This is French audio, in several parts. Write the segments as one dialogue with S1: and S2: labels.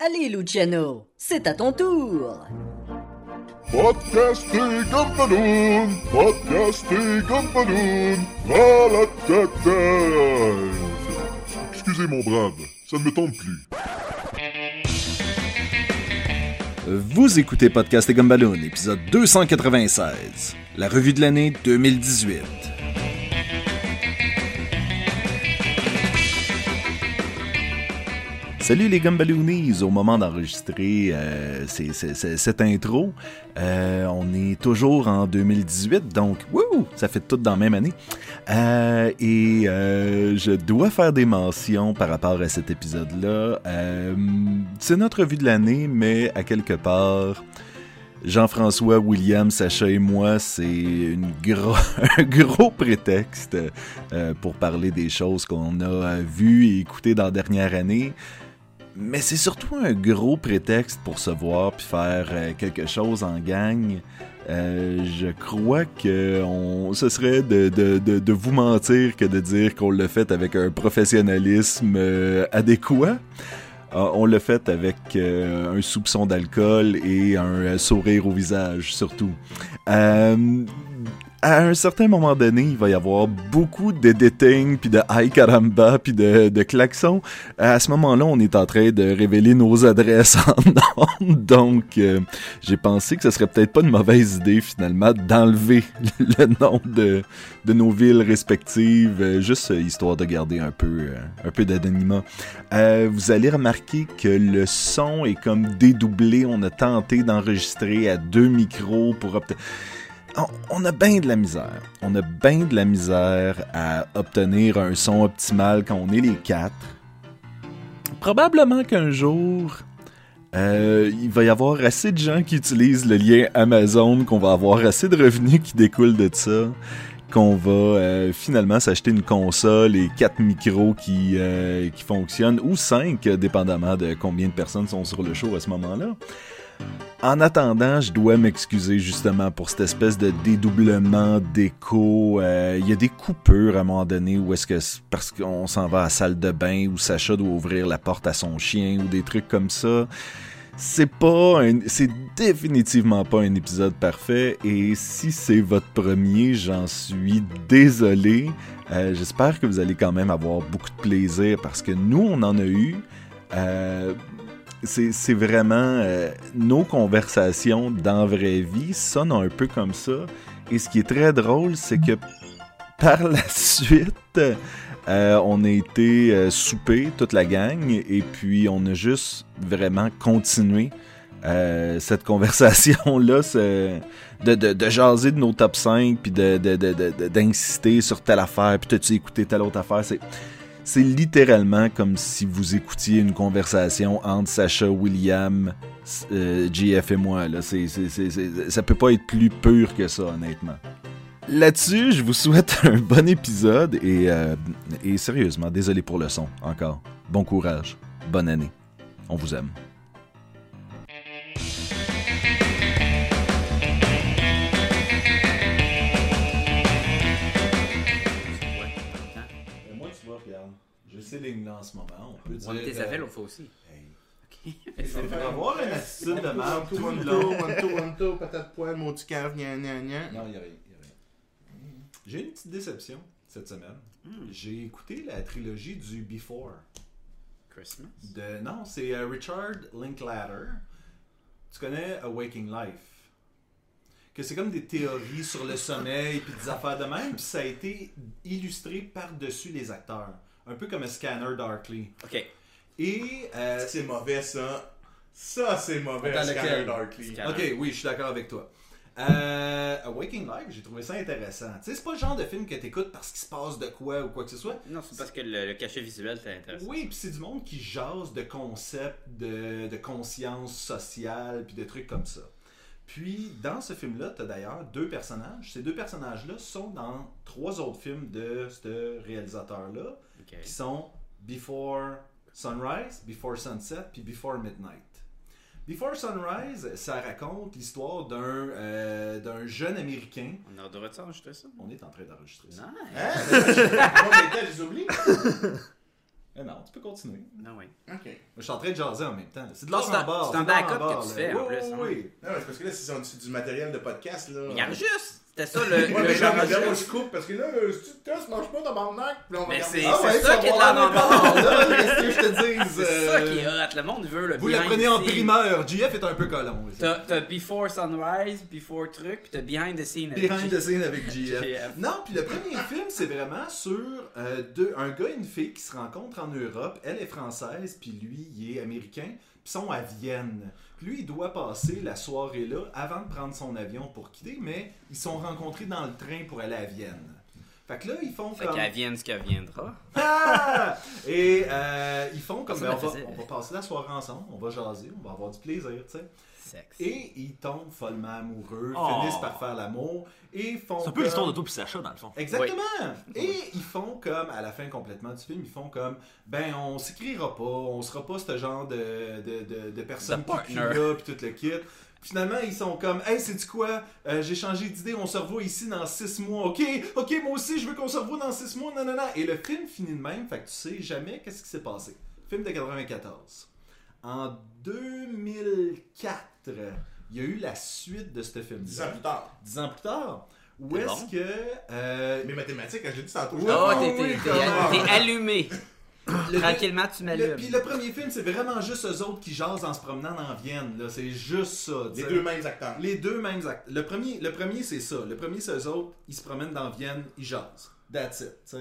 S1: Allez Luciano, c'est à ton tour
S2: Podcasting en ballon, podcasting en ballon, à la tête. Excusez mon brave, ça ne me tombe plus.
S3: Vous écoutez Podcast et Gumballoon, épisode 296, la revue de l'année 2018. Salut les Gumballoonies! Au moment d'enregistrer euh, ces- ces- ces- cette intro, euh, on est toujours en 2018, donc wouh, ça fait tout dans la même année. Euh, et euh, je dois faire des mentions par rapport à cet épisode-là. Euh, C'est notre revue de l'année, mais à quelque part, Jean-François, William, Sacha et moi, c'est une gro- un gros prétexte euh, pour parler des choses qu'on a euh, vues et écoutées dans la dernière année. Mais c'est surtout un gros prétexte pour se voir puis faire euh, quelque chose en gang. Euh, je crois que on- ce serait de, de- de- de vous mentir que de dire qu'on l'a fait avec un professionnalisme euh, adéquat. Euh, on l'a fait avec euh, un soupçon d'alcool et un euh, sourire au visage, surtout. Euh, à un certain moment donné, il va y avoir beaucoup de dating, puis de aïe caramba, puis de, de klaxons. Euh, À ce moment-là, on est en train de révéler nos adresses en ondes, donc euh, j'ai pensé que ce serait peut-être pas une mauvaise idée, finalement, d'enlever le nom de, de nos villes respectives, euh, juste euh, histoire de garder un peu, euh, un peu d'anonymat. Euh, vous allez remarquer que le son est comme dédoublé. On a tenté d'enregistrer à deux micros pour obtenir on, on a bien de la misère. On a bien de la misère à obtenir un son optimal quand on est les quatre. Probablement qu'un jour, euh, il va y avoir assez de gens qui utilisent le lien Amazon, qu'on va avoir assez de revenus qui découlent de ça, qu'on va euh, finalement s'acheter une console et quatre micros qui, euh, qui fonctionnent, ou cinq, euh, dépendamment de combien de personnes sont sur le show à ce moment-là. En attendant, je dois m'excuser justement pour cette espèce de dédoublement d'écho. Euh, Il y a des coupures à un moment donné où est-ce que c'est parce qu'on s'en va à la salle de bain ou Sacha doit ouvrir la porte à son chien ou des trucs comme ça. C'est pas un- c'est définitivement pas un épisode parfait et si c'est votre premier, j'en suis désolé. Euh, J'espère que vous allez quand même avoir beaucoup de plaisir parce que nous on en a eu. Euh, c'est c'est vraiment euh, nos conversations dans la vraie vie sonnent un peu comme ça. Et ce qui est très drôle, c'est que par la suite, euh, on a été euh, souper, toute la gang, et puis on a juste vraiment continué euh, cette conversation-là, ce- de, de, de jaser de nos top 5, puis de- de- de- de- de- d'insister sur telle affaire, puis t'as-tu écouté telle autre affaire. C'est c'est littéralement comme si vous écoutiez une conversation entre Sacha, William, s- euh, JF et moi. Là. C'est- c'est- c'est- c'est- ça peut pas être plus pur que ça, honnêtement. Là-dessus, je vous souhaite un bon épisode et, euh, et sérieusement, désolé pour le son, encore. Bon courage, bonne année. On vous aime. Euh, Moi, tu vois, Pierre, je sais les là en ce moment. On peut
S4: On était sa l'autre fois aussi.
S3: avoir une attitude de
S5: One two, one two, one two, one two, patate poêle, maudit cave, gna gna gna.
S3: Non, il n'y a rien. y a rien. J'ai une petite déception cette semaine. J'ai écouté la trilogie du Before.
S4: Christmas.
S3: De... Non, c'est euh, Richard Linklater. Tu connais A Waking Life. Que c'est comme des théories sur le sommeil puis des affaires de même. Puis ça a été illustré par-dessus les acteurs. Un peu comme un Scanner Darkly.
S4: Ok.
S3: Et. euh,
S5: C'est mauvais ça. Ça c'est mauvais,
S3: Attends,
S5: Scanner
S3: lequel?
S5: Darkly.
S4: Scanner.
S3: Ok, oui, je suis d'accord avec toi. Euh, A Waking Life, j'ai trouvé ça intéressant. Tu sais, c'est pas le genre de film que t'écoutes parce qu'il se passe de quoi ou quoi que ce soit.
S4: Non, c'est parce que le, le cachet visuel t'intéresse.
S3: Oui, puis c'est du monde qui jase de concepts, de, de conscience sociale, puis de trucs comme ça. Puis, dans ce film-là, t'as d'ailleurs deux personnages. Ces deux personnages-là sont dans trois autres films de ce réalisateur-là,
S4: Ok.
S3: qui sont Before Sunrise, Before Sunset, puis Before Midnight. Before Sunrise, ça raconte l'histoire d'un euh, d'un jeune Américain.
S4: On a droit de ça, enregistrer ça? Ah,
S3: Hein? On est en train d'enregistrer ça.
S4: Non.
S5: Hein? Moi, mais t'as, je les oublie.
S3: Eh non, tu peux continuer. Moi,
S4: Non, oui.
S5: Ok.
S3: Je suis en train de jaser en même temps. C'est de
S4: Non,
S3: l'or
S4: c'est
S3: en
S4: un-
S3: barre.
S4: c'est un
S3: de l'or en
S4: backup
S3: barre,
S4: que tu
S3: là.
S4: fais, en
S3: Oui,
S4: plus,
S3: oui,
S4: hein.
S3: oui.
S5: Non, mais Ah c'est parce que là, c'est son- c'est du matériel de podcast, là.
S4: Regarde juste! C'était ça le.
S5: Moi,
S4: le
S5: mais j'en
S4: genre-
S5: regarde, moi, je coupe parce que là, euh, si tu te testes, mange pas dans mon nac. Puis là, on va
S4: Mais
S5: regarder.
S4: c'est
S5: Ah,
S3: Ah ouais,
S4: c'est ça
S3: tu
S4: qui est de
S3: vas voir
S4: l'avant-garde.
S3: là, Qu'est-ce que je te dise?
S4: C'est ça
S3: euh,
S4: qui est hot. Le monde veut le
S3: Vous la
S4: behind
S3: prenez en
S4: the scenes.
S3: primeur. JF est un peu colon. oui.
S4: T'as t'as Before Sunrise, Before Truc, puis t'as Behind the Scene. avec
S3: Behind the scene avec JF.
S4: JF.
S3: Non, puis le premier film, c'est vraiment sur euh, deux, un gars et une fille qui se rencontrent en Europe. Elle est française, puis lui, il est américain, puis ils sont à Vienne. Puis Lui, il doit passer la soirée là avant de prendre son avion pour quitter, mais ils sont rencontrés dans le train pour aller à Vienne. Fait que là, ils font
S4: Fait
S3: comme...
S4: qu'elle vienne ce qu'elle viendra.
S3: Ah! Et euh, ils font comme...
S4: Ça me
S3: on, va,
S4: faisait-
S3: on va passer la soirée ensemble, on va jaser, on va avoir du plaisir, tu sais.
S4: Sexe.
S3: Et ils tombent follement amoureux,
S6: Oh.
S3: finissent par faire l'amour, et font.
S6: C'est un peu l'histoire de
S3: comme-
S6: toi puis Sacha, dans le fond.
S3: Exactement! Et ils font comme, à la fin complètement du film, ils font comme, ben on s'écrira pas, on sera pas ce genre de, de, de, de personne
S4: De
S3: qui
S4: partner.
S3: là, puis tout le kit. Finalement, ils sont comme, hey, c'est du quoi? Euh, J'ai changé d'idée, on se revoit ici dans six mois. Ok, ok, moi aussi, je veux qu'on se revoie dans six mois, nanana. Et le film finit de même, fait que tu sais jamais qu'est-ce qui s'est passé. Film de 94. En 2004, il y a eu la suite de ce film-là.
S5: Dix ans plus tard.
S3: Dix ans plus tard. Où
S4: C'est
S3: est-ce
S4: bon.
S3: que euh,
S5: Mes mathématiques, quand je l'ai dit Ah, tantôt,
S3: Ouais.
S5: je
S4: Oh,
S5: l'avais.
S4: t'es-
S3: oui,
S4: t'es
S3: comment?
S4: t'es- t'es allumé.
S3: le-
S4: Tranquillement, tu
S3: le- Puis
S4: m'allumes.
S3: le premier film, c'est vraiment juste eux autres qui jasent en se promenant dans Vienne. là. C'est juste ça. tu
S5: ah. Les
S3: sais.
S5: deux mêmes acteurs.
S3: Les deux mêmes actes. Le premier, le premier c'est ça. Le premier, c'est eux autres, ils se promènent dans Vienne, ils jasent. That's it. tu sais.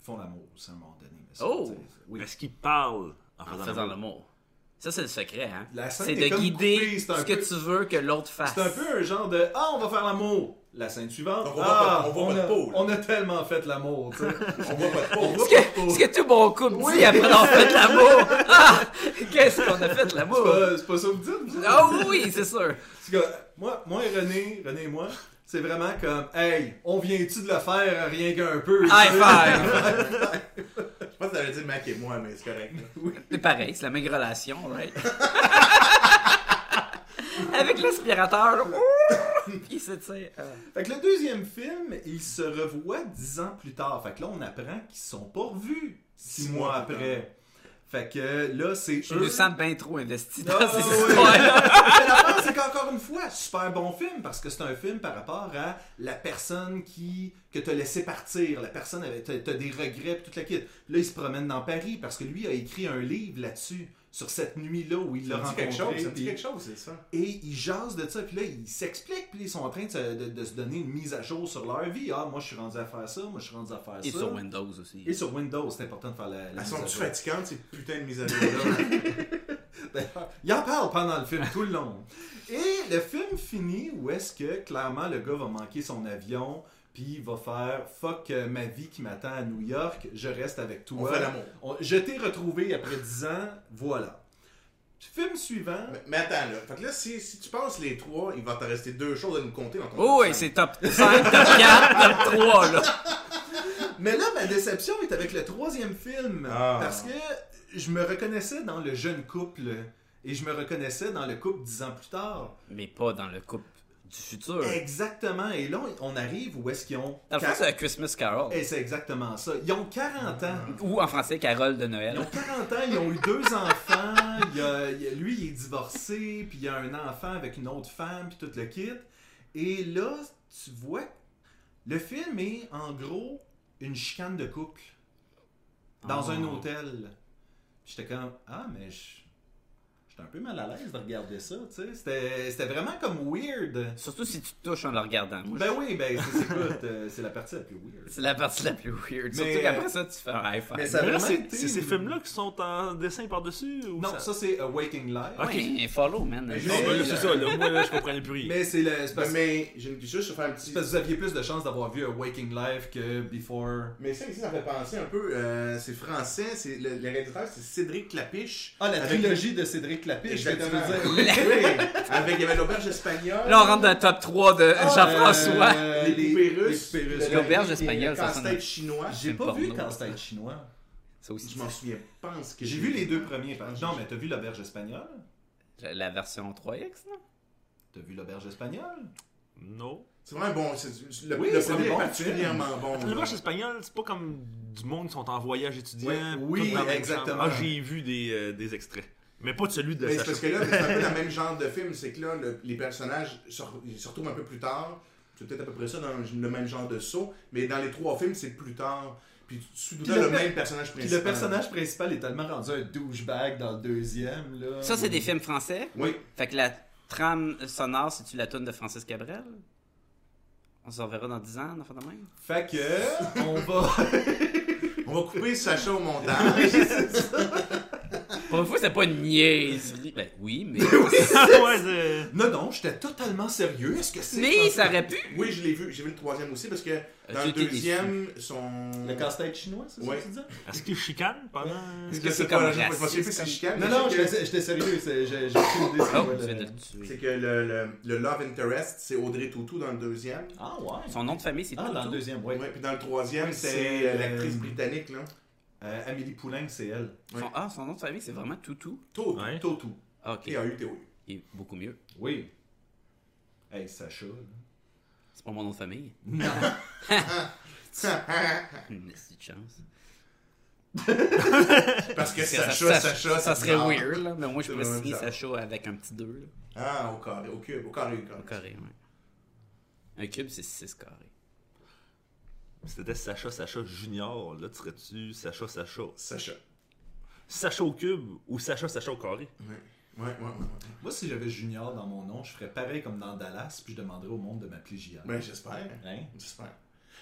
S3: Ils font l'amour aussi à un moment donné. mais ça,
S4: Oh!
S3: tu sais, Oui.
S6: Est-ce qu'il parle en
S4: En
S6: faisant
S4: faisant
S6: l'amour?
S4: l'amour. Ça, c'est le secret, hein.
S3: La scène
S4: C'est
S3: est
S4: de
S3: comme
S4: guider
S3: coupée, c'est un
S4: ce que
S3: peu-
S4: tu veux que l'autre fasse.
S3: C'est un peu un genre de Ah, on va faire l'amour. La scène suivante.
S5: On voit
S3: ah,
S5: pas- on voit pas
S3: a,
S5: de peau, là.
S3: on a tellement fait l'amour. tu sais.
S5: On voit pas de
S3: On
S5: peau.
S3: voit
S4: Ce
S3: pas de peau.
S4: que, ce que tout bon couple dit après d'avoir fait l'amour. Ah! Qu'est-ce qu'on a fait
S3: C'est
S4: l'amour?
S3: pas- C'est pas ça que vous dites. vous autres?
S4: Ah oui, c'est sûr.
S3: C'est que moi, moi et René, René et moi, c'est vraiment comme Hey, on vient-tu de le faire rien qu'un peu? tu
S4: High
S3: sais?
S4: five.
S5: Je pense que t'avais dit Mac et moi, mais c'est correct.
S4: C'est pareil, c'est la même relation, right? Avec l'aspirateur. ouh, Puis c'est, tu sais. euh,
S3: Fait que le deuxième film, ils se revoient dix ans plus tard. Fait que là, on apprend qu'ils se sont pas revus six
S5: Six
S3: mois
S5: mois plus
S3: après. Fait que là, c'est
S4: Je
S3: eux.
S4: me sens bien trop investi dans
S3: Ah,
S4: ces
S3: ouais.
S4: histoires-là.
S3: Mais l'affaire, c'est qu'encore une fois, super bon film parce que c'est un film par rapport à la personne qui que t'as laissé partir, la personne avait t'as t'as des regrets pis toute la quitte. Là, il se promène dans Paris parce que lui a écrit un livre là-dessus sur cette nuit-là où il
S5: Ça
S3: l'a
S5: me dit quelque chose,
S3: rencontré.
S5: ça me dit
S3: pis-
S5: quelque chose, c'est ça.
S3: et ils jasent de ça, puis là, ils s'expliquent, puis ils sont en train de se, de- de se donner une mise à jour sur leur vie. Ah, moi, je suis rendu à faire ça, moi, je suis rendu à faire
S4: Et
S3: ça.
S4: sur Windows aussi.
S3: Et sur Windows, c'est important de faire la, la
S5: Elles
S3: mise à
S5: sont-tu
S3: jour.
S5: fatigantes, ces putains de mises à jour-là?
S3: Il en parle pendant le film tout le long. Et le film finit où est-ce que clairement le gars va manquer son avion, puis il va faire fuck euh, ma vie qui m'attend à New York, je reste avec
S5: On
S3: toi.
S5: fait l'amour.
S3: On- je t'ai retrouvé après 10 ans, voilà. Film suivant.
S5: Mais- Mais attends, là. Fait que là, si, si tu passes les trois, il va te rester deux choses à nous compter dans ton
S4: Oh,
S5: top
S4: ouais,
S5: cinq.
S4: c'est top 5, top 4, top 3, là.
S3: Mais là, ma déception est avec le troisième film.
S5: Ah.
S3: Parce que je me reconnaissais dans le jeune couple. Et je me reconnaissais dans le couple dix ans plus tard.
S4: Mais pas dans le couple du futur.
S3: Exactement. Et là, on arrive où est-ce qu'ils ont...
S4: Dans le fond, c'est un Christmas Carol.
S3: Et c'est exactement ça. Ils ont 40 ans.
S4: Ou en français, Carole de
S3: Ils
S4: Noël.
S3: ont 40 ans, ils ont eu deux enfants. il y a- il y a- lui, il est divorcé, puis il y a un enfant avec une autre femme, puis tout le kit. Et là, tu vois, le film est en gros une chicane de couple dans
S4: Oh.
S3: un hôtel. Puis J'étais comme, ah, mais je- j'étais un peu mal à l'aise de regarder ça, tu sais. C'était- C'était vraiment comme weird.
S4: Surtout si tu te touches en le regardant. Moi,
S3: Ben oui, ben c'est- c'est écoute, euh, c'est la partie la plus weird.
S4: C'est la partie la plus weird.
S3: Mais,
S4: Surtout
S3: euh,
S4: qu'après ça, tu fais un high five.
S3: ça
S6: Mais là,
S3: vraiment
S6: c'est
S3: été
S6: c'est ces
S3: une-
S6: films-là qui sont en dessin par-dessus? ou
S3: Non, ça c'est A Waking Life.
S6: Ok.
S4: Ouais, follow, man. Euh,
S5: Mais
S6: Ah,
S5: juste-
S6: ben là, c'est ça, là, moi, là, je comprenais plus rien.
S3: Mais c'est le. c'est parce-
S5: Mais j'ai juste faire un petit.
S3: C'est parce que vous aviez plus de chances d'avoir vu A Waking Life que Before.
S5: Mais ça ici, ça fait penser un peu. euh, c'est français, c'est le, le réalisateur, c'est Cédric Clapiche.
S3: Ah, la
S5: Avec-
S3: trilogie de Cédric Lapiche, que tu
S5: Exactement.
S3: veux dire.
S5: Oui, avec il y avait l'auberge espagnole.
S4: Là, on rentre dans le top 3 de Jean-François.
S3: Euh,
S5: les poupées russes,
S3: les poupées russes.
S5: le-
S4: L'auberge
S5: le-
S4: espagnole,
S5: le
S4: ça
S5: casse-tête
S4: sonne-
S5: chinois.
S3: J'ai pas
S4: porno.
S3: vu quand c'était chinois.
S4: Ça aussi,
S5: Je m'en souviens, pense que
S3: J'ai vu les deux premiers. par exemple. Non, mais t'as vu l'auberge espagnole
S4: La version 3X, non?
S3: T'as vu l'auberge espagnole
S6: Non.
S5: C'est vraiment bon. c'est- c'est- Le,
S7: Oui,
S5: le
S7: c'est
S5: premier
S7: des bons
S5: est particulièrement bon.
S6: Le
S5: là.
S6: vache espagnol, c'est pas comme du monde qui sont en voyage étudiant.
S5: Ouais, oui,
S6: tout dans le même
S5: exactement.
S6: genre. Ah, j'ai vu des, euh, des extraits. Mais pas de celui de
S5: Mais c'est
S6: Sacha.
S5: parce que là, c'est un peu le même genre de film, c'est que là, le- les personnages se, re- ils se retrouvent un peu plus tard. C'est peut-être à peu près ça dans le même genre de saut, mais dans les trois films, c'est plus tard. Puis soudain,
S3: Puis
S5: le,
S3: le
S5: le
S3: pe-
S5: même personnage
S3: Puis
S5: principal.
S3: le personnage principal est tellement rendu un douchebag dans le deuxième, là.
S4: Ça, c'est des films français.
S5: Oui,
S4: Fait que la trame sonore, c'est-tu la toune de Francis Cabrel? On se reverra dans 10 ans, dans de même.
S3: Fait que, on va.
S5: on va couper Sacha au montage.
S4: Pour une fois, c'est pas une niaiserie. Ben oui, mais.
S6: ouais, c'est- euh,
S3: Non, non, j'étais totalement sérieux. Est-ce que c'est.
S4: mais ça aurait pu!
S5: oui, je l'ai vu, j'ai vu le troisième aussi parce que dans
S4: j'ai
S5: le
S4: été
S5: deuxième, son.
S3: Le casse-tête chinois, c'est
S5: Ouais.
S3: ça que tu disais?
S6: Est-ce qu'il chicane pendant.
S5: Est-ce que
S4: c'est
S5: c'est
S4: comme
S5: pas la Je me
S4: raciste,
S5: souviens plus si je chicane,
S3: Non,
S5: mais
S3: non,
S5: je sais que-
S3: j'étais j'étais sérieux. c'est- J'ai j'ai aucune idée.
S4: Oh,
S3: c'est quoi
S4: tu viens de
S3: le-
S4: le tuer.
S5: C'est que le, le, le Love Interest, c'est Audrey Tautou dans le deuxième.
S3: Ah, ouais.
S4: Son nom de famille, c'est
S3: Ah, dans le
S4: Toutou.
S3: deuxième, ouais.
S5: Ouais, puis dans le troisième,
S3: Oui,
S5: c'est
S3: c'est,
S5: euh,
S3: euh,
S5: l'actrice britannique, là.
S3: Euh, Amélie Poulain, c'est elle.
S5: Ouais.
S4: Son- Ah, son nom de famille, c'est vraiment Toutou.
S5: Tautou.
S6: Ouais.
S5: Tautou.
S4: Ah, ok.
S5: Et a eu Théo.
S4: Il est beaucoup mieux.
S3: Oui. Hey, Sacha. là.
S4: C'est pas mon nom de famille. Une petite chance.
S5: Parce que
S4: Ça-
S5: Sacha,
S4: ça-
S5: Sacha,
S4: ça,
S5: c'est
S4: serait
S5: bizarre.
S4: weird, là. Mais moi, je
S5: C'est
S4: pourrais
S5: vraiment
S4: signer
S5: bizarre.
S4: Sacha avec un petit 2, là.
S5: Ah, au carré, au cube, au carré, au carré.
S4: Au carré, ouais. Un cube, c'est 6 carrés.
S6: C'était Sacha Sacha Junior. Là, tu serais-tu Sacha Sacha
S5: Sacha.
S6: Sacha au cube ou Sacha Sacha au carré
S5: Ouais, ouais, ouais. ouais.
S3: Moi, si j'avais Junior dans mon nom, je ferais pareil comme dans Dallas, puis je demanderais au monde de m'appeler JR.
S5: Ben, j'espère.
S3: Hein?
S5: J'espère.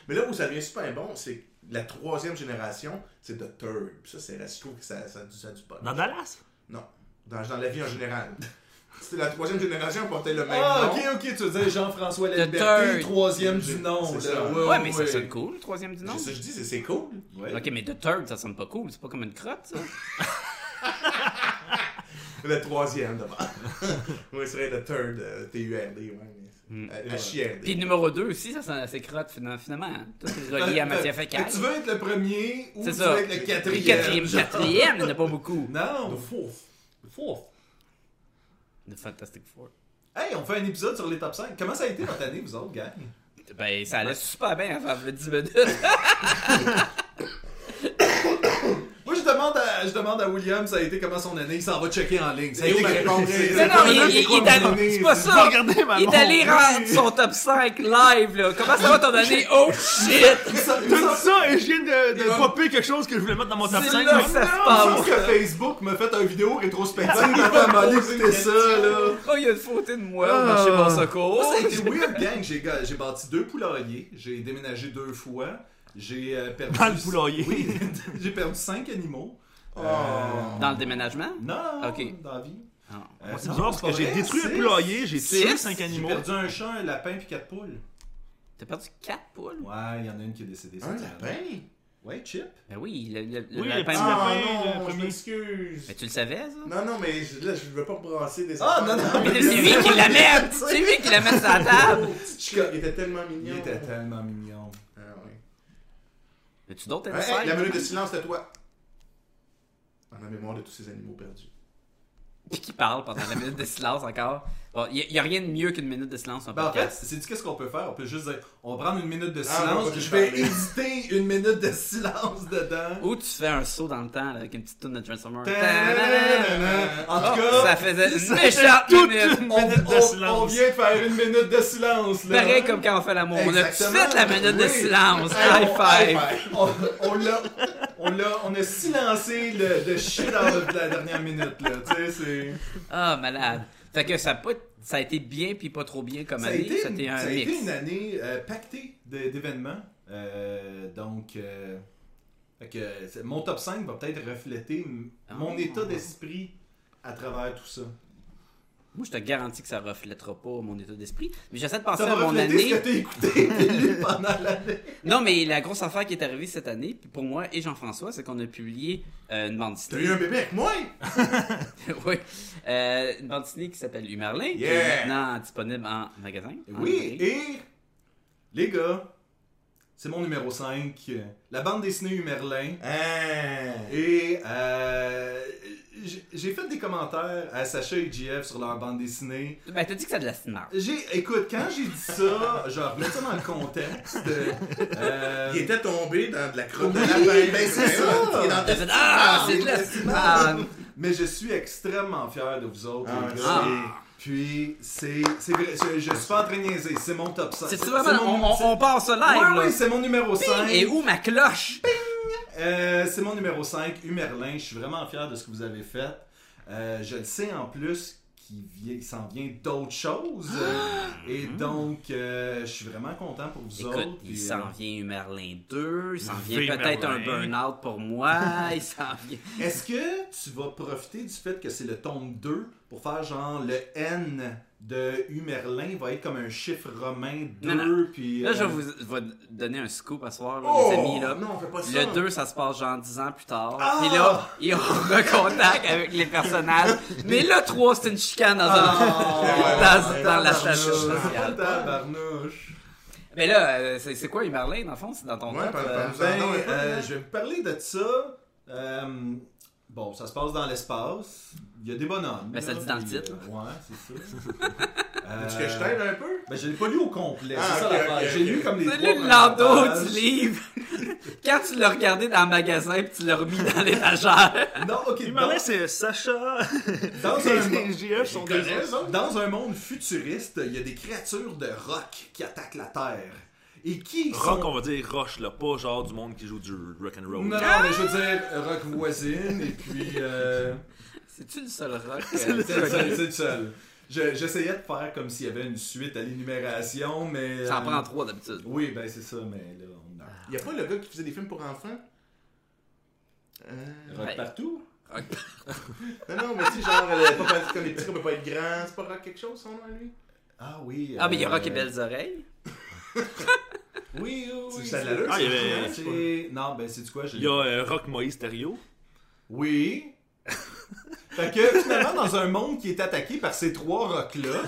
S5: Mais là où ça devient super bon, c'est que la troisième génération, c'est The Third. Puis ça, c'est, je trouve que ça, ça, a du- ça a du pas.
S6: Dans Dallas
S5: Non. Dans, dans la vie en général. C'est la troisième génération portait le même
S3: Ah,
S5: nom.
S3: ok, ok, tu veux dire Jean-François
S4: The
S3: Laliberté,
S4: third.
S3: troisième du nom.
S5: C'est
S3: là.
S5: ça.
S4: Ouais,
S3: Ouais,
S4: mais ça
S3: ouais.
S4: sonne cool, troisième du nom.
S5: C'est ça que Oh, je dis, c'est, c'est cool.
S3: Ouais.
S4: Ok, mais The Third, ça sonne pas cool. C'est pas comme une crotte, ça.
S5: Le troisième d'abord. oui, c'est vrai, The Third, euh, T-U-R-D, ouais.
S4: Mm.
S5: mais- Euh, H-I-R-D.
S4: Puis numéro 2 aussi, ça sonne assez crotte, finalement. finalement. hein. Tout est relié
S5: Euh,
S4: à matière fécale.
S3: Tu veux être le premier ou tu
S4: C'est
S3: veux
S4: ça.
S3: être le
S4: Puis
S3: quatrième?
S4: quatrième, quatrième, il n'y en a pas beaucoup.
S5: The
S3: Non.
S5: Fourth.
S4: The Fantastic Four.
S3: Hey, on fait un épisode sur les top 5. Comment ça a été votre année, vous autres, gang?
S4: Ben, ça allait super bien avant le 10 minutes.
S3: Moi, je demande, à, je demande à William, ça a été comment son année? Il s'en va checker en ligne. Ça a
S5: Léo
S3: été
S5: m'a répondu.
S4: Non,
S3: c'est-
S4: non, il, il- il est allé- C'est pas ça. il est allé rendre son top 5 live, là. Comment ça va ton année? Oh shit!
S3: Il s'en- il
S6: Tout
S3: s'en-
S6: ça et je viens de, de popper quelque chose que je voulais mettre dans mon top
S4: C'est
S6: 5.
S4: là que ça se
S3: Je pense
S4: passe.
S3: que Facebook m'a fait une vidéo rétrospective avant d'aller écouter ça, là.
S4: Oh, il y a une photo de moi au marché bon secours.
S3: Moi, ça
S5: Oh,
S3: a été weird, gang. J'ai, ga- j'ai bâti deux poulaillers, j'ai déménagé deux fois, j'ai euh, perdu...
S6: Dans le poulailler.
S3: Oui, j'ai perdu cinq animaux.
S5: Oh.
S3: Euh,
S4: Dans le déménagement?
S3: Non,
S4: Ok.
S3: dans la vie. Euh,
S4: Non.
S6: Ah. Moi, c'est
S3: non,
S6: bizarre parce que
S3: pas
S6: j'ai
S3: vrai,
S6: détruit un
S3: six.
S6: poulailler, j'ai tué
S4: Six?
S6: 5
S3: J'ai
S6: animaux.
S3: perdu un chat, un lapin puis quatre poules.
S4: T'as perdu 4 poules?
S3: Ouais, il y en a une qui est décédée
S5: Un
S3: cette année.
S5: lapin?
S3: Ouais, Chip.
S4: Ben oui, le, le, le
S6: Oui,
S4: lapin.
S6: le petit
S5: Ah
S6: lapin, le
S5: non, je
S6: premier.
S5: m'excuse.
S4: Mais tu le savais, ça?
S5: Non, non, mais je- là, je veux pas brasser des
S3: Ah,
S5: affaires.
S3: non, non,
S4: Mais c'est lui qui l'amène! C'est lui qui l'amène sur la table!
S5: Il était tellement
S3: Il
S5: mignon.
S3: était tellement mignon.
S5: Ah, ouais.
S4: As-tu d'autres
S5: Ouais, hey,
S4: insights?
S5: la minute de silence, c'est à toi. En la mémoire de tous ces animaux perdus.
S4: Puis qui parle pendant la minute de silence encore? Bon, il n'y a, rien de mieux qu'une minute de silence en
S3: Ben, en fait,
S4: podcast.
S3: c'est du qu'est-ce qu'on peut faire? On peut juste dire, on va prendre une minute de
S5: Ah, on
S3: silence,
S5: va pas
S3: je
S5: lui
S3: vais
S5: parler.
S3: éditer une minute de silence dedans.
S4: Ou tu fais un saut dans le temps là, avec une petite toune de Transformers.
S3: Ta-da-da-da-da. En tout
S4: Oh,
S3: cas,
S4: ça faisait une méchante minute!
S3: on,
S6: minute de
S3: on-
S6: silence.
S3: on vient de faire une minute de silence. Là.
S4: Pareil comme quand on fait l'amour. On a
S3: Exactement.
S4: fait la minute de
S3: Oui.
S4: silence.
S3: Hey,
S4: High
S3: on-
S4: five!
S3: On, on l'a, on l'a, on a silencé le, le shit dans le- la dernière minute là. Tu sais, c'est.
S4: Ah, malade. Fait que ça a, pas, ça a été bien puis pas trop bien comme
S3: Ça a
S4: année.
S3: été,
S4: C'était
S3: une-
S4: un
S3: ça a
S4: mix.
S3: été une année euh, pactée de- d'événements. Euh, donc, euh, fait que c'est- mon top 5 va peut-être refléter m-
S4: Ah.
S3: mon état d'esprit à travers tout ça.
S4: Moi, je te garantis que ça reflètera pas mon état d'esprit. Mais j'essaie de penser
S3: Ça
S4: à
S3: va
S4: Ah, mon
S3: refléter
S4: année.
S3: ce que t'as écouté et lu pendant l'année.
S4: Non, mais la grosse affaire qui est arrivée cette année, puis pour moi et Jean-François, c'est qu'on a publié euh, une bande
S5: T'as
S4: dessinée.
S5: eu un bébé avec moi?
S4: oui. Euh, une bande dessinée qui s'appelle Humerlin, qui
S5: Yeah.
S4: est maintenant disponible en magasin. en
S3: Oui,
S4: librairie.
S3: et les gars, c'est mon numéro 5. La bande dessinée Humerlin.
S5: Hein?
S3: Et euh, j'ai- j'ai fait des commentaires à Sacha et JF sur leur bande dessinée.
S4: Ben, t'as dit que c'est de la cinéma.
S3: J'ai, écoute, quand j'ai dit ça, genre, remets ça dans le contexte. euh,
S5: Il était tombé dans de la crotte de
S3: Oui,
S5: lapin.
S3: ben, c'est
S5: Vraiment,
S3: ça.
S5: il est dans-
S4: T'as fait, ah, c'est de la cinéma.
S3: Mais je suis extrêmement fier de vous autres.
S5: Ah,
S3: les gars.
S5: merci.
S3: Puis, c'est, c'est vrai, c'est- je suis pas en train de niaiser, c'est mon top 5.
S4: C'est vraiment,
S3: mon,
S4: on, on, on part ça
S3: c'est-
S4: live,
S3: Ouais,
S4: là.
S3: ouais, c'est mon numéro 5.
S4: Et où ma cloche?
S3: Euh, c'est mon numéro 5, Humerlin. Je suis vraiment fier de ce que vous avez fait. Euh, je le sais en plus qu'il vient- il s'en vient d'autres choses. Euh, et donc, euh, je suis vraiment content pour vous autres.
S4: Ah! Mm-hmm. Écoute, il
S3: Puis,
S4: s'en
S3: euh,
S4: vient Humerlin 2, il s'en vient
S8: Humerlin.
S4: peut-être un burn-out pour moi, il s'en vient...
S3: Est-ce que tu vas profiter du fait que c'est le tome 2 pour faire genre le N de Humerlin va être comme un chiffre romain 2
S4: Non, non.
S3: puis
S4: Là, je
S3: euh,
S4: vais vous je vais donner un scoop à soir, là,
S5: Oh,
S4: les amis, là.
S5: Non, on fait pas ça.
S4: Le 2, ça se passe genre 10 ans plus tard. Puis là, ils ont recontact avec les personnages. Mais le 3, c'est une chicane dans, un- dans,
S3: ouais,
S4: dans la
S3: tabarnouche.
S4: station sociale.
S3: Tabarnouche.
S4: Mais là, euh, c'est c'est quoi Humerlin, dans le fond? C'est dans ton
S5: Ouais,
S4: top,
S5: par-
S4: euh,
S5: par-
S3: Ben,
S5: Non, mais pas hein.
S3: euh,
S5: vrai.
S3: je vais vous parler de ça. Euh, bon, ça se passe dans l'espace. Il y a des bonhommes.
S4: Ben, ça
S3: là,
S4: le dit dans
S3: puis,
S4: le titre,
S3: euh, ouais, c'est ça. Euh,
S5: Est-ce que je t'aide un peu?
S3: Ben, je l'ai pas lu au complet.
S5: Ah,
S3: c'est ça
S5: ok,
S3: l'affaire.
S5: ok,
S3: J'ai
S5: ok.
S3: lu comme les
S4: C'est
S3: trois
S4: lui le
S3: premières
S4: landau
S3: pages.
S4: du livre. Quand tu l'as regardé dans le magasin puis tu l'as remis dans l'étagère.
S3: Non, ok.
S8: Humerlin, c'est Sacha.
S3: Dans, dans un
S8: Les JF sont des
S3: Dans un monde futuriste, il y a des créatures de rock qui attaquent la Terre. Et qui
S6: Rock,
S3: sont...
S6: on va dire roche, là, pas genre du monde qui joue du rock and
S3: Non,
S6: roll.
S3: non, mais je veux dire rock voisine, et puis... euh,
S4: C'est-tu le seul rock? euh,
S3: c'est le seul, c'est le seul. Je- J'essayais de faire comme s'il y avait une suite à l'énumération, mais...
S4: Ça en
S3: euh,
S4: prend 3 d'habitude.
S3: Oui, ben c'est ça, mais là, on a...
S5: Il y a pas le gars qui faisait des films pour enfants? Euh,
S3: Rock
S4: Ouais.
S3: partout?
S5: Non, non, mais tu sais, genre, euh, pas parce qu'on est petit, on peut pas être grand. C'est pas rock quelque chose, son nom, lui?
S3: Ah oui.
S4: Ah, mais il y a
S3: euh,
S4: Rock et Belles Oreilles.
S3: Oui, oui, oui.
S5: ça a de l'allure,
S6: Ah, il y
S3: c'est-
S6: avait-
S3: c'est- Non, ben c'est du quoi? j'ai-
S6: Il y a euh, Rock Moïse Stereo.
S3: Oui. fait que finalement, dans un monde qui est attaqué par ces trois rocs-là,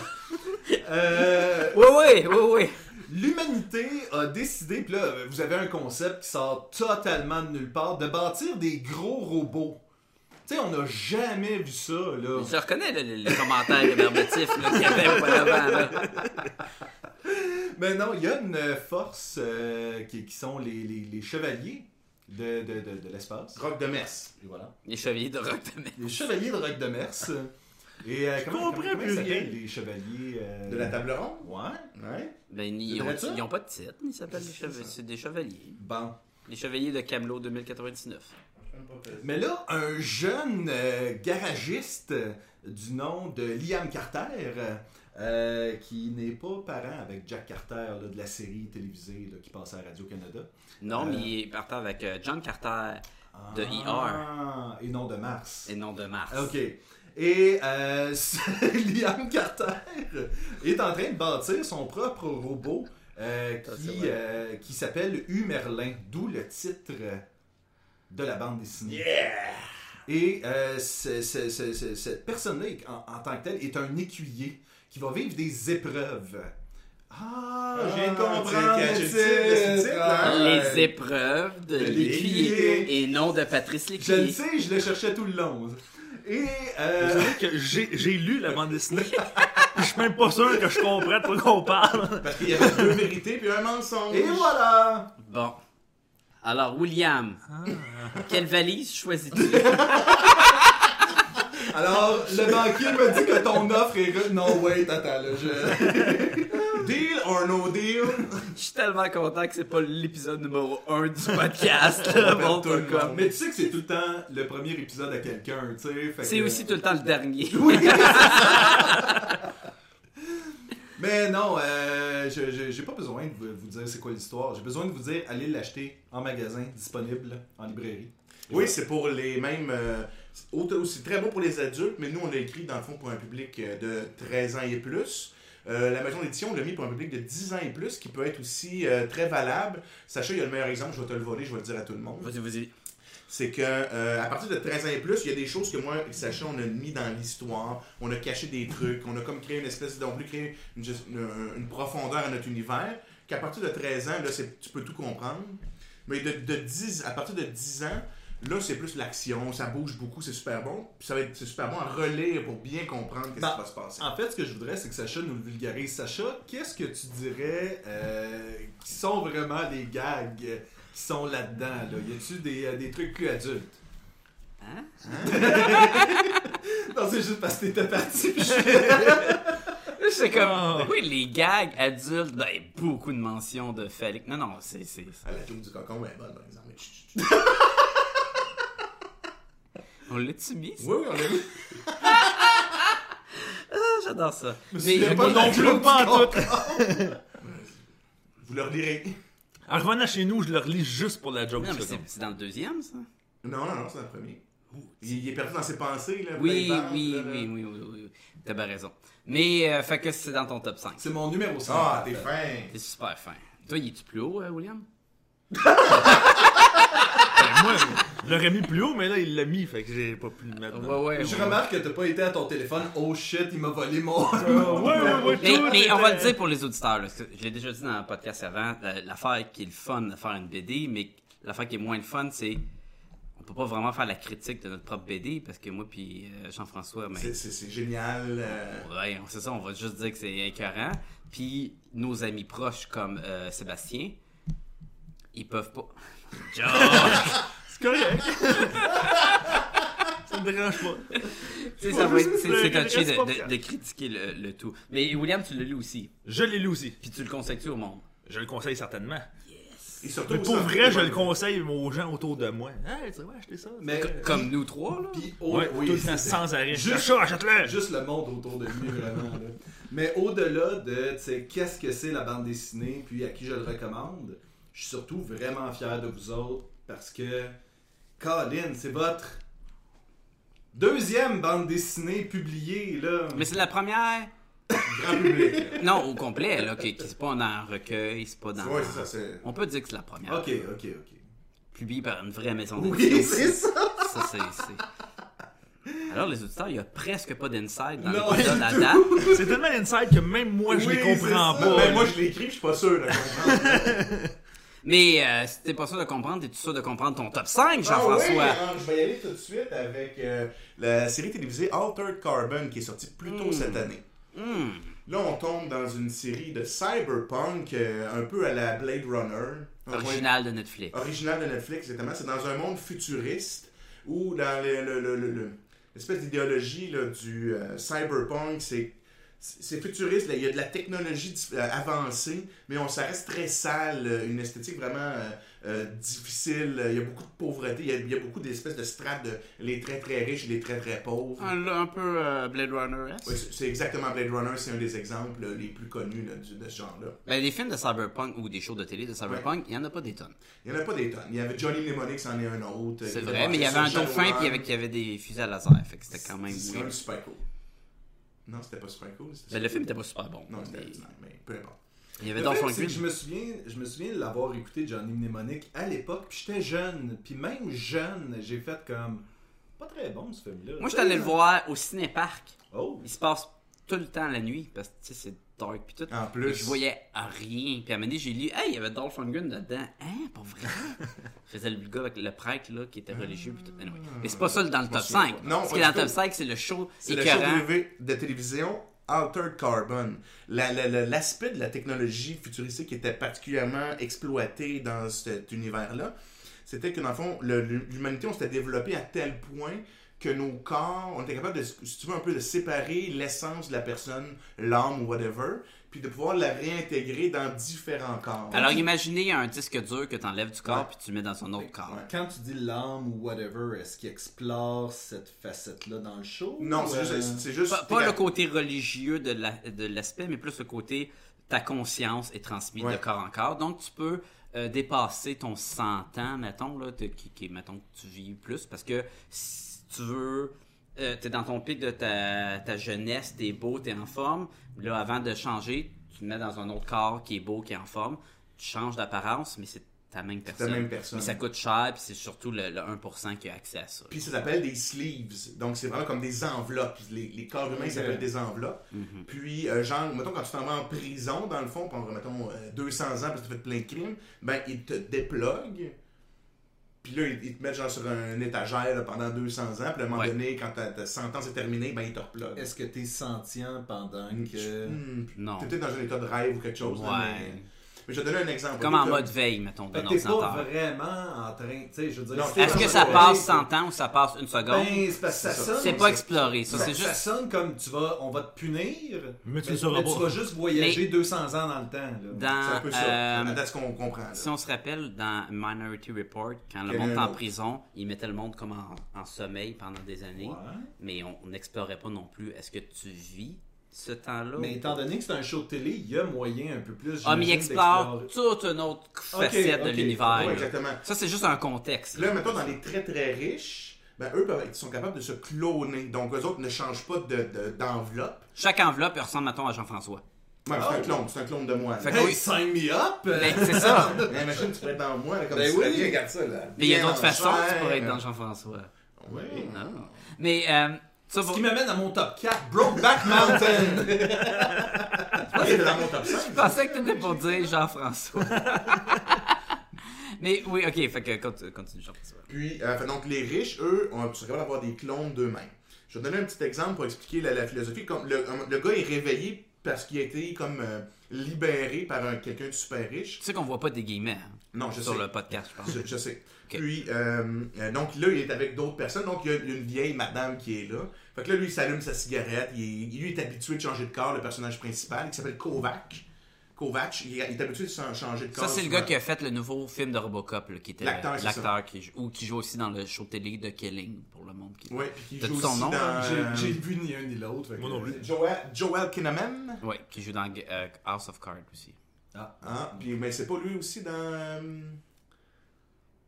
S3: euh,
S4: Oui, oui, oui, oui.
S3: l'humanité a décidé, puis là, euh, vous avez un concept qui sort totalement de nulle part, de bâtir des gros robots. Tu sais, on n'a jamais vu ça, là.
S4: Je reconnais le, le- le commentaire réverbatif là, qu'il y avait auparavant. Là.
S3: Mais non, il y a une force euh, qui, qui sont les, les- les chevaliers de, de- de- de l'espace.
S5: Rock de Mers.
S3: Et voilà.
S4: Les chevaliers de rock de mer.
S3: Les chevaliers de rock de Mers. Et euh, comment,
S8: comprends
S3: comment- comment
S8: plus
S3: ils s'appellent,
S8: rien.
S3: les chevaliers... euh,
S5: De la table ronde?
S3: Ouais.
S5: Ouais.
S4: Ben, ils
S3: Vrai ça?
S4: n'ont pas de titre, ils s'appellent les chevaliers. C'est des chevaliers.
S3: Bon.
S4: Les chevaliers de Camelot 2099.
S3: Mais là, un jeune euh, garagiste euh, du nom de Liam Carter, euh, qui n'est pas parent avec Jack Carter là, de la série télévisée là, qui passait à Radio-Canada.
S4: Non,
S3: Euh.
S4: mais ils partent avec euh, John Carter De E
S3: Ah, Et non de Mars.
S4: et non de Mars.
S3: Ah, OK. Et euh, ce- Liam Carter est en train de bâtir son propre robot euh,
S4: c'est
S3: qui,
S4: vrai.
S3: euh, qui s'appelle Humerlin, d'où le titre de la bande dessinée. Et euh, ce- ce- ce- ce- cette personne-là, en, en tant que telle, est un écuyer qui va vivre des épreuves. Ah,
S5: Ah,
S3: je viens de
S5: tu viens de
S3: comprendre
S5: catcher
S3: le
S5: le titre, le
S3: titre.
S5: titre,
S3: Ah,
S4: Les
S3: ouais.
S4: épreuves de
S3: De
S4: l'écuyer
S3: l'écuyer.
S4: et non de Patrice
S3: Je le
S4: Lécuyer.
S3: sais, je le cherchais tout le long. Et
S6: Vous
S3: euh,
S6: savez que j'ai j'ai lu la bande dessinée. Je suis même pas sûr que je comprends de quoi qu'on parle.
S5: Parce qu'il y avait deux vérités puis un mensonge.
S3: et voilà.
S4: Bon. Alors, William,
S3: Ah.
S4: quelle valise choisis-tu?
S3: Alors, le banquier me dit que ton offre est... re- Non, wait, attends, là, je...
S5: Deal or no deal?
S4: Je suis tellement content que c'est pas l'épisode numéro 1 du podcast. là, bon,
S5: tout le
S4: comme-
S5: monde.
S3: Mais tu sais que c'est tout le temps le premier épisode à quelqu'un, tu sais, fait
S4: C'est
S3: que-
S4: aussi tout le temps le dernier.
S3: Oui, c'est ça. Mais non, euh, je- je- j'ai pas besoin de vous, vous dire c'est quoi l'histoire. J'ai besoin de vous dire, allez l'acheter en magasin, disponible, en librairie.
S5: Oui, c'est pour les mêmes. euh, c'est autant- aussi très bon pour les adultes, mais nous, on l'a écrit dans le fond pour un public euh, de 13 ans et plus. Euh, la maison d'édition, on l'a mis pour un public de 10 ans et plus, qui peut être aussi euh, très valable. Sacha, il y a le meilleur exemple, je vais te le voler, je vais le dire à tout le monde.
S4: Vas-y, vas-y.
S5: C'est que euh, à partir de 13 ans et plus, il y a des choses que moi et Sacha, on a mis dans l'histoire, on a caché des trucs, on a comme créé une espèce, de- on a créé une, une- une profondeur à notre univers, qu'à partir de 13 ans, là, c'est- tu peux tout comprendre. Mais de, de 10, à partir de 10 ans, Là, c'est plus l'action, ça bouge beaucoup, c'est super bon. Puis ça va être c'est super bon à relire pour bien comprendre
S3: Ben,
S5: qu'est-ce
S4: Bah.
S5: qui va se passer.
S3: En fait, ce que je voudrais, c'est que Sacha nous le vulgarise. Sacha, qu'est-ce que tu dirais euh, qui sont vraiment les gags euh, qui sont là-dedans? Là? Y a-tu des, euh, des trucs plus adultes? Hein?
S4: Hein?
S3: non, c'est juste parce que t'étais parti. puis je-
S4: C'est comme.
S3: Ah.
S4: Oui, les gags adultes, ben, beaucoup de mentions de phallique. Non, non, c'est. c'est-
S5: Ah, la tour du cocon elle est bonne, par exemple. Chut, chut, chut.
S4: On l'a-tu mis? ça?
S5: Oui, oui, on l'a vu.
S4: Ah, J'adore ça.
S3: Il y a
S4: Mais-
S3: pas non plus pas en tout.
S5: Vous le relirez.
S6: En revenant chez nous, je le relis juste pour la joke.
S4: Non,
S6: je
S4: mais
S6: fais
S4: c'est c'est dans le deuxième, ça?
S5: Non, non, non, c'est le premier. Il, il est perdu dans ses pensées, là.
S4: Oui,
S5: plein de
S4: oui,
S5: ventes, là,
S4: oui,
S5: là.
S4: oui, oui, oui. T'as bien raison. Mais, euh, fait que c'est dans ton top 5.
S3: C'est mon numéro 5.
S5: Ah, t'es fin.
S4: T'es super fin. Toi, il est-tu plus haut, euh, William?
S6: comme, Moi, je l'aurais mis plus haut, mais là, il l'a mis, fait que j'ai pas pu le mettre. dans-
S4: ouais.
S3: Je remarque que t'as pas été à ton téléphone. Oh shit, il m'a volé mon.
S6: Ouais, ouais, ouais,
S4: Mais,
S6: tout
S4: mais
S6: était-
S4: on va le dire pour les auditeurs, là, parce que je l'ai déjà dit dans un podcast avant, euh, l'affaire qui est le fun de faire une BD, mais l'affaire qui est moins le fun, c'est on peut pas vraiment faire la critique de notre propre BD, parce que moi puis euh, Jean-François, mais
S5: C'est- C'est c'est génial. euh,
S4: ouais, on- c'est ça, on va juste dire que c'est écœurant. Puis nos amis proches comme euh, Sébastien, ils peuvent pas... Genre,
S6: C'est correct. ça me dérange pas.
S4: tu sais, ça va être- c'est c'est
S6: Le-
S4: touché de,
S6: le-
S4: de- de critiquer le, le tout. Mais William, tu l'as lu aussi,
S6: Je l'ai lu aussi.
S4: puis tu le conseilles-tu au monde?
S6: Je le conseille certainement.
S5: Et surtout,
S6: Mais pour
S5: ça-
S6: vrai, je le conseille aux gens autour de moi. Hey, tu vas acheter ça.
S3: Mais,
S4: Comme nous trois, là?
S3: Euh, Puis, oh,
S6: ouais,
S3: oui,
S6: tout le temps,
S3: c'est-
S6: sans arrêt.
S3: Juste-
S6: Juste ça, achète-le.
S3: juste le monde autour de lui vraiment là. mais au-delà de tu sais, qu'est-ce que c'est la bande dessinée puis à qui je le recommande je suis surtout vraiment fier de vous autres parce que Colin c'est votre deuxième bande dessinée publiée là
S4: Mais c'est la première...
S5: Grand public. là.
S4: Non, au complet, là, qui, qui- c'est pas dans un recueil, c'est pas dans.
S5: Ouais, c'est ça, c'est.
S4: On peut dire que c'est la première.
S3: ok ok ok
S4: Publiée par une vraie maison
S3: Ah. oui
S4: d'édition.
S3: c'est ça
S4: Ça, c'est, c'est- Alors, les auditeurs, il y a presque pas d'inside dans
S3: Non,
S4: le
S3: du
S4: de la date.
S6: C'est tellement inside que même moi, je
S3: Oui,
S6: les comprends
S3: c'est ça.
S6: pas.
S5: Ben, moi, je l'ai écrit, je suis pas sûr de comprendre.
S4: Mais euh, si t'es pas sûr de comprendre, t'es-tu sûr de comprendre ton top 5,
S5: Ah
S4: Jean-François?
S5: oui, hein, je vais y aller tout de suite avec euh, la série télévisée Altered Carbon qui est sortie plus tôt cette année.
S4: Hmm.
S5: Là, on tombe dans une série de cyberpunk euh, un peu à la Blade Runner. Un
S4: Original de Netflix.
S5: point- Original de Netflix, exactement. C'est dans un monde futuriste où dans le- le- le- le- le- l'espèce d'idéologie là, du euh, cyberpunk, c'est c'est futuriste, là, il y a de la technologie dif- euh, avancée, mais on, ça reste très sale, euh, une esthétique vraiment euh, euh, difficile, euh, il y a beaucoup de pauvreté, il y a, il y a beaucoup d'espèces de strates de les très très riches et les très très pauvres.
S4: Un, un peu euh, Blade Runner
S5: Ouais, c'est c'est exactement Blade Runner, c'est un des exemples euh, les plus connus là, du- de ce genre-là.
S4: Ben, des films de Cyberpunk ou des shows de télé de Cyberpunk, il y en a pas des tonnes.
S5: Il n'y en a pas des tonnes. Il y avait Johnny Mnemonic, c'en est un autre.
S4: C'est
S5: Il
S4: vrai, mais il y avait un
S5: Jason
S4: dauphin
S5: Sherwood.
S4: puis il y avait, il y avait des fusées à laser. Fait que c'était quand même
S5: C'est quand
S4: weird.
S5: même super cool. Non, c'était pas super cool. c'était
S4: Ben, le film était pas super bon.
S5: Non, c'était
S4: Mais
S5: ordinaire, mais peu importe.
S4: Il y avait
S3: Le
S4: Dolphin
S3: fait, c'est que
S4: Green.
S3: je me souviens, je me souviens de l'avoir écouté Johnny Mnemonic à l'époque, puis j'étais jeune, puis même jeune, j'ai fait comme pas très bon ce film-là.
S4: Moi, je suis allé le voir au ciné-parc.
S3: Oh,
S4: Il se passe tout le temps la nuit parce que tu sais, c'est dark puis tout.
S5: En plus.
S4: Et je voyais rien. Puis à un moment donné, j'ai lu, hey, il y avait Dolph Lundgren dedans. Hein, pas vrai? je faisais le gars avec le prêtre là, qui était religieux. Puis tout. Anyway. Mais c'est pas ça dans le top
S5: Ah. souviens
S4: 5.
S5: pas. Non,
S4: Ce
S5: pas
S4: qui est dans
S5: du
S4: le top
S5: tout.
S4: 5, c'est le show
S5: C'est le show
S4: écœurant.
S5: TV de télévision Altered Carbon. La- la- la- L'aspect de la technologie futuristique qui était particulièrement exploité dans cet univers-là, c'était que dans le fond, le- l'humanité, on s'était développé à tel point que nos corps, on était capable de, si tu veux, un peu de séparer l'essence de la personne, l'âme ou whatever, puis de pouvoir la réintégrer dans différents corps.
S4: Alors imaginez un disque dur que t'enlèves du corps
S5: Ouais.
S4: puis tu mets dans un autre corps.
S5: Ouais.
S3: quand tu dis l'âme ou whatever, est-ce qu'il explore cette facette-là dans le show
S5: non, c'est
S3: Euh,
S5: juste... c'est juste-
S4: Pas, pas le côté religieux de la- de l'aspect, mais plus le côté ta conscience est transmise de
S5: Ouais.
S4: corps en corps. Donc, tu peux euh, dépasser ton 100 ans, mettons, là, de- qui, qui- mettons que tu vis plus, parce que si tu veux, euh, t'es dans ton pic de ta, ta jeunesse, t'es beau, t'es en forme. Là, avant de changer, tu te mets dans un autre corps qui est beau, qui est en forme. Tu changes d'apparence, mais c'est ta même
S5: la
S4: personne.
S5: même personne.
S4: Mais ça coûte cher, puis c'est surtout le, le 1% qui a accès à ça.
S5: Puis ça s'appelle des sleeves. Donc c'est vraiment comme des enveloppes. Les, les corps humains s'appellent des enveloppes.
S4: Mhm.
S5: Puis, euh, genre, mettons, quand tu t'en vas en prison, dans le fond, pendant, mettons, euh, 200 ans parce que tu as fait plein de crimes, ben, ils te déploguent. Puis là, ils, ils te mettent genre sur un- une étagère là, pendant 200 ans. Puis à un moment
S4: Ouais.
S5: donné, quand ta ta 100 ans c'est terminé, ben ils te replugent.
S3: Est-ce que t'es sentient pendant que.
S5: Hmm,
S4: Non.
S5: T'es peut-être dans un état de rêve ou quelque chose. là,
S4: Ouais.
S5: mais... mais je vais te donner un exemple.
S4: Comme en
S5: T'as- Ben,
S4: mode veille, mettons,
S3: Fait
S4: d'un
S3: que t'es pas
S4: ordinateur.
S3: vraiment en train. Tu sais, je veux
S5: Non,
S3: dire. si t'es
S4: Est-ce
S3: dans
S4: que
S3: un
S4: ça
S3: soirée,
S4: passe 100 ans ou ça passe une seconde?
S3: Ben, c'est parce que ça
S5: C'est ça.
S3: sonne.
S4: C'est pas exploré, ça, c'est
S3: Ça
S4: juste...
S3: sonne comme tu vas, on va te punir, ben,
S6: Mais tu le sauras
S3: tu
S6: pas.
S3: vas juste voyager
S4: Mais-
S3: 200 ans dans le temps. là.
S5: C'est un
S4: Dans,
S5: peu ça.
S4: euh,
S5: à ce qu'on comprend. là.
S4: si on se rappelle, dans Minority Report, quand le
S5: Quel
S4: monde
S5: est
S4: est
S5: le
S4: en
S5: mot?
S4: prison, ils mettaient le monde comme en, en sommeil pendant des années,
S3: Ouais.
S4: mais on on n'explorait pas non plus. Est-ce que tu vis ce temps-là?
S3: Mais étant donné que c'est un show de télé, il y a moyen un peu plus.
S4: Ah, mais il
S3: j'imagine,
S4: explore
S3: d'explorer.
S4: toute une autre facette de
S3: ok.
S4: l'univers.
S5: Ouais,
S4: là.
S5: exactement.
S4: ça, c'est juste un contexte.
S5: Puis là, mettons, dans les très très riches, ben, eux peuvent- ils sont capables de se cloner. Donc, eux autres ne changent pas de- de- d'enveloppe. Ah,
S4: Chaque enveloppe elle ressemble, mettons, à Jean-François.
S5: De, ouais, c'est un clone, c'est un clone de moi. là.
S4: Fait que
S3: Hey,
S4: oui.
S3: sign me up!
S4: Ben, c'est ça.
S5: Mais imagine, tu pourrais être dans moi, là, comme
S3: Ben
S5: tu serais
S3: oui.
S5: bien, regarde ça, là.
S4: Mais il y a
S5: Bien
S4: d'autres
S5: en
S4: façons
S5: chair.
S4: tu pourrais être dans Jean-François.
S5: Oui.
S4: Ah. Mais, euh, ça,
S3: Ce
S4: pour-
S3: qui m'amène à mon top 4, Brokeback Mountain!
S5: Moi, j'étais dans mon top 5.
S4: Je pensais que t'étais pour dire Jean-François. Mais oui, ok, fait que continue, continue, Jean-François.
S5: Puis, euh, fait donc, les riches, eux, ont, sont capables d'avoir des clones d'eux-mêmes. Je vais te donner un petit exemple pour expliquer la, la philosophie. Comme le, le gars est réveillé parce qu'il a été comme euh, libéré par un- quelqu'un de super riche.
S4: Tu sais qu'on voit pas des guillemets hein,
S5: Non, je
S4: sur
S5: sais.
S4: le podcast, je pense.
S5: Je, je sais.
S4: Ah. Ok.
S5: Puis, euh, euh, donc là, il est avec d'autres personnes. Donc, il y a une vieille madame qui est là. Fait que là, lui, il s'allume sa cigarette. Il, est- lui, il est habitué de changer de corps, le personnage principal, qui s'appelle Kovac. Kovac, il, est il est habitué de s'en- changer de corps.
S4: Ça, c'est le
S5: souvent.
S4: gars qui a fait le nouveau film de Robocop, là, qui était
S5: L'acteur, c'est
S4: l'acteur qui, joue- ou qui joue aussi dans le show télé de Killing, pour le monde qui.
S5: Oui, puis qui
S4: T'as-tu
S5: joue
S4: son
S5: aussi
S4: nom, hein?
S5: dans...
S4: là?
S5: euh,
S3: J'ai vu ni un ni l'autre.
S6: Moi non plus.
S5: Joel, Joel Kinnaman.
S4: Ouais, qui joue dans euh, House of Cards aussi.
S5: Ah, puis, mais c'est pas lui aussi dans... euh,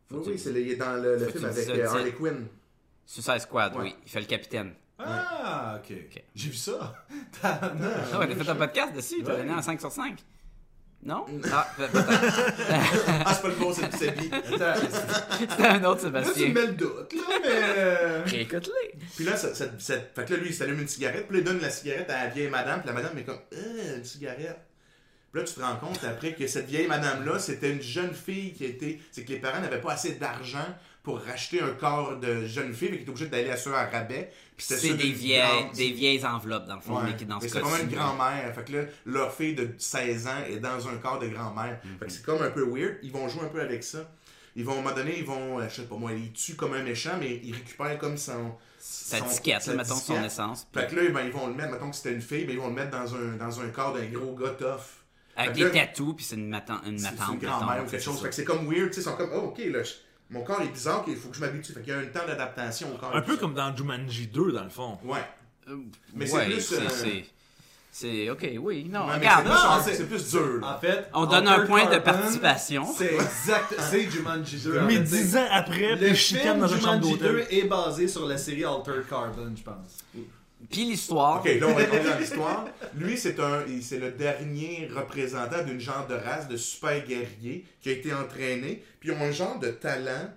S4: Faut
S5: oui,
S4: que
S5: oui,
S4: tu-
S5: c'est le- il est dans le, le
S4: faut que
S5: film
S4: tu
S5: avec
S4: dises le
S5: euh, Harley Quinn.
S4: Suicide Squad,
S5: Ouais.
S4: oui. Il fait le capitaine.
S3: Ah, ok.
S4: Ok.
S3: J'ai vu ça.
S4: Ah, ouais, t'as fait un podcast dessus, t'as donné un 5 sur 5. Non?
S5: Mm.
S4: Ah, pe- peut-être.
S5: Ah, c'est pas le bon, c'est c'est lui.
S3: Attends,
S4: C'était un autre
S3: là, tu me
S4: Sébastien.
S3: mets le doute, là, mais.
S4: Écoute-les.
S5: Puis là, ça, ça, ça- fait que là, lui, il s'allume une cigarette, puis là, il donne la cigarette à la vieille madame, puis la madame est comme, euh, une cigarette. Puis là, tu te rends compte après que cette vieille madame-là, c'était une jeune fille qui était. C'est que les parents n'avaient pas assez d'argent pour racheter un corps de jeune fille, mais qui était obligée d'aller à ceux à rabais. Puis c'était
S4: C'est
S5: ceux
S4: des
S5: d'une
S4: vieilles,
S5: grande-
S4: des vieilles enveloppes, dans le fond, mais qui dans ce
S5: mais c'est
S4: cas-ci.
S5: vraiment une grand-mère. Fait que là, leur fille de 16 ans est dans un corps de grand-mère.
S4: Mm-hmm.
S5: Fait que c'est comme un peu weird. Ils vont jouer un peu avec ça. Ils vont, à un moment donné, ils vont, euh, je sais pas moi, ils tuent comme un méchant, mais ils récupèrent comme son.
S4: Sa
S5: son-
S4: ticket,
S5: sa
S4: là, mettons, son
S5: disquette.
S4: essence.
S5: Fait que là, ben, ils vont le mettre, mettons que c'était une fille, ben, ils vont le mettre dans un, dans un corps d'un gros gars tough.
S4: Avec
S5: Fait que
S4: des
S5: là,
S4: tatous, puis c'est une matan- une
S5: c'est-
S4: matante.
S5: C'est une
S4: mettons,
S5: grand-mère ou
S4: c'est
S5: quelque chose.
S4: ça.
S5: Fait que c'est comme weird, tu sais, ils sont comme, oh, ok, là, je- mon corps est bizarre, il faut que je m'habitue. Fait qu'il y a un temps d'adaptation au corps.
S6: Un peu comme dans Jumanji 2, dans le fond.
S5: Ouais. Mais c'est
S4: Ouais,
S5: plus, euh,
S4: c'est- C'est. OK, oui. Non,
S5: Ouais, mais
S4: regarde.
S5: c'est plus-
S3: non,
S5: c'est
S3: c'est- Ah,
S5: plus dur. là.
S3: En fait,
S4: On donne
S3: Hunter
S4: un point de
S3: Carpen,
S4: participation.
S3: C'est exact, c'est Jumanji 2. en
S6: Mais
S3: fait.
S6: 10 ans après, puis
S3: Le
S6: je chicane
S3: film
S6: dans une chambre
S3: Jumanji 2
S6: d'hôtel.
S3: est basé sur la série Altered Carbon, je pense.
S4: Puis l'histoire.
S5: Ok, là on va rentrer dans l'histoire. Lui, c'est un, il- c'est le dernier représentant d'une genre de race de super guerriers qui a été entraîné, puis ils ont un genre de talent.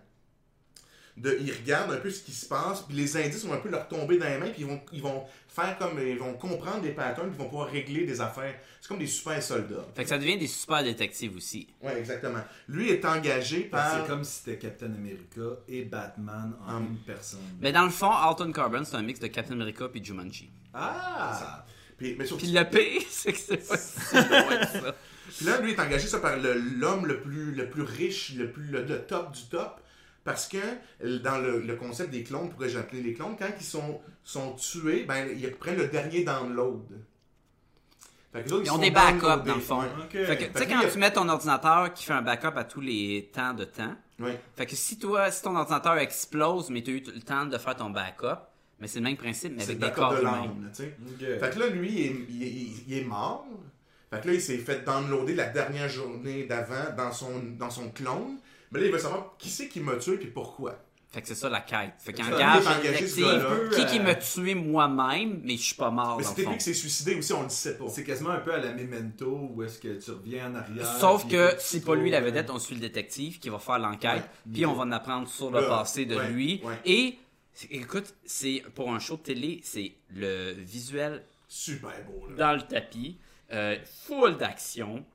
S5: De, ils regardent un peu ce qui se passe, puis les indices vont un peu leur tomber dans les mains, puis ils vont, ils vont faire comme, ils vont comprendre des patterns, puis ils vont pouvoir régler des affaires. C'est comme des super soldats.
S4: Fait que ça devient des super détectives aussi.
S5: Ouais, exactement. Lui est engagé par.
S6: Ah.
S3: C'est comme si c'était Captain America et Batman en une personne.
S4: Mais dans le fond, Alton Carbon, c'est un mix de Captain America puis Jumanji.
S3: Ah!
S5: Puis, mais surtout-
S4: Puis le pire, c'est que c'est pas si loin que ça.
S5: Puis là, lui est engagé ça par le- l'homme le, plus, le plus riche, le, plus, le, le top du top. Parce que euh, dans le, le concept des clones, pourquoi j'ai appelé les clones, quand ils sont, sont tués, ben, ils prennent le dernier download. Fait que les autres,
S4: Ils ont
S5: sont
S4: des backups,
S5: downloadés.
S4: dans le fond.
S5: Ouais.
S4: Fait que, tu sais,
S5: que
S4: quand
S5: lui,
S4: tu mets ton ordinateur qui fait un backup à tous les temps de temps,
S5: Ouais.
S4: Fait que si toi, si ton ordinateur explose, mais tu as eu le temps de faire ton backup, mais c'est le même principe, mais
S5: C'est
S4: avec des
S5: le backup
S4: corps
S5: de
S4: humains.
S5: l'âme, là, tu sais. Fait que là, lui, il est, il est- il est mort. Fait que là, il s'est fait downloader la dernière journée d'avant dans son, dans son clone. Mais là, il veut savoir qui c'est qui m'a tué et pourquoi.
S4: Fait que c'est ça la quête. Fait qu'il
S5: Ça,
S4: engage
S5: il
S4: un
S5: est engagé, ce gars-là.
S4: détective qui, qui
S3: Euh,
S4: m'a tué moi-même, mais je suis pas mort
S5: Mais
S4: dans le
S5: c'était lui
S4: fond.
S5: qui s'est suicidé aussi, on ne le sait pas.
S3: C'est quasiment un peu à la Memento où est-ce que tu reviens en arrière.
S4: Sauf
S3: puis
S4: que
S3: tu
S4: c'est pas
S5: euh,
S4: lui la
S3: trouves,
S4: vedette, on suit le détective qui va faire l'enquête, puis on va en apprendre sur le
S5: Là,
S4: passé de
S5: ouais,
S4: lui.
S5: ouais.
S4: Et c'est- écoute, c'est pour un show de télé, c'est le visuel
S5: Super beau, là.
S4: dans le tapis, euh, full d'action.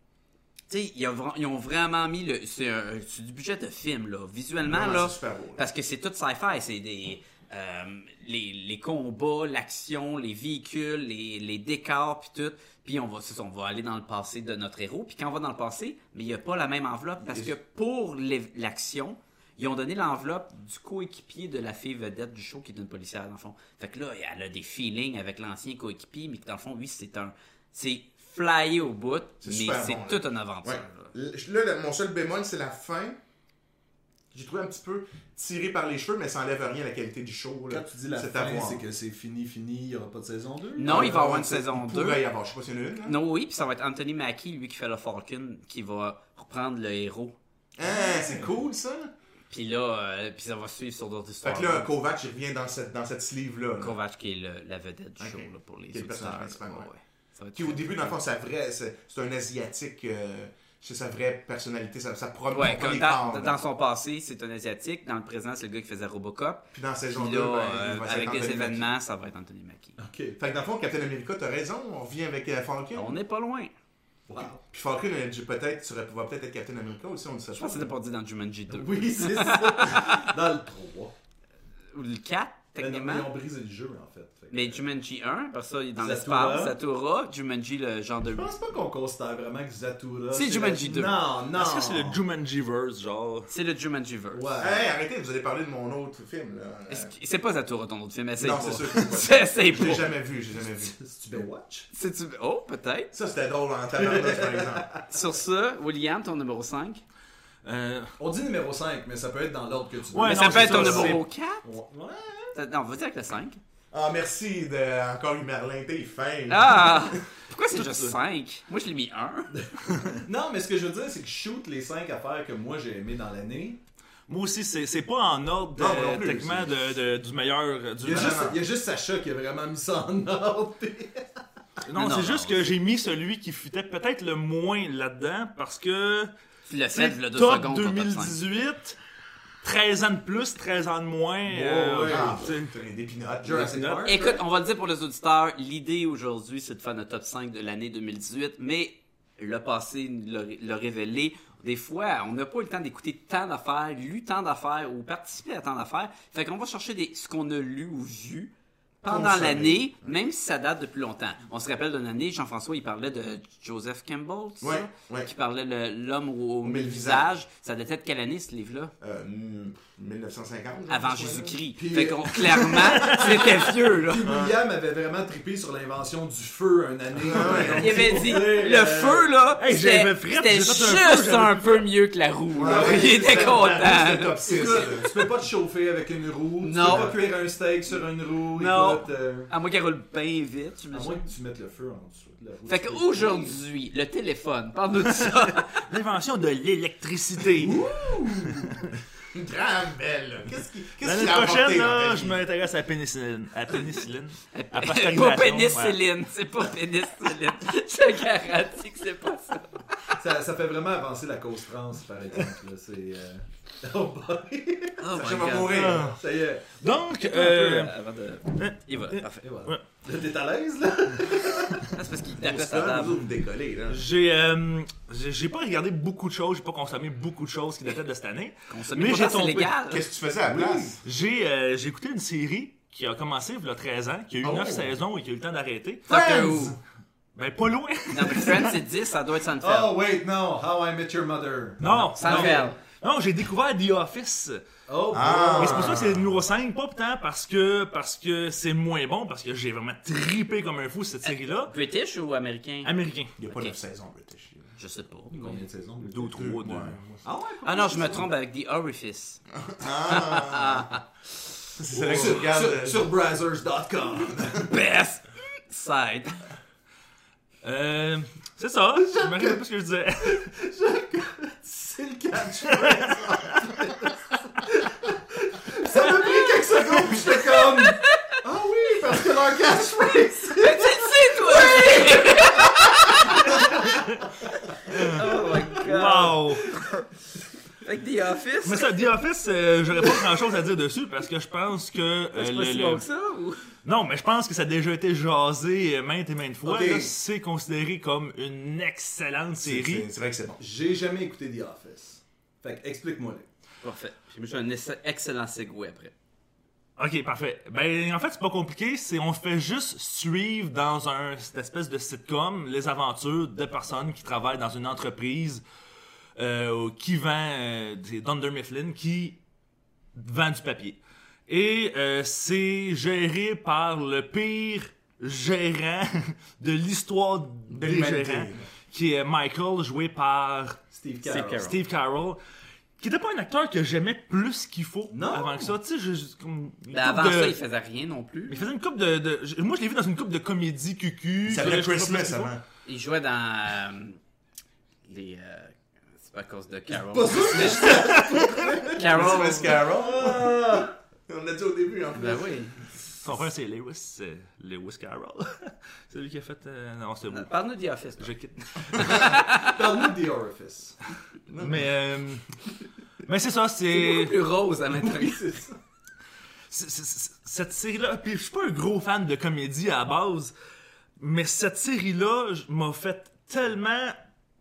S4: Tu sais, ils, ont vra- ils ont vraiment mis le. C'est un- c'est du budget de film, là. Visuellement,
S5: Vraiment,
S4: là.
S5: c'est super beau, Ah, là.
S4: Parce que c'est tout sci-fi. C'est des. euh, les, les combats, l'action, les véhicules, les, les décors, puis tout. Puis on va, c'est ça, on va aller dans le passé de notre héros. Puis quand on va dans le passé, mais il n'y a pas la même enveloppe parce que pour l'é- l'action, ils ont donné l'enveloppe du coéquipier de la fille vedette du show qui est une policière, dans le fond. Fait que là, elle a des feelings avec l'ancien coéquipier, mais que dans le fond, lui, c'est un. C'est flyé au bout,
S5: C'est
S4: mais
S5: super
S4: c'est
S5: bon, là.
S4: toute une aventure.
S5: Ouais.
S4: là.
S5: Là, Euh, le- mon seul bémol, c'est la fin. J'ai trouvé un petit peu tiré par les cheveux, mais ça enlève rien à la qualité du show. Là.
S3: Quand tu dis la
S5: C'est
S3: fin,
S5: à voir.
S3: c'est que c'est fini, fini, il n'y aura pas de saison 2.
S4: Non, il va y avoir une
S5: C'est-
S4: saison
S5: il
S4: 2.
S5: pourrait y avoir, je sais pas s'il y en a une. là.
S4: Non, oui, puis ça va être Anthony Mackie, lui qui fait le Falcon, qui va reprendre le héros.
S5: Ah, c'est cool ça.
S4: Puis là, euh, puis ça va suivre sur d'autres
S5: Fait
S4: histoires.
S5: que là, Kovac, il revient dans cette, dans cette sleeve-là. là.
S4: Kovac qui est le- la vedette du
S5: Ok.
S4: show là, pour les
S5: Qui est le
S4: auditeurs,
S5: personnage principal,
S4: là,
S5: ouais.
S4: Ça va être
S5: Qui au
S4: très-
S5: début, dans le fond, c'est vrai, c'est c'est un Asiatique, euh, c'est sa vraie personnalité, sa, sa propre
S4: Ouais,
S5: premier
S4: comme
S5: corps,
S4: dans,
S5: là.
S4: dans son passé, c'est un Asiatique. Dans le présent, c'est le gars qui faisait Robocop.
S5: Puis dans saison
S4: Puis
S5: 2,
S4: là,
S5: ben,
S4: euh,
S5: il va
S4: avec
S5: s'être
S4: les
S5: enlevé le
S4: événements, ça va être Anthony Mackie.
S5: maquillage. Ok. Fait que dans le fond, Captain America, t'as raison, on revient avec euh, Falcon.
S4: On n'est pas loin.
S5: Puis Falcon, euh, j'ai peut-être, tu aurais- va peut-être être Captain America aussi, on ne sait
S4: Je
S5: pas.
S4: pense que c'était pas dit dans Jumanji 2.
S3: Oui, c'est ça. Dans le 3.
S4: Ou le 4,
S3: Mais non, mais ils
S4: techniquement.
S3: ont brisé le jeu, en fait. Fait que-
S4: Mais Jumanji 1, parce ça, il est dans
S3: Zathura.
S4: l'espace. Satura, Jumanji, le genre de.
S3: Je pense pas qu'on considère vraiment que Zatura.
S4: C'est Jumanji
S3: la-
S4: 2.
S3: Non, non.
S6: Est-ce que c'est le Jumanji-verse, genre?
S4: C'est le Jumanji-verse.
S3: Ouais.
S5: Hey, arrêtez, vous allez parler de mon autre film, là.
S4: Est-ce
S6: Euh,
S4: que- C'est pas Zatura ton autre film, essaye
S5: Non,
S4: pas.
S5: c'est sûr que c'est pas
S4: C'est- essaye
S5: Euh, Je l'ai
S4: pas.
S5: jamais vu, j'ai jamais vu.
S3: C'est du Watch.
S4: C'est-tu- Oh, peut-être.
S5: Ça, c'était drôle en tabarnak, par exemple.
S4: Sur ça, William, ton numéro 5.
S6: Euh,
S3: On dit numéro 5, mais ça peut être dans l'ordre que tu veux.
S6: Ouais,
S4: Mais
S6: non,
S4: ça peut
S6: c'est
S4: être ton
S6: ça,
S4: numéro 4.
S3: Ouais.
S4: Non, on va dire avec le 5.
S5: Ah, merci de encore eu Merlin, t'es fin.
S4: Ah! Pourquoi c'est juste 5? Moi, je l'ai mis 1.
S3: Non, mais ce que je veux dire, c'est que je shoot les 5 affaires que moi j'ai aimées dans l'année.
S6: moi aussi, c'est c'est pas en ordre,
S5: Non, moi non
S6: euh,
S5: plus,
S6: techniquement, de, de- du meilleur. euh, Du
S3: Il y, a
S5: Non,
S3: juste,
S5: non, non.
S3: il y a juste Sacha qui a vraiment mis ça en ordre.
S6: Non,
S4: Non,
S6: c'est
S4: non,
S6: juste
S4: non.
S6: que j'ai mis celui qui futait peut-être le moins là-dedans parce que.
S4: Tu l'as
S6: tu sais,
S4: fait, le 2
S6: top
S4: secondes, ton top 5.
S6: 2018, 13 ans de plus, 13 ans de moins. euh,
S3: ouais.
S5: Ah,
S6: tu sais.
S5: t'es des pinottes.
S3: Jurassic Park.
S4: Écoute, on va le dire pour les auditeurs, l'idée aujourd'hui, c'est de faire notre top 5 de l'année 2018, mais le passé l'a l'a révélé. Des fois, on n'a pas eu le temps d'écouter tant d'affaires, lu tant d'affaires ou participer à tant d'affaires. Fait qu'on va chercher des, ce qu'on a lu ou vu pendant
S5: Consommé.
S4: l'année, même si ça date de plus longtemps. On se rappelle d'une année, Jean-François, il parlait de Joseph Campbell, c'est ça?
S5: Ouais, ouais.
S4: qui parlait le- l'homme au, au
S5: mille
S4: mille visages. Ça datait de quelle année, ce livre-là?
S5: Euh, hmm, 1950. genre,
S4: Avant
S5: ce soir-là.
S4: Jésus-Christ.
S3: Puis-
S4: Fait
S5: euh,
S4: qu'on, clairement, c'était vieux, là.
S3: Puis William avait vraiment trippé sur l'invention du feu un année.
S4: Il avait dit le feu là,
S6: Hey,
S4: c'était
S6: j'avais frette,
S4: c'était
S6: j'ai fait un
S4: juste
S6: feu,
S4: un peu mieux que la roue. là.
S5: ouais,
S4: il était
S5: c'était-
S4: content.
S5: c'était
S4: là.
S5: euh, top six, là.
S3: Écoute, tu peux pas te chauffer avec une roue.
S4: Non.
S3: Tu peux pas cuire un steak sur une roue.
S4: Non.
S3: Écoute, euh,
S4: À moins qu'elle roule bien vite, je
S3: à
S4: me
S3: moins que tu mettes le feu en dessous de la roue.
S4: Fait qu'aujourd'hui, le téléphone, parle-nous de ça.
S6: L'invention de l'électricité.
S5: Une grande belle, là. Qu'est-ce qui- qu'est-ce
S6: L'année
S5: qu'il a apporté
S6: prochaine,
S5: dans ta
S6: là,
S5: vie?
S6: je m'intéresse à la pénicilline. À la pénicilline. À la
S4: pas
S6: pasteurisation, ouais.
S4: pénicilline, c'est pas pénicilline. Je te garantis que c'est pas ça.
S3: Ça, ça fait vraiment avancer la cause trans, par exemple. là. C'est. euh, Oh boy!
S4: Oh
S5: Je vais mourir.
S3: Ça y est.
S6: Donc, euh,
S4: Et voilà, parfait.
S3: Et voilà. Là, T'es à l'aise, là?
S4: Ah, C'est parce qu'il tapait sa
S5: Ça,
S4: table.
S5: vous vous décollez, là.
S6: j'ai euh, j'ai j'ai pas regardé beaucoup de choses, j'ai pas consommé beaucoup de choses qui dataient de cette année.
S4: Consommer
S6: Mais
S4: pour
S6: j'ai
S4: ça, c'est
S6: tombé.
S4: légal.
S5: Qu'est-ce que tu faisais à la place?
S6: J'ai euh, j'ai écouté une série qui a commencé il y a 13 ans, qui a eu
S5: Oh.
S6: 9 saisons et qui a eu le temps d'arrêter.
S4: Fuck you.
S6: Ben, pas loin.
S4: Non, mais Friends, c'est 10, ça doit être Seinfeld.
S3: Oh, wait, non! How I Met Your Mother.
S6: Non,
S4: Seinfeld.
S6: non, non j'ai découvert The Office.
S3: Oh,
S5: Ah.
S6: Et c'est pour ça que c'est le numéro 5, pas tant parce que parce que c'est moins bon, parce que j'ai vraiment tripé comme un fou cette série-là.
S4: British ou américain?
S6: Américain.
S5: Il n'y a pas
S4: Ok.
S5: de saison, British.
S4: Je sais pas.
S3: boy. Combien de saisons?
S6: Deux ou trois, deux.
S3: Ah ouais?
S4: Ah non, je me trompe avec The Orifice.
S5: C'est vrai que tu
S3: Sur,
S5: regardes.
S3: sur,
S5: euh,
S3: sur Brazzers.com.
S4: best side.
S6: Euh, c'est ça. Je me rappelle pas ce que je disais.
S3: C'est le catch. Ça m'a pris quelques secondes, j'étais comme. Ah oui, parce que leur catchphrase.
S4: Mais tu le sais, toi! oh my
S6: Wow!
S4: Fait que The Office,
S6: Mais ça, The Office, euh, j'aurais pas grand chose à dire dessus parce que je pense que. euh,
S4: c'est
S6: le-
S4: pas si
S6: le-
S4: bon que ça ou?
S6: Non, mais je pense que ça a déjà été jasé euh, maintes et maintes fois.
S5: Ok.
S6: là. C'est considéré comme une excellente
S5: C'est
S6: série.
S5: c'est- c'est vrai que c'est bon.
S3: J'ai jamais écouté The Office. Fait que explique-moi là.
S4: Parfait. J'ai mis un essa- excellent segway après.
S6: Ok, parfait. Ben, en fait, c'est pas compliqué. C'est on fait juste suivre dans un cette espèce de sitcom les aventures de personnes qui travaillent dans une entreprise euh, qui vend euh, c'est Dunder Mifflin qui vend du papier. Et euh, c'est géré par le pire gérant de l'histoire des
S5: l'humanité.
S6: gérants, qui est Michael, joué par
S3: Steve Carell.
S6: Steve Carell. Qui était pas un acteur que j'aimais plus qu'il faut
S3: Non.
S6: avant que ça. Tu sais, je- je- comme. une
S4: Ben,
S6: couple
S4: avant
S6: de-
S4: ça, il faisait rien non plus.
S6: il faisait une coupe de. de- je- Moi, je l'ai vu dans une coupe de comédie cucu.
S5: Ça
S6: sur
S5: s'appelait
S6: le- je sais pas
S5: Christmas
S6: ce qu'il faut.
S5: avant.
S4: Il jouait dans euh, les. euh, c'est pas à cause de Carol. Carol.
S5: Christmas Carol. Oh, Ah! On l'a dit au début en plus.
S4: Ben oui.
S6: Son frère, c'est Lewis. euh, Lewis Carroll. c'est lui qui a fait. euh, non, c'est bon.
S4: Parle-nous de The Office. là.
S6: Je quitte.
S3: Parle-nous de The Orifice.
S6: Mais. euh, mais c'est ça,
S4: C'est
S6: c'est.
S4: beaucoup plus rose à l'intérieur.
S6: c'est- c'est- c'est- Cette série-là. Puis je suis pas un gros fan de comédie à la base. Mais cette série-là je- m'a fait tellement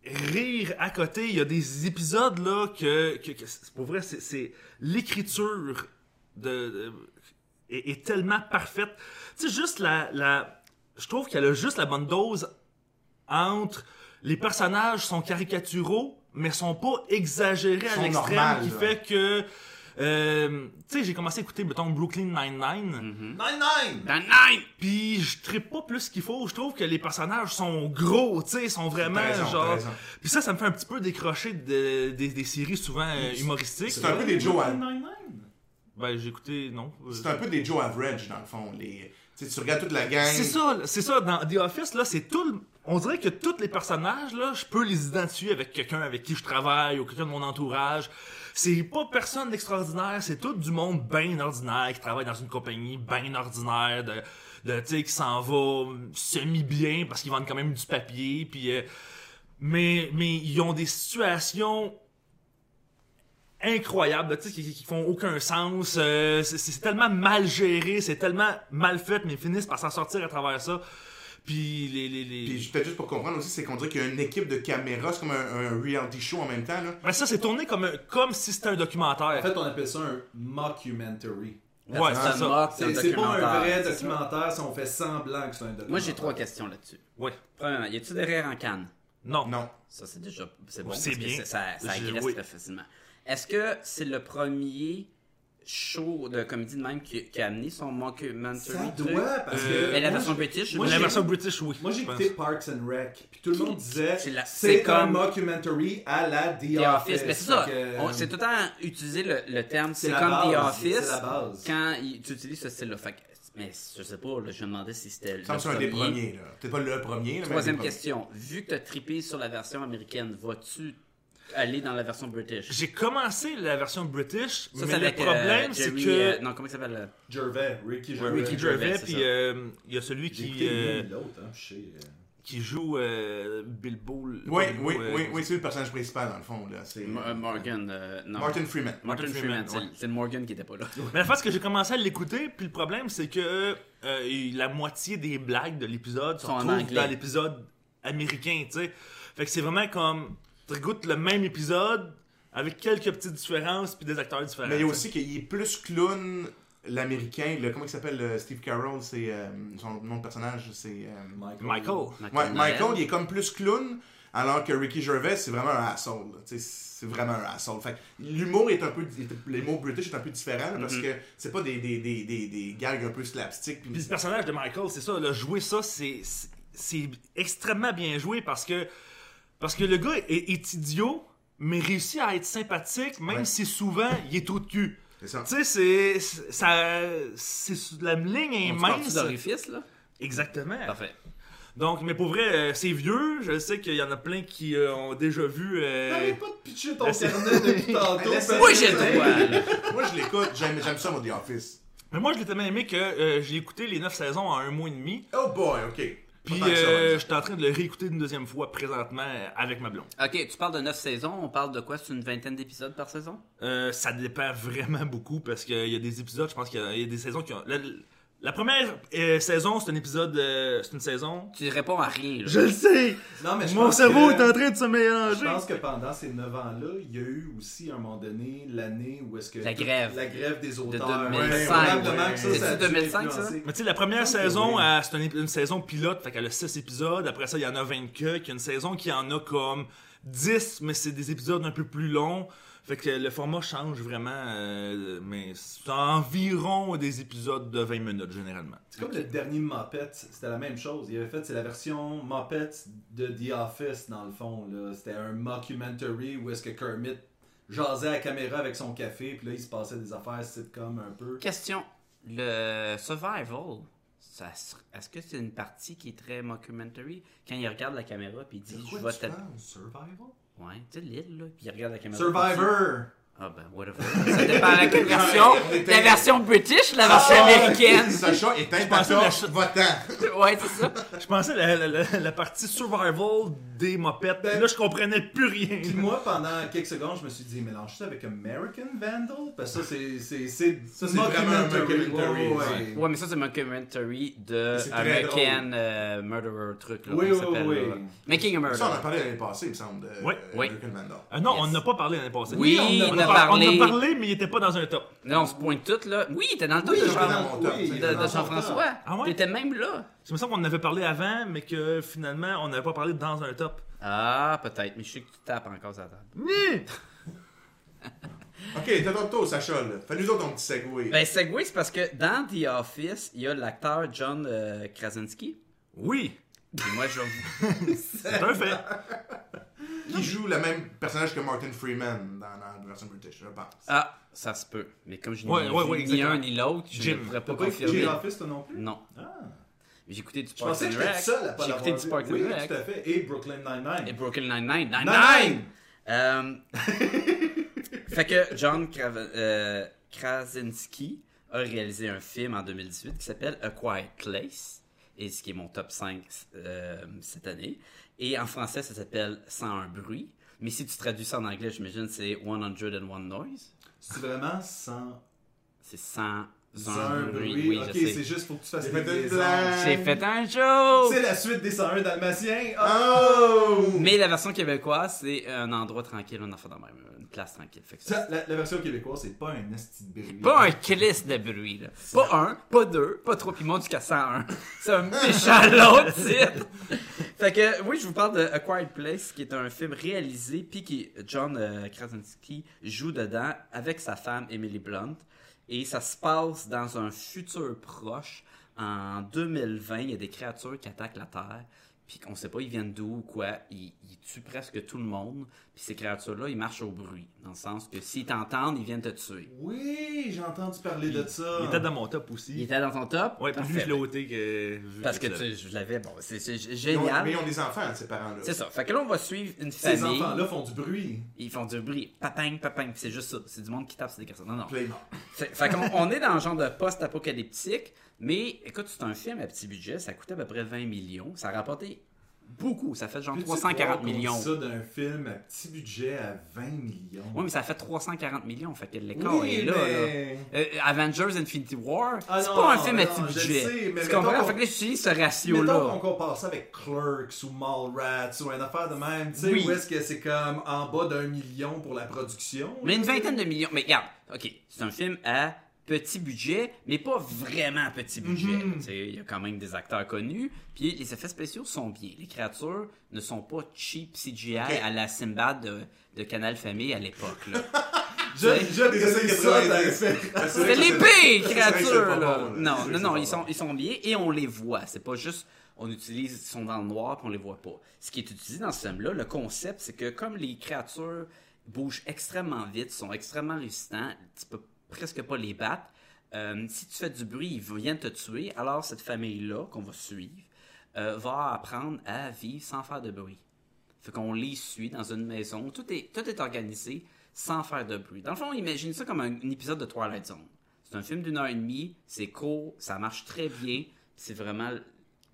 S6: rire à côté. Il y a des épisodes là que, que, que c'est- pour vrai, c'est- c'est l'écriture de, de- est, est tellement parfaite. Tu sais, juste la, la je trouve qu'elle a juste la bonne dose entre les personnages sont caricaturaux mais sont pas exagérés
S5: Sont
S6: à l'extrême
S5: normales,
S6: qui
S5: là.
S6: fait que euh, tu sais j'ai commencé à écouter mettons Brooklyn Nine-Nine
S5: Mm-hmm.
S3: Nine Nine!
S4: Dans Nine!
S6: Pis je trippe pas plus qu'il faut. Je trouve que les personnages sont gros, tu sais, ils sont vraiment
S5: T'as raison, t'as
S6: genre.
S5: raison.
S6: Puis ça, ça me fait un petit peu décrocher de- des, des séries souvent euh, humoristiques.
S5: C'est un peu des Joe Av-
S6: Ben j'ai écouté, non. euh,
S5: c'est un peu des Joe Average dans le fond. Les... tu sais, Tu regardes toute la gang.
S6: C'est ça, là, c'est ça. Dans The Office, là, c'est tout. le- On dirait que tous les personnages, là, je peux les identifier avec quelqu'un avec qui je travaille ou quelqu'un de mon entourage. C'est pas personne d'extraordinaire, c'est tout du monde bien ordinaire qui travaille dans une compagnie bien ordinaire, de, de tu sais, qui s'en va semi bien parce qu'ils vendent quand même du papier, puis. euh, mais mais ils ont des situations incroyables, là, tu sais, qui, qui font aucun sens. euh, c'est- c'est tellement mal géré, c'est tellement mal fait, mais ils finissent par s'en sortir à travers ça. Puis les les les.
S5: Puis peut-être juste pour comprendre aussi, c'est qu'on dirait qu'il y a une équipe de caméras, c'est comme un, un reality show en même temps. Là.
S6: Ben, ça c'est tourné comme un- comme si c'était un documentaire.
S3: En fait, on appelle ça un mockumentary.
S6: ouais,
S4: That's
S6: c'est
S4: the
S6: ça.
S4: Mock,
S3: C'est
S4: le
S3: c'est pas un vrai
S4: documentaire, c'est ça.
S3: documentaire si on fait semblant que c'est un documentaire.
S4: Moi, j'ai trois questions là-dessus.
S6: Ouais.
S4: Premièrement, y a-tu des rires en canne?
S6: Non.
S5: Non.
S4: Ça, c'est déjà. C'est bon.
S6: C'est
S4: parce que
S6: bien.
S4: c'est- Ça, ça
S6: J'ai-
S4: agresse
S6: oui.
S4: très facilement. Est-ce que c'est le premier show de comédie de même qui, qui a amené son mockumentary?
S3: Ça
S4: truc?
S3: doit, parce que.
S6: Euh,
S4: Mais la
S3: moi,
S4: version
S3: j'ai-
S4: british,
S3: moi,
S4: je-
S6: la
S3: j'ai-
S6: version british, oui.
S3: Moi, j'ai
S6: je pense.
S3: écouté Parks and Rec, puis tout le monde disait
S4: C'est la- c'est
S3: c'est un
S4: comme-
S3: mockumentary à la The,
S4: The Office, mais c'est ça.
S3: Fait que,
S4: On- C'est tout le temps utiliser le, le terme
S3: euh, C'est
S4: c'est
S3: la
S4: comme The
S3: base,
S4: Office
S3: c'est la base.
S4: quand il- tu utilises ce style-là. Fait que- mais je sais pas, là, je me demandais si c'était le.
S5: Ça me semble un des premiers. là. Peut-être pas le premier. là, mais un des
S4: Troisième
S5: premiers.
S4: question. Vu que tu as trippé sur la version américaine, vas-tu aller dans la version british?
S6: J'ai commencé la version british, mais le
S4: avec, euh,
S6: problème c'est
S4: Jerry,
S6: que
S4: euh, non, comment il s'appelle? euh,
S3: Gervais, Ricky Gervais.
S4: Ricky
S6: Ricky
S4: Gervais,
S6: Gervais,
S4: c'est
S6: puis
S4: ça.
S6: euh, il y a celui
S3: J'ai
S6: qui
S3: écouté
S6: euh,
S3: lui, l'autre, hein, je sais, euh.
S6: qui joue euh, Bilbo. le-
S5: Oui,
S6: Bilbo,
S5: oui,
S6: euh,
S5: oui, oui, c'est le personnage principal dans le fond. Là. C'est
S4: Mo- euh, Morgan. euh, non.
S5: Martin Freeman.
S4: Martin
S6: Martin
S4: Freeman,
S6: Freeman,
S4: c'est-
S6: ouais.
S4: c'est le Morgan qui était pas là.
S6: Mais la face que j'ai commencé à l'écouter, puis le problème, c'est que euh, il- la moitié des blagues de l'épisode se
S4: Sont en
S6: retrouvent
S4: anglais.
S6: dans l'épisode américain, tu sais. Fait que c'est vraiment comme, tu écoutes le même épisode, avec quelques petites différences, puis des acteurs différents.
S5: Mais il y a
S6: tu sais.
S5: aussi qu'il est plus clown l'américain. le- Comment il s'appelle euh, Steve Carroll C'est euh, son nom de personnage. C'est euh,
S6: Michael.
S5: Ouais,
S4: Michael
S5: Michael,
S4: Noël.
S5: il est comme plus clown, alors que Ricky Gervais, c'est vraiment un asshole. là. Tu sais, C'est vraiment un asshole. Fait que l'humour est un peu. L'humour british est un peu différent là, parce
S6: Mm-hmm.
S5: que c'est pas des, des, des, des, des gags un peu slapstick. puis-
S6: Puis le personnage de Michael, c'est ça, là, jouer ça, c'est c'est- c'est extrêmement bien joué parce que parce que le gars est, est idiot, mais réussit à être sympathique, même
S5: Ouais.
S6: si souvent il est tout de cul.
S5: C'est ça.
S6: Tu sais, c'est c'est- ça, c'est la ligne est
S4: On parle
S6: mince.
S4: d'orifice, là?
S6: Exactement.
S4: Parfait.
S6: Donc, mais pour vrai, euh, c'est vieux. Je sais qu'il y en a plein qui euh, ont déjà vu. euh,
S3: T'arrêtes pas de pitcher ton
S6: là, c'est-
S3: carnet depuis tantôt.
S5: Laisse-
S3: parce
S4: Oui,
S3: que-
S4: j'ai le droit, là.
S5: Moi, je l'écoute. J'aime j'aime ça, moi, The Office.
S6: Mais moi, je l'ai tellement aimé que euh, j'ai écouté les 9 saisons en un mois et demi.
S5: Oh boy, ok.
S6: Puis,
S5: Pas tant que ça,
S6: euh,
S5: ouais.
S6: je suis en train de le réécouter une deuxième fois présentement euh, avec ma blonde.
S4: Ok, tu parles de 9 saisons, on parle de quoi? C'est une vingtaine d'épisodes par saison?
S6: Euh, ça dépend vraiment beaucoup parce qu'il y a des épisodes, je pense qu'il y, a- il y a des saisons qui ont. la- La première euh, saison, c'est un épisode, euh, c'est une saison. Ben,
S4: Tu réponds à rien. là.
S6: Je le sais.
S3: Non, mais je
S6: Mon
S3: pense
S6: cerveau
S3: que-
S6: est en train de se
S3: Je
S6: mélanger.
S3: pense que pendant ces 9 ans-là, il y a eu aussi, à un moment donné, l'année où est-ce que...
S4: La grève.
S3: La grève des auteurs.
S4: 2005.
S3: probablement que ça,
S4: C'est-tu
S3: ça a dû
S4: 2005, ça?
S3: influencer.
S6: Mais tu sais, la première
S3: pense que
S6: saison,
S3: oui.
S6: euh, c'est une, une saison pilote, fait qu'elle a 6 épisodes. Après ça, il y en a 24. Il y a une saison qui en a comme 10, mais c'est des épisodes un peu plus longs. Fait que le format change vraiment, euh, mais c'est environ des épisodes de 20 minutes généralement.
S3: C'est comme le dernier Muppet, c'était la même chose. Il avait fait, c'est la version Muppet de The Office, dans le fond. là. C'était un mockumentary où est-ce que Kermit jasait à la caméra avec son café, puis là, il se passait des affaires sitcom un peu.
S4: Question. Le survival, ça se- est-ce que c'est une partie qui est très mockumentary? Quand il regarde la caméra puis il dit je vais t'attaquer.
S3: Survival?
S4: Ouais, tu sais, l'île, là, puis il regarde la caméra. puis
S3: Survivor!
S4: il dit, Ah ben, whatever. Ça dépend de quelle version. La version british, la version
S5: Ah!
S4: américaine.
S5: Sacha est un
S6: pensais la
S5: torche votant.
S4: Ouais, c'est ça.
S6: Je pensais la, la- la- la partie survival des mopettes. Là, je comprenais plus rien.
S3: Puis moi, pendant quelques secondes, je me suis dit, mélange ça avec American Vandal? Parce que ça, c'est. c'est, c'est
S5: Ça, c'est vraiment un mockumentary,
S3: Ouais,
S5: ouais.
S3: ouais.
S4: Ouais, mais ça, c'est mockumentary de
S5: C'est très
S4: American euh, Murderer truc, là.
S3: Oui,
S4: qu'on
S3: oui,
S4: s'appelle,
S3: oui.
S4: là. Making a
S5: Ça, on en a
S4: Murderer.
S5: parlé l'année passée, il me semble, de
S6: Oui.
S5: euh,
S4: Oui.
S5: American Vandal.
S6: Ah non,
S4: Yes.
S6: on n'a pas parlé l'année passée.
S4: Oui,
S6: on
S4: on a
S6: a par-
S4: parlé.
S6: On en a parlé, mais il était pas dans un top.
S4: Là, on se pointe tout, là. Oui, t'es dans le top
S3: Oui,
S4: de,
S3: j'étais
S4: Jean-
S3: dans le top.
S4: de-
S3: Oui, j'étais
S4: de
S3: dans le
S4: Jean-François.
S6: Ah ouais?
S4: T'étais même là.
S6: Je me semble qu'on en avait parlé avant, mais que finalement, on n'avait pas parlé dans un top.
S4: Ah, peut-être, mais je sais que tu tapes encore sur la table.
S5: Ok, t'as ton tour, Sacha, là. Fais-nous autres ton petit segway.
S4: Ben, Segway, c'est parce que dans The Office, il y a l'acteur John euh, Krasinski.
S6: Oui,
S4: Et moi, je vais vous-
S6: c'est un fait.
S5: Il joue le même personnage que Martin Freeman dans, dans la version british, je pense.
S4: Ah, ça se peut. Mais comme je n'ai
S6: Ouais,
S4: vu
S6: ouais, ouais,
S4: ni
S6: exactement.
S4: un ni l'autre, je
S6: Jim.
S4: ne pourrais pas
S3: T'as pas écouté
S4: confirmer.
S3: The Office, toi non plus?
S4: Non. J'ai écouté du
S3: Ah. Je pensais que
S4: Parks and
S3: j'étais le
S4: Rec.
S3: seul à pas
S4: J'ai écouté
S3: l'avoir vu.
S4: du Parks and
S3: Oui,
S4: Rec.
S3: tout à fait. Et Brooklyn
S4: Et
S3: Nine-Nine.
S4: Brooklyn Nine-Nine.
S3: Nine-Nine!
S4: Nine-Nine! Euh, fait que John Krava- euh, Krasinski a réalisé un film en 2018 qui s'appelle A Quiet Place, et ce qui est mon top 5 euh, cette année. Et en français, ça s'appelle Sans un bruit. Mais si tu traduis ça en anglais, j'imagine c'est 101 Noise.
S3: C'est vraiment sans
S4: C'est sans un
S3: un
S4: bruit.
S3: bruit.
S4: Oui,
S3: Ok,
S4: je sais.
S3: c'est juste pour que tu fasses
S5: J'ai
S3: des
S5: fait une
S3: liaisons.
S5: blague.
S4: J'ai fait un joke!
S3: C'est la suite des 101 Dalmatiens.
S5: Oh!
S4: Mais la version québécoise, c'est un endroit tranquille, un enfant de même, une place tranquille. Fait que
S3: Ça,
S4: ça,
S3: la, la version québécoise, c'est pas un esti de bruit.
S4: Pas un clisse de bruit, là. Pas un, pas deux, pas trois, puis monte jusqu'à 101. C'est un méchant long titre. Fait que, oui, je vous parle de A Quiet Place, qui est un film réalisé, puis qui John euh, Krasinski joue dedans avec sa femme Emily Blunt. Et ça se passe dans un futur proche. En 2020, il y a des créatures qui attaquent la Terre, puis qu'on sait pas ils viennent d'où ou quoi. Ils, ils tuent presque tout le monde, puis ces créatures-là, ils marchent au bruit. Dans le sens que s'ils t'entendent, ils viennent te tuer.
S3: Oui, j'ai entendu parler de ça.
S6: Il était dans mon top
S4: Il
S6: aussi.
S4: était dans ton top?
S6: Ouais, puis
S4: Parfait.
S6: lui, je l'ai ôté que. vu
S4: Parce que
S6: je l'avais.
S4: tu, je l'avais, bon, c'est c'est g-
S5: Ils ont- mais
S4: génial.
S5: ils ont des enfants, ces parents-là.
S4: C'est ça. Fait que là, on va suivre une
S3: Ces
S4: famille.
S3: enfants-là font du bruit.
S4: Ils font du bruit. Papang, papang. C'est juste ça. C'est du monde qui tape sur des garçons. Non, non.
S5: Play-
S4: Fait, fait qu'on on est dans un genre de post-apocalyptique, mais écoute, c'est un film à petit budget. Ça coûtait à peu près 20 millions. Ça a rapporté beaucoup. Ça fait genre
S3: Peux-tu
S4: 340
S3: croire qu'on dit
S4: millions.
S3: ça d'un film à petit budget à 20 millions.
S4: Oui, mais ça fait 340 millions. Fait que l'écart
S3: Oui,
S4: est là.
S3: mais-
S4: là. Euh, Avengers Infinity War,
S3: Ah
S4: c'est
S3: non,
S4: pas un
S3: non,
S4: film à
S3: non,
S4: petit
S3: je le
S4: budget.
S3: sais, mais
S4: tu
S3: mettons
S4: comprends?
S3: qu'on-
S4: Fait que là, je suis ce
S3: Mettons qu'on
S4: ratio-là.
S3: compare ça avec Clerks ou Mallrats ou une affaire de même, tu sais,
S4: Oui.
S3: où est-ce que c'est comme en bas d'un million pour la production.
S4: Mais une vingtaine de millions. Mais regarde, OK, c'est un film à petit budget, mais pas vraiment petit budget. Tu sais, Il y a quand même des acteurs connus, puis les effets spéciaux sont bien. Les créatures ne sont pas cheap CGI à la Simbad de, de Canal Famille à l'époque. là.
S3: Je, je
S5: Des années
S3: dis ça,
S5: 90.
S3: t'as fait.
S4: C'est les pires créatures,
S5: pas
S4: là.
S5: bon, là.
S4: Non,
S5: C'est vrai
S4: non,
S5: que
S4: non,
S5: c'est
S4: ils
S5: pas
S4: sont, ils sont bien et on les voit. C'est pas juste, on utilise, ils sont dans le noir puis on les voit pas. Ce qui est utilisé dans ce film-là, le concept, c'est que comme les créatures bougent extrêmement vite, sont extrêmement résistants, tu peux presque pas les battre. euh, si tu fais du bruit, ils viennent te tuer. Alors, cette famille-là, qu'on va suivre, euh, va apprendre à vivre sans faire de bruit. Fait qu'on les suit dans une maison. Tout est, tout est organisé sans faire de bruit. Dans le fond, imagine ça comme un, un épisode de Twilight Zone. C'est un film d'une heure et demie, c'est court, ça marche très bien. C'est vraiment.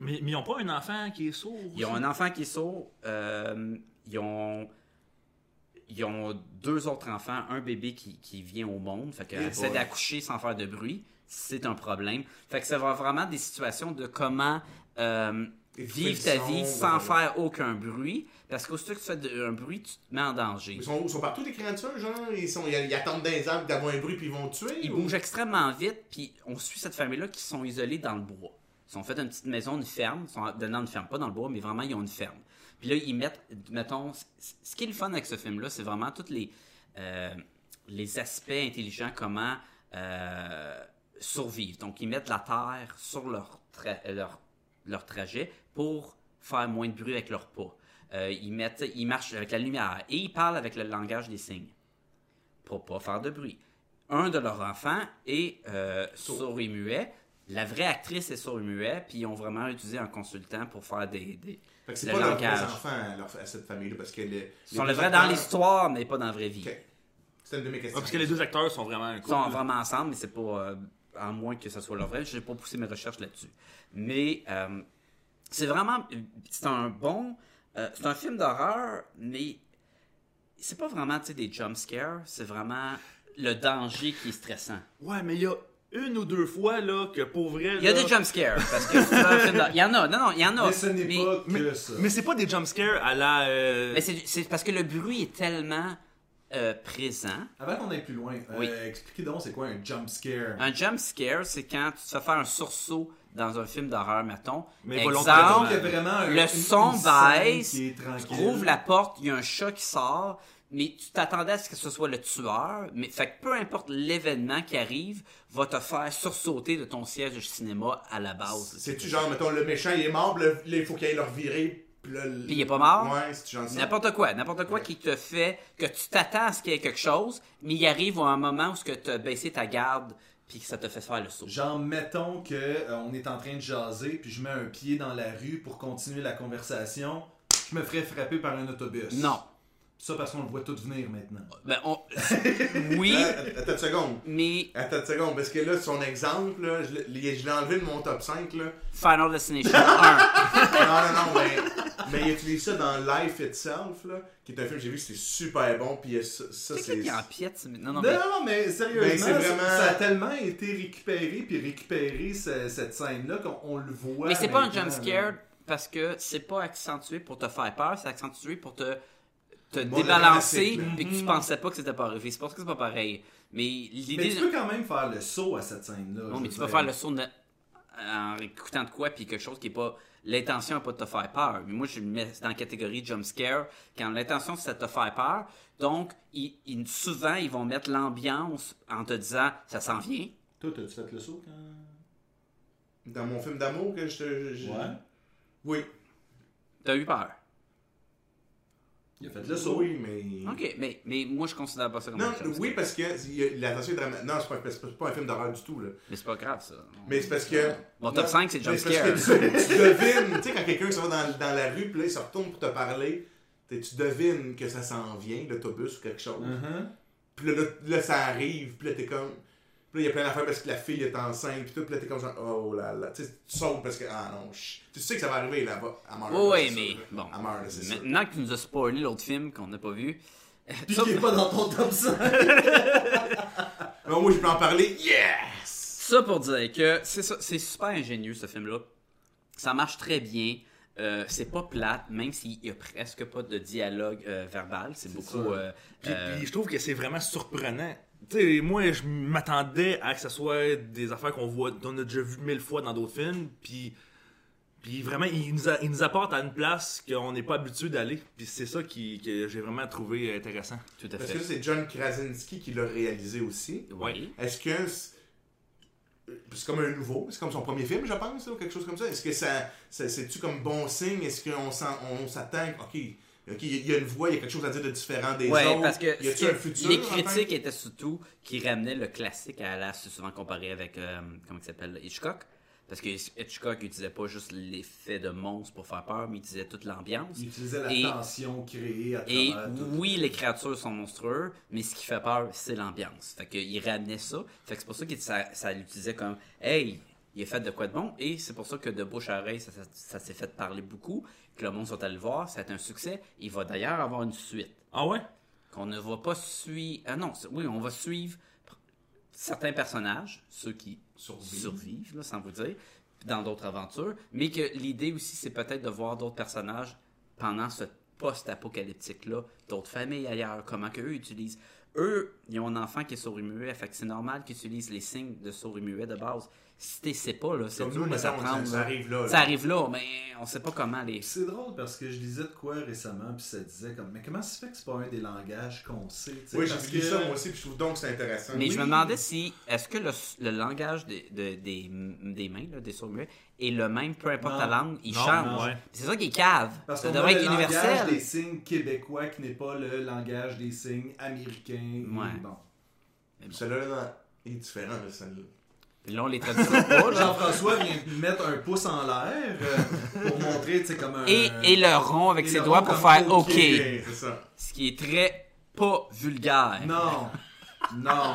S6: Mais, mais ils n'ont pas un enfant qui est sourd.
S4: Ils ont un enfant qui est sourd, euh, ils ont. Ils ont deux autres enfants, un bébé qui, qui vient au monde, fait qu'elle essaie d'accoucher sans faire de bruit. c'est un problème. Fait que ça va vraiment des situations de comment euh,
S5: Et
S4: vivre
S5: trouver
S4: ta
S5: le son,
S4: vie
S5: ben
S4: sans
S5: oui.
S4: faire aucun bruit. Parce qu'aussitôt que tu fais de- un bruit, tu te mets en danger.
S5: Ils sont, ils sont partout des créatures, genre. Ils, sont, ils, ils attendent des arbres d'avoir un bruit puis ils vont tuer.
S4: Ils
S5: ou-
S4: bougent extrêmement vite, puis on suit cette famille-là qui sont isolés dans le bois. Ils ont fait une petite maison, une ferme, ils sont donnant une ferme, pas dans le bois, mais vraiment ils ont une ferme. Puis là, ils mettent, mettons, c- ce qui est le fun avec ce film-là, c'est vraiment tous les, euh, les aspects intelligents, comment euh, survivre. Donc, ils mettent la terre sur leur, tra- leur, leur trajet pour faire moins de bruit avec leurs pas. Euh, ils, mettent, ils marchent avec la lumière et ils parlent avec le langage des signes pour pas faire de bruit. Un de leurs enfants est euh, sourd et muet. La vraie actrice est sourd et muet, puis ils ont vraiment utilisé un consultant pour faire des. des...
S5: Fait que c'est
S4: le
S5: pas leurs
S4: langage.
S5: vrais enfants à, leur- à cette famille-là parce que. le-
S4: Ils sont le
S5: les
S4: vrai
S5: acteurs-
S4: dans l'histoire, mais pas dans la vraie vie.
S5: Ok. C'était une de mes questions.
S6: Ah, parce que les deux acteurs sont vraiment un
S4: Ils sont
S6: couple.
S4: vraiment ensemble, mais c'est pas. euh, à moins que ce soit le vrai. J'ai pas poussé mes recherches là-dessus. Mais euh, c'est vraiment. C'est un bon. euh, c'est un film d'horreur, mais c'est pas vraiment tu sais, des jump scares. C'est vraiment le danger qui est stressant.
S6: Ouais, mais il y a une ou deux fois là que pour vrai.
S4: Il y a
S6: là-
S4: des jump scares parce que c'est un film d'horreur. Il y en a, non, non, il y en a.
S3: Mais ce n'est
S4: mais-
S3: pas que ça.
S6: Mais c'est pas des jumpscares à la. euh,
S4: mais c'est c'est parce que le bruit est tellement euh, présent.
S3: Avant qu'on aille plus loin, euh,
S4: Oui.
S3: expliquez donc c'est quoi un jump scare.
S4: Un jump scare, c'est quand tu te fais faire un sursaut dans un film d'horreur, mettons.
S6: Mais
S4: Exemple,
S6: volontairement.
S3: Donc, il y a vraiment un-
S4: le
S3: une- une
S4: son
S3: scène
S4: baisse,
S3: qui est tranquille.
S4: tu ouvres la porte, il y a un chat qui sort, mais tu t'attendais à ce que ce soit le tueur, mais fait que peu importe l'événement qui arrive, va te faire sursauter de ton siège de cinéma à la base.
S5: C'est-tu genre, mettons, le méchant il est mort, puis là, il faut qu'il aille le revirer. Puis là, le-
S4: Puis il est pas mort?
S5: Ouais, c'est-tu genre ça?
S4: N'importe quoi, n'importe quoi qui te fait que tu t'attends à ce qu'il y ait quelque chose, mais il arrive à un moment où tu as baissé ta garde puis que ça te fait faire le saut.
S3: Genre, mettons que euh, on est en train de jaser, puis je mets un pied dans la rue pour continuer la conversation, je me ferais frapper par un autobus.
S4: Non.
S3: Ça parce qu'on le voit tout venir maintenant.
S4: Ben, on... oui,
S5: Euh, Attends une seconde.
S4: mais
S5: Attends une seconde, parce que là, son exemple, là, je l'ai je l'ai enlevé de mon top 5. Là.
S4: Final Destination 1.
S5: Non, non, non, mais, mais il utilise ça dans Life Itself, là, qui est un film que j'ai vu, c'était super bon, puis euh, ça, ça,
S4: C'est
S5: c'est...
S4: qui en piète? c'est- Non, non,
S3: Non,
S4: mais...
S3: non, non, mais
S5: Ben,
S3: sérieusement,
S5: c'est vraiment-
S3: ça- ça a tellement été récupéré, puis récupéré ce- cette scène-là qu'on on le voit.
S4: Mais c'est pas un
S3: maintenant,
S4: jump
S3: là.
S4: scare parce que c'est pas accentué pour te faire peur, c'est accentué pour te, te
S5: Bon,
S4: débalancer
S5: dramatique, là.
S4: puis que tu pensais pas que c'était pas arrivé. C'est pour ça que c'est pas pareil. Mais
S3: Mm. Mais
S4: l'idée.
S3: tu peux quand même faire le saut à cette scène-là.
S4: Non,
S3: je
S4: mais
S3: veux
S4: tu peux
S3: dire.
S4: faire le saut de- en écoutant de quoi, puis quelque chose qui est pas. L'intention est pas de te faire peur. Mais moi, je me mets dans la catégorie jump scare quand l'intention c'est de te faire peur. Donc, ils- ils- souvent, ils vont mettre l'ambiance en te disant ça s'en vient.
S3: Toi, t'as-tu fait le saut quand.
S5: Dans mon film d'amour que je te... je-
S3: Ouais.
S5: Oui.
S4: T'as eu peur.
S3: Il a fait le saut.
S5: Oui,
S3: Mm.
S5: mais...
S4: Ok, mais, mais moi, je considère pas ça comme
S5: Non,
S4: un jump scare.
S5: oui, parce que il y a- l'attention est dramatique. Non, c'est pas, c'est pas un film d'horreur du tout, là.
S4: Mais c'est pas grave, ça.
S5: Mais c'est parce que.
S4: Mon top
S5: Non,
S4: 5, c'est
S5: mais
S4: jump
S5: parce que
S4: scare.
S5: Tu, tu devines, tu sais, quand quelqu'un s'en va dans, dans la rue, puis là, il se retourne pour te parler, t'sais, tu devines que ça s'en vient, l'autobus ou quelque chose.
S3: Mm-hmm.
S5: Puis là, là, là, ça arrive, puis là, t'es comme. Puis là, il y a plein d'affaires parce que la fille est enceinte, puis tout, puis là, t'es comme genre, oh là là. Tu sais, tu sautes parce que, ah non, ch- tu sais que ça va arriver là-bas, à mort.
S4: Oui,
S5: là,
S4: oui,
S5: c'est
S4: mais
S5: sûr, là.
S4: bon.
S5: À mort, là, c'est sûr.
S4: Maintenant que tu nous as spoilé l'autre film qu'on n'a pas vu,
S3: Puis qui est pas dans ton top 5.
S5: Mais moi, je peux en parler, yes!
S4: ça pour dire que c'est ça- c'est super ingénieux ce film-là. Ça marche très bien. Euh, c'est pas plate, même s'il y a presque pas de dialogue euh, verbal. C'est beaucoup. euh,
S6: Puis,
S4: euh,
S6: puis je trouve que c'est vraiment surprenant. Tu sais, moi, je m'attendais à que ce soit des affaires qu'on voit, qu'on a déjà vu mille fois dans d'autres films, puis, puis vraiment, ils nous, a- ils nous apportent à une place qu'on n'est pas habitué d'aller, puis c'est ça qui, que j'ai vraiment trouvé intéressant.
S4: tout à
S5: Parce
S4: fait.
S5: que là, c'est John Krasinski qui l'a réalisé aussi.
S4: Oui.
S5: Est-ce que. c'est- euh, C'est comme un nouveau, c'est comme son premier film, je pense, là, ou quelque chose comme ça. Est-ce que ça, ça- c'est-tu comme bon signe Est-ce qu'on s'en- on s'attend Ok, ok, il y a- il y a une voix, il y a quelque chose à dire de différent des
S4: Ouais,
S5: autres.
S4: parce que
S5: y
S4: ce-
S5: a-tu un futur
S4: les
S5: en
S4: critiques
S5: fait?
S4: étaient surtout qui ramenaient le classique à la souvent comparé avec euh, comment il s'appelle Hitchcock parce que Hitchcock utilisait pas juste l'effet de monstre pour faire peur, mais il utilisait toute l'ambiance.
S3: Il utilisait la
S4: Et-
S3: tension créée à
S4: Et
S3: travers tout.
S4: oui, les créatures sont monstrueuses, mais ce qui fait peur, c'est l'ambiance. Fait qu'il ramenait ça. Fait que c'est pour ça que ça, ça l'utilisait comme Hey, il est fait de quoi de bon. Et c'est pour ça que de bouche à oreille, ça, ça- ça s'est fait parler beaucoup, que le monde sont allés le voir, ça a été un succès. Il va d'ailleurs avoir une suite.
S6: Ah ouais?
S4: Qu'on ne va pas suivre. Ah non, c'est- oui, on va suivre pr- certains personnages, ceux qui survivent, là, sans vous dire, dans d'autres aventures, mais que l'idée aussi, c'est peut-être de voir d'autres personnages pendant ce post-apocalyptique-là, d'autres familles ailleurs, comment qu'eux utilisent. Eux, ils ont un enfant qui est sourd-muet, fait que c'est normal qu'ils utilisent les signes de sourd-muet de base. Si t'es sais pas, là, c'est
S5: Comme
S4: dur
S5: nous,
S4: de les
S5: mettons,
S4: apprendre.
S5: ça- ça
S4: là.
S5: arrive là,
S4: Ça
S5: là.
S4: arrive là, mais on sait pas comment les...
S3: C'est drôle parce que je lisais de quoi récemment, puis ça disait comme, mais comment ça fait que c'est pas un des langages qu'on sait? tu sais,
S5: Oui, j'ai
S3: parce
S5: expliqué
S3: que-
S5: ça moi aussi, puis je trouve donc que c'est intéressant.
S4: Mais
S5: Oui.
S4: je me demandais si, est-ce que le, le langage des- de- des, des mains, là, des sourds-muets, est le même, peu importe
S3: Non.
S4: la langue, il
S6: Non,
S4: change.
S6: non, ouais.
S4: C'est ça qui est cave.
S3: Parce
S4: ça
S3: qu'on
S4: devrait
S3: a
S4: être
S3: le langage des
S4: universel.
S3: signes québécois qui n'est pas le langage des signes américains.
S4: Ouais.
S3: Bon.
S5: Celui-là, là, il est différent de celui-là.
S4: Puis là, on les traduit pas, là.
S3: Jean-François vient de mettre un pouce en l'air euh, pour montrer, tu sais, comme un...
S4: Et, et le rond avec
S3: Et
S4: ses
S3: le
S4: doigts
S3: rond
S4: pour
S3: comme
S4: faire OK.
S3: OK.
S5: Ok, c'est ça.
S4: Ce qui est très pas vulgaire.
S3: Non, non.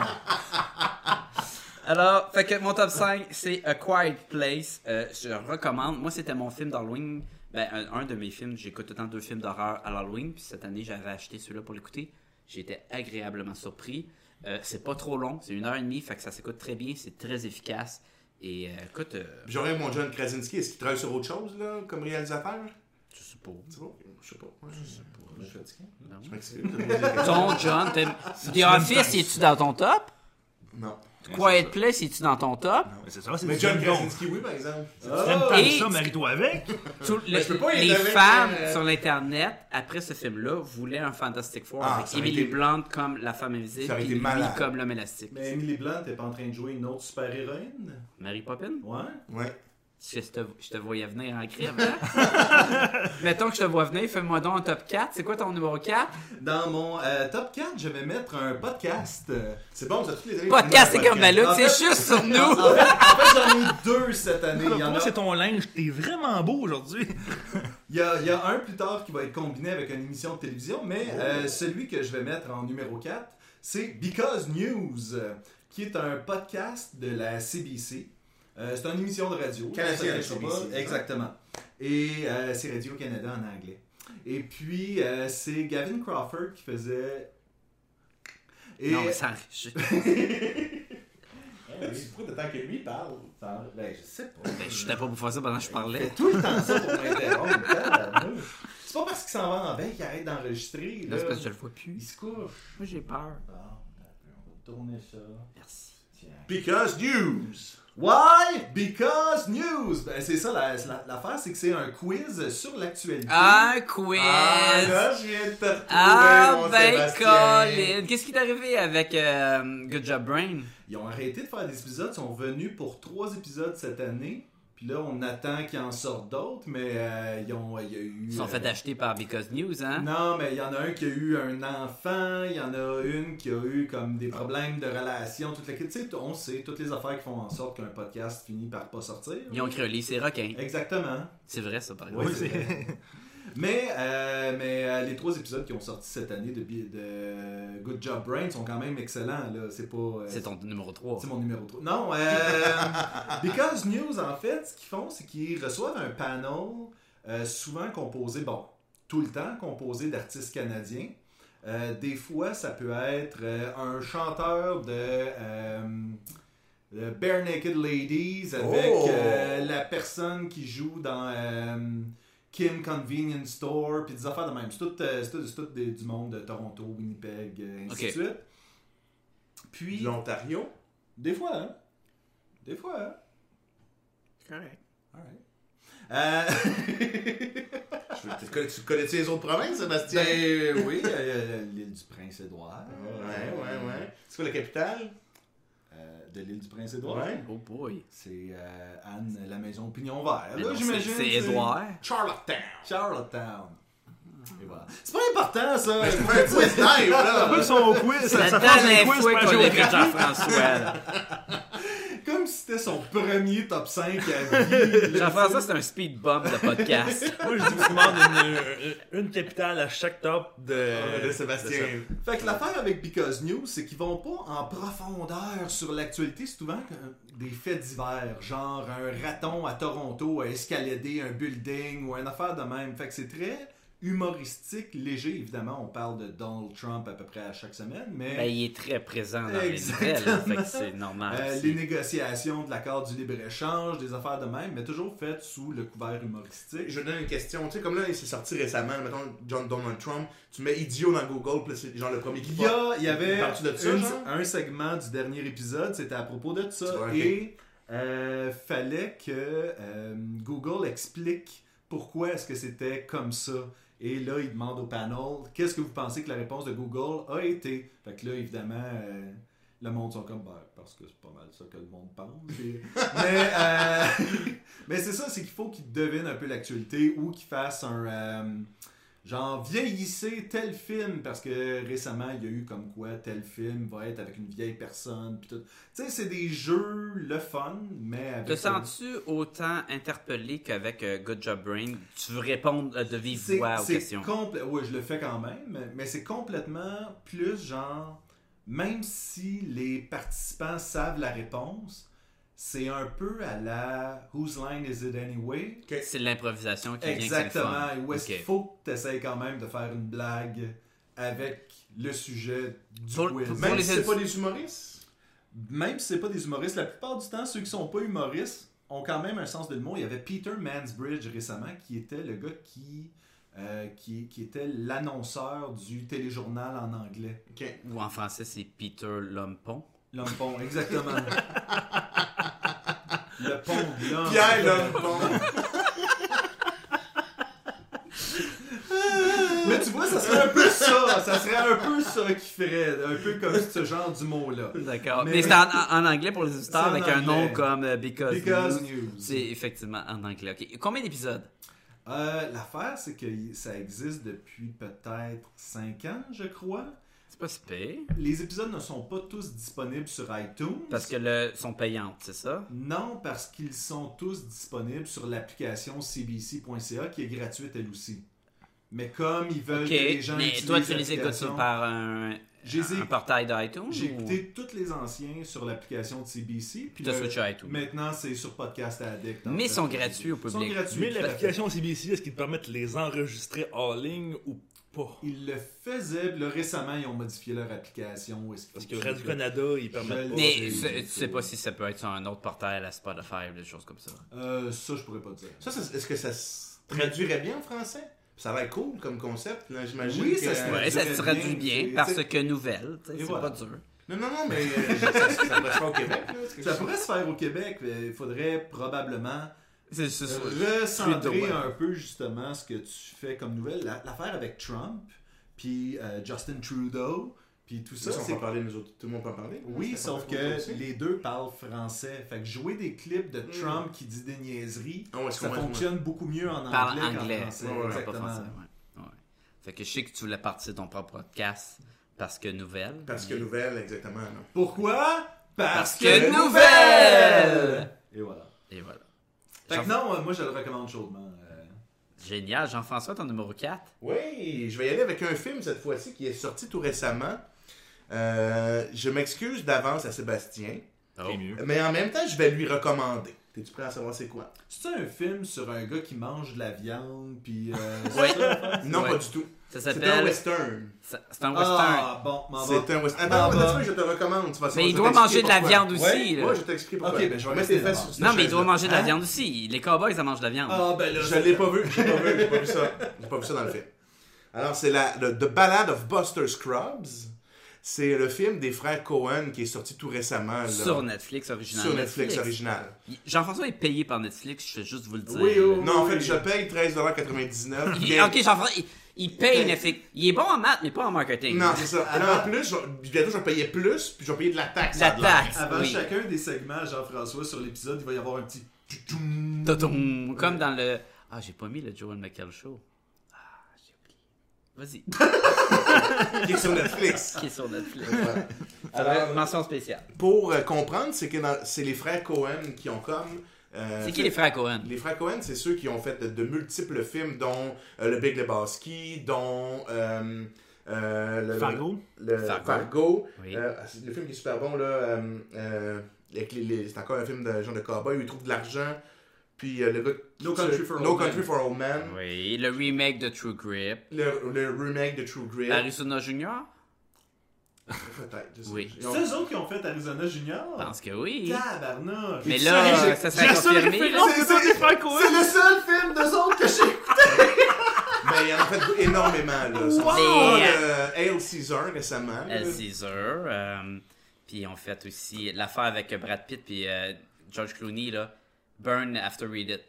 S4: Alors, fait que mon top 5, c'est A Quiet Place. Euh, je recommande. Moi, c'était mon film d'Halloween. Ben, un, un de mes films. J'écoute tout le temps deux films d'horreur à l'Halloween. Puis cette année, j'avais acheté celui-là pour l'écouter. J'étais agréablement surpris. Euh, c'est pas trop long. C'est une heure et demie. Fait que ça s'écoute très bien. C'est très efficace. Et euh, écoute, euh,
S5: Puis J'aurais mon John Krasinski, est-ce qu'il travaille sur autre chose, là, comme réalisateur?
S4: je suppose.
S5: Tu vois? Je sais pas. Ouais,
S3: Je suis fatigué.
S5: Je m'excuse. de vous dire-
S4: Ton John, t'aimes- The Office, es-tu dans ton top?
S5: non.
S4: Quiet Place, es-tu dans ton top?
S6: Mais c'est ça, c'est
S5: Mais
S6: du
S5: John
S6: John Jones.
S5: Krasinski, oui, par exemple.
S6: T'aimes tant
S4: Et-
S6: ça, marie-toi avec.
S4: Tout le-
S5: Ben, je peux pas y
S4: les
S5: aller avec,
S4: femmes
S5: euh,
S4: sur l'internet après ce film-là voulaient un Fantastic Four
S5: Ah,
S4: avec
S5: ça aurait
S4: Emily
S5: été-
S4: Blunt comme la femme
S5: Ça
S4: invisible
S5: aurait
S4: et
S5: été
S4: lui
S5: malade.
S4: comme l'homme élastique.
S3: Mais Emily Blunt, t'es pas en train de jouer une autre super-héroïne?
S4: Mary Poppins,
S3: Ouais.
S5: Ouais.
S4: je te, je te voyais venir en crime. Mettons que je te vois venir, fais-moi donc un top 4. C'est quoi ton numéro 4
S3: Dans mon euh, top 4, je vais mettre un podcast. euh,
S5: C'est bon, ça toutes les années.
S4: Podcast, c'est comme ben Malouk,
S3: En
S4: c'est
S3: fait-
S4: juste sur
S3: En
S4: nous.
S3: fait, en fait, j'en ai deux cette année. Il y, en
S6: Pourquoi
S3: a,
S6: c'est ton linge? T'es vraiment beau aujourd'hui.
S3: il y a- il y a un plus tard qui va être combiné avec une émission de télévision, mais
S4: Oh.
S3: euh, celui que je vais mettre en numéro 4, c'est Because News, euh, qui est un podcast de la CBC. Euh, c'est une émission de radio.
S5: Canadienne,
S3: Ça, ça, ça,
S5: CBC,
S3: ça. Exactement. Et euh, c'est Radio-Canada en anglais. Et puis, euh, c'est Gavin Crawford qui faisait... Et...
S4: Non, mais ça je-
S5: Tu prends le temps que lui parle.
S3: Ben, je sais pas.
S4: ben, je t'ai pas pour faire ça pendant que je parlais.
S3: tout le temps ça pour m'interrompre. tabarnouche. C'est pas parce qu'il s'en va en veille qu'il arrête d'enregistrer.
S4: Là,
S3: Là,
S4: c'est parce que je le vois plus.
S3: Il se couche.
S4: Moi, j'ai peur.
S3: Bon, Ah, on va tourner ça.
S4: Merci.
S5: Because News.
S3: Why? Because news! Ben, c'est ça, la- la- l'affaire, c'est que c'est un quiz sur l'actualité.
S4: Un quiz!
S5: Ah, là, je viens de te retrouver,
S4: Ah
S5: mon
S4: ben
S5: Sébastien.
S4: Colin, qu'est-ce qui t'est arrivé avec euh, Good Job Brain?
S3: Ils ont arrêté de faire des épisodes, ils sont venus pour trois épisodes cette année. Puis là, on attend qu'il en sorte d'autres, mais euh, ils ont, il y a eu.
S4: Ils sont
S3: euh,
S4: fait acheter par Because News, hein?
S3: Non, mais il y en a un qui a eu un enfant, il y en a une qui a eu comme des problèmes de relation, toute la Tu sais, on sait toutes les affaires qui font en sorte qu'un podcast finit par pas sortir.
S4: Ils ont crelé, c'est requin.
S3: Exactement.
S4: C'est vrai ça, par
S3: Oui,
S4: exemple.
S3: c'est vrai. mais euh, mais euh, les trois épisodes qui ont sorti cette année de, Bi- de Good Job Brain sont quand même excellents. là. C'est pas. euh,
S4: C'est ton numéro 3.
S3: c'est mon numéro 3. Non, euh, Because News, en fait, ce qu'ils font, c'est qu'ils reçoivent un panel euh, souvent composé, bon, tout le temps composé d'artistes canadiens. Euh, des fois, ça peut être euh, un chanteur de, euh, de Bare Naked Ladies avec
S5: Oh!
S3: euh, la personne qui joue dans euh, Kim Convenience Store, puis des affaires de même. C'est tout, euh, c'est tout- c'est tout des- du monde de Toronto, Winnipeg, euh, ainsi
S4: Ok.
S3: de suite. Puis,
S5: L'Ontario.
S3: des fois, hein? Des fois, hein?
S4: Correct.
S3: Alright. Euh...
S5: Je veux- Tu connais- tu connais-tu les autres provinces, Sébastien?
S3: ben oui, euh, l'île du Prince-Édouard.
S5: Ouais, ouais, ouais. C'est quoi la capitale?
S3: Euh, de l'île du Prince-Édouard.
S5: Ouais.
S4: Oh boy.
S3: C'est euh, Anne, la maison Pignon Vert.
S4: Mais
S3: Là,
S4: non,
S3: Ah, j'imagine.
S4: c'est- C'est Edouard.
S5: Charlottetown.
S3: Charlottetown. Et voilà. C'est pas important, ça.
S5: Ouais, tu sais, live, là.
S6: Eux sont au quiz. Ça,
S4: La
S6: ça fait un
S4: dernière
S6: quiz
S4: fois
S6: pas
S4: qu'on
S6: joué.
S4: écoute Jean-François. là.
S3: Comme si c'était son premier top 5 à vie.
S4: Jean-François, c'est un speed bump de podcast.
S6: Moi, je dis que tu demandes une, une capitale à chaque top Ah, de...
S5: De Sébastien.
S3: Fait que l'affaire avec Because News, c'est qu'ils vont pas en profondeur sur l'actualité, c'est souvent que- euh, des faits divers, genre un raton à Toronto a escaladé un building ou une affaire de même. Fait que c'est très humoristique, léger. Évidemment, on parle de Donald Trump à peu près à chaque semaine, mais
S4: Ben, il est très présent dans les
S3: Exactement.
S4: nouvelles, là, fait que c'est normal.
S3: euh,
S4: C'est-
S3: les négociations de l'accord du libre-échange, des affaires de même, mais toujours faites sous le couvert humoristique.
S5: Je donne une question, tu sais, comme là, il s'est sorti récemment, mettons, John Donald Trump, tu mets idiot dans Google, puis là, c'est genre le premier qui
S3: Il y, a- il y avait
S5: Parles-tu de ça,
S3: une-
S5: genre?
S3: un segment du dernier épisode, c'était à propos de ça.
S5: Ouais, ok.
S3: Et euh, fallait que euh, Google explique pourquoi est-ce que c'était comme ça. Et là, il demande au panel, qu'est-ce que vous pensez que la réponse de Google a été? Fait que là, évidemment, euh, le monde sont comme, Ben, parce que c'est pas mal ça que le monde pense. Et- mais euh, mais c'est ça, c'est qu'il faut qu'ils devinent un peu l'actualité ou qu'ils fassent un... euh, Genre, vieillissez tel film, parce que récemment, il y a eu comme quoi tel film va être avec une vieille personne, pis tout. Tu sais, c'est des jeux, le fun, mais avec...
S4: Te sens-tu autant interpellé qu'avec euh, Good Job Brain? Tu veux répondre euh, de vive
S3: C'est-
S4: voix aux
S3: c'est
S4: questions.
S3: compl- Oui, je le fais quand même, mais- mais c'est complètement plus genre, même si les participants savent la réponse, c'est un peu à la Whose Line Is It Anyway?
S4: C'est l'improvisation qui vient
S3: Exactement,
S4: que c'est le
S3: et
S4: fun.
S3: où est-ce
S4: Ok.
S3: qu'il faut que tu essayes quand même de faire une blague avec le sujet du
S4: Pour-
S3: quiz. Même
S4: pour- pour
S5: Même
S4: les
S5: si c'est
S4: édu-
S5: pas des humoristes,
S3: même si c'est pas des humoristes, la plupart du temps, ceux qui sont pas humoristes ont quand même un sens de l'humour. Il y avait Peter Mansbridge récemment, qui était le gars qui, euh, qui, qui était l'annonceur du téléjournal en anglais.
S4: Ou en français, c'est Peter Lompon.
S3: L'homme pont, exactement. le pont de l'homme.
S5: Pierre l'homme bon.
S3: Mais tu vois, ça serait un peu ça. Ça serait un peu ça qui ferait. Un peu comme ce genre d'humour-là.
S4: D'accord.
S3: Mais-
S4: Mais, c'est en, en anglais pour les
S3: C'est
S4: auditeurs
S3: en
S4: avec un nom
S3: anglais.
S4: comme euh, Because,
S3: Because
S4: News.
S3: News.
S4: C'est effectivement en anglais. Ok. Combien d'épisodes?
S3: Euh, L'affaire, c'est que y- ça existe depuis peut-être 5 ans, je crois.
S4: C'est pas si pire.
S3: Les épisodes ne sont pas tous disponibles sur iTunes.
S4: Parce que le sont payantes, c'est ça?
S3: Non, parce qu'ils sont tous disponibles sur l'application cbc.ca qui est gratuite elle aussi. Mais comme ils veulent
S4: Ok.
S3: que Euh, les gens
S4: Mais
S3: utilisent
S4: toi, tu les écoutes Ah,
S3: l'application,
S4: sur- par un,
S3: J'ai les
S4: un
S3: éc-
S4: portail d'iTunes?
S3: J'ai
S4: ou-
S3: écouté tous les anciens sur l'application de CBC. Puis
S4: T'as
S3: le-
S4: switché à iTunes.
S3: Maintenant, c'est sur Podcast Addict. en
S4: Mais
S3: fait.
S4: sont gratuits au
S3: Ils sont
S4: public.
S3: gratuits,
S6: Mais
S3: tout à fait.
S6: l'application CBC, est-ce qu'ils te permettent de les enregistrer en ligne ou pas?
S3: Ils le faisaient, puis là, récemment, ils ont modifié leur application. Est-ce
S6: Parce que Radio-Canada, ils permettent
S3: Je
S6: pas.
S4: Mais
S3: Oh,
S4: c'est-
S3: c'est-
S4: tu sais pas si ça peut être sur un autre portail, la Spotify, des choses comme ça.
S3: Euh, ça, je pourrais pas dire.
S5: Ça, ça- est-ce que ça se traduirait bien en français? Ça va être cool comme concept, là, j'imagine.
S3: Oui,
S5: que-
S3: ça se traduit.
S4: Ouais, ça se traduit
S3: Euh, bien,
S4: bien
S3: c'est-
S4: parce que nouvelle, tu sais,
S3: Et
S4: c'est
S3: voilà.
S4: pas dur.
S5: Non, non, non, mais euh, ça, ça, ça pourrait se faire au Québec, là. c'est quelque
S3: Ça
S5: chose.
S3: pourrait se faire au Québec, mais il faudrait probablement
S4: C'est c'est-
S3: Euh,
S4: c'est-
S3: recentrer
S4: ouais.
S3: un peu justement ce que tu fais comme nouvelle. La- L'affaire avec Trump, puis euh, Justin Trudeau, puis tout ça,
S5: Ça, on
S3: c'est
S5: peut en parler, nous autres. Tout le monde peut en parler.
S3: oui,
S5: Ça, ça
S3: sauf
S5: peut faire
S3: que
S5: aussi.
S3: les deux parlent français. Fait que jouer des clips de Trump qui dit des niaiseries,
S5: Ah ouais, c'est
S3: ça
S5: complètement-
S3: fonctionne beaucoup mieux en
S4: Parle
S3: anglais,
S4: anglais,
S3: qu'en français.
S4: ouais, ouais, parle pas
S3: exactement.
S4: français. ouais. Ouais. Fait que je sais que tu voulais partir de ton propre podcast parce que nouvelle.
S5: Parce que
S4: mais-
S5: nouvelle, exactement. non.
S3: Pourquoi?
S4: Parce que nouvelle!
S3: Et voilà.
S4: Et voilà.
S3: Fait que
S4: Jean-
S3: non, euh, moi je le recommande chaudement. euh.
S4: Génial, Jean-François, ton numéro 4.
S5: Oui, je vais y aller avec un film cette fois-ci qui est sorti tout récemment. Euh, je m'excuse d'avance à Sébastien,
S4: Oh.
S6: mieux.
S5: mais en même temps, je vais lui recommander. T'es-tu prêt à savoir c'est quoi?
S3: C'est un film sur un gars qui mange de la viande, puis. euh,
S4: Ouais.
S5: Non,
S4: Ouais.
S5: pas du tout.
S4: Ça
S5: C'est un
S4: s'appelle.
S5: western.
S4: ça- C'est un western.
S3: Ah, bon, m'en va.
S5: C'est un western.
S3: Ah,
S5: Attends,
S3: bah.
S5: attends, tu veux, je te recommande. Tu vas
S4: Mais il
S5: je
S4: doit
S5: vais
S4: manger
S5: t'expliquer
S4: de la
S5: pourquoi.
S4: viande aussi,
S5: Ouais,
S4: là.
S5: Moi, je t'explique pourquoi.
S3: Ok, ben, je vais
S5: mettre
S3: rester
S5: tes fesses
S3: d'abord.
S5: sur cette
S4: Non, mais il
S5: chaise-là.
S4: doit manger de la
S3: Hein?
S4: viande aussi. Les cowboys, ça mange de la viande.
S3: Ah, ben là.
S5: Je l'ai pas vu, j'ai pas vu, j'ai pas vu ça. J'ai pas vu ça dans le film. Alors, c'est la le- The Ballad of Buster Scrubs. C'est le film des frères Cohen qui est sorti tout récemment. Là,
S4: Sur Netflix original.
S5: Sur Netflix original.
S4: Jean-François est payé par Netflix, je vais juste vous le dire.
S3: Oui, oh.
S5: Non, en fait, je paye 13,99$.
S4: Il-
S5: Bien-
S4: ok, Jean-François, il, il paye Netflix. Il est bon en maths, mais pas en marketing.
S5: Non, c'est ça. Alors, en plus, je- bientôt, je vais payer plus, puis je vais payer de la taxe.
S4: La
S5: ça a l'air.
S4: taxe.
S3: Avant
S4: oui.
S3: chacun des segments, Jean-François, sur l'épisode, il va y avoir un petit.
S4: Totoum. Hmm, Comme dans le. Ah, j'ai pas mis le Joel McHale Show. Ah, j'ai oublié.
S5: Qui est sur Netflix.
S4: Vas-y, qui est sur Netflix.
S5: Voilà.
S4: Alors, mention spéciale.
S5: Pour euh, comprendre, c'est que dans- c'est les frères Cohen qui ont comme. euh,
S4: C'est qui les frères Cohen
S5: Les frères Cohen, c'est ceux qui ont fait de, de multiples films, dont euh, Le Big Lebowski, dont. euh, euh, le,
S6: Fargo?
S5: Le,
S4: Fargo.
S5: Fargo.
S4: Oui.
S5: Euh, c'est le film qui est super bon, là. euh, euh, avec les- les- c'est encore un film de genre de cowboy où ils trouvent de l'argent. Puis euh, le gars.
S3: No Country for
S5: No
S3: Old
S5: Country
S3: Men.
S5: for Old Men.
S4: Oui, le remake de True Grip.
S5: Le, le remake de True Grit.
S4: Arizona Junior?
S5: Peut-être. je sais
S4: Oui.
S5: pas. Ils ont-
S3: C'est eux autres qui ont fait Arizona
S4: Je
S3: Junior.
S4: pense que oui.
S3: Tabarnouche.
S4: Mais
S3: J'ai-
S4: là, euh, ça serait confirmé. là.
S3: C'est c'est- c'est le seul film d'eux autres que j'ai
S5: Mais il Ben, en a fait énormément, là. Ça
S4: Wow!
S5: me fait, euh, Hail Caesar récemment. là.
S4: El Caesar. euh, puis on fait aussi l'affaire avec Brad Pitt puis euh, George Clooney, là. Burn after read it.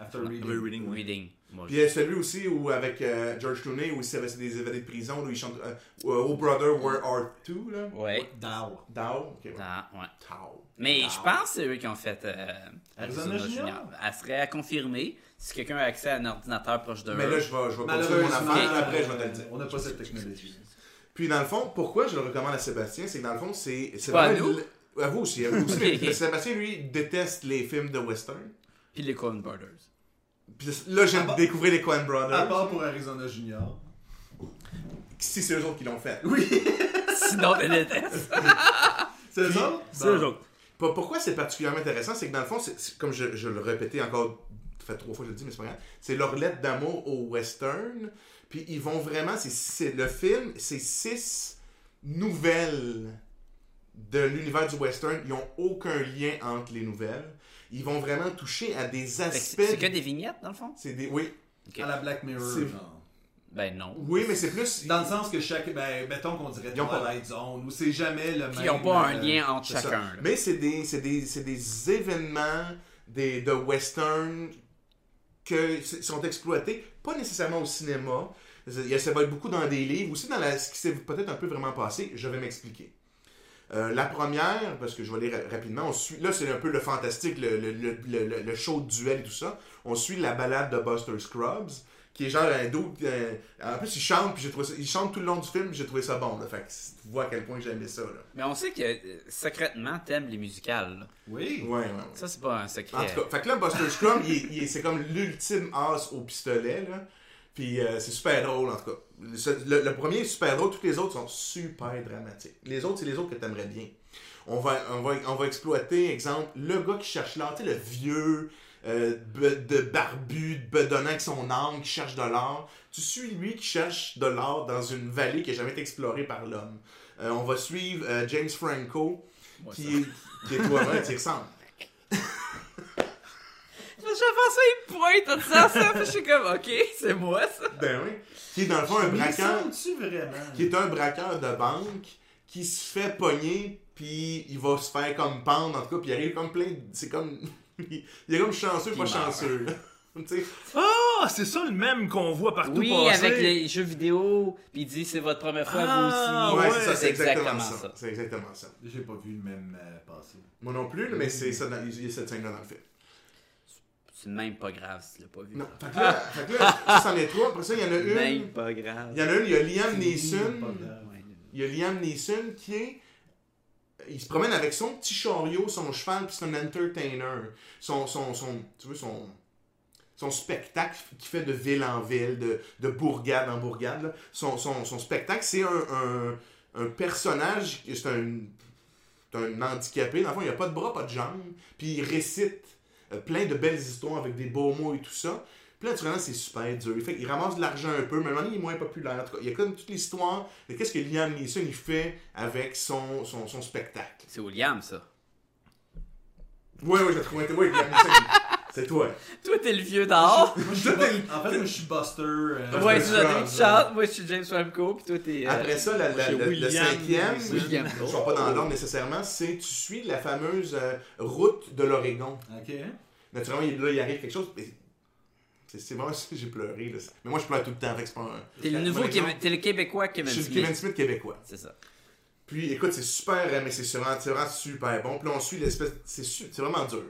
S3: After reading.
S4: reading. Moi,
S5: Puis euh, il y a celui aussi où, avec euh, George Clooney, où il s'est des évadés de prison, où il chante euh, Oh Brother, Where Art Thou, là.
S4: Ouais.
S3: Dow.
S5: Dow. ok, ouais.
S4: Ah, ouais.
S5: Dow.
S4: Mais je pense que c'est eux qui ont fait euh, Arizona,
S3: Arizona
S4: Junior.
S3: Junior.
S4: Elle serait à confirmer si quelqu'un a accès à un ordinateur proche de
S5: Mais
S4: eux.
S5: là, je vais, je vais continuer mon
S3: Malheureusement,
S5: affaire, après je vais te le dire.
S3: On n'a pas cette technologie.
S5: Puis dans le fond, pourquoi je le recommande à Sébastien, c'est que dans le fond, c'est. C'est
S4: Pas à
S5: vraiment
S4: nous?
S5: le- À vous aussi, à vous aussi.
S4: Ok,
S5: mais
S4: ok.
S5: parce que Sébastien, lui, déteste les films de western.
S4: Puis les Coen Brothers.
S5: Puis là, j'aime
S3: part-
S5: découvrir les Coen
S3: À
S5: Brothers.
S3: part pour Arizona Junior.
S5: Si c'est eux autres qui l'ont fait.
S3: Oui.
S4: Sinon, je les déteste.
S3: C'est eux autres?
S6: C'est le joke.
S5: Pour- Pourquoi c'est particulièrement intéressant, c'est que dans le fond, c'est- c'est- comme je, je le répétais encore, ça fait trois fois que je le dis, mais c'est pas grave, c'est leur lettre d'amour au western. Puis ils vont vraiment, c'est- c'est le film, c'est six nouvelles de l'univers du western. Ils ont aucun lien entre les nouvelles. Ils vont vraiment toucher à des
S4: Fait que
S5: aspects.
S4: C'est c'est que des vignettes, dans le fond?
S5: C'est des, oui,
S4: Ok.
S3: À la Black Mirror.
S5: C'est-
S3: genre.
S4: Ben non.
S5: oui, mais c'est plus.
S3: Dans le sens que chaque. Ben, mettons qu'on dirait
S5: Ils ont pas-
S3: Twilight Zone, où c'est jamais le même.
S4: Puis ils n'ont pas un
S3: euh,
S4: lien entre
S5: C'est ça.
S4: chacun. là.
S5: Mais c'est des, c'est des, c'est des événements des, de western qui sont exploités, pas nécessairement au cinéma. Il y a- ça va être beaucoup dans des livres, aussi dans la- ce qui s'est peut-être un peu vraiment passé. Je vais m'expliquer. Euh, la première, parce que je vais aller ra- rapidement, on suit, là c'est un peu le fantastique, le, le, le, le- le- le show de duel et tout ça. On suit la balade de Buster Scrubs, qui est genre un dos. euh, en plus, il chante, puis j'ai trouvé ça- il chante tout le long du film, puis j'ai trouvé ça bon. Là, fait que tu vois à quel point j'aimais ça. Là.
S4: Mais on sait que euh, secrètement, t'aimes les musicales. là.
S3: Oui.
S5: Ouais, ouais, ouais.
S4: Ça, c'est pas un
S5: En
S4: secret.
S5: tout cas, fait que là, Buster Scrum, il est- il est- c'est comme l'ultime as au pistolet, là. Puis euh, c'est super drôle, en tout cas. Le, le- le premier est super drôle, tous les autres sont super dramatiques. Les autres, c'est les autres que t'aimerais bien. On va, on, va, on va exploiter, exemple, le gars qui cherche l'or, tu sais, le vieux, euh, be- de barbu, de bedonnant avec son âme, qui cherche de l'or. Tu suis lui qui cherche de l'or dans une vallée qui n'a jamais été explorée par l'homme. Euh, on va suivre euh, James Franco, qui, est- qui est toi-même, tu y ressembles.
S4: J'ai pensé à une pointe en disant ça, puis je suis comme, ok, c'est moi ça.
S5: Ben oui. Qui est dans le fond un braqueur,
S3: tu vraiment?
S5: qui est un braqueur de banque, qui se fait pogner, puis il va se faire comme pendre, en tout cas, puis il arrive comme plein. de- C'est comme. il est comme chanceux, pas chanceux, là. Tu sais,
S6: Ah, c'est ça le même qu'on voit partout
S4: Oui,
S6: passer.
S4: avec les jeux vidéo, puis il dit c'est votre première fois
S6: Ah,
S4: vous
S5: ouais,
S4: aussi.
S5: c'est ça, c'est exactement ça. C'est exactement ça.
S3: J'ai pas vu le même euh, passer.
S5: Moi non plus, là, mais c'est ça, dans- il y a cette scène-là dans le film.
S4: C'est même pas grave si tu l'as pas vu.
S5: Non. Fait que là, fait que là ça, c'en est trois. Après ça, il y en a
S4: Même
S5: une.
S4: pas grave.
S5: Il y en a une, il y a Ben. Liam Neeson.
S3: Pas grave.
S5: Il y a Liam Neeson qui est. Il se promène avec son petit chariot, son cheval, puis c'est un entertainer. Son, son, son, tu vois, son, son spectacle qui fait de ville en ville, de, de bourgade en bourgade. là. Son, son, son spectacle, c'est un, un, un personnage, c'est un, c'est un handicapé. Dans le fond, il n'a pas de bras, pas de jambes. Puis il récite euh, plein de belles histoires avec des beaux mots et tout ça. Puis là, naturellement, c'est super dur. Fait qu'il ramasse de l'argent un peu, mais à un moment donné, il est moins populaire. En tout cas, il y a comme toute l'histoire de qu'est-ce que Liam Neeson il fait avec son, son, son spectacle.
S4: C'est William ça.
S5: Ouais, ouais, je l'ai trouvé. Ouais, Liam Neeson, c'est toi.
S4: Toi t'es le vieux d'or.
S3: Moi, je suis bu- en fait, moi, je suis Buster. euh,
S4: ouais,
S5: je
S4: tu
S5: suis
S4: as
S5: Charles.
S4: tu chantes. Moi je suis James Franco, puis toi t'es. euh,
S5: Après ça, la, la-
S6: chez
S5: la- le
S6: William
S5: cinquième,
S6: Neeson.
S5: je ne suis pas dans l'ordre nécessairement, c'est tu suis la fameuse euh, route de l'Oregon.
S3: Ok.
S5: Naturellement, il- là, il arrive quelque chose. mais C'est c'est vraiment j'ai pleuré. Là. Mais moi, je pleure tout le temps. Fait que c'est pas un-
S4: T'es le nouveau
S5: Mon exemple,
S4: Kevin- t'es le Québécois
S5: Je
S4: Kevin
S5: suis le
S4: Smith.
S5: Kevin Smith québécois.
S4: C'est ça.
S5: Puis écoute, c'est super, euh, mais c'est vraiment, c'est vraiment super bon. Puis là, on suit l'espèce. C'est su- c'est vraiment dur.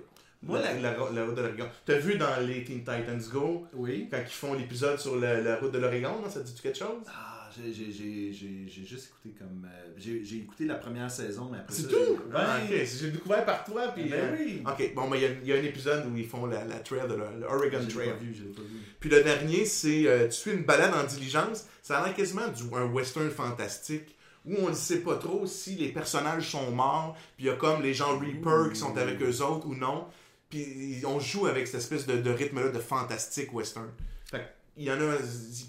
S3: Moi,
S5: la,
S3: la-
S5: la- la route de l'Oregon. T'as vu dans les Teen Titans Go,
S3: Oui.
S5: quand ils font l'épisode sur la, la route de l'Oregon, non? ça te dit-tu quelque chose?
S3: Ah, j'ai- j'ai- j'ai j'ai- j'ai juste écouté comme. euh, j'ai j'ai écouté la première saison, mais après
S5: C'est
S3: ça,
S5: tout?
S3: j'ai-
S5: Ah,
S3: Ouais.
S5: ok, j'ai découvert par toi. Puis,
S3: Ben
S5: euh,
S3: oui.
S5: Ok, bon, mais il y a- il y, a un épisode où ils font la, la trail de l'O- l'Oregon
S3: Je l'ai
S5: Trail.
S3: pas vu, je l'ai pas vu.
S5: Puis le dernier, c'est euh, Tu suis une balade en diligence. Ça a l'air quasiment du, un western fantastique où on ne sait pas trop si les personnages sont morts, puis il y a comme les gens Reaper qui sont avec eux autres ou non. Puis on joue avec cette espèce de, de rythme-là de fantastique western. Fait que, il y en a.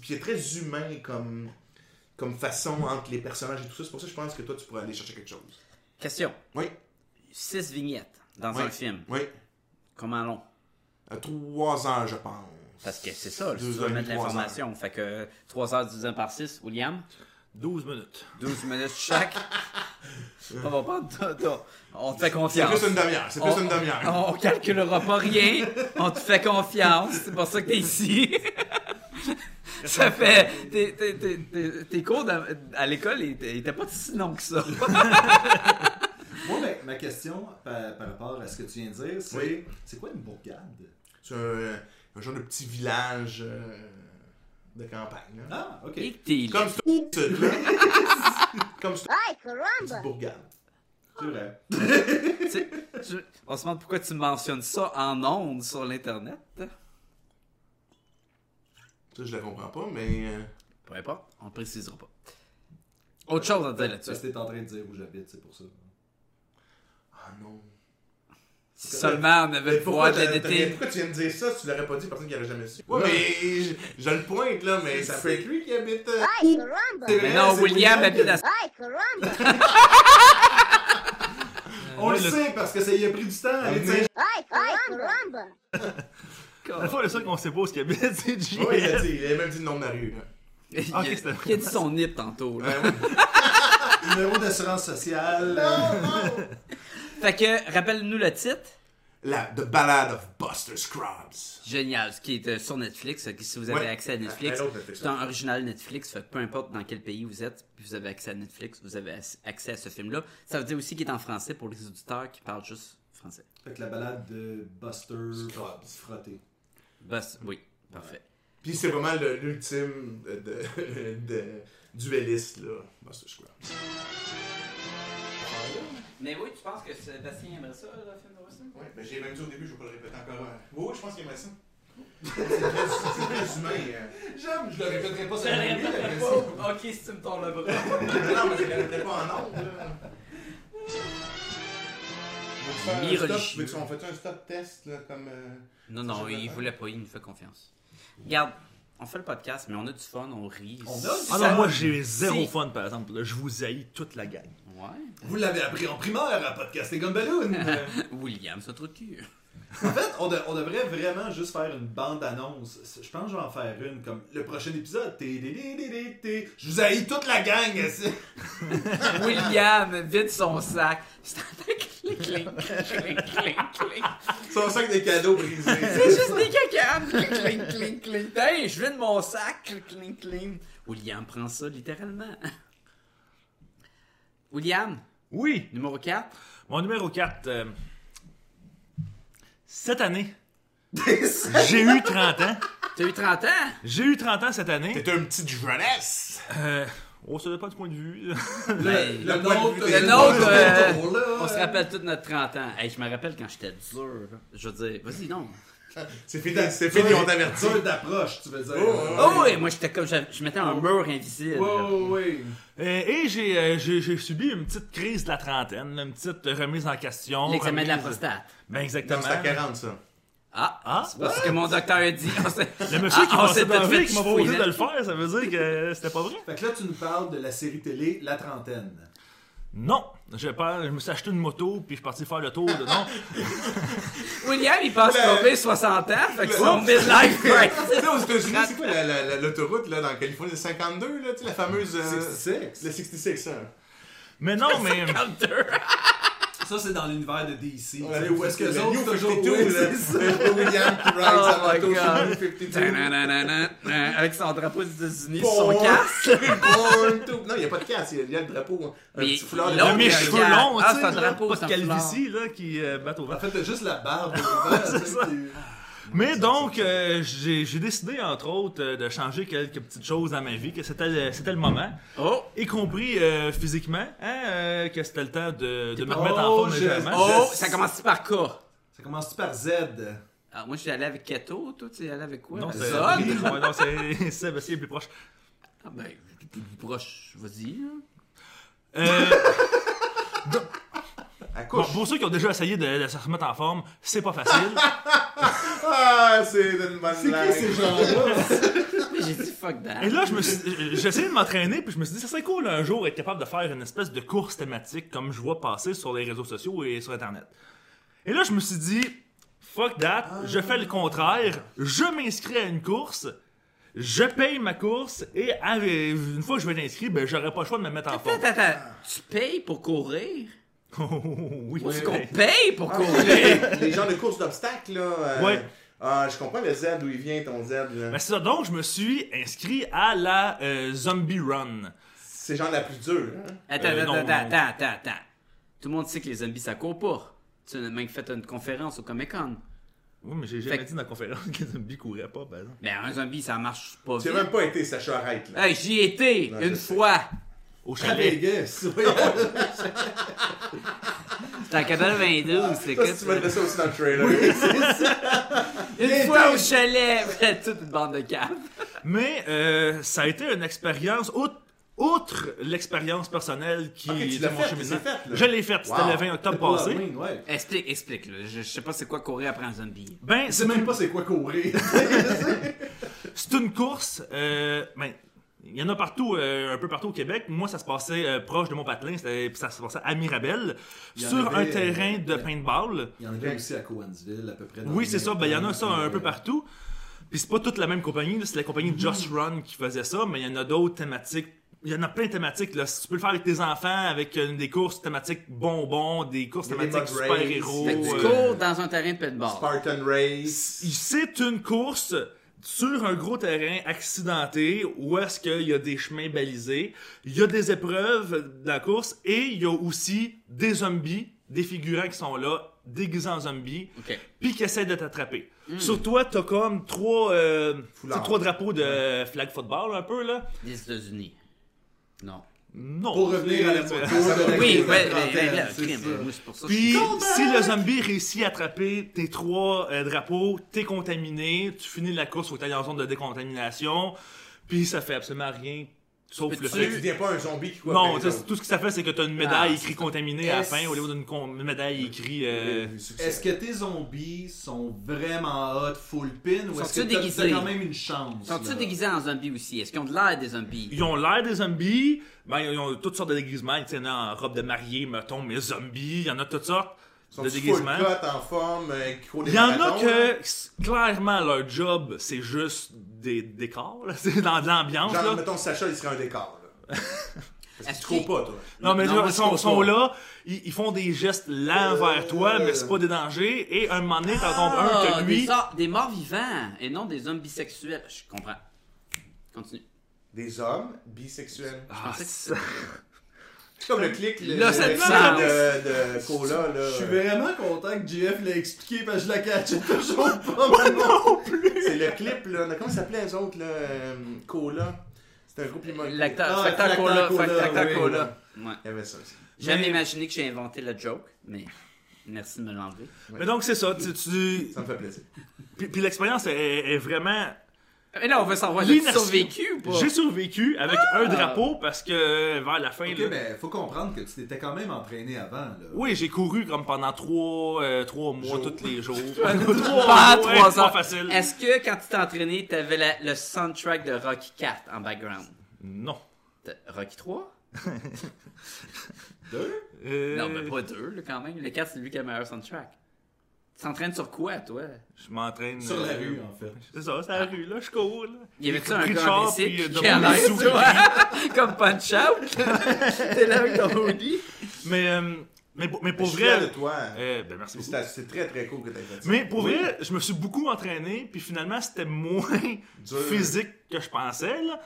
S5: Puis il est très humain comme, comme façon entre les personnages et tout ça. C'est pour ça que je pense que toi, tu pourrais aller chercher quelque chose.
S4: Question.
S5: Oui.
S4: Six vignettes dans
S5: oui.
S4: un film.
S5: Oui.
S4: Comment long?
S5: À trois ans, je pense.
S4: Parce que c'est ça, là, si
S5: Deux
S4: tu veux
S5: heures et
S4: mettre
S5: trois
S4: l'information. Fait que 3 heures divisé par 6, William,
S6: 12 minutes.
S4: 12 minutes chaque. on va pas. t'as- t'as- On te fait
S5: C'est
S4: confiance.
S5: plus une demi-heure. C'est plus
S4: On-
S5: une demi-heure.
S4: On, on calculera pas rien. On te fait confiance. C'est pour ça que t'es ici. ça fait. Tes, tes- tes- tes- tes cours d'a- à l'école ils étaient ils étaient pas si longs que ça.
S3: Moi, ma, ma question par, par rapport à ce que tu viens de dire, c'est c'est quoi une bourgade
S5: C'est un, euh, un genre de petit village euh, de campagne. là.
S3: Ah, ok.
S4: Et que t'es là.
S5: Comme ce là. Comme ce petite bourgade.
S3: C'est vrai.
S4: Tu sais, tu- on se demande pourquoi tu mentionnes ça en ondes sur l'Internet.
S5: Ça, je la comprends pas, mais. euh,
S4: Peu importe, on le précisera pas. Autre chose à dire là-dessus.
S3: Parce que t'es en train de dire où j'habite, c'est pour ça.
S5: Ah non.
S4: Si seulement on avait
S5: Mais
S4: le pouvoir
S5: pourquoi,
S4: de
S5: t'as- t'as-
S4: l'été.
S5: pourquoi tu viens de dire ça si tu l'aurais pas dit, personne qui l'aurait jamais su? Ouais, mais je, je le pointe là, mais ça peut être lui qui habite. euh, c'est vrai,
S4: Mais non,
S5: c'est
S4: William habite à
S3: On le sait parce que ça y a pris du temps.
S4: Ah,
S3: à aller dire-
S6: La fois, le seul qu'on sait pas où ce qu'il habite, c'est G.
S5: Ouais, il a dit, il a même dit le nom de la rue. Là.
S4: Il,
S5: Ah,
S6: Ok,
S4: a-
S6: c'était-
S4: il a dit son nip tantôt. là.
S3: Numéro d'assurance sociale.
S4: Fait que, rappelle-nous le titre.
S5: La, The Ballad of Buster Scrubs.
S4: Génial, ce qui est euh, sur Netflix. euh, Si vous avez
S5: Ouais.
S4: accès à Netflix,
S5: Un autre Netflix.
S4: c'est un original Netflix. Fait que peu importe dans quel pays vous êtes, puis vous avez accès à Netflix, vous avez as- accès à ce film-là. Ça veut dire aussi qu'il est en français pour les auditeurs qui parlent juste français.
S3: Fait que la balade de Buster
S5: Scrubs.
S3: frotté.
S4: Bah, c- oui, parfait.
S5: Puis c'est vraiment le- l'ultime euh, de, de dueliste là, Buster Scrubs.
S4: Mais oui, tu penses que Sébastien aimerait ça, le film de Western?
S5: Ouais, ben j'ai même dit au début, je vais pas le répéter encore. hein. Oui, oui, je pense qu'il aimait ça. c'est très, c'est très humain. euh.
S3: J'aime, je le répéterai pas
S4: Oh, Ok, si tu me tombes le bras.
S5: non, mais je le répéterai pas en ordre. là. Veux-tu faire un
S4: Mi-religieux.
S5: stop? Veux-tu- On fait un stop test là, comme. euh,
S4: Non, non,
S5: Je vais
S4: il
S5: faire.
S4: voulait pas, il nous fait confiance. Regarde, on fait le podcast, mais on a du fun, on rit.
S3: On a du
S6: Ah
S3: Ça-
S6: non, moi j'ai zéro
S4: Si.
S6: fun par exemple. là. Je vous haïs toute la gang.
S4: Ouais.
S3: Vous l'avez appris en primaire à Podcast et Gumballoon. Euh,
S4: William, ce trou de cul.
S3: en fait, on, de- on devrait vraiment juste faire une bande-annonce. Je pense que je vais en faire une comme le prochain épisode. Té-dé-dé-dé-dé-dé. Je vous haïs toute la gang. c'est-
S4: William vide son sac. C'est un clic, clic, clic, clic, clic.
S5: Son sac des cadeaux brisés.
S4: C'est juste des cacanes. Clic, clic, clic, clic. Hey, je vide mon sac. Clic, clic, clic. William prend ça littéralement. William,
S6: Oui!
S4: numéro 4.
S6: Mon numéro 4. cette année, j'ai eu 30 ans.
S4: T'as eu 30 ans?
S6: J'ai eu 30 ans cette année.
S5: T'es une petite jeunesse.
S6: Euh, oh, ça dépend du point de vue.
S4: Ben,
S3: Le
S5: point de
S3: nôtre,
S5: vue
S3: euh,
S5: des-
S4: le nôtre, euh,
S3: retour, là.
S4: on se rappelle tout notre 30 ans. Hey, je me rappelle quand j'étais dur. Je veux dire, vas-y, non.
S5: C'est fini, c'est fini, on t'avertit.
S3: Dur d'approche, tu veux dire.
S5: Oh, ouais.
S4: Oh oui, moi j'étais comme, je, je mettais un mur invisible.
S3: Oh, oui.
S6: Euh, et j'ai, euh, j'ai, j'ai subi une petite crise de la trentaine, une petite remise en question.
S4: L'examen de la
S6: remise-
S4: prostate.
S6: Ben
S5: Non,
S6: exactement.
S5: c'est à 40, ça.
S4: Ah,
S6: Ah,
S4: c'est parce que mon docteur a dit. on s'est-
S6: le monsieur
S4: Ah,
S6: qui
S4: on
S6: passait
S4: s'est
S6: dans la
S4: fait
S6: vie, qui m'a proposé de
S4: fouiner.
S6: le faire, ça veut dire que c'était pas vrai?
S3: Fait que là, tu nous parles de la série télé La Trentaine.
S6: Non! Je, parle- je me suis acheté une moto, puis je suis parti faire le tour de non.
S4: William, il pense qu'on fait 60 ans, fait que c'est son midlife
S5: Tu
S4: crisis.
S5: sais, aux États-Unis, c'est quoi la- la- la- l'autoroute, là, dans Californie, le 52, là, tu sais, la fameuse... euh,
S3: 66.
S5: Le 66, hein.
S6: Mais non, mais.
S4: Oh
S3: Ça, c'est dans l'univers de DC.
S5: Ouais,
S3: où est-ce que
S5: le
S3: les
S5: New
S3: autres, toujours
S5: 52,
S3: oui,
S5: là.
S3: c'est ça.
S5: William qui ride
S4: Oh
S5: sa
S4: my
S5: moto sur
S4: God.
S5: New 52.
S4: Tanananana, euh, Avec son drapeau des États-Unis,
S5: Bon.
S4: son casque.
S3: Oh,
S5: Born to- Non, il n'y a pas de casse, il y a- il y a le
S3: hein.
S5: drapeau. Un
S4: Mais
S5: petit foulard. de
S4: l'autre,
S5: New
S6: mes
S4: il y a-
S5: York.
S6: cheveux
S4: il y a-
S6: longs,
S4: ah,
S6: tu
S4: c'est un
S6: sais, là,
S4: drapeau,
S6: pas
S4: c'est
S6: de
S4: un
S6: calvitie, là, qui euh, battent au vent.
S3: En fait, t'as juste la barbe. au-devant, c'est ça, t'es-
S4: Ah,
S6: Mais donc, euh, j'ai j'ai décidé, entre autres, euh, de changer quelques petites choses dans ma vie, que c'était le, c'était le moment,
S4: Oh!
S6: y compris euh, physiquement, hein, euh, que c'était le temps de, de me
S3: pas-
S6: remettre en
S3: Oh,
S6: forme
S3: je-
S6: légèrement.
S4: Oh!
S3: Je-
S4: Ça commence par quoi?
S3: Ça commence-tu par Z?
S4: Ah, moi, je suis allé avec Keto, toi, tu es allé avec quoi?
S6: Non, c'est
S4: bah, Zod?
S6: Ouais, non, c'est Seb, c'est le plus proche.
S4: Ah, ben, plus proche, vas-y. là.
S6: Euh, donc,
S5: Elle
S6: Bon,
S5: couche.
S6: pour ceux qui ont déjà essayé de, de se remettre en forme, c'est pas facile.
S5: Ah, c'est une bonne blague.
S4: Mais j'ai dit fuck that.
S6: Et là, je me suis- j'ai essayé de m'entraîner, puis je me suis dit, ça serait cool un jour être capable de faire une espèce de course thématique comme je vois passer sur les réseaux sociaux et sur Internet. Et là, je me suis dit, fuck that, je fais le contraire, je m'inscris à une course, je paye ma course, et avec- une fois que je vais être inscrit, ben, j'aurai pas le choix de me mettre en forme.
S4: Attends, attends, attends. Tu payes pour courir?
S6: Oh, oui,
S4: Est-ce
S6: tu
S4: qu'on
S6: comprends.
S4: paye pour courir?
S5: Ah, Les- les gens de course d'obstacles, là. euh,
S6: Ouais.
S5: Ah, je comprends le Z, d'où il vient ton Z, là.
S6: Ben, c'est ça, donc je me suis inscrit à la euh, Zombie Run.
S5: C'est genre la plus dure. hein.
S4: Attends,
S6: Euh,
S4: attends,
S6: non,
S4: attends,
S6: non.
S4: attends, attends, attends. Tout le monde sait que les zombies, ça court pas. Tu as même fait une conférence au Comic-Con.
S6: Oui, mais j'ai
S4: Fait
S6: jamais
S4: que-
S6: dit dans la conférence que les zombies couraient pas, par exemple.
S4: Ben, un zombie, ça marche pas
S5: Tu
S4: vite.
S5: n'as même pas été Sacha Arrête, là.
S4: Hey, j'y étais,
S5: Non, je
S4: une
S5: sais.
S4: fois.
S6: Au
S3: À
S6: chalet.
S3: Vegas, oui.
S4: C'était en 92, c'est
S5: Ça, si tu mettrais
S4: que...
S5: ça aussi dans le trailer.
S4: Une fois au chalet, après, toute une bande de caves.
S6: Mais euh, ça a été une expérience, outre, outre l'expérience personnelle qui
S5: Ok, tu
S6: est
S5: l'as
S6: mon
S5: fait,
S6: cheminement.
S5: tu l'as fait, là.
S6: Je l'ai faite, c'était
S5: Wow.
S6: le 20 octobre
S3: Pour
S6: passé.
S3: Halloween, ouais.
S4: Explique, explique, là. Je, je sais pas c'est quoi courir après un zombie.
S6: Ben,
S3: Je
S6: c'est
S3: sais même pas c'est quoi courir.
S6: C'est une course. euh, ben, il y en a partout, euh, un peu partout au Québec. Moi, ça se passait euh, proche de mon patelin, c'était- puis ça se passait à Mirabel,
S3: Il y en
S6: sur
S3: avait,
S6: un terrain
S3: euh,
S6: de paintball.
S3: Il y en avait aussi à Cowansville, à peu près. dans
S6: Oui,
S3: les
S6: c'est ça.
S3: mêmes
S6: Ben, il y en a
S3: temps,
S6: ça
S3: puis,
S6: un
S3: euh,
S6: peu partout. Puis c'est pas toute la même compagnie. là. C'est la compagnie Just Run qui faisait ça, mais il y en a d'autres thématiques. Il y en a plein de thématiques. Là. Si tu peux le faire avec tes enfants, avec euh, des courses thématiques bonbons, des courses
S5: Il y a des
S6: thématiques
S5: mug race.
S6: super-héros.
S4: Fait que tu
S6: euh,
S4: cours dans un terrain de paintball.
S5: Spartan Race.
S6: c'est une course sur un gros terrain accidenté où est-ce qu'il y a des chemins balisés, il y a des épreuves de la course et il y a aussi des zombies, des figurants qui sont là, déguisés en zombies,
S4: Ok.
S6: puis qui essaient de t'attraper. Sur toi, t'as comme trois, euh, t'sais, trois drapeaux de flag football un peu là.
S4: Des États-unis. Non.
S6: Non. Euh,
S3: Pour revenir à la photo de la
S4: Oui,
S3: crise de la
S4: mais,
S6: ben,
S4: mais, mais
S3: trentaine,
S4: là,
S3: c'est
S4: crime,
S3: ça.
S4: moi, c'est pour ça que je
S6: Puis
S4: suis-
S6: si le zombie réussit à attraper tes trois euh, drapeaux, t'es contaminé, tu finis la course, faut que t'ailles en zone de décontamination, puis ça fait absolument rien, sauf le
S5: Tu ne
S6: fait...
S5: deviens pas un zombie qui quoi.
S6: Non, ça, c'est- tout ce que ça fait, c'est que t'as une médaille
S4: Ah,
S6: écrit contaminée à la
S3: Est-ce-
S6: fin au lieu d'une con- médaille écrit... euh,
S3: Est-ce que tes zombies sont vraiment hot, full pin, ou est-ce que
S4: Sont-tu
S3: t'as- t'as
S4: déguisés?
S3: quand même une chance?
S4: Sont-ils
S3: là?
S4: déguisés en zombies aussi? Est-ce qu'ils ont de l'air des zombies?
S6: Ils ont l'air des zombies, ben, ils ont toutes sortes de déguisements, tu sais, il y en a en robe de mariée, mettons, mais zombies, il y en a toutes sortes
S5: Sont
S6: de
S5: full
S6: déguisements.
S5: cut, en forme, euh, qui courent des
S6: Il y en a
S5: marathons, là?
S6: que, s- clairement, leur job, c'est juste des décors, là, c'est dans de l'ambiance,
S5: Genre,
S6: là.
S5: mettons, Sacha, il serait un décor, là. Parce
S4: Est-ce
S5: que tu
S4: qu'il-
S5: cours pas, toi.
S6: Non, mais
S4: Non,
S6: là,
S4: moi,
S6: ils
S4: je
S6: sont,
S4: comprends
S6: sont
S4: pas.
S6: là, ils, ils font des gestes lents
S5: Euh,
S6: vers toi, mais c'est pas des dangers. Et un moment donné, t'en tombes un
S4: Ah,
S6: que lui.
S4: Des, or- des morts vivants et non des hommes bisexuels. Je comprends. Continue.
S5: Des hommes bisexuels.
S4: Ah, ça...
S5: C'est comme le clic, le,
S4: Là, ça
S5: le
S4: te
S5: clic
S4: sens.
S5: de, de Cola, là.
S3: Je suis vraiment content que JF l'a expliqué parce que je la cachais toujours pas. moi, non plus!
S5: C'est le clip, là. Comment ça s'appelait, les autres, là? euh, Cola. C'était un groupe humoriste.
S4: L'acteur
S3: Ah,
S4: facteur
S3: facteur
S4: cola,
S3: cola,
S4: facteur
S3: oui.
S4: cola. Ouais.
S5: Il y avait ça aussi.
S4: J'ai jamais
S6: Mais-
S4: imaginé que j'ai inventé la joke, mais merci de me l'enlever.
S6: Mais donc, c'est ça. Tu, tu-
S5: Ça me fait plaisir.
S6: Puis, puis l'expérience est, est vraiment.
S4: Mais là, on veut savoir, j'ai
S6: L'immersion.
S4: survécu ou pas?
S6: J'ai survécu avec
S4: Ah.
S6: un drapeau parce que vers la fin.
S3: Ok,
S6: là-
S3: mais faut comprendre que tu t'étais quand même entraîné avant, là.
S6: Oui, j'ai couru comme pendant trois, euh, trois mois, tous les jours. trois
S4: Pas
S6: mois,
S4: trois
S6: c'est pas
S4: ans.
S6: facile.
S4: Est-ce que quand tu t'es entraîné, t'avais la- le soundtrack de Rocky 4 en background?
S6: Non.
S4: T'as- Rocky 3?
S6: Euh,
S4: Non, mais pas deux, là, quand même. Le 4, c'est lui qui a le meilleur soundtrack. Tu t'entraînes sur quoi, toi?
S6: Je m'entraîne.
S3: Sur la
S6: euh,
S3: rue, en fait.
S6: C'est ça, c'est la rue, là. Je cours, là.
S4: Y avait-tu un
S6: Pris de
S4: gars en
S6: char, puis, euh,
S4: bicycle
S6: de
S4: qui a
S6: mon
S4: l'air,
S6: sou-
S4: tu vois, Comme Punch Out? T'es là avec ton hoodie?
S6: Mais, euh, mais, pour- mais pour
S5: Je suis fier
S6: vrai.
S5: de toi.
S6: Euh, ben, merci beaucoup.
S5: C'est c'est très, très cool que t'aies fait ça.
S6: Mais hein? pour vrai, je me suis beaucoup entraîné, puis finalement, c'était moins physique que je pensais. là.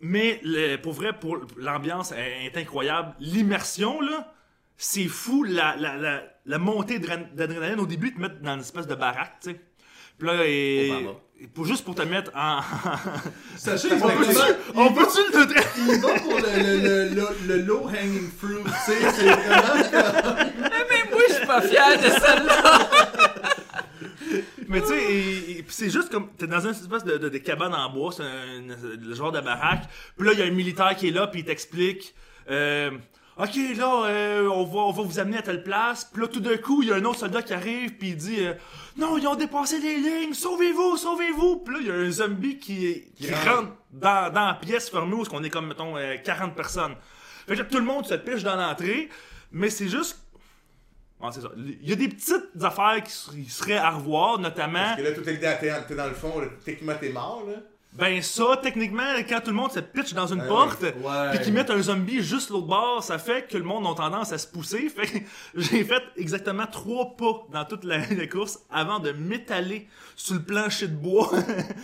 S6: Mais le- pour vrai, pour l'ambiance est, est incroyable. L'immersion, là, c'est fou. La, la, la, la montée d'adr- d'adrénaline au début, ils te mettent dans une espèce de baraque, tu sais. Puis là, et,
S4: Obama.
S6: et pour, juste pour te mettre en.
S3: Sachez, il
S6: on
S3: va-
S6: peut-tu on peut-tu le traiter?
S3: il va pour le, le, le, le, low hanging fruit, tu sais, c'est vraiment...
S4: Mais moi, je suis pas fier de celle-là!
S6: Mais tu sais, et- et- puis c'est juste comme. T'es dans une espèce de, de, de cabane en bois, c'est un, une- le genre de baraque. Puis là, il y a un militaire qui est là, puis il t'explique. Euh, OK, là, euh, on, va, on va vous amener à telle place. Puis là, tout d'un coup, il y a un autre soldat qui arrive, puis il dit euh, Non, ils ont dépassé les lignes, sauvez-vous, sauvez-vous. Puis là, il y a un zombie qui, qui rentre dans, dans la pièce fermée où on est comme, mettons, euh, 40 personnes. Fait que là, tout le monde se piche dans l'entrée, mais c'est juste. Ah, c'est ça. Il y a des petites affaires qui s- qui seraient à revoir, notamment.
S5: Parce que là, tout est l'idée, t'es t'es dans le fond, là, techniquement t'es mort, là.
S6: Ben ça, techniquement, quand tout le monde se pitch dans une
S5: Ah
S6: porte,
S5: oui.
S3: Ouais.
S6: puis qu'ils mettent un zombie juste l'autre bord, ça fait que le monde a tendance à se pousser. Fait que j'ai fait exactement trois pas dans toute la, la course avant de m'étaler sur le plancher de bois.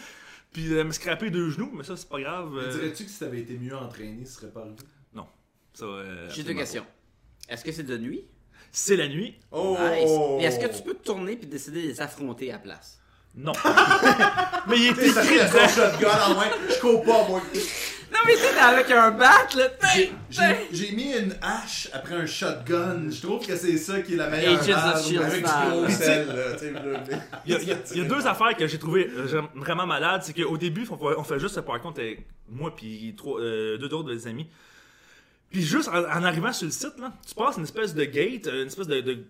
S6: Puis euh, me scraper deux genoux, mais ça c'est pas grave. euh,
S3: Dirais-tu que si t'avais été mieux entraîné, ce serait pas arrivé?
S6: ça, euh,
S4: J'ai deux questions. Est-ce que c'est de nuit?
S6: c'est la nuit.
S5: Oh!
S4: Nice. Et est-ce que tu peux te tourner puis décider de les affronter à la place?
S6: Non. mais il est
S5: Ça fait
S6: écrit
S5: le gros
S6: dedans.
S5: shotgun en moins. Je cours pas, moi.
S4: Non, mais c'est avec un bat, là.
S3: J'ai- j'ai- J'ai mis une hache après un shotgun. Je trouve que c'est ça qui est la meilleure
S4: Agents of
S3: arme.
S4: Shield.
S5: Avec du gros sel, là. tu sais, là, mais-
S6: Il y a, il y a- il y a deux affaires que j'ai trouvé euh, j'aime- vraiment malades. C'est qu'au début, on, fait- on fait juste, par contre, avec moi puis trois, euh, deux autres des amis. Puis juste en, en arrivant sur le site, là, tu passes une espèce de gate, euh, une espèce de, de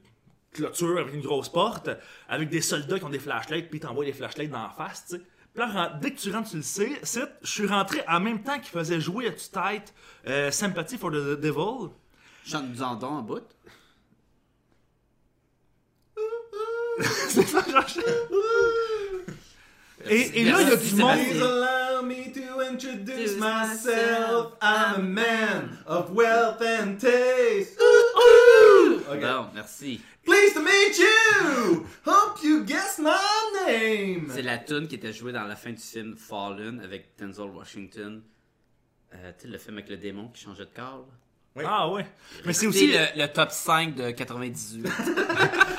S6: clôture avec une grosse porte, avec des soldats qui ont des flashlights, puis ils t'envoient des flashlights dans la face, tu sais. Puis là, ren- dès que tu rentres sur le si- site, je suis rentré en même temps qu'ils faisaient jouer à tue-tête euh, Sympathy for the Devil.
S4: J'en nous en donne un bout.
S6: C'est ça, que j'en cherche. Et, et là, il y a
S4: Merci,
S6: du monde.
S3: Please allow me to introduce myself. I'm a man of wealth and taste. Ooh, ooh. Okay.
S4: Bon, merci.
S3: Pleased to meet you. Hope you guess my name.
S4: C'est la tune qui était jouée dans la fin du film Fallen avec Denzel Washington. Euh, tu sais, le film avec le démon qui changeait de corps. là.
S6: Ah ouais. Mais c'est
S4: C'est
S6: aussi
S4: le, le top 5 de 98.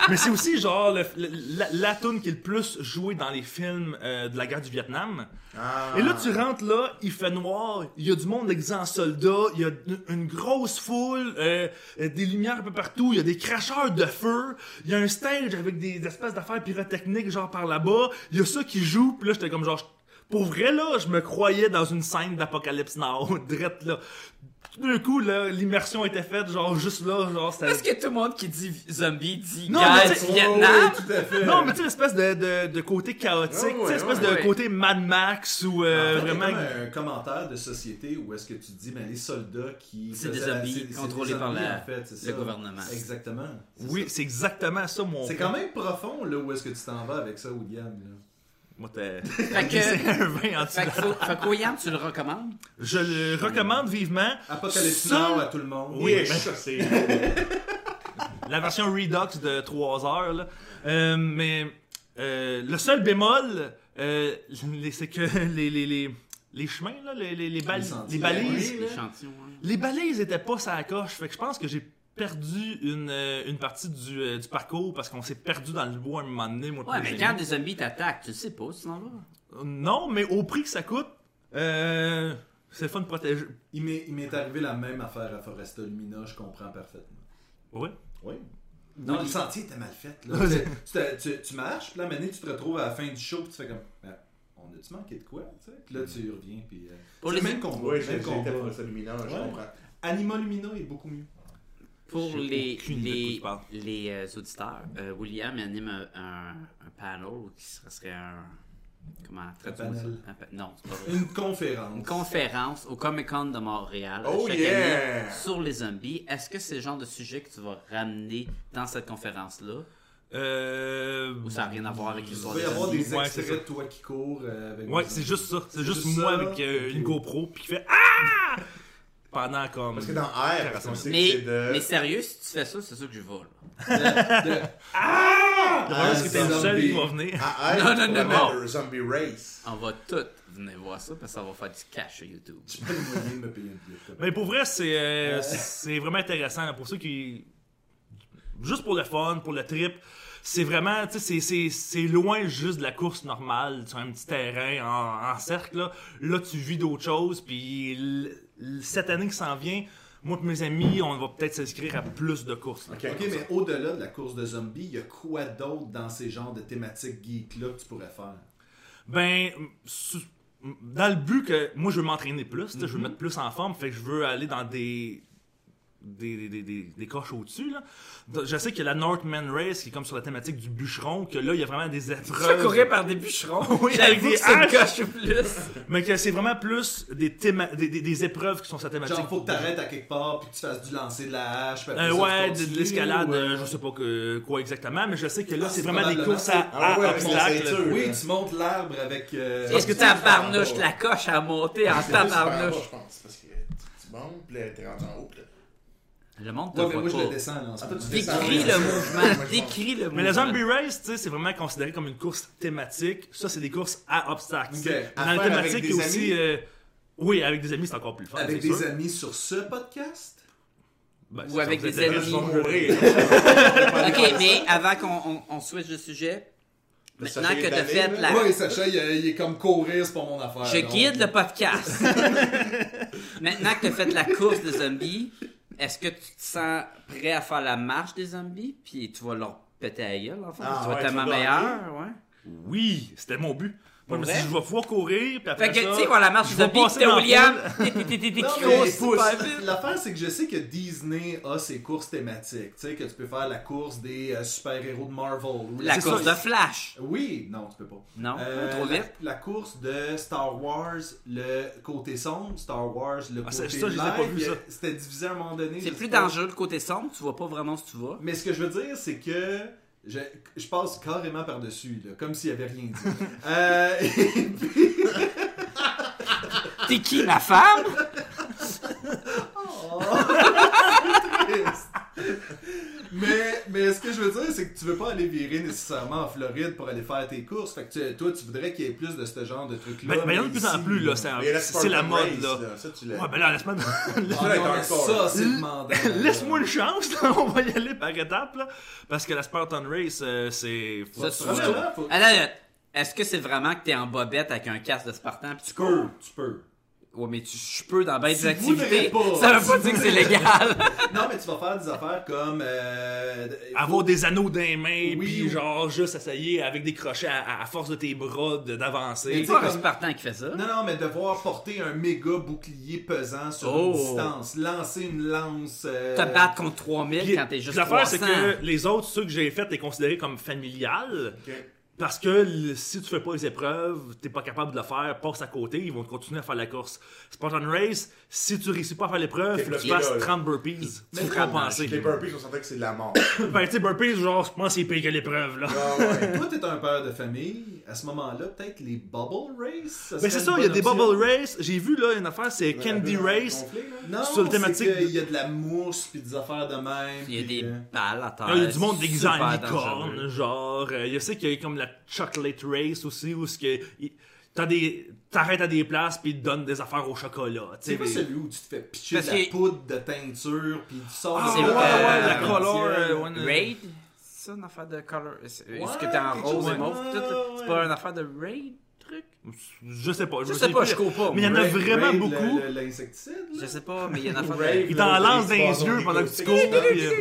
S6: Mais c'est aussi genre le- le- la, la tune qui est le plus jouée dans les films euh, de la guerre du Vietnam. Et là, tu rentres là, il fait noir, il y a du monde déguisé en soldat, il y a une, une grosse foule, euh, euh, des lumières un peu partout, il y a des cracheurs de feu, il y a un stage avec des espèces d'affaires pyrotechniques genre par là-bas, il y a ça qui joue, puis là, j'étais comme genre... Pour vrai, là, je me croyais dans une scène d'Apocalypse Now, drette, là. Tout d'un coup, là, l'immersion était faite, genre, juste là, genre, c'était...
S4: Parce que tout le monde qui dit zombie dit
S6: Non,
S4: guerre
S6: mais
S4: du
S6: tu- oh,
S4: Vietnam.
S3: Tout à fait.
S6: Non, mais tu sais, l'espèce de, de, de côté chaotique,
S5: Ah ouais,
S6: tu sais, espèce
S5: ouais,
S6: de
S4: ouais.
S6: côté Mad Max ou
S3: En fait,
S6: euh,
S3: il y a
S6: vraiment.
S3: comme un commentaire de société où est-ce que tu dis ben les soldats qui
S4: C'est des
S3: faisaient la-
S4: zombies
S3: c'est- c'est des
S4: contrôlés par
S3: zombies,
S4: la-
S3: en fait, c'est ça.
S4: le gouvernement.
S3: exactement
S6: Oui, c'est exactement ça, mon.
S3: c'est quand même profond là où est-ce que tu t'en vas avec ça William là.
S6: Moi, t'es.
S4: Fait
S6: C'est
S4: que.
S6: un vin en dessous.
S4: Fait que, faut- fait que William, tu le recommandes?
S6: Je le recommande vivement.
S3: Apocalypse
S6: Ça-
S3: Now à tout le monde
S6: Oui,
S3: Ouais.
S6: mais-
S5: Ça, c'est.
S6: la version Redux de 3 heures. Là. Euh, mais euh, le seul bémol, euh, les- c'est que les, les, les, les chemins, là, les, les, les, bal-
S3: Les sentiers,
S6: les balises,
S4: Oui,
S6: là,
S4: l'échantillon, hein.
S6: les balises étaient pas sa coche. Fait que je pense que j'ai perdu une, euh, une partie du, euh, du parcours parce qu'on s'est perdu dans le bois à un moment donné. Moi,
S4: Ouais,
S6: puis
S4: mais
S6: les
S4: quand
S6: amis.
S4: des zombies t'attaquent, tu le sais pas, sinon là.
S6: Non, mais au prix que ça coûte, euh, c'est le fun de protéger.
S3: il m'est il m'est arrivé la même affaire à Foresta Lumina je comprends parfaitement
S6: Oui.
S3: oui non, le sentier était mal fait. Là. tu, tu- tu- tu marches, puis là, maintenant, tu te retrouves à la fin du show, puis tu fais comme, Ben, on a-tu manqué de quoi? tu sais? Puis là, tu reviens, puis. euh,
S4: Pour
S3: c'est
S4: les-
S3: le même combat.
S5: Ouais,
S3: le même
S5: j'ai j'ai été
S3: combat.
S5: pour ça lumineux, je
S3: Ouais.
S5: comprends.
S3: Anima Lumina est beaucoup mieux.
S4: Pour
S6: J'ai
S4: les,
S6: aucune idée de quoi
S4: les,
S6: tu parles.
S4: les euh, auditeurs, euh, William anime un, un, un panel qui serait, serait un. Comment traduire ça?
S3: panel.
S4: Un pa- Non, c'est pas vrai.
S3: Une conférence.
S4: Une conférence au Comic Con de Montréal
S5: Oh
S4: chaque
S5: yeah!
S4: année sur les zombies. Est-ce que c'est le genre de sujet que tu vas ramener dans cette conférence-là
S6: Euh...
S4: ou ça n'a rien à voir avec
S3: Il
S4: l'histoire
S3: va
S4: des
S3: y avoir
S4: zombies
S3: des
S6: Ouais,
S3: extraits
S6: c'est ça.
S3: de toi qui cours euh, avec.
S6: Ouais,
S3: des-
S6: c'est juste ça. C'est juste
S3: juste
S6: moi
S3: ça,
S6: avec euh, une
S3: puis-
S6: GoPro puis qui fait Ah Pendant comme.
S5: Parce que dans R, parce qu'on sait que c'est
S4: Mais, mais
S5: de.
S4: sérieux, si tu fais ça, c'est sûr que je vole.
S6: Le problème, c'est que t'es le seul
S3: zombie.
S6: qui va venir.
S5: À R,
S4: Non, non, non, non.
S5: remember, Zombie Race.
S4: On va tous venir voir ça parce que ça va faire du cash sur YouTube.
S3: J'ai pas le moyen de me payer une billet.
S6: Mais pour vrai, c'est euh, c'est vraiment intéressant. là, Pour ceux qui. Juste pour le fun, pour le trip. C'est vraiment, tu sais, c'est- c'est- c'est loin juste de la course normale sur un petit terrain en, en cercle. Là. là, tu vis d'autres choses. Puis l- l- cette année qui s'en vient, moi et mes amis, on va peut-être s'inscrire à plus de courses. là.
S5: Ok.
S3: Ok, mais au-delà de la course de zombies, il y a quoi d'autre dans ces genres de thématiques geek-là que tu pourrais faire
S6: Ben, sou-
S9: Mhm.
S6: dans le but que moi je veux m'entraîner plus, tu sais, je veux mettre plus en forme, fait que je veux aller dans des des, des, des, des- des coches au-dessus. là. Donc, Je sais que la Northman Race, qui est comme sur la thématique du bûcheron, que là, il y a vraiment des épreuves.
S9: courir par des bûcherons.
S6: Oui,
S9: J'avoue
S6: avec des
S9: que c'est une
S6: haches.
S9: coche ou plus.
S6: Mais que c'est vraiment plus des, théma- des, des- des épreuves qui sont sa thématique.
S3: Genre, faut que t'arrêtes à quelque part, puis que tu fasses du lancer de la hache. puis après
S6: Euh,
S3: ça, tu
S6: ouais, de,
S3: continues,
S6: de l'escalade,
S3: ou, euh,
S6: euh, je sais pas que- quoi exactement, mais je sais que là,
S3: Ah,
S6: c'est vraiment des
S3: probablement-
S6: courses à,
S3: Ah
S6: à
S3: ouais, avec la
S6: obstacles.
S3: ceinture, Oui, tu montes l'arbre avec. euh,
S9: Parce que ta barnouche, la coche à monter en
S5: C'est super bas,
S9: tabarnouche.
S5: je pense, parce que tu bombes, puis là, t'es rendu en haut. puis là.
S4: Le monde te
S3: Ouais, mais
S4: voit
S3: moi je le
S4: pas.
S3: descends là, en ce
S5: Ah,
S3: moment.
S5: toi, tu descends.
S9: Décris le mouvement. Décris le mouvement.
S6: Mais la Zombie Race, tu sais, c'est vraiment considéré comme une course thématique. Ça, c'est des courses à obstacles.
S3: Ok.
S6: C'est-
S3: À
S6: Dans la
S3: faire
S6: thématique,
S3: avec des
S6: il y a aussi.
S3: amis?
S6: euh, oui, avec des amis, c'est encore plus fun.
S3: Avec
S6: c'est
S3: des
S6: sûr.
S3: amis sur ce podcast
S6: Ben,
S4: Ou
S6: ça, ça
S4: avec
S6: vous
S4: des
S6: intéresse,
S4: ennemis.
S6: je vais vous le dire.
S4: Ok, mais avant qu'on on, on switch de sujet, maintenant
S5: fait
S4: que t'as
S5: étaler,
S4: fait
S5: là.
S4: la.
S3: Ouais, Sacha, il, il est comme courir, c'est pas mon affaire.
S4: Je
S3: donc.
S4: guide le podcast. maintenant que t'as fait la course des zombies, est-ce que tu te sens prêt à faire la marche des zombies? Puis tu vas leur péter à gueule, en fait.
S5: Ah,
S4: tu vas
S5: ouais,
S4: être
S5: tu vas
S4: tellement
S5: gagner.
S4: meilleur, ouais.
S6: Oui, c'était mon but. Moi, je me
S4: Pour
S6: suis dit,
S4: vrai?
S6: je vais pouvoir courir, puis après
S4: Fait que,
S6: ça,
S4: tu sais, voir la marche
S6: je
S4: des
S6: vais
S4: zombies,
S6: passer
S4: t'es
S6: dans la
S4: William,
S6: foule.
S4: t'es- t'es- t'es- t'es qui
S3: Non,
S4: court
S3: mais
S4: super vite.
S3: pousse. L'affaire, c'est que je sais que Disney a ses courses thématiques. Tu sais, que tu peux faire la course des euh, super-héros de Marvel. ou
S4: La course
S3: ça.
S4: de Flash.
S3: Oui, non, tu peux pas.
S4: Non,
S3: Euh,
S4: trop
S3: la-
S4: vite.
S3: La, course de Star Wars, le côté sombre, Star Wars, le
S6: Ah, ça-
S3: côté
S6: ça, je les ai pas
S3: light,
S6: vus, ça.
S3: C'était divisé à un moment donné.
S4: C'est
S3: je
S4: plus
S3: sais pas.
S4: dangereux le côté sombre, tu vois pas vraiment où tu vas.
S3: Mais ce que je veux dire, c'est que je, je passe carrément par-dessus, là, comme s'il n'y avait rien dit. Euh,
S4: T'es qui, ma femme?
S3: triste. mais, mais ce que je veux dire, c'est que tu veux pas aller virer nécessairement en Floride pour aller faire tes courses. Fait que tu- toi, tu voudrais qu'il y ait plus de ce genre de trucs-là.
S6: Ben, ben, il y en a de
S3: mais
S6: plus en
S3: ici,
S6: plus, là. C'est
S5: Mais il y a
S6: un- C'est la
S5: Spartan
S6: mode,
S5: Race,
S6: là.
S5: Ça, tu l'as.
S6: Ouais, ben là, laisse-moi.
S3: Ah non,
S5: Ça,
S3: mais ça, c'est demandant. là.
S6: Laisse-moi une chance, là. on va y aller par étapes, là. Parce que la Spartan Race, euh, c'est.
S4: Ça,
S3: Tu
S4: tu
S3: vois,
S4: vois.
S3: là, faut-
S4: Attends, attends. Ah, Est-ce que c'est vraiment que t'es en bobette avec un casque de Spartan pis tu
S3: Tu peux, tu peux.
S4: Ouais, mais tu je peux dans bien des
S3: Tu voudrais
S4: activités.
S3: pas.
S4: Ça veut pas
S3: Tu
S4: dire que c'est légal.
S3: Non, mais tu vas faire des affaires comme. euh,
S6: Avoir des anneaux dans les mains,
S3: Oui,
S6: puis
S3: oui.
S6: genre juste essayer avec des crochets à, à- à force de tes bras de-
S3: Mais
S6: d'avancer.
S4: C'est
S3: tu sais,
S4: pas un
S3: comme-
S4: Spartan qui fait ça.
S3: Non, non, mais devoir porter un méga bouclier pesant sur une
S4: Oh.
S3: distance, lancer une lance. euh,
S4: Te battre contre 3000
S6: Puis,
S4: quand t'es juste
S6: L'affaire, c'est
S4: 300.
S6: que les autres, ceux que j'ai fait, t'es considéré comme familial. Parce que le- si tu fais pas les épreuves, t'es pas capable de le faire, passe à côté, ils vont continuer à faire la course. Spartan Race, si tu réussis pas à faire l'épreuve,
S5: T'es
S6: faut que tu
S5: bloqué,
S6: fasses
S5: là.
S6: 30 burpees.
S4: Mais
S6: Tu
S4: vraiment,
S6: compenser.
S5: Les burpees, on sentait que c'est de la mort.
S6: Ben, tu sais, burpees, genre, je pense que c'est pire que l'épreuve, là. Ben,
S5: Ah ouais.
S3: Toi, t'es un père de famille. À ce moment-là, peut-être les Bubble Race.
S6: Mais c'est ça, il y a des Bubble Race. J'ai vu, là, une affaire, c'est Candy Race.
S3: Non,
S6: sur le
S3: c'est
S6: thématique
S3: que
S6: de-
S3: Il y a de la mousse puis des affaires de même.
S4: Il y a
S3: puis,
S4: des
S3: euh,
S4: balles à terre.
S6: Il y a du monde
S4: c'est
S6: déguisé en
S4: super
S6: licorne,
S4: dangereux.
S6: genre. euh, Je sais qu'il y a comme la Chocolate Race aussi, où ce que. il- T'as des. T'arrêtes à des places puis ils te donnent des affaires au chocolat. tu
S3: C'est
S6: sais,
S3: pas
S6: des-
S3: celui où tu te fais pitcher de
S4: Parce
S3: la
S4: que-
S3: poudre de teinture puis tu sors
S6: Ah,
S3: des
S6: ouais, ouais,
S3: affaires
S6: la
S3: arc-en-ciel.
S6: color. euh, one-
S4: Raid? C'est euh, ça une affaire de color. Est-ce
S3: Ouais,
S4: que t'es en
S3: quelque
S4: rose
S3: chose,
S4: et mauve
S3: ouais,
S4: tout? là? C'est
S3: ouais.
S4: pas une affaire de raid truc?
S6: Je sais pas.
S4: Je sais
S6: me souviens
S4: pas, je cours pas.
S6: Mais il y en a
S3: Raid-
S6: vraiment
S3: Raid,
S6: beaucoup.
S3: le- le- L'insecticide, là.
S4: Je sais pas, mais il y a une affaire de.
S5: Rave,
S6: Il
S5: là,
S6: t'en
S5: les
S6: lance dans les
S5: sports
S6: yeux pendant que tu
S5: écosystes.
S6: cours. puis, euh,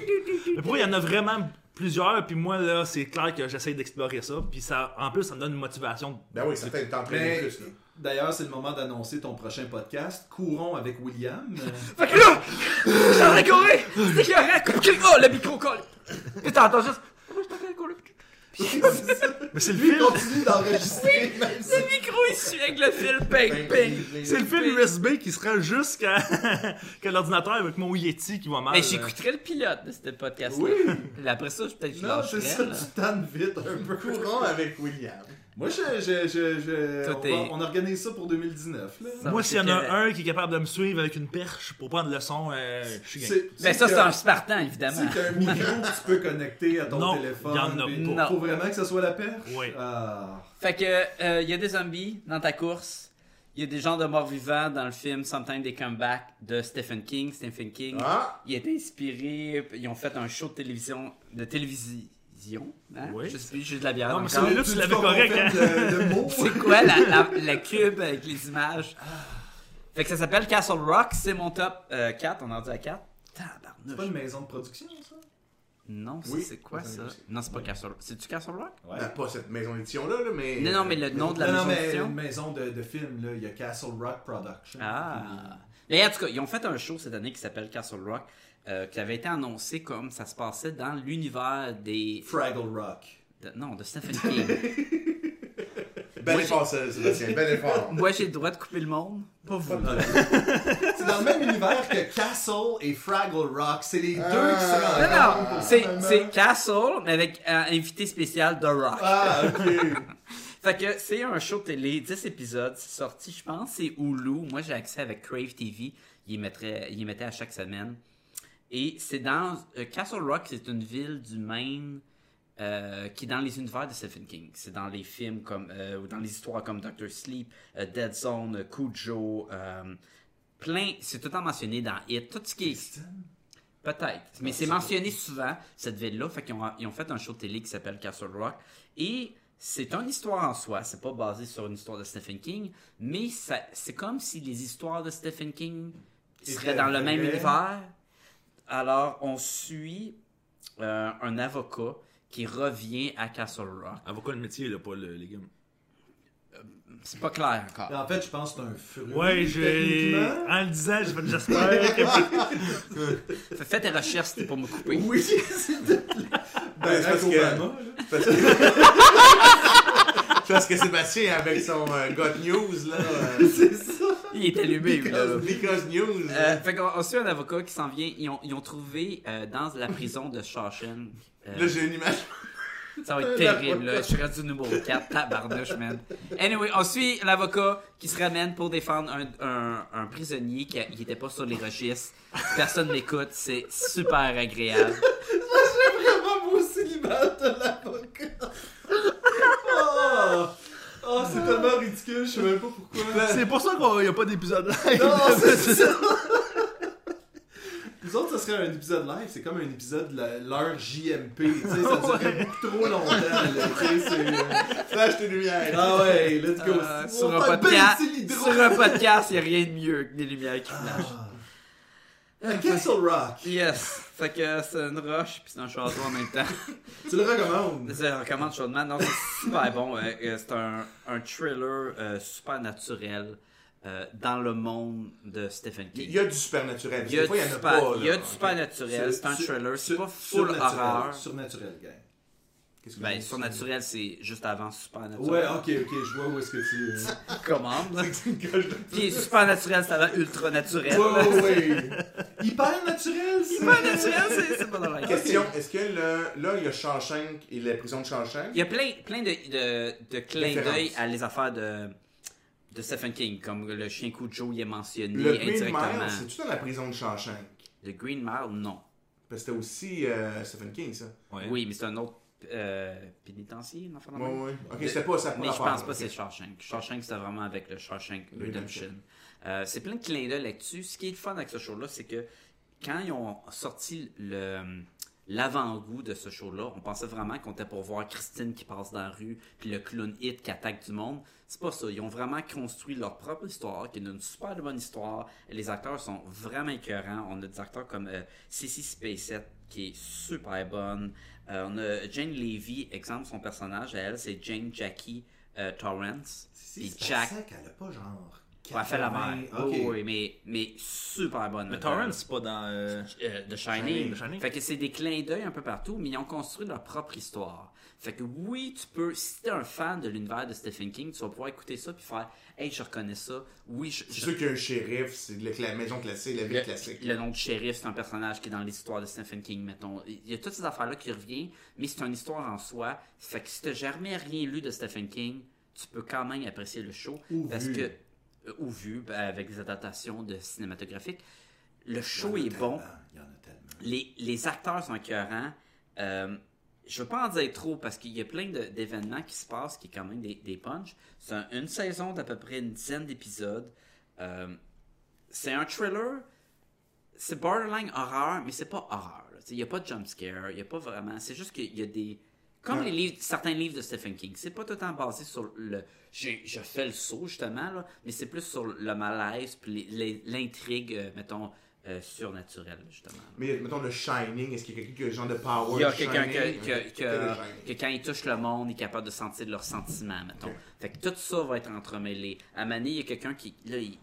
S6: Mais pour il y en a vraiment plusieurs, puis moi, là, c'est clair que j'essaie d'explorer ça, puis ça, en plus, ça me donne une motivation.
S5: Ben oui, ça fait que t'entraînes
S3: Mais
S5: plus, là.
S3: d'ailleurs, c'est le moment d'annoncer ton prochain podcast. Courons avec William. Euh,
S9: Fait que là, j'en ai couru. C'était écœurant. Comme que- Oh, le micro colle. Et t'entends juste. Pourquoi je t'en fais courir?
S6: Mais c'est le fil,
S3: Continue d'enregistrer. même si-
S9: Le micro, il suit avec le fil.
S3: Ben,
S4: ben,
S9: Ping, ping.
S6: c'est le fil USB qui se rend jusqu'à que l'ordinateur avec mon Yeti qui va mal.
S4: Mais
S6: euh.
S4: j'écouterai le pilote de ce podcast-là.
S3: Oui.
S4: Là, Après ça, je- peut-être que je
S3: Non, c'est
S4: lâcherai.
S3: ça,
S4: là.
S3: tu tannes vite un peu.
S5: Courant avec William.
S3: Moi, je, je, je, je-
S4: Toi,
S3: on,
S4: t'es-
S3: va- on organise ça pour 2019. Là.
S4: Ça
S6: Moi,
S4: va,
S6: s'il y en
S4: c'est
S6: a
S4: clair.
S6: un qui est capable de me suivre avec une perche pour prendre le son, euh, je suis gagné.
S4: Ben ça, c'est un Spartan, évidemment.
S3: Si t'as un micro que tu peux connecter à ton
S6: Non,
S3: téléphone,
S6: y en a
S3: puis-
S4: pas.
S3: faut vraiment que ça soit la perche.
S6: Oui.
S3: Ah.
S4: Fait que, euh, il y a des zombies dans ta course. Il y a des gens de morts vivants dans le film Sometimes They Come Back de Stephen King. Stephen King,
S5: Ah!
S4: il est inspiré. Ils ont fait un show de télévision. De télévision. Hein?
S6: Oui.
S4: Je sais plus, j'ai de la bière.
S6: Non, mais
S4: encore.
S6: celui-là, tu l'avais correct, hein?
S3: Le, le mot.
S4: C'est quoi la, la- la cube avec les images? Fait que ça s'appelle Castle Rock. C'est mon top 4. euh, On en dit à 4.
S3: C'est pas une maison de production, ça?
S4: Non, ça,
S5: Oui.
S4: c'est quoi
S5: Ça,
S4: ça?
S5: c'est-
S4: Non, c'est pas Castle Rock. C'est-tu Castle Rock?
S3: Ouais.
S5: Ben, pas cette maison d'édition-là, là, mais.
S4: Non, non, mais le nom de la
S3: non, non,
S4: maison
S3: mais
S4: d'édition.
S3: une maison de, de film, là. Il y a Castle Rock Production.
S4: Ah! Et en tout cas, ils ont fait un show cette année qui s'appelle Castle Rock, euh, qui avait été annoncé comme ça se passait dans l'univers des.
S3: Fraggle Rock.
S4: de- non, de Stephen King.
S5: Bel effort, ça, Sébastien, bel effort.
S4: Moi, j'ai le droit de couper le monde.
S3: C'est dans le même univers que Castle et Fraggle Rock. C'est les deux qui se
S5: Ah.
S4: Non,
S3: rencontrent.
S4: non, c'est c'est Castle, mais avec un invité spécial The Rock.
S3: Ah, ok.
S4: Fait que c'est un show télé, 10 épisodes, c'est sorti, je pense, c'est Hulu. Moi, j'ai accès avec Crave TV. Ils mettaient il mettait à chaque semaine. Et c'est dans euh, Castle Rock, c'est une ville du Maine euh, qui est dans les univers de Stephen King. C'est dans les films comme, euh, ou dans les histoires comme Doctor Sleep, euh, Dead Zone, euh, Cujo, euh, plein. C'est tout le temps mentionné dans It. Tout ce qui est. Peut-être. Mais c'est mentionné souvent, cette ville-là. Fait qu'ils ont, ils ont fait un show télé qui s'appelle Castle Rock. Et c'est une histoire en soi. C'est pas basé sur une histoire de Stephen King. Mais ça, c'est comme si les histoires de Stephen King seraient dans le même
S3: vraies.
S4: univers. Alors, on suit euh, un avocat qui revient à Castle Rock.
S6: Avocat le métier, là, pas le légume.
S4: C'est pas clair encore.
S3: En fait, je pense que c'est un fruit.
S6: Ouais, j'ai.
S3: techniquement.
S6: En le disant, j'ai fait, j'espère que.
S4: Fais- Fais tes recherches, c'était pour me couper.
S3: Oui, s'il te plaît. Barack
S5: Ah, ben, parce que-
S3: Obama.
S5: Parce que... Parce que Sébastien, avec son euh, God News, là. euh,
S3: C'est ça.
S4: Il est allumé, lui, là.
S5: Because, because News.
S4: Euh, fait qu'on on suit un avocat qui s'en vient. Ils ont, ils ont trouvé euh, dans la prison de Shawshank. euh,
S5: Là, j'ai une image.
S4: ça va être terrible, là. Je suis rendu numéro 4, tabarnouche, man. Anyway, on suit l'avocat qui se ramène pour défendre un, un- un prisonnier qui n'était pas sur les registres. Personne m'écoute, c'est super agréable.
S3: J'ai vraiment beau célibataire de l'avocat. Oh, oh c'est tellement ridicule, je sais même pas pourquoi.
S6: C'est pour ça qu'il n'y a pas d'épisode live.
S3: Non, c'est ça. Nous autres, ça serait un épisode live, c'est comme un épisode de la- l'heure JMP, tu sais, ça durait beaucoup trop longtemps, là, tu sais, c'est... euh,
S5: Flash tes lumières.
S3: Ah ouais, let's go.
S4: Euh, sur,
S3: On
S4: un
S3: va faire
S4: podcast,
S3: baisser les droits.
S4: sur un podcast, il n'y a rien de mieux que des lumières qui flashent.
S3: Castle Rock,
S4: Yes! Fait que c'est une roche puis c'est un château en même temps.
S3: tu le recommandes?
S4: Je le recommande chaudement. Non, c'est super bon. Euh, euh, C'est un, un thriller euh, super naturel euh, dans le monde de Stephen
S5: Il
S4: King.
S5: y a du supernaturel.
S4: Il y a
S5: Des
S4: du
S5: fois, il y en a
S4: super-
S5: pas.
S4: il y a
S5: là.
S4: du super naturel, c'est un
S3: Sur-
S4: thriller, c'est
S3: sur-
S4: pas full
S3: surnaturel,
S4: horreur.
S3: Surnaturel, gang.
S5: Qu'est-ce que
S4: Ben,
S5: vous-
S4: surnaturel, c'est juste avant super naturel.
S3: Ouais, ok, ok, je vois où est-ce que tu... euh,
S4: commande.
S5: C'est une coche de-
S4: Puis super naturel, c'est avant ultra naturel.
S3: Ouais, ouais, ouais. Hyper naturel, c'est...
S4: Super naturel, c'est- c'est pas dans la
S5: Question, est-ce que le, là, il y a Shawshank et la prison de Shawshank?
S4: Il y a plein, plein de, de, de clins
S5: Références.
S4: d'œil à les affaires de, de Stephen King, comme le chien Cujo, il est mentionné
S5: Le Green
S4: indirectement.
S5: Mile, c'est-tu dans la prison de Shawshank?
S4: Le Green Mile, non.
S5: Parce que c'était aussi euh, Stephen King, ça.
S6: Ouais.
S4: Oui, mais c'est un autre euh, pénitencier, un enfant de
S5: Ouais,
S4: même.
S5: ouais. Ok, c'était pas ça.
S4: Mais je pense pas que c'est Shawshank. Shawshank, c'était vraiment avec le Shawshank Redemption. Euh, c'est plein de clins d'œil là-dessus. Ce qui est le fun avec ce show-là, c'est que quand ils ont sorti le l'avant-goût de ce show-là, on pensait vraiment qu'on était pour voir Christine qui passe dans la rue, puis le clown hit qui attaque du monde. C'est pas ça. Ils ont vraiment construit leur propre histoire, qui est une super bonne histoire. Les acteurs sont vraiment écœurants. On a des acteurs comme euh, Cissy Spacek, qui est super bonne. Euh, on a Jane Levy, exemple, son personnage, à elle, c'est Jane Jackie euh, Torrance. Puis Jack,
S3: Jack, elle a pas genre.
S4: Ouais, elle fait la mère. Ah
S3: 80, ok.
S4: Oui, oui, mais, mais super bonne.
S6: Mais
S4: madame.
S6: Torrent, c'est pas dans. euh,
S4: Euh, The Shining.
S6: The Shining.
S4: Fait que c'est des clins d'œil un peu partout, mais ils ont construit leur propre histoire. Fait que oui, tu peux, si t'es un fan de l'univers de Stephen King, tu vas pouvoir écouter ça puis faire Hey, je reconnais ça. Oui, je,
S5: C'est
S4: je-
S5: sûr qu'il y a un shérif, c'est le- la maison classique, la ville classique.
S4: le nom de shérif, c'est un personnage qui est dans l'histoire de Stephen King, mettons. Il y a toutes ces affaires-là qui reviennent, mais c'est une histoire en soi. Fait que si t'as jamais rien lu de Stephen King, tu peux quand même apprécier le show.
S3: Ou
S4: parce
S3: vu.
S4: que, euh, ou vu, ben, avec des adaptations de cinématographiques, le show est bon.
S3: Il y en a tellement.
S4: Les, les acteurs sont écœurants. Euh, je veux pas en dire trop parce qu'il y a plein de- d'événements qui se passent qui est quand même des, des punchs. C'est un- une saison d'à peu près une dizaine d'épisodes. Euh, c'est un thriller. C'est borderline horreur, mais c'est pas horreur. là. T'sais, Il n'y a pas de jumpscare, il n'y a pas vraiment. C'est juste qu'il y a des. Comme les livres, certains livres de Stephen King, c'est pas tout le temps basé sur le. j'ai- Je fais le saut, justement, là, mais c'est plus sur le malaise, puis les- les- l'intrigue, euh, mettons, euh, surnaturel, justement.
S5: Mais mettons le Shining, est-ce qu'il y a quelqu'un qui a le genre de power
S4: Il y a
S5: du
S4: quelqu'un
S5: Shining?
S4: que, que- que-
S5: Quelqu'un de Shining.
S4: que quand il touche le monde, il est capable de sentir leurs sentiments, mettons.
S5: Ok.
S4: Fait que tout ça va être entremêlé. À Mané, il y a quelqu'un qui. Là, il-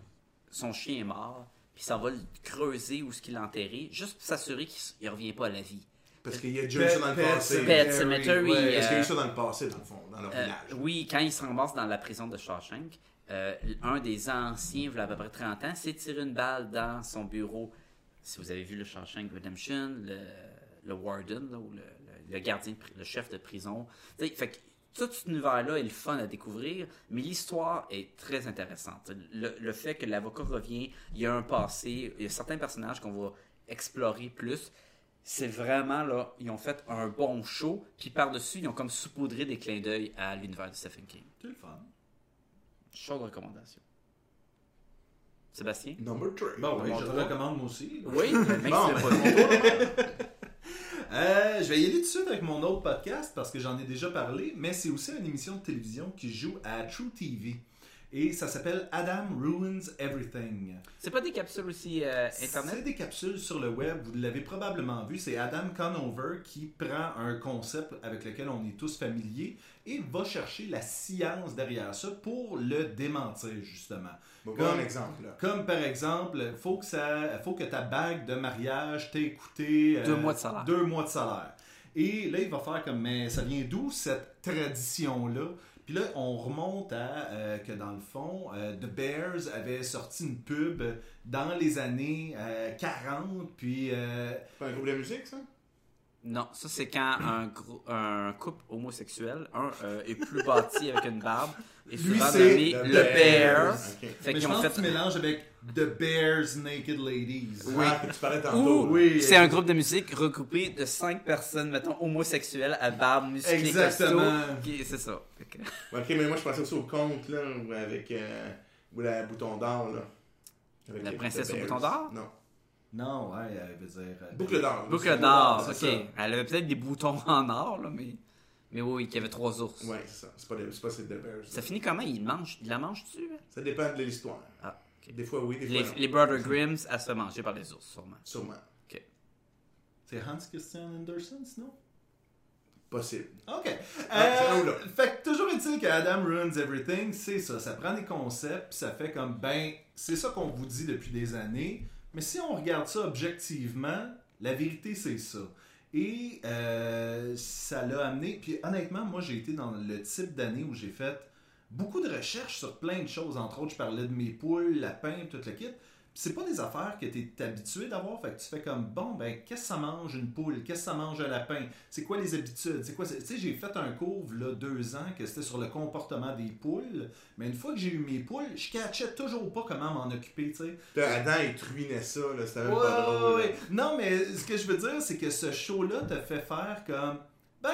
S4: son chien est mort, puis ça va le creuser où ce qu'il l'a enterré, juste pour s'assurer qu'il s- il revient pas à la vie.
S5: Parce qu'il y a déjà eu ça dans le
S3: Pet
S5: passé.
S4: Pet Cemetery.
S5: Ouais, Parce qu'il y a eu
S4: euh,
S5: ça dans le passé, dans le fond, dans leur
S4: euh,
S5: village.
S4: oui, quand il se ramasse dans la prison de Shawshank, euh, un des anciens, il y a à peu près 30 ans, s'est tiré une balle dans son bureau. Si vous avez vu le Shawshank Redemption, le, le warden, là, ou le, le- le gardien, de pri- le chef de prison. Tu sais, fait que tout cet univers-là est le fun à découvrir, mais l'histoire est très intéressante. Le, le fait que l'avocat revient, il y a un passé, il y a certains personnages qu'on va explorer plus. C'est vraiment là, ils ont fait un bon show, puis par-dessus, ils ont comme saupoudré des clins d'œil à l'univers de Stephen King.
S3: C'est le fun.
S4: Chaude recommandation. Sébastien?
S5: Number 3.
S3: Bon, oui,
S5: Number
S3: je le
S5: trois.
S3: recommande moi aussi. là.
S4: Oui, mais
S5: Bon,
S4: c'est
S5: ben,
S4: pas
S3: Euh, je vais y aller tout de suite avec mon autre podcast parce que j'en ai déjà parlé, mais c'est aussi une émission de télévision qui joue à True TV. Et ça s'appelle Adam Ruins Everything.
S4: C'est pas des capsules aussi euh,
S3: C'est
S4: Internet?
S3: des capsules sur le web, vous l'avez probablement vu, c'est Adam Conover qui prend un concept avec lequel on est tous familiers et va chercher la science derrière ça pour le démentir justement.
S5: Bon,
S3: Comme-
S5: un exemple, là.
S3: Comme par exemple, faut que ça, faut que ta bague de mariage t'ait coûté euh,
S4: Deux mois de salaire.
S3: deux mois de salaire. Et là, il va faire comme, mais ça vient d'où cette tradition-là? Puis là, on remonte à euh, que dans le fond, euh, The Bears avait sorti une pub dans les années euh, 40, puis euh,
S5: C'est un groupe de musique, ça
S4: Non, ça c'est quand un, grou- un couple homosexuel, un euh, est plus bâti avec une barbe, et
S3: Lui,
S4: souvent
S3: c'est
S4: nommé
S5: le
S4: le
S5: Bears.
S4: Bears.
S5: Ok.
S3: mais
S4: Fait
S3: je
S4: qu'ils ont
S3: pense
S4: fait
S3: que tu mélanges avec The Bears Naked Ladies.
S5: Oui. Ah, tu parlais tantôt.
S4: Ou
S5: là.
S3: Oui,
S4: c'est un groupe de musique regroupé de cinq personnes, mettons, homosexuelles à barbe musclée
S3: Exactement.
S4: costaud, qui- C'est ça. Fait que-
S5: Ok, mais moi, je pensais aussi au conte, là, où avec. euh, ou la bouton d'or, là. Avec
S4: La
S5: les-
S4: princesse
S5: The
S4: au
S5: Bears.
S4: bouton d'or?
S5: Non.
S3: Non, ouais, elle veut dire... euh,
S5: Boucle d'or.
S4: Boucle d'or, ok.
S3: c'est ça.
S4: Elle avait peut-être des boutons en or, là, mais. Mais oui, qu'il y avait trois ours.
S5: Ouais, c'est ça. C'est pas, des- c'est pas c'est The Bears.
S4: Ça finit comment Il mange Il la mange-tu hein?
S5: Ça dépend de l'histoire.
S4: Ah, ok.
S5: Des fois oui, des fois
S4: Les,
S5: non.
S4: les Brother Grimms, à se fait manger par les ours, sûrement.
S5: Sûrement.
S3: C'est Hans Christian Andersen, sinon?
S5: Possible.
S3: OK.
S5: Ah, c'est
S3: Euh,
S5: là.
S3: fait que toujours est-il que Adam Ruins Everything, c'est ça. Ça prend des concepts, puis ça fait comme, ben, c'est ça qu'on vous dit depuis des années. Mais si on regarde ça objectivement, la vérité, c'est ça. Et euh, ça l'a amené. Puis honnêtement, moi, j'ai été dans le type d'année où j'ai fait beaucoup de recherches sur plein de choses. Entre autres, je parlais de mes poules, lapins, tout le kit. Puis C'est pas des affaires que tu es habitué d'avoir, fait que tu fais comme bon, ben qu'est-ce que ça mange une poule, qu'est-ce que ça mange un lapin, c'est quoi les habitudes, c'est quoi. c'est- Tu sais, j'ai fait un cours là deux ans que c'était sur le comportement des poules, mais une fois que j'ai eu mes poules, je catchais toujours pas comment m'en occuper, tu sais.
S5: Putain, Adam, il te ruinait ça, là. C'était même
S3: Ouais,
S5: pas drôle.
S3: ouais,
S5: là.
S3: ouais. Non, mais ce que je veux dire, c'est que ce show-là te fait faire comme. Ben,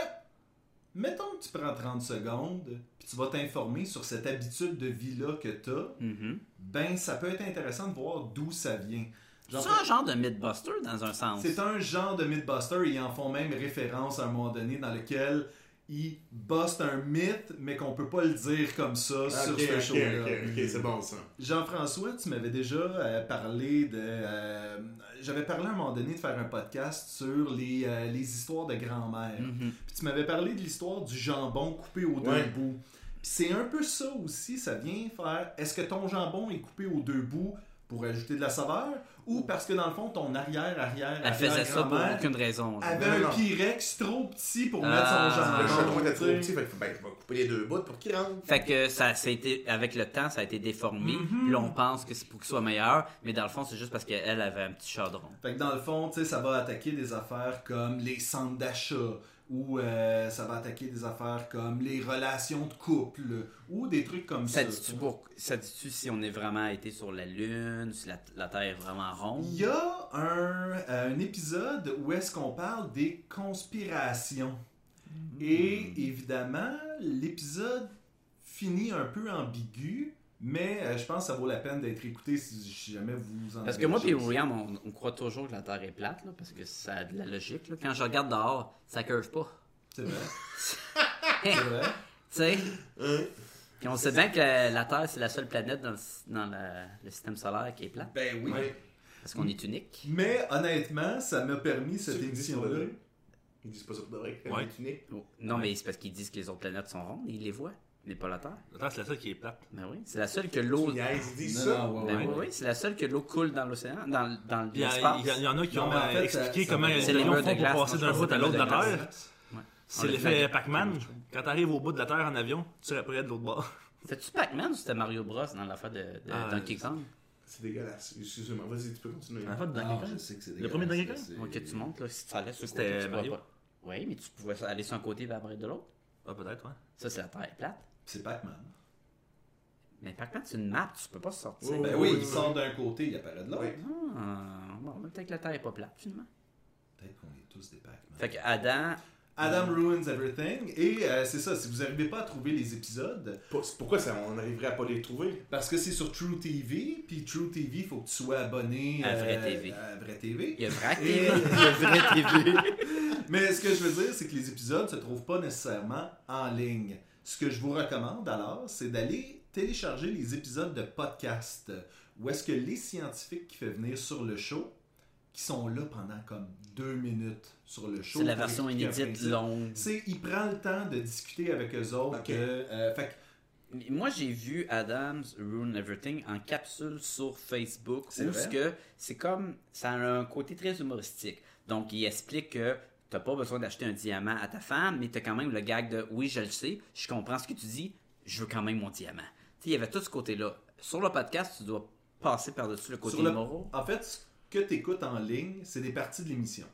S3: mettons que tu prends 30 secondes, puis tu vas t'informer sur cette habitude de vie-là que t'as.
S4: Mhm.
S3: Ben, ça peut être intéressant de voir d'où ça vient. J'en
S4: C'est un genre de Mythbuster dans un sens.
S3: c'est un genre de Mythbuster, ils en font même référence à un moment donné dans lequel ils bustent un mythe, mais qu'on peut pas le dire comme ça
S5: Ah,
S3: sur
S5: ok,
S3: ce
S5: ok,
S3: show-là.
S5: ok, ok, c'est bon ça.
S3: Jean-François, tu m'avais déjà euh, parlé de. euh, J'avais parlé à un moment donné de faire un podcast sur les, euh, les histoires de grand-mère.
S4: Mhm.
S3: Puis tu m'avais parlé de l'histoire du jambon coupé aux deux
S5: Ouais.
S3: bouts. Puis c'est un peu ça aussi, ça vient faire. Est-ce que ton jambon est coupé aux deux bouts pour ajouter de la saveur ou parce que dans le fond, ton arrière-arrière.
S4: Elle faisait ça pour
S3: arrière-grand-mère
S4: aucune raison. là.
S3: avait
S5: Non, non, non.
S3: un pyrex trop petit pour
S4: Ah.
S5: Le
S3: mettre son jambon.
S5: chaudron était trop
S3: tu sais.
S5: petit, fait que ben, je vais couper les deux bouts pour qu'il rentre.
S4: Fait que ça, ça a été, avec le temps, ça a été déformé. Puis là, on pense que c'est pour qu'il soit meilleur, mais dans le fond, c'est juste parce qu'elle avait un petit chaudron.
S3: Fait que dans le fond, tu sais, ça va attaquer des affaires comme les centres d'achat ou euh, ça va attaquer des affaires comme les relations de couple ou des trucs comme ça.
S4: Ça dit-tu pour- ça dit-tu si on est vraiment été sur la Lune, si la, la Terre est vraiment ronde?
S3: Il y a un, euh, un épisode où est-ce qu'on parle des conspirations. Et évidemment, l'épisode finit un peu ambigu, mais euh, je pense que ça vaut la peine d'être écouté si jamais vous en
S4: Parce
S3: avez
S4: que moi
S3: la
S4: puis
S3: chance.
S4: William, on, on croit toujours que la Terre est plate, là, parce que ça a de la logique. là. Quand je regarde dehors, ça curve pas.
S3: C'est vrai. C'est vrai.
S4: Tu sais?
S5: Hein?
S4: Puis on sait bien que la, la Terre, c'est la seule planète dans le, dans la- le système solaire qui est plate.
S3: Ben oui.
S4: Parce qu'on est unique.
S3: Mais honnêtement, ça m'a permis cette
S5: Tu le dis sur
S3: émission-là.
S5: le vrai? Ils disent pas ça pour de vrai.
S6: Ouais.
S5: Tu n'es-
S4: Non, mais c'est parce qu'ils disent que les autres planètes sont rondes, ils les voient, mais pas la Terre.
S6: Attends, c'est la seule qui est plate.
S4: Ben oui, c'est la seule que
S5: Tu
S4: l'eau.
S5: niaises, ils disent
S3: Non,
S5: ça.
S3: non, ouais,
S4: Ben
S3: ouais.
S4: oui, oui, c'est la seule que l'eau coule dans l'océan, dans, dans
S6: Il y, a-
S4: l'espace.
S6: il y a- il y en a qui
S3: Non,
S6: ont
S3: mais en
S6: euh,
S3: fait,
S6: expliqué
S3: ça-
S6: comment
S3: ça-
S6: les
S4: c'est les
S6: avions
S4: murs de
S6: font pour
S4: glace,
S6: passer
S4: moi,
S6: d'un
S4: je pense
S6: bout
S4: que
S6: à
S4: c'est
S6: l'autre de
S4: les
S6: la
S4: murs de
S6: Terre.
S4: Ouais.
S6: C'est
S4: On a
S6: l'effet
S4: fait-
S6: Pac-Man. Quand t'arrives au bout de la Terre en avion, tu rappellerais de l'autre bord.
S4: C'était-tu Pac-Man ou c'était Mario Bros dans l'affaire de, de
S6: Ah,
S4: Donkey Kong
S5: C'est dégueulasse. Excuse-moi. Vas-y, tu peux continuer.
S6: L'affaire de
S3: Ah,
S6: Donkey
S3: je
S6: Kong.
S3: sais que c'est
S6: Le
S3: dégueulasse,
S6: premier Donkey
S3: mais
S6: Kong?
S3: c'est-
S4: Ouais, que tu montes, là, si Ah, tu allais sur le
S6: C'était
S4: côté, tu pouvais
S6: Mario.
S4: pas- Oui, mais tu pouvais aller sur un côté et après de l'autre.
S6: Ah, peut-être, ouais.
S4: Ça, c'est la Terre est plate.
S3: C'est Pac-Man.
S4: Mais Pac-Man, c'est une map, tu peux pas sortir.
S6: Oh,
S5: Ouais,
S3: Ben
S5: Oh, oui,
S3: oui,
S5: oui.
S3: il sort d'un côté, il apparaît de l'autre.
S5: Oui.
S4: Ah, bon, mais peut-être que la Terre est pas plate, finalement.
S3: Peut-être qu'on est tous des Pac-Man.
S4: Fait que Adam,
S3: Adam ruins everything. Et euh, c'est ça, si vous n'arrivez pas à trouver les épisodes,
S5: Pour- Pourquoi ça, on arriverait à pas les trouver
S3: parce que c'est sur True TV, puis True TV, il faut que tu sois abonné euh,
S4: À Vrai TV.
S3: à Vrai TV.
S4: il y a vrai
S3: Et-
S4: TV, il y a vrai TV.
S3: Mais ce que je veux dire, c'est que les épisodes se trouvent pas nécessairement en ligne. Ce que je vous recommande alors, c'est d'aller télécharger les épisodes de podcast où est-ce que les scientifiques qui fait venir sur le show, qui sont là pendant comme deux minutes sur le show.
S4: C'est la
S3: pour
S4: version
S3: expliquer un
S4: inédite
S3: principe.
S4: longue.
S3: C'est, il prend le temps de discuter avec eux autres.
S5: Ok.
S3: euh, euh, fait que
S4: Moi, j'ai vu Adams Ruin Everything en capsule sur Facebook.
S3: C'est
S4: où
S3: vrai?
S4: ce que c'est comme ça a un côté très humoristique. Donc, il explique que t'as pas besoin d'acheter un diamant à ta femme, mais t'as quand même le gag de oui, je le sais, je comprends ce que tu dis, je veux quand même mon diamant. Tu sais, il y avait tout ce côté-là. Sur le podcast, tu dois passer par-dessus le côté
S3: Sur le-
S4: moraux.
S3: En fait, ce que tu écoutes en ligne, c'est des parties de l'émission.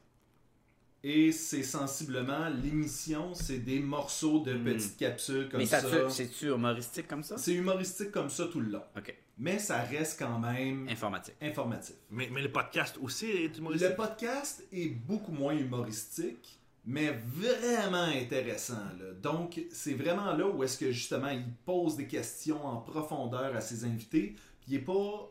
S3: Et c'est sensiblement l'émission, c'est des morceaux de petites capsules comme
S4: Hmm. Mais
S3: ça.
S4: ça, c'est-tu humoristique comme ça?
S3: C'est humoristique comme ça tout le long.
S4: Ok.
S3: Mais ça reste quand même
S4: Informatique.
S3: informatif.
S6: Mais, mais le podcast aussi est humoristique.
S3: Le podcast est beaucoup moins humoristique, mais vraiment intéressant. là. Donc, c'est vraiment là où est-ce que justement il pose des questions en profondeur à ses invités. puis Il est pas,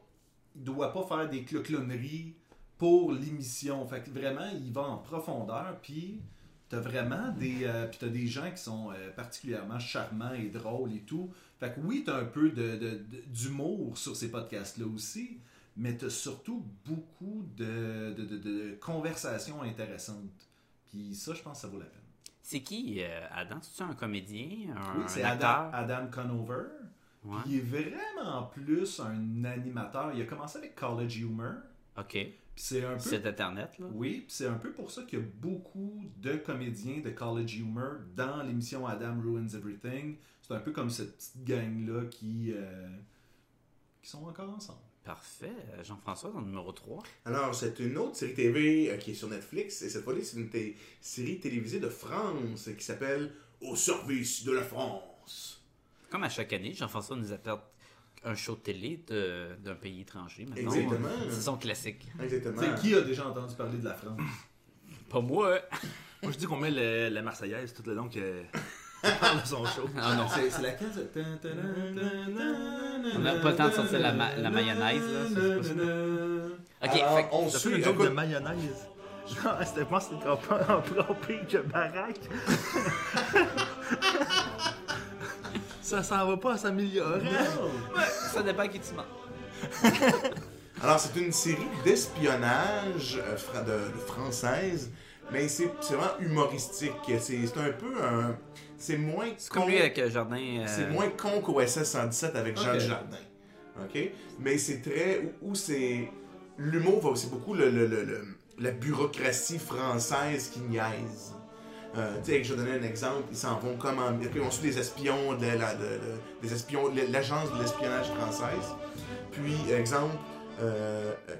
S3: il doit pas faire des cloclonneries pour l'émission. Fait que vraiment, il va en profondeur. Puis t'as vraiment des, euh, puis t'as des gens qui sont euh, particulièrement charmants et drôles et tout. Fait que oui, t'as un peu de- de- de- d'humour sur ces podcasts-là aussi mais tu surtout beaucoup de, de- de- de conversations intéressantes. Puis ça, je pense que ça vaut la peine.
S4: C'est qui, euh, Adam? C'est-tu un comédien? Un,
S3: Oui,
S4: un
S3: c'est
S4: acteur?
S3: Adam, Adam Conover.
S4: Ouais.
S3: Puis Il est vraiment plus un animateur. Il a commencé avec College Humor.
S4: OK.
S3: Puis c'est un peu.
S4: C'est Internet, là?
S3: Oui, puis c'est un peu pour ça qu'il y a beaucoup de comédiens de College Humor dans l'émission Adam Ruins Everything. C'est un peu comme cette petite gang-là qui, euh, qui sont encore ensemble.
S4: Parfait. Euh, Jean-François, dans le numéro 3.
S5: Alors, c'est une autre série TV euh, qui est sur Netflix, et cette fois-ci, c'est une té- série télévisée de France qui s'appelle Au service de la France.
S4: Comme à chaque année, Jean-François nous apporte un show de télé de- d'un pays étranger. Maintenant,
S5: Exactement.
S4: C'est son classique.
S5: Exactement.
S3: Tu sais, qui a déjà entendu parler de la France?
S4: Pas moi.
S6: Moi, je dis qu'on met le- la Marseillaise tout le long que. parle de son show.
S4: Ah non.
S3: C'est c'est la case.
S4: On n'a pas le temps de sortir la ma- la mayonnaise, là, ça, c'est pas ça. OK,
S5: Alors,
S4: fait que-
S5: on
S6: Ça fait
S5: suit.
S6: une joke de
S5: écoute,
S6: mayonnaise. Genre, euh, c'était pas c'est encore plus pire que baraque. Ça s'en va pas s'améliorer.
S3: Oh!
S4: ça dépend qui tu mens.
S5: Alors, c'est une série d'espionnage euh, fra- de, de française, mais c'est c'est vraiment humoristique. C'est c'est un peu un. C'est moins.
S4: C'est comme
S5: con-
S4: lui avec euh, Jardin. euh,
S5: C'est moins con qu'au SS 117 avec Jean
S3: Ok.
S5: Dujardin. OK? Mais c'est très. Où, où c'est. L'humour, va- c'est beaucoup le, le- le- le- la bureaucratie française qui niaise. Euh, tu sais, je vais donner un exemple. Ils s'en vont comme en. Ils ont des espions de la- de- de- des espions, de l'agence de l'espionnage française. Puis, exemple, euh, euh,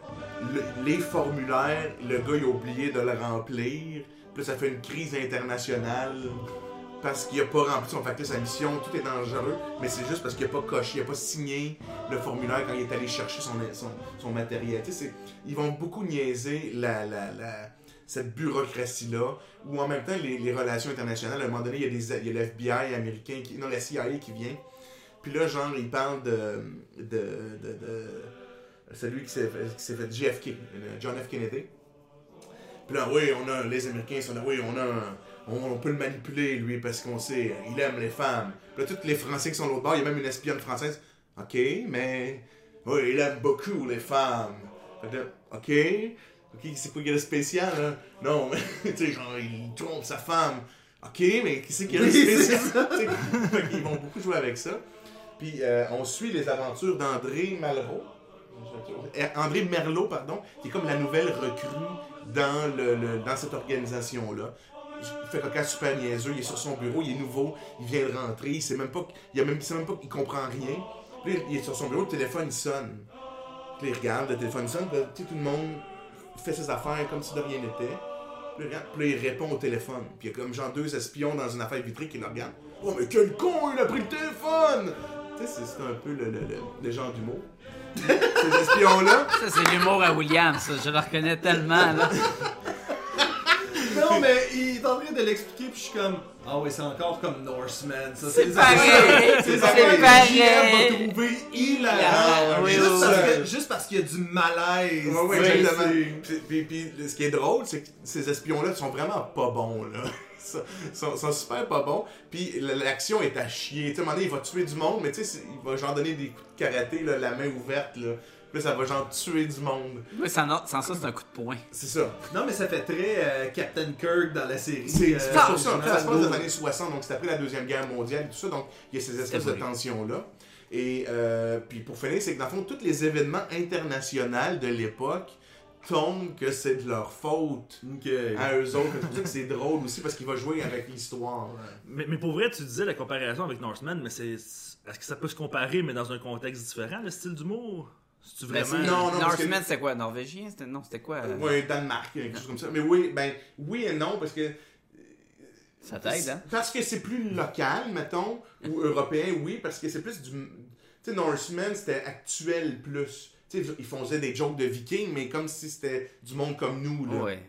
S5: le- les formulaires, le gars il a oublié de le remplir. Puis là, ça fait une crise internationale parce qu'il a pas rempli son facteur, sa mission, tout est dangereux, mais c'est juste parce qu'il a pas coché, il a pas signé le formulaire quand il est allé chercher son, son, son matériel. Tu sais, c'est- ils vont beaucoup niaiser la, la, la- cette bureaucratie-là, ou en même temps les, les relations internationales. À un moment donné, il y a, des, il y a le FBI américain, qui, non, la CIA qui vient. Puis là, genre, ils parlent de, de, de, de celui qui s'est fait, qui s'est fait JFK, euh, John F. Kennedy. Puis là, oui, on a, les Américains sont là, oui, on a un- on, on peut le manipuler, lui, parce qu'on sait, il aime les femmes. Puis là, tous les Français qui sont de l'autre bord, il y a même une espionne française. OK, mais. Oui, il aime beaucoup les femmes. Fait que là, OK. OK, c'est quoi qu'il y a de spécial, là? Non, mais, tu sais, genre, il trompe sa femme. OK, mais qu'est-ce qu'il y a de spécial? Tu sais, fait qu'ils vont beaucoup jouer avec ça. Puis, euh, on suit les aventures d'André Malraux. Euh, André Merlot, pardon, qui est comme la nouvelle recrue dans, le, le- dans cette organisation-là. Il fait coca super niaiseux, il est sur son bureau, il est nouveau, il vient de rentrer, il sait même pas, qu'- il, a même, il sait même pas qu'il comprend rien. Puis là, il est sur son bureau, le téléphone il sonne. Puis là, il regarde, le téléphone sonne, puis là, tu sais, tout le monde fait ses affaires comme si de rien n'était. Puis là, il regarde, puis là, il répond au téléphone. Puis il y a comme genre deux espions dans une affaire vitrée qui le regardent. Oh, mais quel con, il a pris le téléphone! Tu sais, c'est- c'est un peu le, le, le, le genre d'humour. Ces espions-là.
S4: Ça, c'est l'humour à William, ça. Je le reconnais tellement, là.
S3: Non, mais il est en train de l'expliquer, puis je suis comme. Ah ouais, c'est encore comme Norseman, ça.
S4: C'est
S3: les
S4: pareil!
S3: C'est
S4: C'est
S3: pareil.
S4: pareil!
S3: JF va trouver
S4: Ah,
S3: hilarant.
S4: oui,
S3: juste,
S4: oui,
S3: parce
S5: oui.
S3: que- juste parce qu'il y a du malaise.
S5: Ouais, ouais,
S3: tu sais,
S5: exactement.
S3: c'est-
S5: Puis, puis- puis, le- ce qui est drôle, c'est que ces espions-là sont vraiment pas bons, là. Ils sont, sont super pas bons. Puis l- l'action est à chier. Tu sais, à un moment donné, il va tuer du monde, mais tu sais, c'est- il va genre donner des coups de karaté, là, la main ouverte, là. Puis là, ça va genre tuer du monde.
S4: Oui, sans, sans ça, c'est un coup de poing.
S5: C'est ça.
S3: Non, mais ça fait très euh, Captain Kirk dans la série.
S5: C'est
S3: euh,
S5: c'est
S3: sur
S5: sur ça,
S3: le
S5: en fait, ça se passe dans les
S3: Commando.
S5: années 60, donc c'est après la Deuxième Guerre mondiale et tout ça, donc il y a ces espèces de
S4: évolué.
S5: tensions-là. Et euh, puis pour finir, c'est que dans le fond, tous les événements internationaux de l'époque tombent que c'est de leur faute à eux autres. C'est pour ça que c'est drôle aussi, parce qu'il va jouer avec l'histoire.
S6: Mais, mais pour vrai, tu disais la comparaison avec Norseman, mais c'est. Est-ce que ça peut se comparer, mais dans un contexte différent, le style d'humour C'est-tu
S4: Ben,
S6: vraiment.
S4: c'est-
S5: non, non, parce que-
S4: Norseman, c'était quoi? Norvégien? C'était- Non, c'était quoi? euh,
S5: Ouais, Danemark, quelque chose comme ça. Mais oui, ben, oui et non, parce que
S4: Ça t'aide, hein?
S5: Parce que c'est plus local, mettons, ou européen, oui, parce que c'est plus du. Tu sais, Norseman, c'était actuel plus. Tu sais, ils faisaient des jokes de vikings, mais comme si c'était du monde comme nous, là.
S4: Ouais.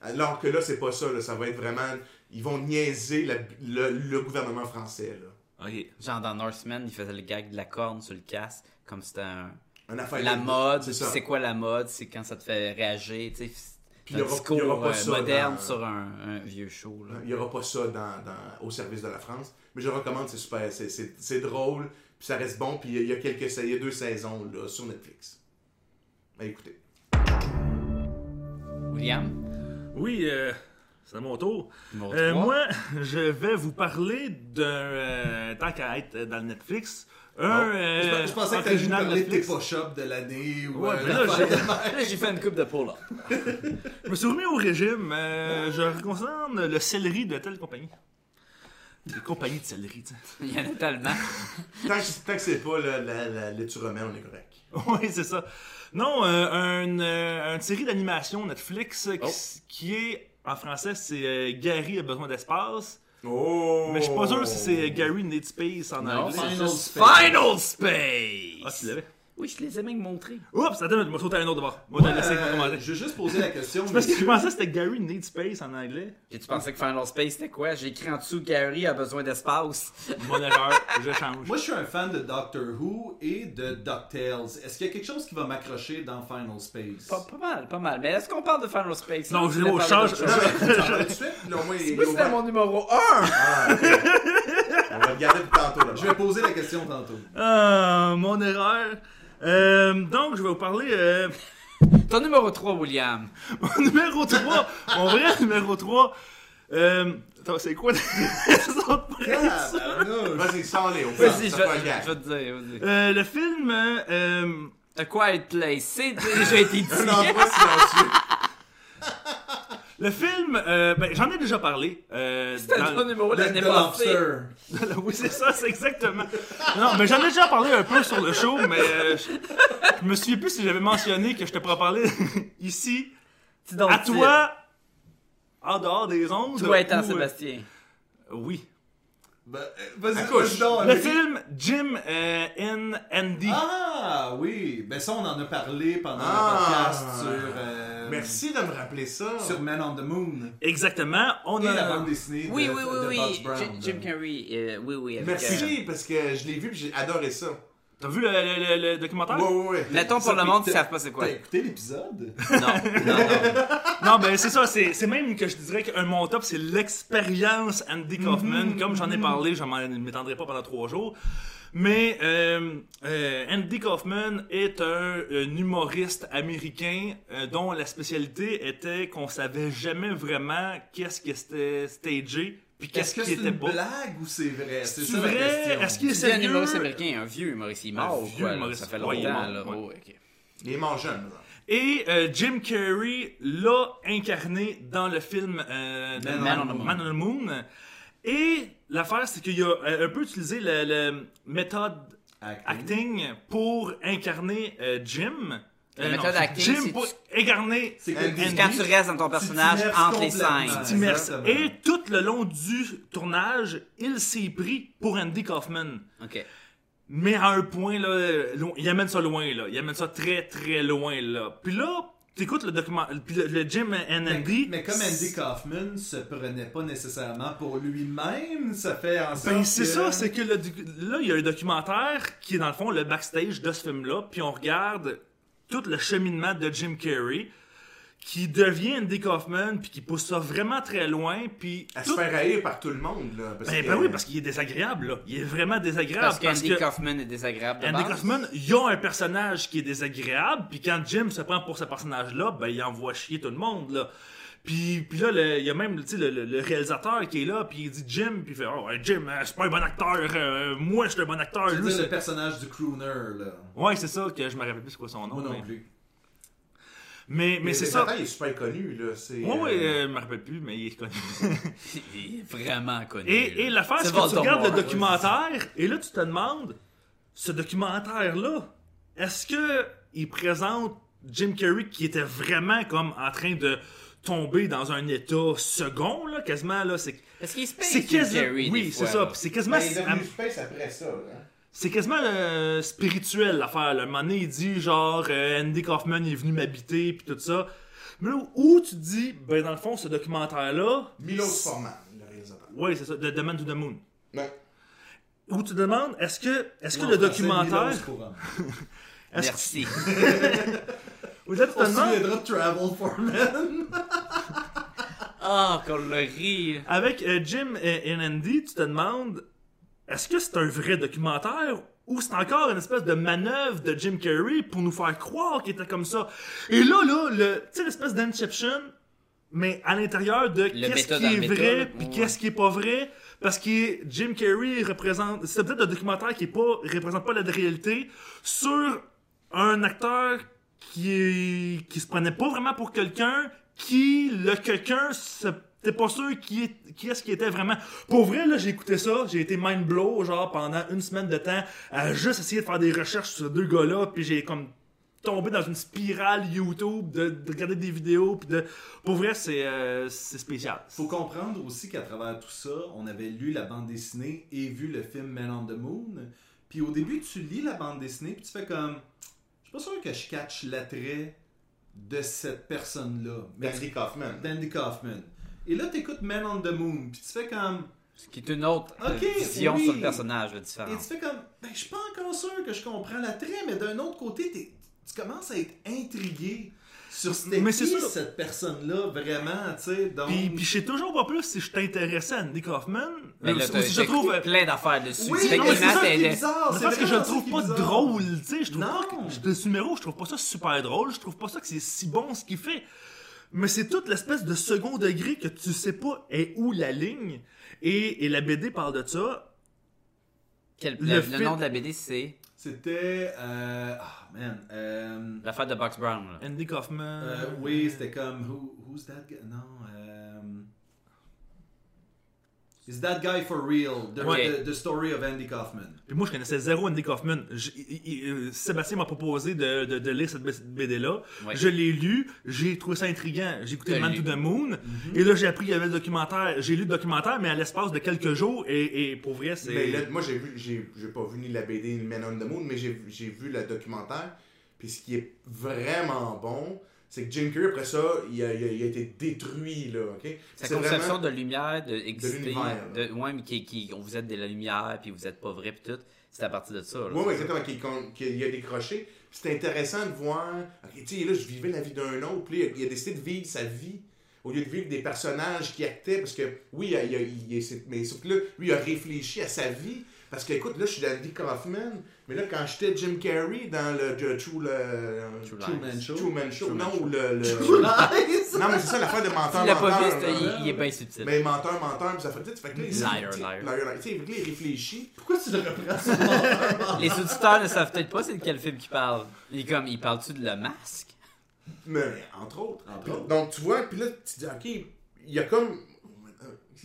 S5: Alors que là, c'est pas ça, là. Ça va être vraiment. Ils vont niaiser la- le, le gouvernement français, là.
S6: Ok.
S4: Genre dans Norseman, il faisait le gag de la corne sur le casque, comme c'était un...
S5: Un affaire
S4: la
S5: de-
S4: mode,
S5: c'est
S4: puis
S5: ça.
S4: c'est quoi la mode, c'est quand ça te fait réagir, tu sais,
S5: Puis
S4: c'est un
S5: il y aura-
S4: discours
S5: il y aura pas
S4: euh,
S5: ça
S4: moderne
S5: dans-
S4: sur un, un vieux show. Là.
S5: Il n'y aura pas ça dans, dans- au service de la France. Mais je le recommande, c'est super. C'est- C'est c'est drôle, puis ça reste bon, puis il y a- il y a, quelques, sa- il y a deux saisons, là, sur Netflix. Ben, écoutez.
S4: William,
S6: Oui, euh, c'est à mon tour.
S4: numéro
S6: Euh,
S4: trois.
S6: moi, je vais vous parler d'un. euh, tant qu'à être dans le Netflix, un. euh,
S3: Je pe- Je pensais que t'allais nous
S6: original
S3: parler de tes
S6: Netflix.
S3: push-ups de l'année ou.
S6: Ouais,
S3: euh,
S6: mais là,
S3: l'affaire
S6: j'ai-
S3: de même.
S4: Là, j'ai fait une coupe de pôle.
S6: Je me suis remis au régime. euh, je reconcerne le céleri de telle compagnie. Des compagnies de céleri, tu sais.
S4: Il y en a tellement.
S5: Tant que, tant que c'est pas la, la, la laitue romaine, on est correct.
S6: Oui, c'est ça. Non, euh, une, euh, une série d'animation Netflix
S4: Oh.
S6: qui, s- qui est, en français, c'est euh, Gary a besoin d'espace.
S5: Oh!
S6: Mais je suis pas sûr si c'est euh, Gary Need Space en
S4: Non,
S6: anglais.
S4: c'est
S3: Final
S4: juste
S3: Space.
S4: Final Space!
S6: Ah, tu l'avais.
S4: Oui, je les ai même montrés.
S6: Oups, attends, je vais sauter à un autre d'abord. Moi, t'as laissé
S3: Euh,
S6: commencer.
S3: Je veux juste poser la question.
S6: C'est parce que je
S3: messieurs.
S6: pensais que c'était Gary Need Space en anglais.
S4: Et tu pensais que Final Space c'était quoi? J'ai écrit en dessous Gary a besoin d'espace.
S6: Mon erreur, je change.
S3: Moi, je suis un fan de Doctor Who et de DuckTales. Est-ce qu'il y a quelque chose qui va m'accrocher dans Final Space
S4: Pas, pas mal, pas mal. Mais est-ce qu'on parle de Final Space?
S6: Non,
S4: je
S6: je- on change.
S5: Non, mais tu en parles tout de suite? Là, au moins, il est
S4: Moi, c'était
S5: ouvert.
S4: mon numéro 1!
S5: Ah, ok. On va regarder plus tantôt, là.
S3: Je vais poser la question tantôt.
S6: Ah, mon erreur. Euh, donc, je vais vous parler. euh,
S4: Ton numéro 3, William.
S6: numéro 3. mon vrai numéro 3. Euh, attends, c'est quoi les autres
S3: Ah,
S6: prises?
S5: ben
S3: barnouche.
S5: Vas-y, sors-les, on fait
S4: Vas-y, je,
S5: ça fait un
S4: vais-
S5: gag.
S4: je vais te dire. vas-y.
S6: Euh, le film, euh, euh,
S4: A Quiet Place, c'est déjà été dit.
S5: Un endroit silencieux.
S6: le film, euh, ben, j'en ai déjà parlé. Euh,
S4: C'était
S6: dans-
S4: ton numéro
S3: Le-
S4: l'année
S3: de
S4: passée.
S3: lobster.
S6: oui, c'est ça, c'est exactement. Non, mais j'en ai déjà parlé un peu sur le show, mais euh, je, je me souviens plus si j'avais mentionné que je te pourrais parler ici,
S4: Dis donc,
S6: à
S4: dis-
S6: toi, en dehors des ondes.
S4: Toi étant
S6: ou, euh,
S4: Sébastien.
S6: Oui.
S3: Ben, euh, Vas-y,
S5: Accouche.
S3: couche donc.
S6: Le
S3: Andy.
S6: film Jim euh, and Andy.
S3: Ah oui, ben ça on en a parlé pendant
S5: Ah.
S3: le podcast sur, euh,
S5: Merci de me rappeler ça.
S3: sur Man on the Moon
S6: Exactement, on
S3: et
S6: a
S3: la bande dessinée
S4: Oui,
S3: de,
S4: oui,
S3: de
S4: oui,
S3: Bugs
S4: oui.
S3: Brown.
S4: Jim- Jim Carrey, euh, oui, oui. avec, euh,
S5: Merci, parce que je l'ai vu et j'ai adoré ça.
S6: T'as vu le, le- le- le documentaire?
S5: Ouais, ouais, ouais.
S4: Mettons pour
S3: Ça,
S4: le monde
S3: puis
S4: qui savent pas c'est quoi.
S3: T'as écouté l'épisode?
S4: Non, non, non.
S6: Non, ben c'est ça, c'est c'est même que je dirais qu'un mon top,
S3: Mm-hmm.
S6: c'est l'expérience Andy Kaufman. Comme j'en ai parlé, je m'en m'étendrai pas pendant trois jours. Mais euh, euh, Andy Kaufman est un, un humoriste américain euh, dont la spécialité était qu'on savait jamais vraiment qu'est-ce qui était stagé puis
S3: Est-ce
S6: qu'est-ce
S3: que
S6: qui
S3: c'est
S6: était
S3: une
S6: pas.
S3: blague ou c'est vrai?
S6: C'est
S3: ça la
S6: vrai?
S3: question.
S6: Est-ce qu'il est
S4: C'est un
S6: sérieux?
S4: humoriste américain, un vieux humoriste, il est
S6: Un
S4: mort ou
S6: vieux
S4: quoi, là,
S6: humoriste.
S4: ça fait
S6: Ouais, il est
S4: longtemps,
S6: mort,
S4: là.
S6: ouais.
S4: Oh, ok.
S5: Il est mort jeune, par exemple.
S6: Et euh, Jim Carrey l'a incarné dans le film euh, de-
S4: Man on the Moon.
S6: Man on the Moon. Et l'affaire, c'est qu'il a euh, un peu utilisé la, la méthode
S4: Ah
S3: Acting.
S6: acting pour incarner euh, Jim.
S4: La méthode
S6: c'est
S4: acting,
S6: Jim
S4: c'est
S6: pour incarner
S3: C'est
S5: Andy.
S3: Andy.
S4: Quand tu restes dans ton personnage
S3: t'immerses
S4: entre les
S3: complètement.
S4: scènes.
S6: Timmerce.
S3: Exactement.
S6: Et tout le long du tournage, il s'est pris pour Andy Kaufman.
S4: Ok.
S6: Ah, Mais à un point, là, lo- il amène ça loin, là. Il amène ça très, très loin, là. Puis là, t'écoutes le document, puis le, le Jim and
S3: Mais-
S6: Andy.
S3: Mais comme Andy Kaufman se prenait pas nécessairement pour lui-même, ça fait en sorte.
S6: Ben, c'est
S3: que-
S6: ça, c'est que le docu- là, il y a un documentaire qui est dans le fond le backstage de ce film-là, puis on regarde tout le cheminement de Jim Carrey qui devient Andy Kaufman, puis qui pousse ça vraiment très loin, puis.
S5: À
S6: tout-
S5: se faire haïr par tout le monde, là. Parce
S6: Ben,
S5: que-
S6: ben oui, parce qu'il est désagréable, là. Il est vraiment désagréable.
S4: Parce qu'Andy
S6: que-
S4: Kaufman est désagréable de
S6: Andy
S4: base.
S6: Kaufman, il a un personnage qui est désagréable, puis quand Jim se prend pour ce personnage-là, ben il envoie chier tout le monde, là. Puis, puis là, le- il y a même tu sais, le, le- le réalisateur qui est là, puis il dit Jim, puis il fait Oh, euh, Jim, euh, c'est pas un bon acteur, euh, moi je suis un bon acteur,
S3: Je veux
S6: lui.
S3: dire, le
S6: c'est-
S3: personnage du crooner, là.
S6: Ouais, c'est ça, que je me rappelle plus c'est quoi son nom.
S4: Oh,
S3: Moi non
S6: mais-
S3: plus.
S6: Mais, mais c'est
S5: les
S6: ça.
S5: enfants, il est super connu, là. C'est,
S6: Ouais, ouais,
S5: euh,
S6: euh, je me rappelle plus, mais il est connu.
S4: Il est vraiment connu. là.
S6: Et, et l'affaire,
S4: C'est
S6: c'est que tu
S4: Voldemort,
S6: regardes le
S4: ouais.
S6: documentaire, et là, tu te demandes, ce documentaire-là, est-ce que il présente Jim Carrey qui était vraiment comme en train de tomber dans un état second, là, quasiment, là, c'est...
S4: Parce qu'il se paye,
S6: C'est
S4: Jim
S6: quasiment...
S4: Carrey, des
S6: Oui, c'est
S4: fois,
S6: ça,
S4: là.
S6: puis c'est quasiment...
S5: ben, il est devenu
S6: am-
S5: space après ça, là.
S6: C'est quasiment euh, spirituel, l'affaire, là. Un moment donné, il dit, genre, euh, Andy Kaufman il est venu m'habiter, puis tout ça. Mais là, où tu te dis, ben, dans le fond, ce documentaire-là...
S5: Milos Forman, le réalisateur.
S6: Oui, c'est ça, The, The Man to the Moon.
S5: Ouais.
S6: Où tu demandes, est-ce que, est-ce que
S3: En
S6: le
S3: français,
S6: documentaire...
S3: Milos Forman.
S6: Est-ce-
S4: Merci.
S6: Ou là, tu te
S3: On se
S6: demandes,
S3: souviendra de Travel for Men.
S4: Ah, qu'on le rit.
S6: avec euh, Jim et, et Andy, tu te demandes, est-ce que c'est un vrai documentaire ou c'est encore une espèce de manœuvre de Jim Carrey pour nous faire croire qu'il était comme ça? Et là, là, le, tu sais, l'espèce d'inception, mais à l'intérieur de qu'est-ce
S4: méthode
S6: qui
S4: dans
S6: est
S4: le méthode,
S6: vrai
S4: là.
S6: puis
S4: Ouais.
S6: qu'est-ce qui est pas vrai, parce que Jim Carrey représente, c'est peut-être un documentaire qui est pas, représente pas la réalité sur un acteur qui, est- qui se prenait pas vraiment pour quelqu'un, qui, le quelqu'un, se- t'es pas sûr qui, est, qui est-ce qui était vraiment. Pour vrai, là, j'ai écouté ça, j'ai été mind blow, genre, pendant une semaine de temps, à juste essayer de faire des recherches sur ces deux gars-là, puis j'ai comme tombé dans une spirale YouTube de, de regarder des vidéos, puis de... Pour vrai, c'est, euh, c'est spécial.
S3: Faut comprendre aussi qu'à travers tout ça, on avait lu la bande dessinée et vu le film Man on the Moon. Puis au début, tu lis la bande dessinée, puis tu fais comme. Je suis pas sûr que je catch l'attrait de cette personne-là. Mais
S5: Andy Kaufman.
S3: d'Andy Kaufman. Et là, t'écoutes Man on the Moon, puis tu fais comme.
S4: Ce qui est une autre euh,
S3: Ok,
S4: vision
S3: oui.
S4: sur le personnage là, différent.
S3: Et tu fais comme. Ben, je suis pas encore sûr que je comprends l'attrait, mais d'un autre côté, t'es- tu commences à être intrigué sur c'était
S6: Mais c'est
S3: qui
S6: ça.
S3: cette personne-là vraiment, tu sais. Donc.
S6: Puis, puis je sais toujours pas plus si je t'intéressais à Andy Kaufman,
S4: Mais
S6: ou
S4: là,
S6: si-
S4: t'as-
S6: ou si je
S4: t'as
S6: trouve... euh,
S4: plein d'affaires dessus.
S3: Oui,
S4: Fait
S3: non,
S4: que
S3: mais c'est ça
S4: Matt,
S3: qui est
S4: elle est-
S3: bizarre.
S6: Mais
S3: c'est
S6: c'est parce que
S3: vraiment
S6: je le
S3: ça qui
S6: trouve
S3: est
S6: pas
S3: bizarre.
S6: drôle, tu sais, je trouve
S3: Non.
S6: pas que- de ce numéro, je trouve pas ça super drôle, je trouve pas ça que c'est si bon ce qu'il fait. Mais c'est toute l'espèce de second degré que tu sais pas est où la ligne et, et la BD parle de ça.
S4: Quel-
S6: Le
S4: le, le
S6: film-
S4: nom de la BD, c'est
S3: C'était. euh, Ah, man. euh,
S4: l'affaire de Box Brown. là.
S6: Andy Kaufman.
S3: euh, oui, c'était comme. Who, who's that guy? Non. euh, Is that guy for real? The,
S4: Ouais.
S3: the- the story of Andy Kaufman.
S6: Puis moi, je connaissais zéro Andy Kaufman. Je- il- il- euh, Sébastien m'a proposé de, de- de lire cette BD-là.
S4: Ouais.
S6: Je l'ai lu, j'ai trouvé ça intriguant. J'ai écouté
S4: T'as
S6: Man to
S4: lu. Mhm.
S6: the Moon, et là, j'ai appris qu'il y avait le documentaire. J'ai lu le documentaire, mais à l'espace de quelques jours, et, et pour vrai, c'est...
S5: Mais là, moi, j'ai vu, j'ai, j'ai pas vu ni la BD ni Men on the Moon, mais j'ai, j'ai vu le documentaire. Puis ce qui est vraiment bon, c'est que Jim Carrey, après ça, il a, il a- il a été détruit, là, ok?
S4: Sa
S5: C'est
S4: conception
S5: vraiment-
S4: de lumière, de exister,
S5: l'univers,
S4: de, ouais, mais qui, qui, on vous êtes de la lumière, puis vous êtes pas vrai, puis tout. C'est à partir de ça. là.
S5: Oui, oui, exactement, qu'il con- qu'il a décroché. C'est intéressant de voir. ok, tu sais, là, je vivais la vie d'un autre, puis là, il a décidé de vivre sa vie au lieu de vivre des personnages qui actaient, parce que oui, il a- il a- il a- c'est- mais sauf que là, lui, il a réfléchi à sa vie. Fait Parce que, écoute, là, je suis Dandy Kaufman, mais là, quand j'étais Jim Carrey dans le, le True, le-
S4: True
S5: True
S4: Lies.
S5: Man Show, True Man Show,
S4: True Man
S5: non,
S4: Show.
S5: ou le. le-
S3: Euh, Ah, Nice!
S5: Non, mais c'est ça l'affaire de menteur.
S4: Il l'a pas vu,
S5: menteur,
S4: c'est-
S5: là.
S4: il, il est bien subtil.
S5: Mais menteur, menteur, puis ça fait. tu sais, fait que là, il-
S4: Liar,
S5: tu-
S4: liar.
S5: Tu sais, fait que là, il réfléchit.
S3: Pourquoi tu le reprends
S4: Les auditeurs ne savent peut-être pas c'est de quel film qu'il parle. Il est comme, il parle-tu de Le Masque?
S5: Mais entre autres.
S3: Entre
S5: Puis-
S3: autres.
S5: Donc tu vois, puis là tu dis ok, il a comme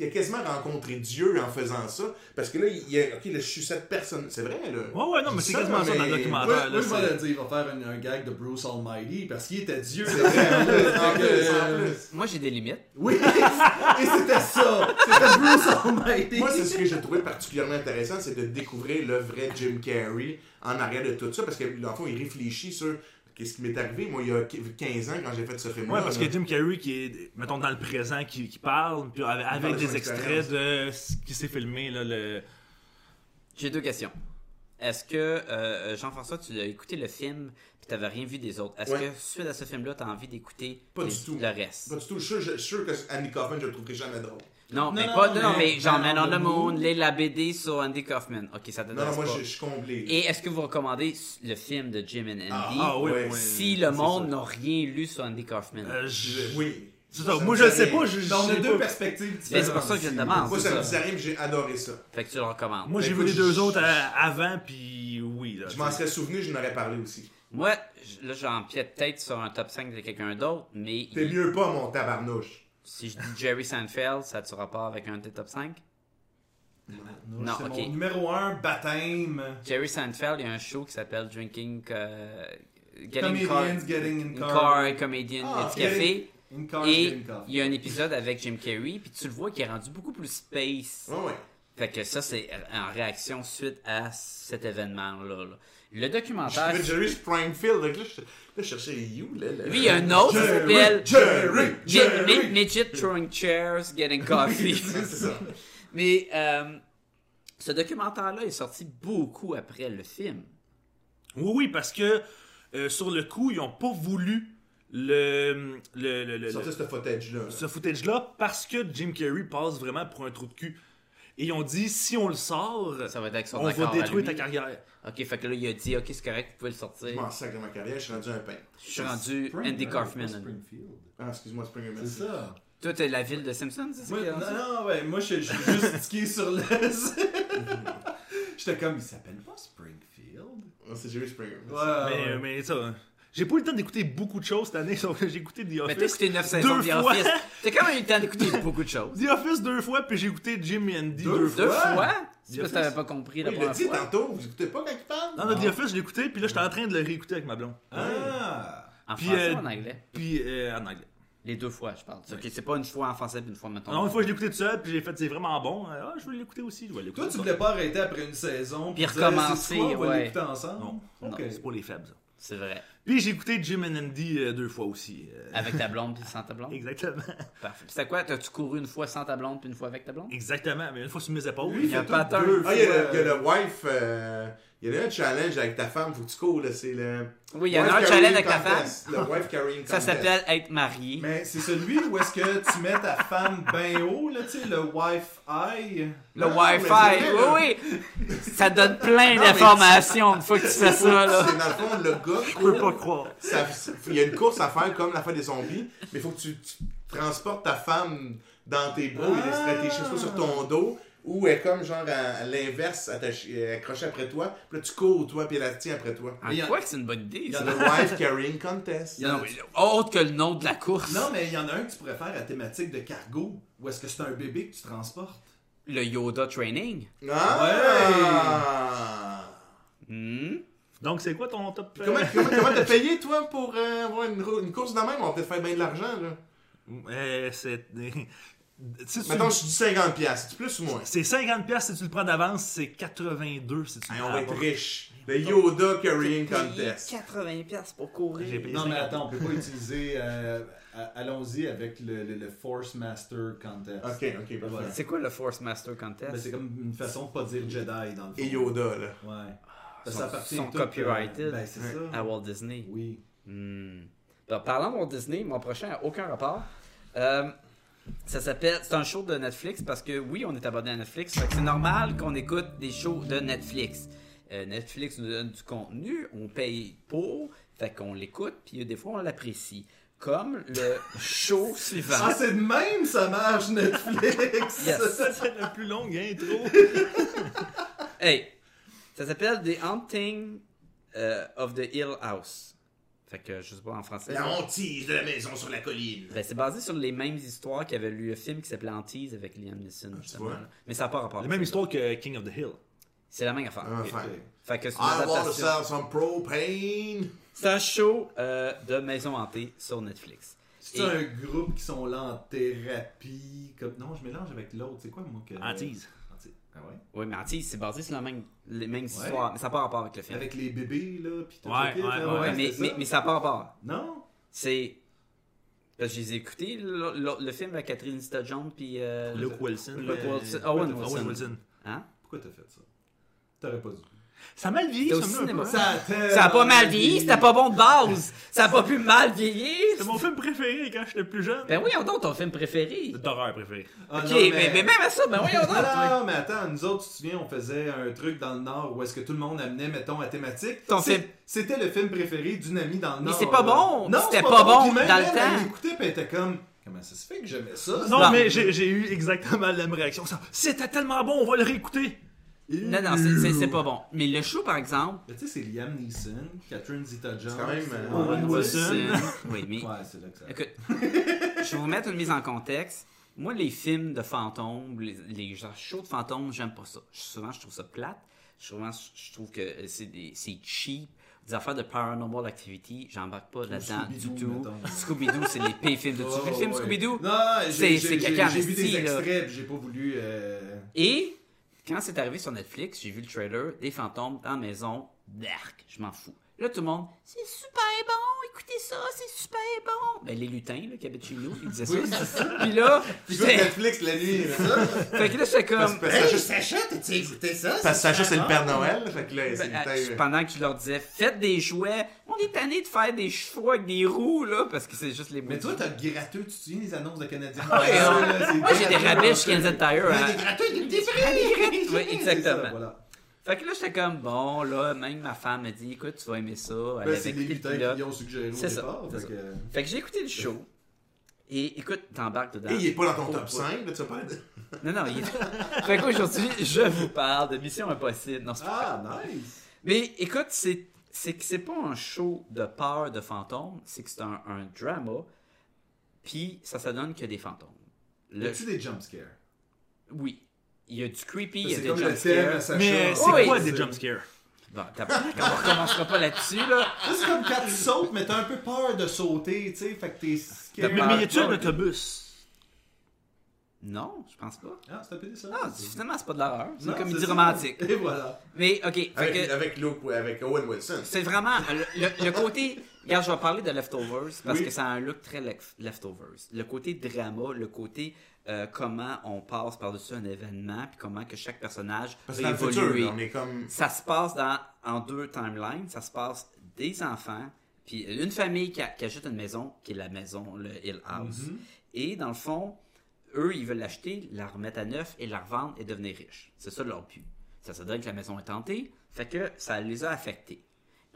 S5: il a quasiment rencontré Dieu en faisant ça parce que là il y a ok là je suis cette personne, c'est vrai là.
S6: Ouais, ouais, non, mais c'est quasiment ça dans le
S5: mais-
S6: documentaire.
S3: Moi,
S6: là,
S3: moi, je
S6: c'est-
S3: vais le dire, il va faire un, un gag de Bruce Almighty parce qu'il était Dieu.
S5: C'est vrai, en plus, en plus, en plus.
S4: Moi, j'ai des limites.
S3: euh, Oui, et c'était ça. C'était Bruce Almighty.
S5: euh, Moi, c'est ce que j'ai trouvé particulièrement intéressant, c'est de découvrir le vrai Jim Carrey en arrière de tout ça, parce que dans le fond, il réfléchit sur qu'est-ce qui m'est arrivé, moi, il y a 15 ans, quand j'ai fait ce film-là.
S6: Ouais, parce
S5: là.
S6: que Jim Carrey qui est, mettons, dans le présent, qui, qui parle, puis avec, avec
S5: parle de son
S6: des extraits de ce qui s'est filmé, là, le...
S4: J'ai deux questions. Est-ce que, euh, Jean-François, tu as écouté le film puis t'avais rien vu des autres? Est-ce
S5: Ouais.
S4: que, suite à ce film-là, t'as envie d'écouter
S5: Pas
S4: les-
S5: du tout.
S4: le reste?
S5: Pas du tout, je suis sûr- je suis sûr que Andy Kaufman, je le trouverai jamais drôle.
S4: Non, mais
S3: non,
S4: pas, non,
S3: mais-
S4: mais genre
S3: non,
S4: Man on
S3: le
S4: the
S3: mot.
S4: Moon, les la BD sur Andy Kaufman. Ok, ça te
S5: Non, non,
S4: donne
S5: moi,
S4: pas.
S5: je je suis comblé. là.
S4: Et est-ce que vous recommandez le film de Jim and Andy
S6: Ah oui,
S5: Ouais.
S6: oui.
S4: si le monde n'a rien lu sur Andy Kaufman?
S6: Euh, je-
S5: Oui.
S6: C'est ça,
S5: Ça
S6: moi
S5: me
S6: je le
S5: fait
S6: sais
S5: rire.
S6: pas, je, je
S3: On a
S6: sais
S3: deux
S6: pas.
S3: perspectives
S4: Mais
S3: différentes.
S4: c'est pour ça que je le
S3: ici.
S4: demande.
S5: Moi,
S4: c'est
S5: ça me
S4: ça.
S5: disait rien, mais j'ai adoré ça.
S4: Fait que tu le recommandes.
S6: Moi j'ai vu
S5: Ben, écoute,
S6: les deux
S5: je-
S6: autres à- avant, puis oui. Là,
S5: Je m'en serais souvenu, je n'aurais parlé aussi.
S4: Moi, j- là, j'empiète peut-être sur un top 5 de quelqu'un d'autre, mais
S5: T'es
S4: il-
S5: mieux pas, mon tabarnouche.
S4: si je dis Jerry Seinfeld, ça a-tu rapport avec un des top 5? Non,
S3: C'est
S4: ok.
S3: mon numéro 1, baptême.
S4: Jerry Seinfeld, il y a un show qui s'appelle Drinking... euh, getting
S3: Comedians getting in
S4: in
S3: car.
S4: Car, Comedian
S3: Ah,
S4: at Café.
S3: In car,
S4: Et
S3: getting
S4: il y
S3: coffee.
S4: a un épisode avec Jim Carrey, puis tu le vois qui est rendu beaucoup plus space.
S5: Ouais, ouais.
S4: Fait que ça, c'est en réaction suite à cet événement-là. là. Le documentaire...
S5: Je Jerry Springfield, donc là, je, là, je cherchais You, là. là.
S4: Lui, il y a un autre qui
S5: Jerry,
S4: s'appelle...
S5: Jerry,
S4: Get-
S5: Jerry.
S4: mi- Midget throwing chairs, getting coffee.
S5: C'est ça.
S4: Mais euh, ce documentaire-là est sorti beaucoup après le film.
S6: Oui, oui, parce que euh, sur le coup, ils ont pas voulu le, le, le, le-
S5: Sortir ce footage-là.
S6: ce footage-là parce que Jim Carrey passe vraiment pour un trou de cul. Et ils ont dit, si on le sort,
S4: Ça va être avec son
S6: on va
S4: accord à
S6: détruire
S4: lui.
S6: ta carrière.
S4: Ok, fait que là, il a dit, ok, c'est correct, vous pouvez le sortir.
S5: Je m'en sacre de ma carrière, je suis rendu un peintre.
S4: Je suis rendu
S3: Spring,
S4: Andy
S3: hein,
S4: Kaufman.
S3: pas Springfield.
S5: Ah, excuse-moi, Springer,
S3: C'est
S5: merci.
S3: ça.
S4: Toi, t'es la ville de Simpson, c'est ça?
S3: Moi,
S4: qu'il y a dans ça?
S3: non, non, ouais, moi, je je suis juste skié sur l'Est. J'étais comme, il s'appelle pas Springfield.
S5: Ah, c'est Jerry Springer.
S3: Ouais,
S5: merci.
S3: Euh, ouais.
S6: Mais,
S4: euh,
S6: mais ça, j'ai pas eu le temps d'écouter beaucoup de choses cette année, donc j'ai écouté The
S4: Mais t'as
S6: Office.
S4: écouté 9 saisons de
S6: Deux
S4: The
S6: fois.
S4: Office. T'as quand même eu le temps d'écouter beaucoup de choses.
S6: The Office deux fois, puis j'ai écouté Jim et Andy deux, fois.
S4: Deux
S3: fois?
S4: fois? C'est parce
S6: The
S4: que
S6: Office.
S4: t'avais pas compris la
S5: Il l'a
S4: première
S5: dit
S3: hein.
S4: fois.
S5: tantôt, vous écoutez pas quand il parle?
S6: Non, non, The Office, je l'ai écouté, puis là, j'étais en train de le réécouter avec ma blonde.
S3: Ah!
S4: En
S6: Puis,
S4: français
S6: euh,
S4: ou en anglais?
S6: Puis, euh, en anglais.
S4: Les deux fois, je parle. Ok, c'est pas une fois en français puis une fois, maintenant.
S6: Non, Ah, une fois, je l'ai écouté tout seul, puis j'ai fait, c'est vraiment bon. Ah, je veux l'écouter aussi, je vais l'écouter.
S3: Toi, tu voulais pas arrêter après une saison.
S4: Puis
S3: te dire,
S4: recommencer,
S3: C'est quoi, On va
S4: ouais.
S3: l'écouter ensemble.
S6: Non,
S4: Non,
S3: Ok.
S6: c'est pour les faibles, ça.
S4: C'est vrai.
S6: Puis j'ai écouté Jim and Andy euh, deux fois aussi. euh,
S4: Avec ta blonde puis sans ta blonde?
S6: Exactement.
S4: Parfait. Puis C'était quoi? T'as-tu couru une fois sans ta blonde puis une fois avec ta blonde?
S6: Exactement, mais une fois sur mes épaules.
S3: Lui, il
S4: y a
S3: fait
S4: pas
S3: tout
S4: tant-
S3: deux
S5: Ah, il y, a le-
S3: fois.
S5: il y a le wife. euh, il y a un challenge avec ta femme, faut que tu cours, là. C'est le.
S4: Oui, il y en
S5: Wife
S4: a un
S5: carrying
S4: challenge avec ta femme.
S5: contest, Le wife carrying
S4: Ça
S5: contest.
S4: s'appelle être marié.
S3: Mais c'est celui où est-ce que tu mets ta femme ben haut, là, tu sais, le Wi-Fi.
S4: Le
S5: Non, mais c'est vrai,
S4: Wi-Fi, oui, oui. Ça donne plein d'informations une fois que tu fais ça, là.
S5: C'est dans le fond, le gars.
S6: Je peux pas croire.
S5: ça- il y a une course à faire comme la fin des zombies, mais il faut que tu, tu transportes ta femme dans tes bras et les stratégies soit sur
S3: Ah.
S5: ton dos ou elle est comme genre à, à l'inverse attachée- accrochée après toi, puis là tu cours toi puis elle la tient après toi.
S3: Ah,
S4: En quoi que c'est une bonne idée, ça?
S5: The wife carrying contest.
S3: Il y en a-
S4: Non, mais Autre que le nom de la course.
S3: Non, mais il y en a un que tu pourrais faire à thématique de cargo. Où est-ce que c'est un bébé que tu transportes?
S4: Le Yoda Training.
S5: Ah!
S4: Hmm?
S6: Donc, c'est quoi ton top euh,
S5: Comment comment- comment t'as payé toi pour euh, avoir une, rou- une course de même? On va peut-être faire bien de l'argent là.
S6: euh, C'est. tu sais, tu-
S5: Maintenant je dis 50$, piastres. c'est plus ou moins?
S6: C'est 50$ piastres si tu le prends d'avance, c'est 82$ si tu le
S3: Ah,
S5: Hey,
S6: prends
S5: on va être
S6: d'avance.
S5: riche. Le Yoda carrying contest.
S4: 80 pièces pour courir.
S6: J'ai payé
S3: Non,
S6: 50.
S3: mais attends, on peut pas utiliser. euh, à- Allons-y avec le, le- le Force Master Contest.
S5: Ok, ok, parfait.
S3: Voilà.
S4: C'est quoi le Force Master Contest?
S3: Ben, c'est comme une façon de pas dire Jedi dans le fond.
S5: Et Yoda là.
S3: Ouais. Parce
S4: Ils
S3: que
S4: sont-
S3: appartient
S4: sont
S3: tout,
S4: copyrighted. Ah
S3: euh, Ben, c'est
S4: À
S3: ça.
S4: Walt Disney.
S3: Oui.
S4: Hmm. Alors, parlant de Walt Disney, mon prochain n'a aucun rapport. Euh, Ça s'appelle. C'est un show de Netflix parce que oui, on est abonné à Netflix. Fait que c'est normal qu'on écoute des shows de Netflix. Euh, Netflix nous donne du contenu, on paye pour, fait qu'on l'écoute, puis des fois on l'apprécie. Comme le show suivant.
S3: Ah, c'est de même, ça marche, Netflix!
S4: Yes.
S6: C'est la plus longue intro.
S4: Hey, ça s'appelle The Haunting euh, of the Hill House. Fait que je sais pas en français.
S5: La hantise de la maison sur la colline.
S4: Ben, c'est basé sur les mêmes histoires qu'il y avait eu le film qui s'appelait Hantise avec Liam Neeson. justement,
S5: Ah, vois.
S4: là. Mais ça n'a pas rapport.
S6: La même histoire que King of the Hill.
S4: C'est la même affaire.
S5: Ah, enfin. Ah,
S4: Fait que c'est une
S5: I want to
S4: adaptation.
S5: sell some propane.
S4: C'est un show euh, de maison hantée sur Netflix.
S3: C'est un groupe qui sont là en thérapie. Comme... Non, je mélange avec l'autre. C'est quoi, moi? Que...
S6: Hantise.
S3: Hantise. Ah ouais?
S4: Oui, mais Hantise, c'est basé sur la même, les mêmes histoires, mais ça n'a pas rapport avec le film.
S3: Avec les bébés, là, pis tout
S6: Ouais,
S3: le kit,
S6: ouais,
S3: là,
S6: ouais.
S4: Ouais, mais,
S3: c'est
S4: mais,
S3: ça?
S4: mais ça n'a pas rapport.
S3: Non?
S4: C'est. Parce que je les ai écoutés, le, le- le film avec Catherine Zeta-Jones, puis. euh,
S6: Luke Wilson.
S4: Luke
S6: euh,
S4: Wilson. Owen
S6: Owen
S4: Wilson.
S6: Wilson.
S4: Hein?
S3: Pourquoi t'as fait ça? T'aurais pas dû.
S6: Ça a mal vieilli,
S4: T'es au
S6: ça hein? me
S4: cinéma.
S3: Ça a,
S4: Ça a
S3: tellement
S4: pas mal vieilli, c'était pas bon de base. Ça a pas pu mal vieillir.
S6: C'est mon film préféré quand j'étais plus jeune.
S4: Ben oui, on a ton film préféré.
S6: D'horreur préféré.
S3: Ah,
S4: ok,
S3: non,
S4: mais... mais même à ça, ben oui, on
S3: Non, non,
S4: a.
S3: non, mais attends, nous autres, tu te souviens, on faisait un truc dans le Nord où est-ce que tout le monde amenait, mettons, à thématique.
S4: Ton
S3: C'est-
S4: film.
S3: C'était le film préféré d'une amie dans le
S4: Mais
S3: Nord.
S4: c'est pas
S3: là.
S4: bon.
S3: Non,
S4: C'était
S3: c'est
S4: pas bon
S3: Puis même
S4: dans le
S3: elle,
S4: temps.
S3: Elle l'écoutait, puis elle était comme, comment ça se fait que j'aimais ça?
S6: Non,
S4: Non.
S6: mais j'ai j'ai eu exactement la même réaction. Ça, C'était tellement bon, on va le réécouter.
S4: Non, non, c'est- c'est- c'est pas bon. Mais le show, par exemple.
S3: Mais tu sais, c'est Liam Neeson, Catherine Zeta-Jones.
S5: quand même, euh,
S3: Owen
S5: Owen
S3: Wilson.
S4: Oui, mais.
S3: Ouais, c'est là que ça.
S4: Écoute, je vais vous mettre une mise en contexte. Moi, les films de fantômes, les, les gens chauds de fantômes, j'aime pas ça. Je- Souvent, je trouve ça plate. Souvent, je- je trouve que c'est des- c'est cheap. Des affaires de paranormal activity, j'embarque pas là-dedans du
S3: Scooby-Doo,
S4: tout.
S3: mettons.
S4: Scooby-Doo, c'est les pires films de tout.
S3: Ouais,
S4: Tu vu le film
S3: Oh, ouais.
S4: Scooby-Doo?
S3: Non, j'ai-
S4: C'est- c'est
S3: j'ai
S4: caca,
S3: j'ai- j'ai vu
S4: esti,
S3: des
S4: là.
S3: extraits, puis j'ai pas voulu. euh,
S4: Et quand c'est arrivé sur Netflix, j'ai vu le trailer des fantômes dans la maison. Dark, je m'en fous. Là, tout le monde, c'est super bon, écoutez ça, c'est super bon. Ben, les lutins, là, qui habitent chez nous, ils disaient ça. Puis là,
S5: Sur
S4: j'étais-
S5: Netflix la nuit. là.
S4: Fait que là, j'étais comme.
S5: Parce que Sacha, c'est-
S8: Sacha, t'as-tu écouté ça?
S5: parce que Sacha, c'est le Père Noël. Fait que là, c'est
S4: Ben, euh,
S5: une taille.
S4: pendant que je leur disais, faites des jouets, on est tanné de faire des chevaux avec des roues, là, parce que c'est juste les
S3: Mais toi,
S4: maudits.
S3: t'as gratteux, tu te souviens des annonces de Canadiens?
S4: Ah hein. Moi, j'ai des rabais chez Kansas Tire. hein. Oui,
S3: Exactement.
S4: exactement. Fait que là, j'étais comme, bon, là, même ma femme me dit, écoute, tu vas aimer ça. Elle
S3: Ben,
S4: avait
S3: c'est les
S4: écouté le
S3: lutins
S4: pilote.
S3: qui ont suggéré au
S4: C'est ça,
S3: départ.
S4: c'est
S3: fait
S4: ça.
S3: que-
S4: Fait que j'ai écouté le show. Et écoute, t'embarques dedans.
S5: Et il est pas dans ton top 5, là, tu vas pas de-
S4: Non, non, il est- Fait qu'aujourd'hui, je vous parle de Mission Impossible. Non, c'est pas
S3: Ah, nice!
S4: Mais écoute, c'est c'est que c'est pas un show de peur de fantômes, c'est que c'est un, un drama, puis ça, ça donne que des fantômes.
S3: Y
S4: Le,
S3: a-tu des jumpscares?
S4: oui, il y a du creepy, il y a
S3: C'est
S4: des
S3: comme le thème à
S4: jumpscares.
S3: Sacha.
S8: Euh,
S6: Mais c'est
S4: Oui,
S6: quoi
S4: c'est-
S6: des jumpscares?
S4: Bon, t'as pas, on recommencera pas là-dessus, là.
S3: Ça, C'est comme quand tu sautes, mais t'as un peu peur de sauter, tu sais, fait que t'es scared.
S6: Mais, mais y a-tu un
S4: ouais.
S6: autobus?
S4: Non, je pense pas.
S3: Ah, c'est un peu ça.
S4: Non, finalement, c'est pas de l'horreur, c'est
S3: Non,
S4: une comédie
S3: c'est ça.
S4: romantique.
S3: Et voilà.
S4: Mais, ok, fait que-
S5: Avec, avec Luke, ouais, avec Owen Wilson.
S4: c'est vraiment le, le- le côté. Regarde, je vais parler de Leftovers parce
S3: Oui.
S4: que ça a un look très lef- Leftovers. Le côté drama, le côté euh, comment on passe par-dessus un événement, puis comment que chaque personnage
S5: Parce que
S4: va
S5: dans le futur,
S4: évoluer.
S5: là, on est comme.
S4: Mm. Ça se passe dans, en deux timelines. Ça se passe des enfants, puis une famille qui, a- qui achète une maison, qui est la maison, le Hill House. Et dans le fond, eux, ils veulent l'acheter, la remettre à neuf et la revendre et devenir riches. C'est ça leur but. Ça se donne que la maison est tentée, fait que ça les a affectés.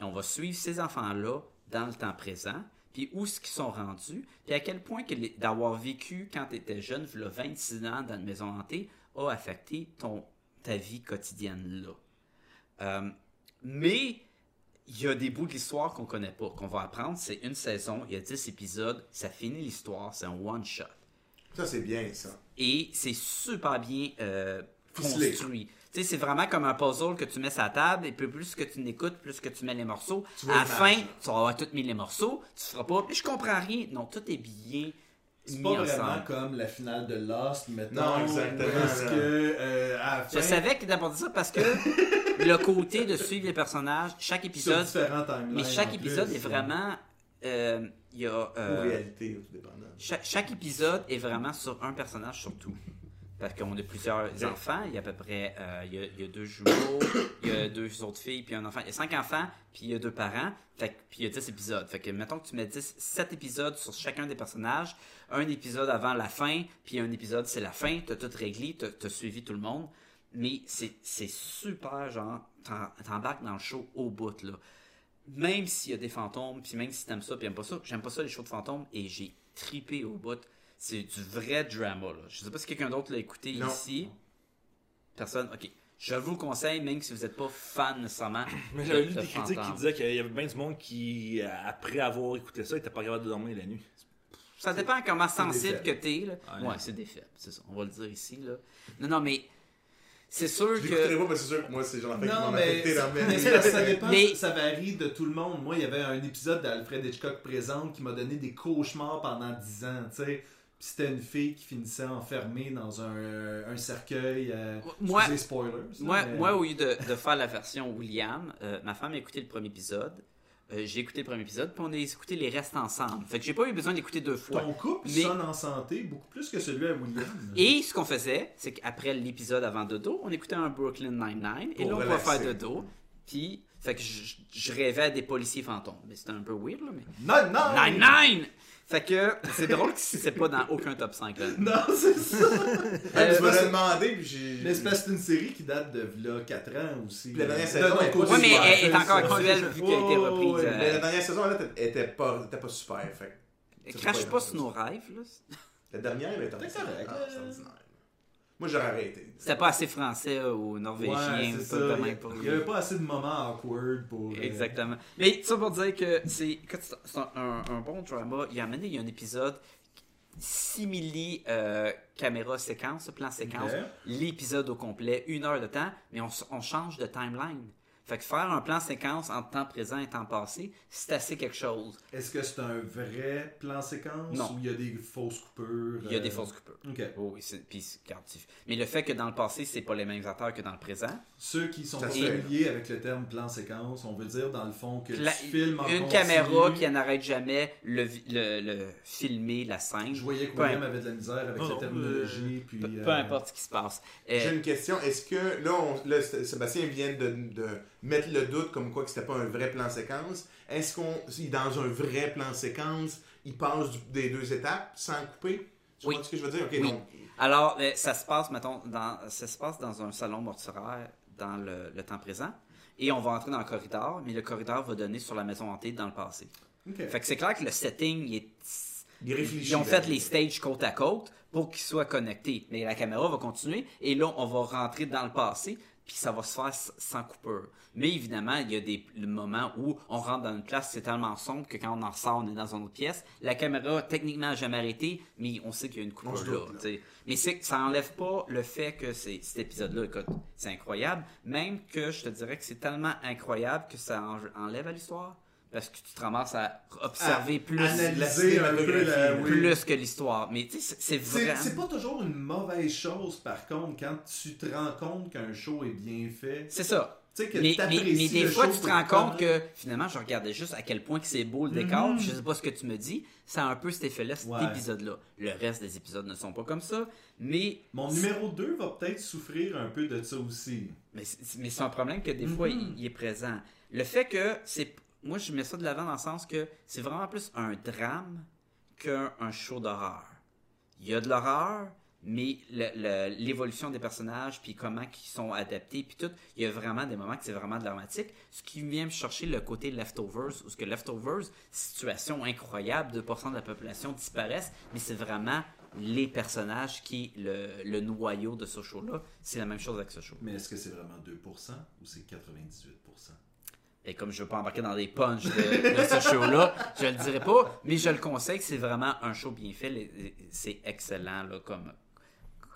S4: Et on va suivre ces enfants-là dans le temps présent, puis où ce qu'ils sont rendus, puis à quel point que les- d'avoir vécu quand tu étais jeune, le 26 ans dans une maison hantée, a affecté ton, ta vie quotidienne là. Euh, mais il y a des bouts de l'histoire qu'on connaît pas, qu'on va apprendre. C'est une saison, il y a 10 épisodes, ça finit l'histoire, c'est un one-shot.
S5: Ça, c'est bien, ça.
S4: Et c'est super bien euh,
S5: Ficelé.
S4: construit. Tu sais, c'est vraiment comme un puzzle que tu mets sur la table, et puis plus que tu l'écoutes, plus que tu mets les morceaux.
S5: vois
S4: À la
S5: l'image,
S4: fin,
S5: là.
S4: tu vas avoir tout mis les morceaux, tu feras pas, je comprends rien. Non, tout est bien
S3: C'est
S4: mis
S3: pas
S4: ensemble.
S3: vraiment comme la finale de Lost, mettons.
S5: Non, exactement,
S3: Parce
S5: là.
S3: que, euh, à la
S4: Je
S3: fin,
S4: savais que d'abord ça parce que le côté de suivre les personnages, chaque
S3: sur
S4: épisode,
S3: différents timelines.
S4: Mais
S3: en
S4: chaque
S3: plus,
S4: épisode est
S3: là.
S4: vraiment. euh, Il y a.
S5: Ou
S4: euh,
S5: réalité, tout dépendant.
S4: cha- chaque épisode est vraiment sur un personnage surtout. Parce qu'on a plusieurs enfants. Il y a à peu près euh, il y a, il y a deux jumeaux, il y a deux autres filles, puis un enfant. Il y a cinq enfants, puis il y a deux parents. Fait que- puis il y a dix épisodes. Fait que mettons que tu mets dix, sept épisodes sur chacun des personnages. Un épisode avant la fin, puis un épisode c'est la fin. T'as tout réglé, t'as t'as suivi tout le monde. Mais c'est c'est super, genre, t'en- t'embarques dans le show au bout, là même s'il y a des fantômes, puis même si t'aimes ça, puis aimes pas ça, j'aime pas ça les shows de fantômes, et j'ai tripé au bout. C'est du vrai drama, là. Je sais pas si quelqu'un d'autre l'a écouté
S5: Non.
S4: ici. Personne, ok. Je vous le conseille, même si vous êtes pas fan nécessairement.
S6: Mais
S4: de-
S6: j'avais lu
S4: de
S6: des critiques qui
S4: fantômes.
S6: disaient qu'il y avait bien du monde qui, euh, après avoir écouté ça, était pas capable de dormir la nuit.
S4: Ça dépend comment sensible
S3: des
S4: que t'es, là. Ouais, c'est des faibles, c'est ça. On va le dire ici, là. Non, non, mais c'est sûr
S5: Je l'écouterai
S4: que.
S5: pas parce que c'est sûr que moi, c'est genre qui
S3: Non,
S5: m'en
S3: mais,
S5: affecté dans
S3: mais ça, ça
S5: ma vie.
S3: dépend,
S4: Mais-
S3: ça varie de tout le monde. Moi, il y avait un épisode d'Alfred Hitchcock présente qui m'a donné des cauchemars pendant 10 ans, tu sais. Puis c'était une fille qui finissait enfermée dans un, un cercueil. euh,
S4: Moi-
S3: excusez, spoilers. là,
S4: Moi,
S3: mais-
S4: moi,
S5: euh,
S4: au lieu de, de faire la version William, euh, ma femme a écouté le premier épisode. euh, j'ai écouté le premier épisode, puis on a écouté les restes ensemble. Fait que j'ai pas eu besoin d'écouter deux fois.
S3: Ton couple
S4: Mais-
S3: sonne en santé beaucoup plus que celui à William.
S4: Et ce qu'on faisait, c'est qu'après l'épisode avant Dodo, on écoutait un Brooklyn Nine-Nine, et
S5: Pour
S4: là, on va
S5: relaxer.
S4: faire Dodo. Puis, fait que je, je rêvais à des policiers fantômes. Mais c'était un peu weird, là, mais...
S3: Non, non!
S4: Nine-Nine! Fait que, c'est drôle que c'est pas dans aucun top 5, là.
S3: Non, c'est ça!
S5: Je me
S3: Euh,
S5: l'ai demandé, puis j'ai.
S3: Mais c'est parce que c'est une série qui date de là, 4 ans aussi.
S5: Puis la dernière
S3: De-
S5: saison
S3: non,
S5: est pas
S4: Oui, mais
S5: super.
S4: elle est encore
S5: Ouais,
S4: actuelle, vu qu'elle a été
S3: ouais, ouais,
S4: reprise.
S5: Oh, Mais la
S4: euh,
S5: dernière saison, là, elle était pas, était pas super. Fait que c'est
S4: Crache
S5: pas
S4: pas
S5: grave.
S4: sur nos rêves, là.
S5: la dernière, elle était
S3: C'est correct.
S5: Ah, c'est ordinaire. Moi, j'aurais arrêté.
S4: C'était pas assez français euh, ou
S3: Ouais,
S4: norvégien,
S3: c'est
S4: ou
S3: ça.
S4: pas de même pour
S3: Il n'y avait pas assez de moments awkward pour. euh,
S4: Exactement. Mais ça pour dire que c'est écoute, c'est- c'est un, un- un bon drama. Il y a amené, il y a un épisode simili euh, caméra séquence, plan séquence,
S3: Ouais.
S4: l'épisode au complet, une heure de temps, mais on, s- on change de timeline. Fait que faire un plan séquence entre temps présent et temps passé, c'est assez quelque chose.
S3: Est-ce que c'est un vrai plan séquence
S4: Non.
S3: ou il y a des fausses coupures
S4: Il y a des
S3: euh,
S4: fausses coupures.
S3: Ok.
S4: Oh, oui, c'est- puis c'est- regarde, tu- mais le fait que dans le passé, c'est pas les mêmes acteurs que dans le présent,
S3: Ceux qui sont
S5: Ça
S3: pas
S4: se fait.
S3: familiers avec le terme plan séquence, on veut dire dans le fond que
S4: La-
S3: tu filmes en
S4: une
S3: continu.
S4: caméra qui n'arrête jamais le, vi- le- le filmer la scène.
S3: Je voyais que
S4: Peu
S3: William avait de la misère avec
S6: Non,
S3: cette
S6: non,
S3: terminologie. puis,
S4: euh, Peu, peu
S3: euh,
S4: importe ce qui se passe. Euh,
S5: J'ai une question. Est-ce que. Là, on- là, Sé- Sébastien vient de, de mettre le doute comme quoi que c'était pas un vrai plan séquence. Est-ce qu'on. si Dans un vrai plan séquence, il passe du- des deux étapes sans couper Tu
S4: Oui.
S5: vois ce que je veux dire Ok,
S4: Oui.
S5: donc.
S4: Alors, euh, ça se passe, mettons, dans, ça se passe dans un salon mortuaire dans le, le temps présent. Et on va entrer dans le corridor, mais le corridor va donner sur la maison hantée dans le passé.
S3: Ok.
S4: Fait que c'est clair que le setting, il est
S5: Il réfléchit.
S4: Ils ont fait
S3: ben,
S5: là.
S4: les stages côte à côte pour qu'ils soient connectés. Mais la caméra va continuer et là, on va rentrer dans le passé puis ça va se faire s- sans coupure. Mais évidemment, il y a des le moment où on rentre dans une classe, c'est tellement sombre que quand on en ressort, on est dans une autre pièce. La caméra, techniquement, n'a jamais arrêté, mais on sait qu'il y a une coupure
S5: On se
S4: là.
S5: doute, là.
S4: t'sais. Mais c'est- ça enlève pas le fait que c'est- cet épisode-là, écoute, c'est incroyable. Même que je te dirais que c'est tellement incroyable que ça en- enlève à l'histoire. Parce que tu te ramasses à observer plus
S3: Analyser un peu la. oui.
S4: plus que l'histoire. Mais tu sais, c'est c'est
S3: C'est
S4: vraiment.
S3: c'est pas toujours une mauvaise chose, par contre, quand tu te rends compte qu'un show est bien fait.
S4: C'est ça.
S3: Tu sais que
S4: Mais, mais,
S3: t'apprécies
S4: mais des
S3: le
S4: fois,
S3: show
S4: tu te
S3: pour
S4: rends
S3: comment-
S4: compte que finalement, je regardais juste à quel point que c'est beau le décor. puis Je sais pas ce que tu me dis. Ça a un peu cet effet-là, cet
S3: Ouais.
S4: épisode-là. Le reste des épisodes ne sont pas comme ça. Mais
S3: Mon numéro 2 va peut-être souffrir un peu de ça aussi.
S4: Mais c'est mais c'est un problème que des fois, il, il est présent. Le fait que c'est. Moi, je mets ça de l'avant dans le sens que c'est vraiment plus un drame qu'un un show d'horreur. Il y a de l'horreur, mais le- le- l'évolution des personnages, puis comment ils sont adaptés, puis tout, il y a vraiment des moments que c'est vraiment dramatique. Ce qui vient me chercher le côté leftovers, où ce que leftovers, situation incroyable, 2% de la population disparaissent, mais c'est vraiment les personnages qui le, le noyau de ce show-là. C'est la même chose avec ce show.
S3: Mais est-ce que c'est vraiment 2% ou c'est 98%
S4: Et comme je veux pas embarquer dans des punchs de, de ce show-là, je le dirai pas, mais je le conseille que c'est vraiment un show bien fait. les- les- C'est excellent là, comme,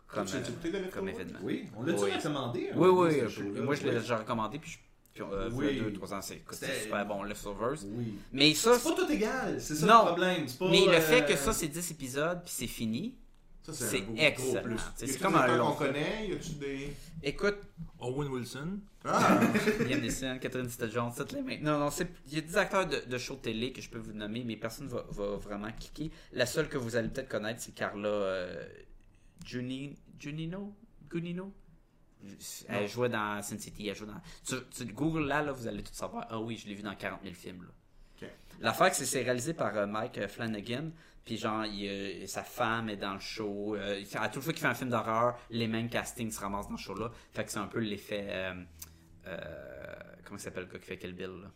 S4: comme,
S5: Tu l'as-tu
S4: euh,
S5: écouté, David
S4: comme
S5: Cowboy?
S4: événement. Oui,
S3: Oui, on l'a-tu
S4: Oui.
S3: recommandé? un
S4: oui,
S3: peu, ce
S4: euh,
S3: show-là?
S4: moi je l'ai
S3: Oui.
S4: déjà recommandé, puis, je, puis euh,
S3: Oui.
S4: voilà, deux, trois ans, c'est c'est
S3: C'était-
S4: super bon, Leftovers.
S3: Oui.
S4: Mais ça,
S3: C'est pas tout égal, c'est ça
S4: Non.
S3: le problème. c'est pas,
S4: mais
S3: euh,
S4: le fait que ça, c'est 10 épisodes, puis c'est fini,
S5: Ça,
S4: c'est
S5: beau- gros
S4: excellent.
S5: plus.
S4: C'est
S5: Y a-tu
S4: comme
S5: des
S4: un
S5: acteurs
S4: long
S5: qu'on connaît Y a-tu des.
S4: écoute,
S6: Owen Wilson.
S5: Ah
S4: Liam Neeson, Catherine Zeta-Jones, toutes les mêmes. Non, non, c'est- il y a des acteurs de, de show de télé que je peux vous nommer, mais personne va, va vraiment cliquer. La seule que vous allez peut-être connaître, c'est Carla euh, Juni, Junino? Gunino? Elle jouait dans Sin City, elle jouait dans. Tu, tu le googles là, là, vous allez tout savoir. Ah oui, je l'ai vu dans 40 000 films. Là.
S5: Ok.
S4: L'affaire, c'est que c'est réalisé par euh, Mike euh, Flanagan. Puis genre, il, euh, sa femme est dans le show. euh, il- à toute fois qu'il fait un film d'horreur, les mêmes castings se ramassent dans le show-là. Fait que c'est un peu l'effet. euh, euh, comment il s'appelle le gars qui fait Kill Bill là?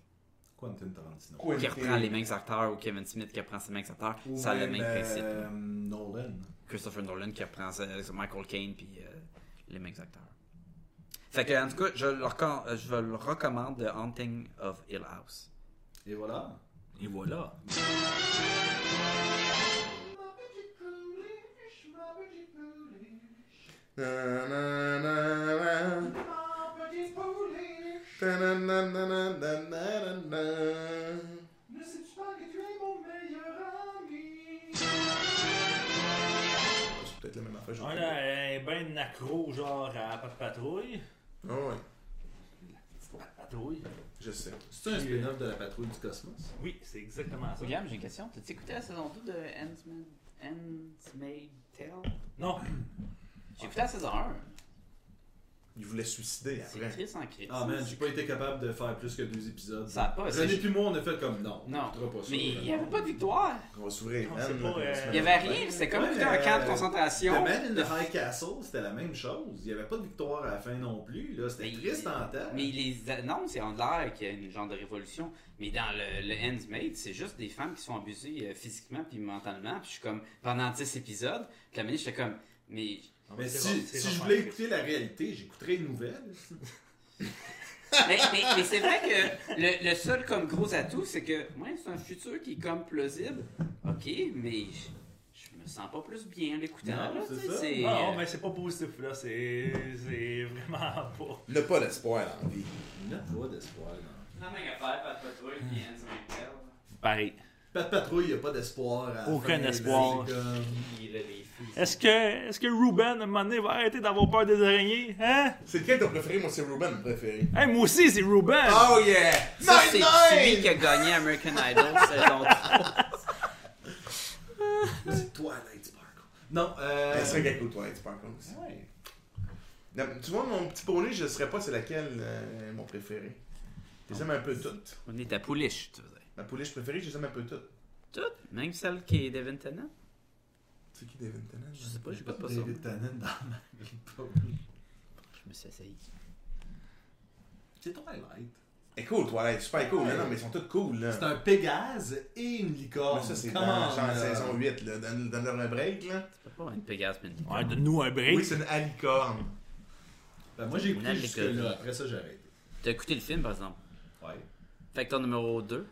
S3: Quentin Tarantino.
S4: Qui reprend les mêmes acteurs ou Kevin Smith qui reprend ses mêmes acteurs.
S3: Ou
S4: ça a le
S3: même,
S4: même principe.
S3: euh, Nolan.
S4: Christopher Nolan qui reprend ça, Michael Caine puis euh, les mêmes acteurs. Fait que, en tout cas, je le, recom- euh, je le recommande The Haunting of Hill House.
S3: Et voilà.
S6: Et voilà.
S5: Ah, C'est peut-être la même affaire. j'ai
S8: On
S5: oublié.
S8: a un bain de nacro, genre à Pat Patrouille.
S5: Ah ouais,
S8: Pat Patrouille.
S5: je sais.
S3: C'est un spin-off de la patrouille du cosmos.
S8: Oui, c'est exactement ça.
S4: William, j'ai une question. T'as-tu écouté la saison 2 de Handmaid's Tale?
S8: Non,
S4: J'ai écouté la saison 1.
S5: Il voulait se suicider
S4: C'est
S5: après.
S4: Chris en Chris.
S3: Ah man, j'ai pas été capable de faire plus que deux épisodes.
S4: Ça a pas, c'est-
S3: René puis moi, on a fait comme non.
S4: Non,
S3: on écoutera pas euh, ça.
S4: mais il n'y avait pas de victoire.
S5: On va s'ouvrir.
S8: Non, c'est
S5: man,
S8: pas, euh,
S5: là, la semaine
S4: Il n'y avait
S5: prochaine.
S4: rien. C'est comme
S3: Ouais,
S4: écouter un
S3: mais,
S4: camp de
S3: euh, The
S4: concentration.
S3: Man in the High Castle, c'était la même chose. Il n'y avait pas de victoire à la fin non plus. là. C'était
S4: Mais-
S3: triste en tête.
S4: Mais les annonces, il y a l'air qu'il y a une genre de révolution. Mais dans le, le Handmaid, c'est juste des femmes qui sont abusées euh, physiquement puis mentalement. Puis je suis comme, pendant 10 épisodes, puis la minute, j'étais comme, mais
S3: Mais
S8: C'est
S3: si,
S8: bon, c'est
S3: si
S8: bon,
S3: je voulais
S8: Chris.
S3: écouter la réalité, j'écouterais une nouvelle.
S4: mais, mais- mais c'est vrai que le, le seul comme gros atout, c'est que ouais, c'est un futur qui est comme plausible. Ok, mais je, je me sens pas plus bien en l'écoutant.
S3: Non,
S4: là,
S3: c'est
S4: tu sais,
S3: ça.
S4: c'est- euh,
S8: non, mais c'est pas positif là, c'est c'est vraiment pas.
S5: N'a pas d'espoir dans la vie.
S3: Il n'y a pas d'espoir. non.
S4: La même affaire, pas de patrouille, puis Handmaid's Tale.
S8: Pareil.
S3: Pat Patrouille, il n'y a pas d'espoir. à la
S8: Aucun
S3: fin,
S8: espoir.
S3: c'est comme-
S4: Puis là, les filles.
S8: Est-ce que est-ce que Ruben à un moment donné va arrêter d'avoir peur des araignées, hein
S5: C'est lequel ton préféré Moi, c'est Ruben, mon préféré.
S8: Hey, moi aussi c'est Ruben.
S6: Ah!
S5: Oh yeah!
S4: Ça,
S5: Nine
S4: c'est
S5: Nine!
S4: celui qui a gagné American Idol saison 3.
S3: C'est Twilight Sparkle. Non, euh.
S5: Ça serait Gecko hein, Twilight Sparkle aussi.
S3: Ouais.
S5: Non, mais Tu vois, mon petit poney, je ne saurais pas c'est laquelle euh, mon préféré. Je les aime un peu toutes.
S4: On est à Pouliche, tu veux dire.
S5: Ma pouliche préférée, je les aime un peu toutes.
S4: Toutes, même celle qui est Devin Tennant.
S5: C'est qui David Tennant?
S4: Je sais pas, j'écoute pas ça.
S3: David Tannen dans ma
S4: Je me suis essayé.
S3: C'est Twilight.
S5: Elle est cool, Twilight, super cool. Non, non, mais ils sont toutes cool. Là.
S3: C'est un Pégase et une licorne. euh,
S5: Mais ça, c'est
S3: Come
S5: dans
S3: on,
S5: genre,
S3: là.
S5: saison 8, là. Donne- Donne-leur un break, là.
S4: C'est pas une Pégase, mais une licorne.
S8: Ouais, donne-nous un break.
S5: Oui, c'est une alicorne.
S3: Ben, moi, j'ai écouté
S4: Moulin Licorne.
S3: jusque-là. Après ça, j'ai arrêté.
S4: T'as écouté le film, par exemple.
S3: Ouais.
S4: Facteur numéro 2.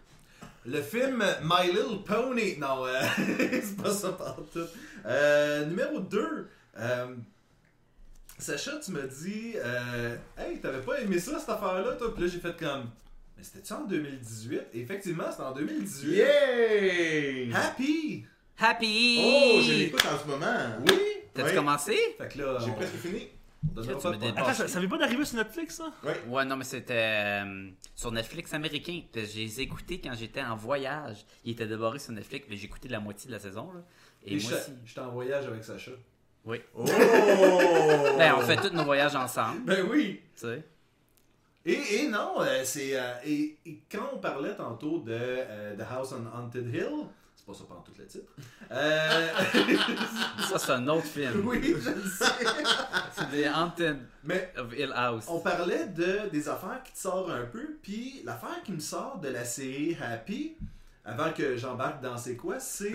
S3: Le film My Little Pony. Non, euh, c'est pas ça partout. Euh, numéro 2. Sacha, tu m'as dit euh, Hey, t'avais pas aimé ça, cette affaire-là, toi Puis là, j'ai fait comme Mais c'était-tu en 2018 Et Effectivement, c'était en 2018.
S5: Yay!
S3: Happy
S4: Happy!
S5: Oh, je l'écoute en ce moment.
S3: Oui
S4: T'as-tu
S5: Oui.
S4: commencé?
S3: Fait que là,
S5: J'ai
S3: on-
S5: presque fini.
S3: on donnera
S4: Tu
S3: pas
S4: me
S3: de
S4: dé-
S3: point.
S8: Attends, ça, ça vient pas d'arriver sur Netflix ça
S4: Ouais, non, mais c'était euh, sur Netflix américain. Puis Je les ai écoutés quand j'étais en voyage. Ils étaient débarrés sur Netflix, mais j'ai écouté la moitié de la saison. Là. Et
S3: Et
S4: moi
S3: je-
S4: aussi.
S3: J'étais en voyage avec Sacha.
S4: Oui.
S5: Oh!
S4: Ben, on fait tous nos voyages ensemble,
S3: Ben oui
S4: tu sais.
S3: Et, et non, euh, c'est. euh, et, et quand on parlait tantôt de euh, The House on Haunted Hill, c'est pas ça pendant tout le titre. Euh,
S4: Ça, c'est un autre film.
S3: oui, je le sais.
S4: C'est des Haunted
S3: Mais
S4: of Hill House.
S3: on parlait de, des affaires qui te sortent un peu, puis l'affaire qui me sort de la série Happy, avant que j'embarque dans c'est quoi, c'est.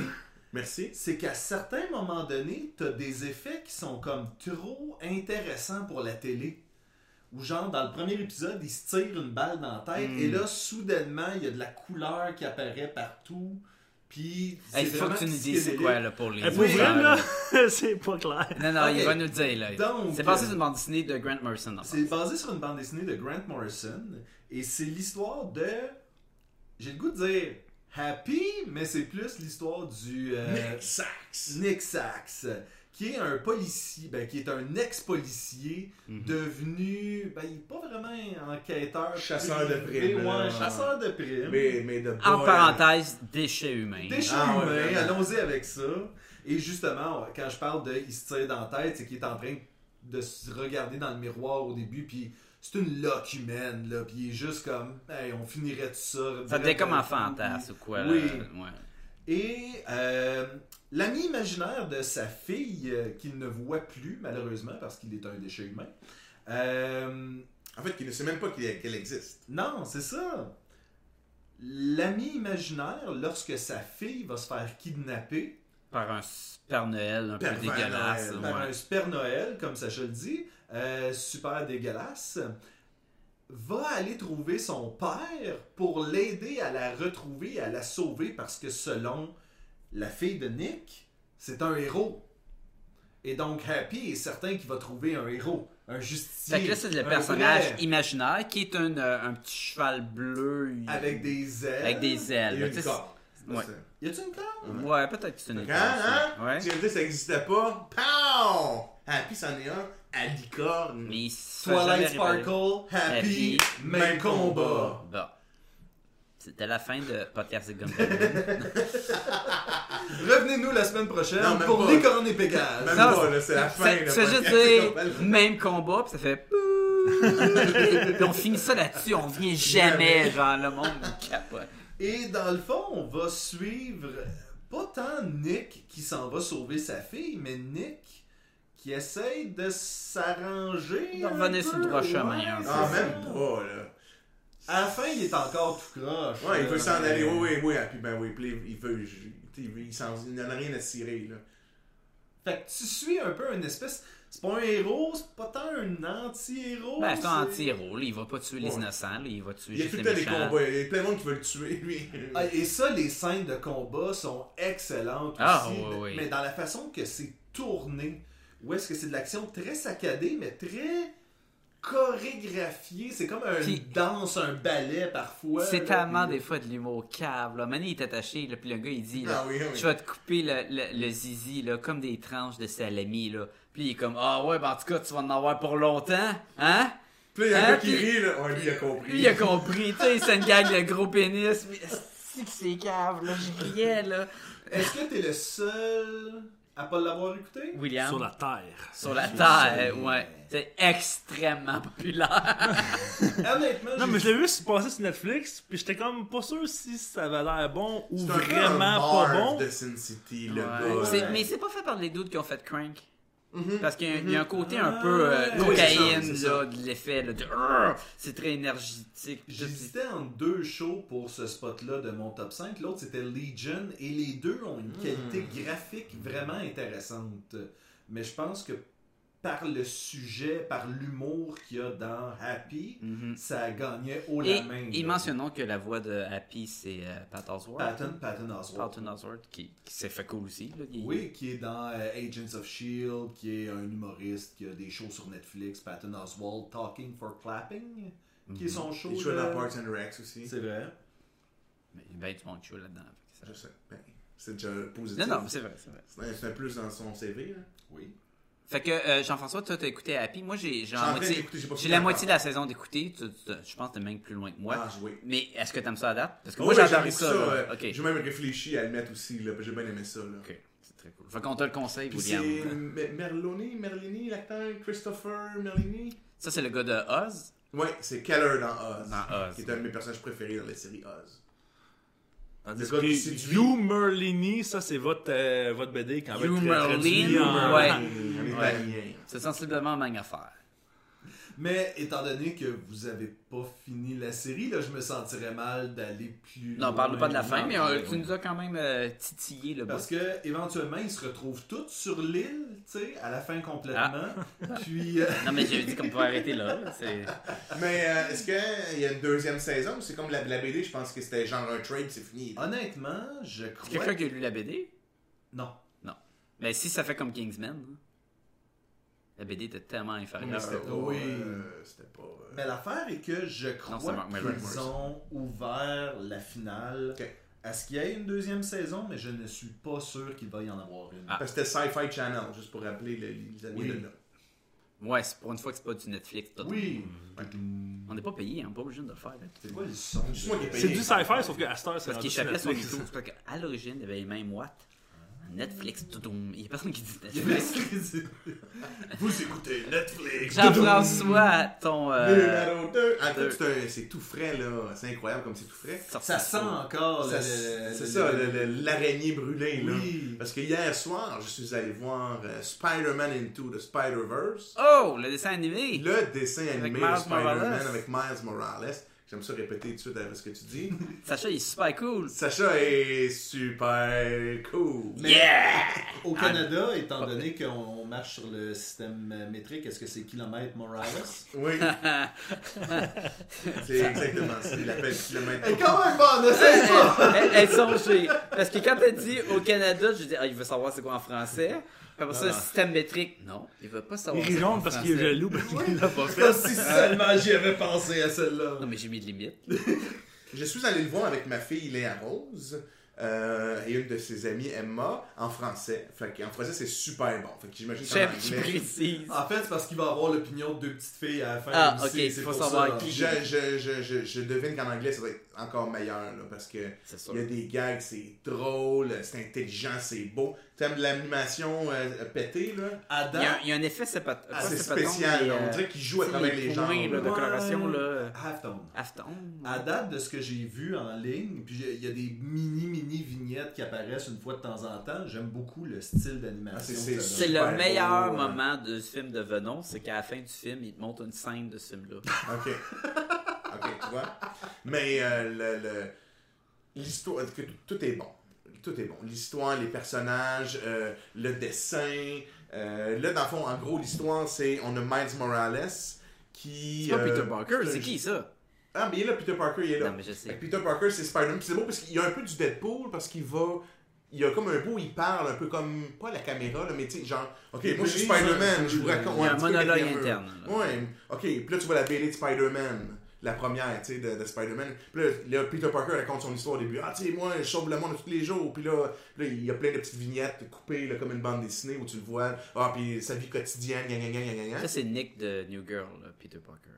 S5: Merci.
S3: C'est qu'à certains moments donnés, t'as des effets qui sont comme trop intéressants pour la télé. Ou genre, dans le premier épisode, il se tire une balle dans la
S4: Hmm.
S3: tête et là, soudainement, il y a de la couleur qui apparaît partout. Puis, c'est
S4: Hey, faut
S3: vraiment
S4: que tu nous dises c'est
S3: psychédélique.
S4: quoi là, pour les
S8: Eh, Pour
S4: auditeurs,
S8: vrai
S4: là.
S8: là, c'est pas clair.
S4: Non, non,
S3: Ok.
S4: il va nous dire là.
S3: Donc,
S4: c'est passé
S3: euh,
S4: sur une bande dessinée de Grant Morrison. en
S3: C'est
S4: fait.
S3: basé sur une bande dessinée de Grant Morrison et c'est l'histoire de. J'ai le goût de dire Happy, mais c'est plus l'histoire du. euh,
S5: Sax.
S3: Nick Sachs, qui est un policier, ben, qui est un ex-policier
S5: Mhm.
S3: devenu, ben, il est pas vraiment enquêteur.
S5: Chasseur de
S3: privé,
S5: primes, là.
S3: Ouais, chasseur de primes.
S5: Mais, mais de
S4: En
S5: bonnes-
S4: parenthèse, déchets humains.
S3: Déchets
S5: Ah, ouais,
S3: humains,
S5: vraiment.
S3: allons-y avec ça. Et justement, quand je parle de il se tire dans la tête, c'est qu'il est en train de se regarder dans le miroir au début, puis c'est une loque humaine, là, puis il est juste comme, hey, on finirait tout ça.
S4: Ça devait comme un fantasme ou quoi, là.
S3: Oui.
S4: Ouais.
S3: Et euh, l'ami imaginaire de sa fille, euh, qu'il ne voit plus, malheureusement, parce qu'il est un déchet humain, euh,
S5: En fait, qu'il ne sait même pas qu'il- qu'elle existe.
S3: non, c'est ça. L'ami imaginaire, lorsque sa fille va se faire kidnapper,
S4: Par un s- Père Noël un peu
S5: Père
S4: dégueulasse.
S5: Noël,
S3: par
S4: ouais.
S3: Ben, un Super Noël, comme ça je le dis, euh, super dégueulasse, va aller trouver son père pour l'aider à la retrouver, à la sauver, parce que selon la fille de Nick, c'est un héros. Et donc Happy est certain qu'il va trouver un héros, un justicier.
S4: Fait que là, c'est le
S3: un
S4: personnage
S3: vrai,
S4: imaginaire qui est un, euh, un petit cheval bleu. il-
S3: avec des ailes.
S4: avec des ailes.
S5: Il y
S4: là,
S5: a
S4: tu
S5: une
S4: sais,
S5: corde.
S4: Ouais.
S5: Ça,
S3: Y a-tu une corde?
S4: c'est- Ouais, peut-être que c'est une
S5: Quand,
S4: étoile, ça.
S5: hein?
S4: Ouais.
S5: Tu viens de dire que ça n'existait pas? Pow! Happy, c'en est un à licorne.
S4: Mais il se fait
S3: Twilight
S4: jamais révéler.
S3: Sparkle, Happy,
S4: Happy,
S3: même combat.
S4: Bon. C'était la fin de Podcast et Gumball.
S3: Revenez-nous la semaine prochaine
S5: Non, même
S3: pour
S5: pas.
S3: Licorne et Pégase.
S5: Même
S4: Non,
S5: pas, là, c'est la fin.
S4: C'est
S5: là,
S4: c'est juste
S5: podcast.
S4: dire, même combat, puis ça fait... puis on finit ça là-dessus, on revient jamais, genre, le monde nous capote.
S3: Et dans le fond, on va suivre euh, pas tant Nick qui s'en va sauver sa fille, mais Nick qui essaye de s'arranger.
S4: De
S3: un
S4: revenir sur le
S3: peu,
S4: droit chemin, hein,
S3: c'est
S5: Ah,
S3: ça.
S5: même pas, là.
S3: À la fin, il est encore tout croche. euh,
S5: Ouais, il
S3: là,
S5: veut s'en
S3: mais-
S5: aller. Oui, oui, oui. Happy, ben oui. puis il veut. Il, veut- il s'en- il n'en a rien à cirer, là.
S3: Fait que tu suis un peu une espèce. C'est pas un héros, c'est pas tant un anti-héros.
S4: Ben, c'est un anti-héros, là, il va pas tuer les
S5: Ouais.
S4: innocents, là, il va tuer
S5: Il y a
S4: juste les
S5: tout le temps des
S4: méchants.
S5: combats. Il y a plein de monde qui veut le tuer, lui.
S3: Ah, Et ça, les scènes de combat sont excellentes
S4: Ah,
S3: aussi,
S4: oui,
S3: mais-
S4: oui.
S3: mais dans la façon que c'est tourné, où est-ce que c'est de l'action très saccadée, mais très chorégraphiée. C'est comme un
S4: Puis-
S3: danse, un ballet parfois.
S4: C'est
S3: là,
S4: tellement
S3: puis-
S4: des fois de l'humour cave. Là. Mané, il est attaché, là, puis le gars, il dit là,
S5: Ah oui, ah oui.
S4: Je vais te couper le, le- le zizi là, comme des tranches de salami. Là. Puis il est comme Ah ouais, ben en tout cas, tu vas en avoir pour longtemps. Hein
S5: Puis là, il y a un
S4: Hein,
S5: gars qui
S4: puis-
S5: rit, là. Ouais, lui, il a compris.
S4: Lui, il a compris. tu sais, c'est une gang de gros pénis. Mais esti que c'est cave, là. Je riais, là.
S3: Est-ce que t'es le seul à pas l'avoir écouté?
S4: William.
S6: Sur la terre.
S4: sur la terre, ouais. C'est extrêmement populaire.
S3: Honnêtement,
S6: Non,
S3: j'ai-
S6: mais je l'ai vu se passer sur Netflix, puis j'étais comme pas sûr si ça avait l'air bon ou
S5: C'est un peu un
S6: vraiment pas
S5: Marv
S6: bon.
S5: de Sin City, le
S4: Ouais.
S5: gars.
S4: C'est- Mais c'est pas fait par les doutes qui ont fait Crank. Parce qu'il y a- il y, a un côté un peu euh,
S3: Ah,
S5: Mm-hmm. oui, c'est ça,
S4: cocaïne,
S5: c'est ça.
S4: là, de l'effet, là, de Urgh c'est très énergétique.
S3: J'hésitais en deux shows pour ce spot-là de mon top 5. L'autre, c'était Legion, et les deux ont une qualité
S5: Hmm.
S3: graphique vraiment intéressante. Mais je pense que par le sujet, par l'humour qu'il y a dans Happy,
S4: Mhm.
S3: ça gagnait haut
S4: Et,
S3: la main.
S4: et
S3: là.
S4: mentionnons que la voix de Happy, c'est euh, Pat Oswalt.
S3: Patton, Patton Oswalt.
S4: Patton Oswalt, qui, qui s'est fait cool aussi. Là, Il-
S3: Oui, qui est dans euh, Agents of S.H.I.E.L.D., qui est un humoriste, qui a des shows sur Netflix. Patton Oswalt, Talking for Clapping, qui est son show.
S5: Mhm. Il joue dans
S3: là.
S5: Parks and Recs aussi.
S3: C'est vrai.
S4: Mais Il y a bien du monde chaud là-dedans. fait
S5: Je
S4: que ça-
S5: sais. Ben, c'est déjà positif.
S4: Non, non, mais c'est vrai, c'est vrai.
S5: C'est c'est plus dans son CV, là.
S3: Oui.
S4: Fait que, euh, Jean-François, toi, t'as écouté Happy. Moi, j'ai j'ai
S5: en
S4: la
S5: train
S4: moitié,
S5: d'écouter, j'ai pas
S4: j'ai
S5: fini
S4: la
S5: encore.
S4: moitié de la saison d'écouter. Tu- tu- Je pense que t'es même plus loin que moi.
S5: Ah, oui. Ah
S4: Mais est-ce que t'aimes ça à date? Parce que
S5: Oui,
S4: moi, Ah j'ai adoré
S5: j'aime
S4: ça. là.
S5: euh,
S4: ok,
S5: J'ai même réfléchi à le mettre aussi, là. puis J'ai bien aimé ça, là.
S4: ok. C'est très cool. Fait qu'on te le conseille,
S5: Puis
S4: William.
S5: c'est Me- Merloni, Merlini, l'acteur Christopher Merlini.
S4: Ça, c'est le gars de Oz.
S5: Ouais, c'est Keller dans Oz.
S4: Dans Oz.
S5: Qui est un de mes personnages préférés dans la série Oz.
S6: Tandis
S5: Le gars qui
S6: que
S5: séduit.
S6: You Merlini, ça c'est votre, euh, votre BD quand
S4: You
S6: va être traduit
S4: Merlini,
S6: en-
S4: ouais.
S5: Un Italien.
S4: C'est sensiblement la même affaire.
S3: Mais étant donné que vous avez pas fini la série, là, je me sentirais mal d'aller plus.
S4: Non, on parle pas de la
S3: loin.
S4: fin, mais euh, tu nous as quand même euh, titillé le bout.
S3: Parce que éventuellement, ils se retrouvent tous sur l'île, tu sais, à la fin complètement.
S4: Ah.
S3: Puis euh,
S4: Non, mais j'avais dit qu'on pouvait arrêter là. C'est...
S5: Mais euh, est-ce qu'il y a une deuxième saison ou c'est comme la, la BD, je pense que c'était genre un trade, c'est fini.
S4: Ah,
S5: là.
S3: honnêtement, je
S4: C'est quelqu'un
S3: crois.
S4: qui a lu la BD?
S3: Non.
S4: Mais si ça fait comme Kingsman, hein. la BD était tellement
S5: Mais
S4: inférieure.
S5: c'était pas.
S3: oui.
S5: euh, c'était pas. euh,
S3: Mais l'affaire est que je
S4: c'est
S3: crois
S4: Mark Millar.
S3: qu'ils ont ouvert la finale
S5: Ok.
S3: à ce qu'il y ait une deuxième saison, mais je ne suis pas sûr qu'il va y en avoir une.
S4: Ah.
S5: Parce que c'était Sci-Fi Channel, juste pour rappeler le- les amis
S3: Oui.
S5: de là.
S4: Ouais, c'est pour une fois que c'est pas du Netflix. tout.
S3: Oui.
S4: On n'est pas payé, on n'est pas obligé de le faire. là.
S3: C'est quoi le son?
S5: Juste moi qui ai payé.
S8: C'est du sci-fi, sauf que à cette heure, c'est
S4: Parce qu'il
S8: rendu
S4: échappait
S8: sur
S4: son
S8: Netflix.
S4: micro. C'est parce qu'à l'origine, il y avait les mêmes watts. Netflix, tout Il n'y a personne qui dit Netflix.
S3: Vous écoutez Netflix.
S4: Jean-François, ton. euh,
S5: Numéro deux. Ah, écoute, c'est un- C'est tout frais, là. C'est incroyable comme c'est tout frais.
S4: sorti-
S3: Ça sent encore
S5: Ça,
S3: le-
S5: C'est
S3: le-
S5: c'est ça, le- le- l'araignée brûlée, là.
S3: Oui.
S5: Parce que hier soir, je suis allé voir euh, Spider-Man Into the Spider-Verse,
S4: Oh, le dessin animé!
S5: le dessin animé de
S4: Miles
S5: Spider-Man
S4: Morales.
S5: avec Miles Morales. J'aime ça répéter tout de suite après ce que tu dis.
S4: Sacha, il est super cool!
S5: Sacha est super cool.
S3: Au Canada, étant donné qu'on marche sur le système métrique, est-ce que c'est kilomètre Morales?
S5: Oui. c'est exactement ça. Il appelle kilomètre.
S3: même pas, on essaie ça!
S4: elles, elles sont chez. Parce que quand t'as dit au Canada, je dis, ah, il veut savoir c'est quoi en français. Puis Après ça, système métrique. Non, il veut pas savoir.
S8: Il
S4: c'est quoi en
S8: rigonde parce qu'il est
S4: français.
S8: jaloux. parce qu'il l'a pas fait.
S3: Comme si seulement j'y avais pensé à celle-là.
S4: Non, mais j'ai mis de limite.
S5: Je suis allé le voir avec ma fille Léa Rose euh, et une de ses amies Emma en français. Fait qu'en français, c'est super bon. Fait que j'imagine qu'en
S4: Chef, tu
S5: anglais.
S4: précises.
S3: En fait, c'est parce qu'il va avoir l'opinion de deux petites filles à la fin.
S4: Ah,
S3: aussi,
S4: ok,
S3: c'est
S4: faut
S3: pour
S4: savoir
S3: ça.
S4: qui.
S5: Puis je, je, je, je, je devine qu'en anglais, ça va être encore meilleur là, parce que
S4: C'est sûr.
S5: il y a des gags, c'est drôle, c'est intelligent, c'est beau. T'aimes de l'animation euh, pétée, là?
S4: Il y, a,
S3: Adam,
S4: un- il y a un effet, Ah, c'est pas. pas
S5: Ah, c'est
S4: sépaton,
S5: spécial,
S4: mais,
S5: là.
S4: euh,
S5: On dirait qu'il joue à
S4: tu sais,
S5: travers
S4: les
S5: les
S4: points,
S5: jambes,
S4: là, de
S5: là.
S4: coloration, là.
S3: Halftone.
S4: Afton.
S3: euh, À date de ce que j'ai vu en ligne, puis il y a des mini mini vignettes qui apparaissent une fois de temps en temps. J'aime beaucoup le style d'animation.
S5: Ah, c'est- c'est-
S3: que ça donne.
S4: C'est
S5: super
S4: le meilleur
S5: beau, hein. ouais.
S4: moment du film de Venon, c'est qu'à la fin du film, il te montre une scène de ce film-là.
S5: Ok. Ok, tu vois. Mais euh, le- le- l'histoire, que tout est bon. Tout est bon. L'histoire, les personnages, euh, le dessin. euh, là, dans le fond, en gros, l'histoire, c'est on a Miles Morales qui.
S4: C'est pas Ah, Peter
S5: euh,
S4: Parker,
S5: un-
S4: c'est qui ça?
S5: Ah, mais il est là, Peter Parker, il est là.
S4: Non, mais je sais.
S5: Fait que Peter Parker, c'est Spider-Man. Puis c'est beau parce qu'il y a un peu du Deadpool parce qu'il va. Il y a comme un bout, il parle un peu comme. Pas à la caméra, là, mais tu sais, genre. Ok, moi je suis Spider-Man, je vous raconte.
S4: Il y a
S5: ouais,
S4: un
S5: petit peu
S4: monologue
S5: quelqu'un veut.
S4: interne, là.
S5: Ouais, ok, puis là tu vois la BD de Spider-Man. La première, tu sais, de, de Spider-Man. Puis là, là, Peter Parker raconte son histoire au début. Ah, tu sais, moi, je sauve le monde tous les jours. Puis là, là, il y a plein de petites vignettes coupées, là, comme une bande dessinée où tu le vois. Ah, puis sa vie quotidienne, gna gna gna gna gna.
S4: Ça, c'est Nick de New Girl, là, Peter Parker.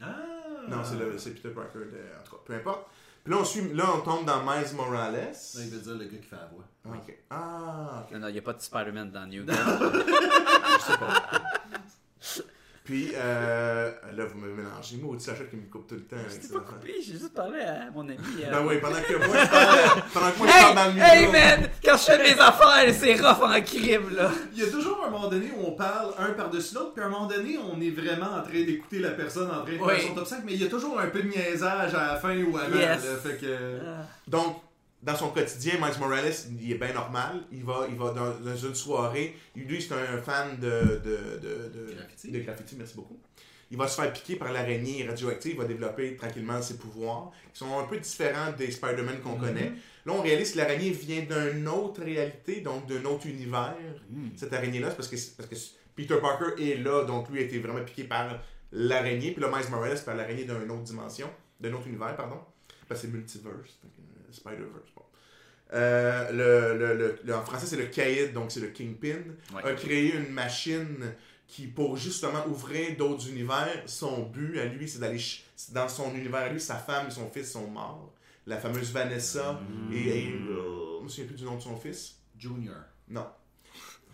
S3: Ah!
S5: Non, c'est le- c'est Peter Parker, de- en tout cas, peu importe. Puis là, on, suit, là, on tombe dans Miles Morales.
S3: Ça, il veut dire le gars qui fait la voix.
S5: Ok. Ah, ok.
S4: Non, non, il n'y a pas de Spider-Man dans New Girl.
S5: Puis, euh, là, vous me mélangez. Maudit Sacha qui me coupe tout le temps. avec
S4: Je t'ai
S5: ça.
S4: pas coupé, j'ai juste parlé à mon ami. euh,
S5: Ben oui, pendant que moi, je parle, pendant que moi, je parle dans le
S4: Hey, hey
S5: micro.
S4: man, quand je fais mes affaires, c'est rough en crime là.
S3: Il y a toujours un moment donné où on parle un par-dessus l'autre, puis à un moment donné, on est vraiment en train d'écouter la personne en train de
S4: Oui.
S3: faire son top 5, mais il y a toujours un peu de niaisage à la fin ou avant.
S4: Yes. Ah.
S3: là, fait que...
S5: Donc, dans son quotidien, Miles Morales, il est bien normal. Il va, il va dans, dans une soirée. Lui, c'est un fan de, de, de, de,
S3: Graffiti.
S5: de graffiti. Merci beaucoup. Il va se faire piquer par l'araignée radioactive. Il va développer tranquillement ses pouvoirs. Ils sont un peu différents des Spider-Man qu'on connaît. Là, on réalise que l'araignée vient d'une autre réalité, donc d'un autre univers. Cette araignée-là, c'est parce que, parce que Peter Parker est là, donc lui a été vraiment piqué par l'araignée. Puis là, Miles Morales, par l'araignée d'une autre dimension, d'un autre univers, pardon. Parce que c'est multiverse, donc, euh, Spider-Verse. bon. Euh, le, le- le- le- en français, c'est le Caïd, donc c'est le Kingpin,
S4: Ouais.
S5: a créé une machine qui, pour justement ouvrir d'autres univers, son but à lui, c'est d'aller ch- c'est dans son univers à lui, sa femme et son fils sont morts. La fameuse Vanessa et, et- je me souviens plus du nom de son fils.
S3: Junior.
S5: Non.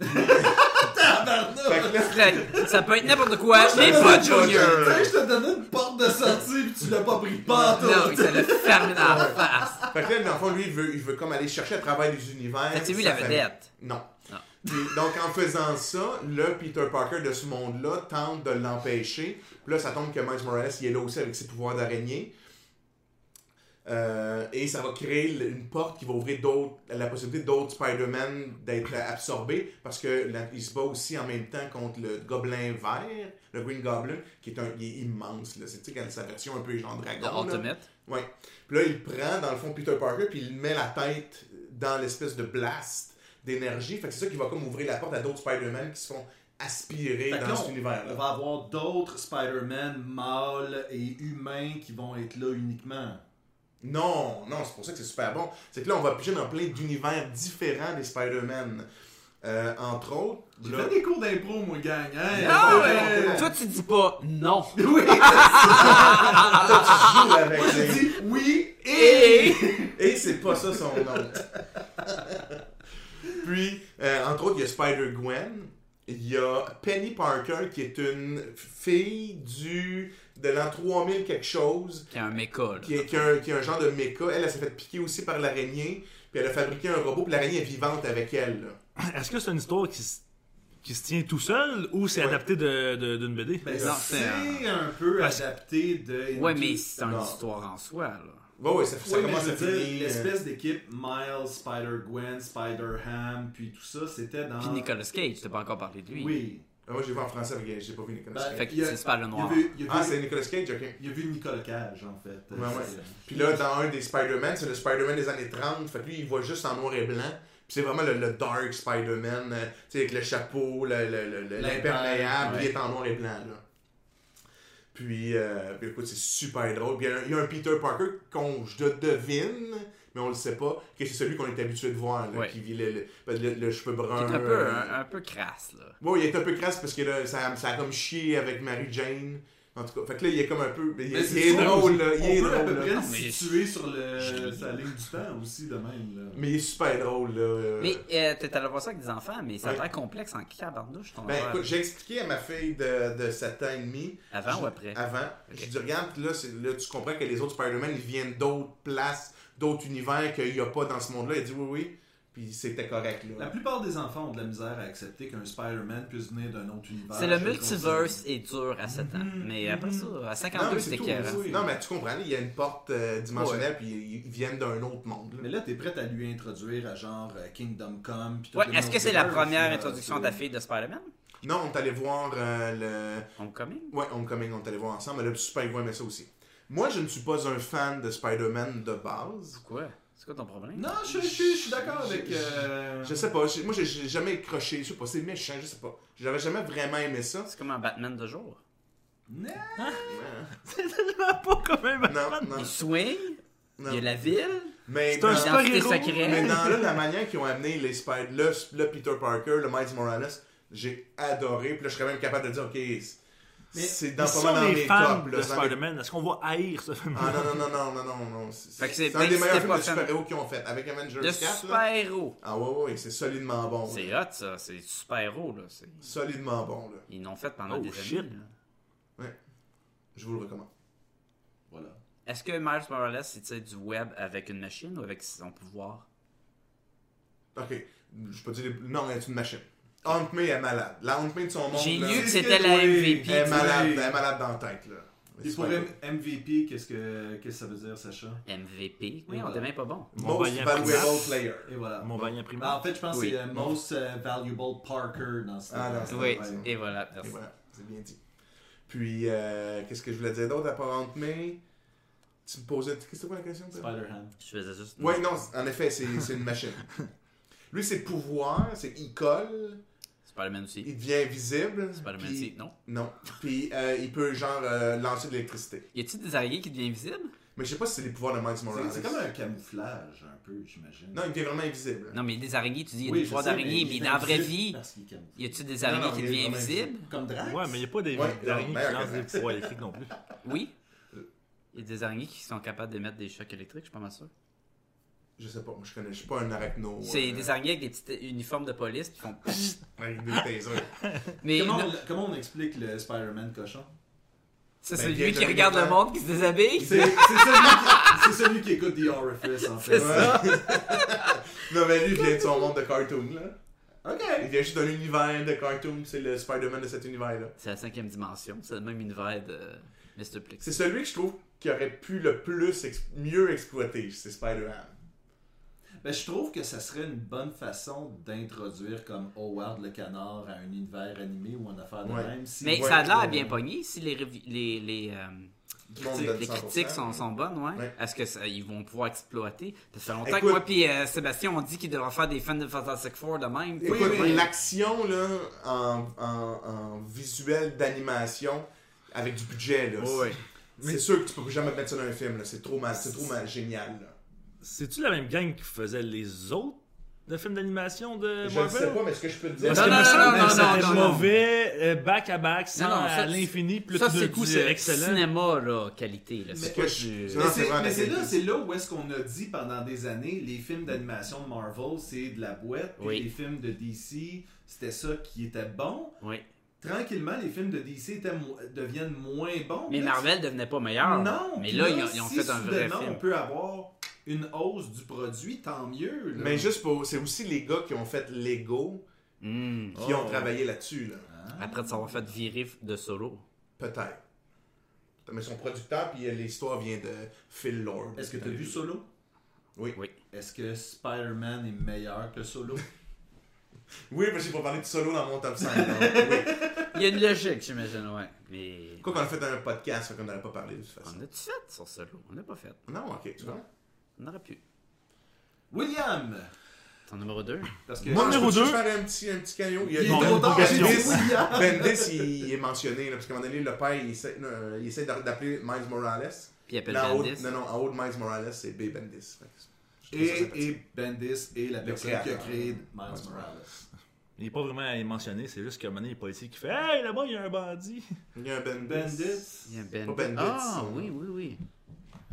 S3: Tabarnak!
S5: Fait que là-
S4: Là, ça peut être n'importe quoi, mais pas Junior.
S3: Tu sais, Je te donnais une porte de sortie, puis tu l'as pas pris pas
S4: Non, il se le ferme dans la face.
S5: Fait que là, dans le fond, lui, il veut, il veut comme aller chercher à travers les univers.
S4: T'as-tu vu
S5: sa
S4: la
S5: famille.
S4: vedette? Ah.
S5: Non.
S4: Non.
S5: Puis, donc, en faisant ça, le Peter Parker de ce monde-là tente de l'empêcher. Puis là, ça tombe que Miles Morales, il est là aussi avec ses pouvoirs d'araignée. Euh, et ça va créer l- une porte qui va ouvrir d'autres, la possibilité d'autres Spider-Man d'être absorbés parce que là, il se bat aussi en même temps contre le Gobelin Vert, le Green Goblin, qui est, un, il est immense. là. C'est tu sais, quand sa version un peu genre
S4: Le
S5: dragon. là.
S4: Ultimate.
S5: Ouais. Puis là, il prend, dans le fond, Peter Parker, puis il met la tête dans l'espèce de blast d'énergie. Fait que c'est ça qui va comme ouvrir la porte à d'autres Spider-Man qui se font aspirer
S3: Fait que
S5: dans
S3: là,
S5: cet
S3: on-
S5: univers-là.
S3: On va avoir d'autres Spider-Man mâles et humains qui vont être là uniquement.
S5: Non, non, c'est pour ça que c'est super bon. C'est que là, on va piger dans plein d'univers différents des Spider-Man. Euh, entre autres,
S3: J'ai
S5: là-
S3: fait des cours d'impro, mon gang. Hein?
S4: Ah,
S3: Ouais,
S4: ouais,
S3: ouais.
S4: Toi, tu dis pas non.
S3: Oui,
S5: tu joues avec
S3: j'ai
S5: les-
S3: dit oui et...
S4: Et
S5: Et c'est pas ça son nom. Puis, euh, entre autres, il y a Spider-Gwen. Il y a Penny Parker, qui est une fille du de l'an 3000 quelque chose,
S4: Qui a un méca, là.
S5: qui est, qui est un, qui est un genre de méca. Elle, elle s'est fait piquer aussi par l'araignée. Puis elle a fabriqué un robot, puis l'araignée est vivante avec elle. là.
S6: Est-ce que c'est une histoire qui se, qui se tient tout seul ou c'est
S5: Ouais.
S6: adapté de- de- d'une BD?
S3: Ben,
S4: Non,
S3: c'est euh,
S4: c'est
S3: un peu
S6: Parce-
S3: adapté de...
S4: Ouais, mais c'est une
S5: Non.
S4: histoire en soi, là.
S5: Bah Ouais, ouais, ça, ça
S3: Ouais, mais
S5: commence
S3: je
S5: à
S3: veux dire,
S5: finir. euh,
S3: l'espèce d'équipe Miles, Spider-Gwen, Spider-Ham, puis tout ça, c'était dans...
S4: Puis Nicolas Cage, t'as pas encore parlé de lui.
S3: Oui.
S5: ah, Moi, j'ai vu en français, avec, j'ai pas vu Nicolas
S3: Ben,
S5: Cage.
S4: Fait que
S3: Il y a-
S4: c'est pas le
S3: Il y
S4: noir.
S3: avait- il y avait-
S5: Ah, c'est Nicolas Cage, ok.
S3: Il y a vu Nicolas Cage, en fait.
S5: Ouais, ouais.
S3: C'est- euh,
S5: Puis là, dans un des Spider-Man, c'est le Spider-Man des années 30. Fait que lui, il voit juste en noir et blanc. Puis c'est vraiment le, le dark Spider-Man, euh, tu sais, avec le chapeau, le- le- le- le- l'imperméable,
S3: ouais.
S5: puis il est en noir et blanc, là. Puis, euh, puis écoute, c'est super drôle. Puis il y a un- il y, a un Peter Parker qu'on, je devine, mais on le sait pas, que c'est celui qu'on est habitué de voir, là,
S4: Ouais.
S5: qui vit le, le, le- le cheveu brun.
S4: Qui est un peu, hein,
S5: euh,
S4: un, un peu crasse, là.
S5: Ouais, il est un peu crasse parce que là, ça, ça a comme chié avec Mary Jane. En tout cas, fait que là, il est comme un peu. Il,
S3: Mais
S5: est-
S3: c'est
S5: il est
S3: sûr,
S5: drôle, là. Il
S3: On
S5: est
S3: peut à
S5: drôle,
S3: peu
S5: là.
S3: près le
S4: mais-
S3: situer sur le, sa ligne du temps aussi, de même. Là.
S5: Mais il est super drôle, là. euh.
S4: Mais euh, t'es allé voir ça avec des enfants, mais ça a
S5: Ouais.
S4: l'air complexe en cabardouche, ton
S5: Ben
S4: affaire.
S5: écoute, j'ai expliqué à ma fille de, de 7 ans et demi.
S4: Avant
S5: Je-
S4: ou après?
S5: Avant.
S4: Ok.
S5: J'ai dit, regarde, là, c'est- là, tu comprends que les autres Spider-Man, ils viennent d'autres places, d'autres univers qu'il n'y a pas dans ce monde-là. Elle dit oui, oui. Puis c'était correct,
S3: La
S5: là.
S3: plupart des enfants ont de la misère à accepter qu'un Spider-Man puisse venir d'un autre univers.
S5: Ah,
S4: C'est le
S3: Je le
S4: multiverse est dur à 7 ans. Mais après ça, à
S5: Mm-hmm. Non, mais
S4: 52,
S5: c'est
S4: c'était
S5: tout,
S4: écœurant.
S5: oui. Non, mais tu comprends, il y a une porte euh, dimensionnelle, puis ils, ils viennent d'un autre monde.
S3: Mais
S5: Là.
S3: là, t'es prête à lui introduire à genre euh, Kingdom Come. puis tout
S4: Ouais,
S3: le
S4: est-ce que c'est la
S3: multiverse,
S4: première
S3: euh,
S4: introduction de ta fille de Spider-Man?
S5: Non, on est allé voir euh, le.
S4: Homecoming?
S5: Ouais, Homecoming, on est allé voir ensemble. Elle a super aimé ça aussi. Moi, je ne suis pas un fan de Spider-Man de base.
S4: Quoi? C'est quoi ton problème?
S3: Non, je, je- je suis d'accord avec. euh,
S5: Je sais pas, j'ai- moi j'ai- j'ai jamais croché, je sais pas, c'est méchant, je sais pas. J'avais jamais vraiment aimé ça.
S4: C'est comme un Batman de jour.
S3: Non.
S6: Pas quand même.
S5: Non, non,
S4: Il swing, il y
S5: non.
S4: a la ville,
S5: Mais,
S6: C'est un
S5: dans-
S6: super
S4: l'identité
S6: héros,
S4: secrète.
S5: mais dans là, la manière qu'ils ont amené les Spider, le, le Peter Parker, le Miles Morales, j'ai adoré. Puis là, je serais même capable de dire, ok, c'est- c'est dans
S6: Dans
S5: pas
S6: si
S5: mal
S6: on
S5: dans
S6: est
S5: mes
S6: fan
S5: tops.
S6: de
S5: là, c'est dans mes-
S6: Spider-Man, est-ce qu'on va haïr ce film?
S5: Ah non, non, non, non, non, non, non.
S4: Fait
S5: C'est
S4: que c'est-
S5: c'est un des
S4: même si
S5: meilleurs
S4: t'es
S5: films
S4: pas
S5: de
S4: fan-
S5: super-héros qu'ils ont fait. Avec Avengers
S4: de
S5: 4, là.
S4: super-héros.
S5: Ah ouais, ouais, c'est solidement bon. là.
S4: C'est hot, ça. C'est super-héros, là. C'est-
S5: Solidement bon, là.
S4: Ils l'ont fait pendant
S6: Oh,
S4: des
S6: shit.
S4: années. là.
S5: Je vous le recommande.
S3: Voilà.
S4: Est-ce que Miles Morales, il tire du web avec une machine ou avec son pouvoir?
S5: Ok, je peux dire. les- Non, elle est une machine. Aunt May est malade. La Aunt May de son monde.
S4: J'ai
S5: là,
S4: lu que
S3: c'est
S4: c'était
S3: que-
S4: la
S3: oui,
S4: MVP.
S5: Elle est
S4: du-
S5: malade, elle est malade dans la tête, là.
S3: Et
S5: C'est
S3: pour
S5: pas
S3: M-
S5: cool.
S3: MVP, qu'est-ce que, qu'est-ce que ça veut dire, Sacha
S4: MVP? Oui, on était même pas bon.
S6: Mon
S5: Most
S6: vaillant
S5: valuable
S6: Prince.
S5: player.
S3: Et voilà.
S6: Mon vaillant
S3: Ben,
S4: Bah,
S6: primaire.
S3: en fait, je pense
S4: Oui.
S3: que c'est euh, Most euh, Valuable Parker dans ce
S5: Ah, dans ce-
S4: Oui,
S5: Ouais.
S4: et voilà. merci.
S5: Et voilà, c'est bien dit. Puis, euh, qu'est-ce que je voulais dire d'autre à part Aunt May Tu me posais. Qu'est-ce que c'est la question toi?
S3: Spider-Ham.
S4: Je faisais juste...
S5: Ouais, non, c'est- en effet, c'est c'est une machine. Lui, ses pouvoirs, c'est il colle,
S4: Spider-Man aussi.
S5: il devient invisible.
S4: Spider-Man
S5: puis-
S4: aussi, non?
S5: Non. Puis euh, il peut, genre, euh, lancer de l'électricité.
S4: Y a-t-il des araignées qui deviennent invisibles?
S5: Mais je sais pas si c'est les pouvoirs de Miles Morales.
S3: C'est- C'est comme un camouflage, un peu, j'imagine.
S5: Non, il devient vraiment invisible.
S4: Non, mais des araignées, tu dis, y a
S3: Oui,
S4: des
S3: je
S4: pouvoirs
S3: sais,
S4: d'araignées,
S3: mais
S4: mais
S3: il est
S4: dans la vraie
S3: invisible
S4: vie,
S3: parce qu'il est camouflé.
S4: y a-t-il des
S5: Non, non,
S4: araignées qui
S5: il est
S4: deviennent
S5: vraiment
S4: invisibles?
S3: Comme Drax.
S6: Ouais, mais y a pas des
S5: Ouais,
S6: des araignées
S5: non,
S6: qui
S5: ben,
S6: lancent des
S5: ok.
S6: pouvoirs électriques non plus.
S4: Oui. Il y a des araignées qui sont capables d'émettre des chocs électriques, je suis pas mal sûr.
S5: Je sais pas, moi je connais, je suis pas un arachno.
S4: C'est
S5: euh,
S4: des araignées avec des petits uniformes de police qui font.
S5: Avec des tasers.
S4: Mais
S3: Comment,
S4: non,
S3: on- comment on explique le Spider-Man cochon
S4: ça,
S5: Ben,
S4: c'est
S5: bien
S4: lui qui
S5: joué,
S4: regarde
S5: bien.
S4: le monde qui se déshabille.
S3: C'est c'est celui, qui- c'est celui qui écoute The Orifice, en fait.
S5: non, mais lui, il vient de son monde de cartoon, là.
S3: Ok.
S5: Il vient juste d'un univers de cartoon, c'est le Spider-Man de cet univers-là.
S4: C'est la cinquième dimension, c'est le même univers de Mr. Plix.
S5: C'est celui que je trouve qui aurait pu le plus, ex- mieux exploiter, c'est Spider-Man.
S3: Ben, je trouve que ça serait une bonne façon d'introduire comme Howard le canard à un univers animé ou en affaire de
S5: Ouais.
S3: même. si-
S4: Mais
S5: Ouais,
S4: ça a l'air
S5: ouais.
S4: bien pogné si les, revi- les, les, euh,
S5: Du monde donne
S4: les
S5: 100%.
S4: critiques sont, sont bonnes, ouais.
S5: Ouais.
S4: Est-ce que ça- ils vont pouvoir exploiter Parce que ça fait longtemps
S5: Écoute.
S4: que moi puis euh, Sébastien on dit qu'ils devraient faire des fans de Fantastic Four de même.
S5: Écoute,
S4: Puis, ouais.
S5: l'action, là, en, en, en visuel d'animation, avec du budget, là.
S4: Ouais, ouais.
S5: C'est sûr que tu peux jamais mettre ça dans un film, là. C'est trop, mal, c'est trop mal, génial, là.
S6: C'est-tu la même gang qui faisait les autres de films d'animation
S5: Je
S6: de
S5: ne sais
S6: Marvel?
S5: pas, mais ce que je peux te dire.
S6: Parce
S4: Non,
S6: que
S4: non,
S6: me
S4: non,
S6: semble
S4: non,
S6: que c'était
S4: non, non, non.
S6: mauvais, euh, back à back, sans
S4: Non, non, ça,
S6: à l'infini, puis là,
S4: Ça,
S6: tout
S4: c'est
S6: d'un coup, c'est excellent.
S4: cinéma, là, qualité. Là.
S5: ce
S4: C'est
S5: que
S4: pas
S5: je-
S4: du-
S5: Non,
S3: Mais
S5: c'est vraiment
S3: c'est- Mais c'est là,
S5: d'actualité.
S3: c'est là où est-ce qu'on a dit pendant des années les
S5: Mm.
S3: films d'animation de Marvel, c'est de la boîte, puis
S4: Oui.
S3: les films de DC, c'était ça qui était bon.
S4: Oui.
S3: Tranquillement, les films de DC étaient mo- deviennent moins bons.
S4: Mais
S3: Là,
S4: Marvel devenait pas meilleur.
S3: Non.
S4: Mais
S3: puis
S4: là, ils ont, ils ont
S3: si
S4: fait un vrai
S3: soudainement,
S4: film.
S3: On peut avoir une hausse du produit, tant mieux. là.
S5: Mais juste pour. C'est aussi les gars qui ont fait Lego
S4: Hmm.
S5: qui ont travaillé là-dessus, là.
S4: Après de s'avoir fait virer de solo.
S5: Peut-être. Mais son producteur, puis euh, l'histoire vient de Phil Lord.
S3: Est-ce que tu as vu Solo
S5: Oui.
S4: Oui.
S3: Est-ce que Spider-Man est meilleur que Solo
S5: Oui, mais j'ai pas parlé de solo dans mon top 5. donc, oui.
S4: Il y a une logique, j'imagine, ouais. Mais.
S5: Quoi qu'on a fait un podcast, fait qu'on n'aurait pas parlé de toute façon.
S4: On a-tu fait sur solo On l'a pas fait.
S5: Non, ok, tu vois.
S4: On aurait pu.
S3: William
S4: Ton numéro 2
S3: Parce que.
S5: Moi,
S6: numéro
S5: Ah, je
S6: deux.
S5: peux faire un petit, un petit caillot. Il y a
S3: il est
S5: Non,
S3: trop tard, j'ai dit
S5: Bendis,
S3: William.
S5: Bendis, Ben, il, il est mentionné, là, parce qu'à un moment donné, le père, il essaie, euh, il essaie d'a- d'appeler Miles Morales.
S4: Puis il appelle
S5: Là, en haut-
S4: Bendis.
S5: Non, non, en haut de Miles Morales, c'est B. Bendis. Fait que je trouve ça sympathique.
S3: Et, et Bendis est la personne qui a
S5: créateur.
S3: créé Miles
S5: Miles
S3: Morales.
S6: Il est pas vraiment à y mentionner, c'est juste qu'à un moment donné, il y a un policier qui fait Hey, là-bas, il y a un bandit.
S5: Il y a un Bendis.
S3: Bendis.
S4: Il y a Bendis.
S6: Ben
S5: Pas Bendis,
S4: Ah,
S5: euh,
S4: oui, oui, oui.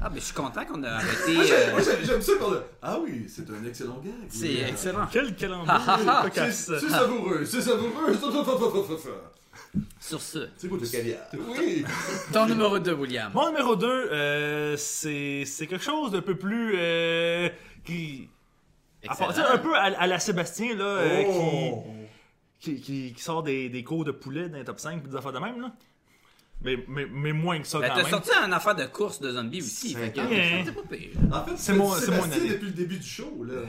S4: Ah, mais je suis content qu'on a arrêté.
S3: Moi
S4: euh,
S3: j'ai- j'aime ça qu'on a. Ah oui, c'est un excellent gag.
S4: C'est
S3: William.
S4: excellent.
S6: Quel
S4: Ah,
S6: calendrier pas
S3: C'est
S6: casse.
S3: c'est savoureux, c'est savoureux.
S4: Sur ce,
S5: C'est quoi le caviar?
S3: Oui.
S4: ton numéro 2, William.
S6: Mon numéro 2, c'est c'est quelque chose d'un peu plus. euh, qui. à part- tu sais, un peu à, à la Sébastien, là, euh,
S5: Oh!
S6: qui, qui, qui- qui sort des, des cours de poulet dans les top 5 puis des affaires de même, là. Mais, mais, mais moins que ça,
S4: Ben,
S6: quand
S4: t'as
S6: même.
S4: sorti un affaire de course de zombies aussi. Fait que
S6: Hein.
S4: c'est pas pire.
S3: En fait,
S6: C'est mon- c'est mon
S3: Sébastien
S6: année.
S3: depuis le début du show là.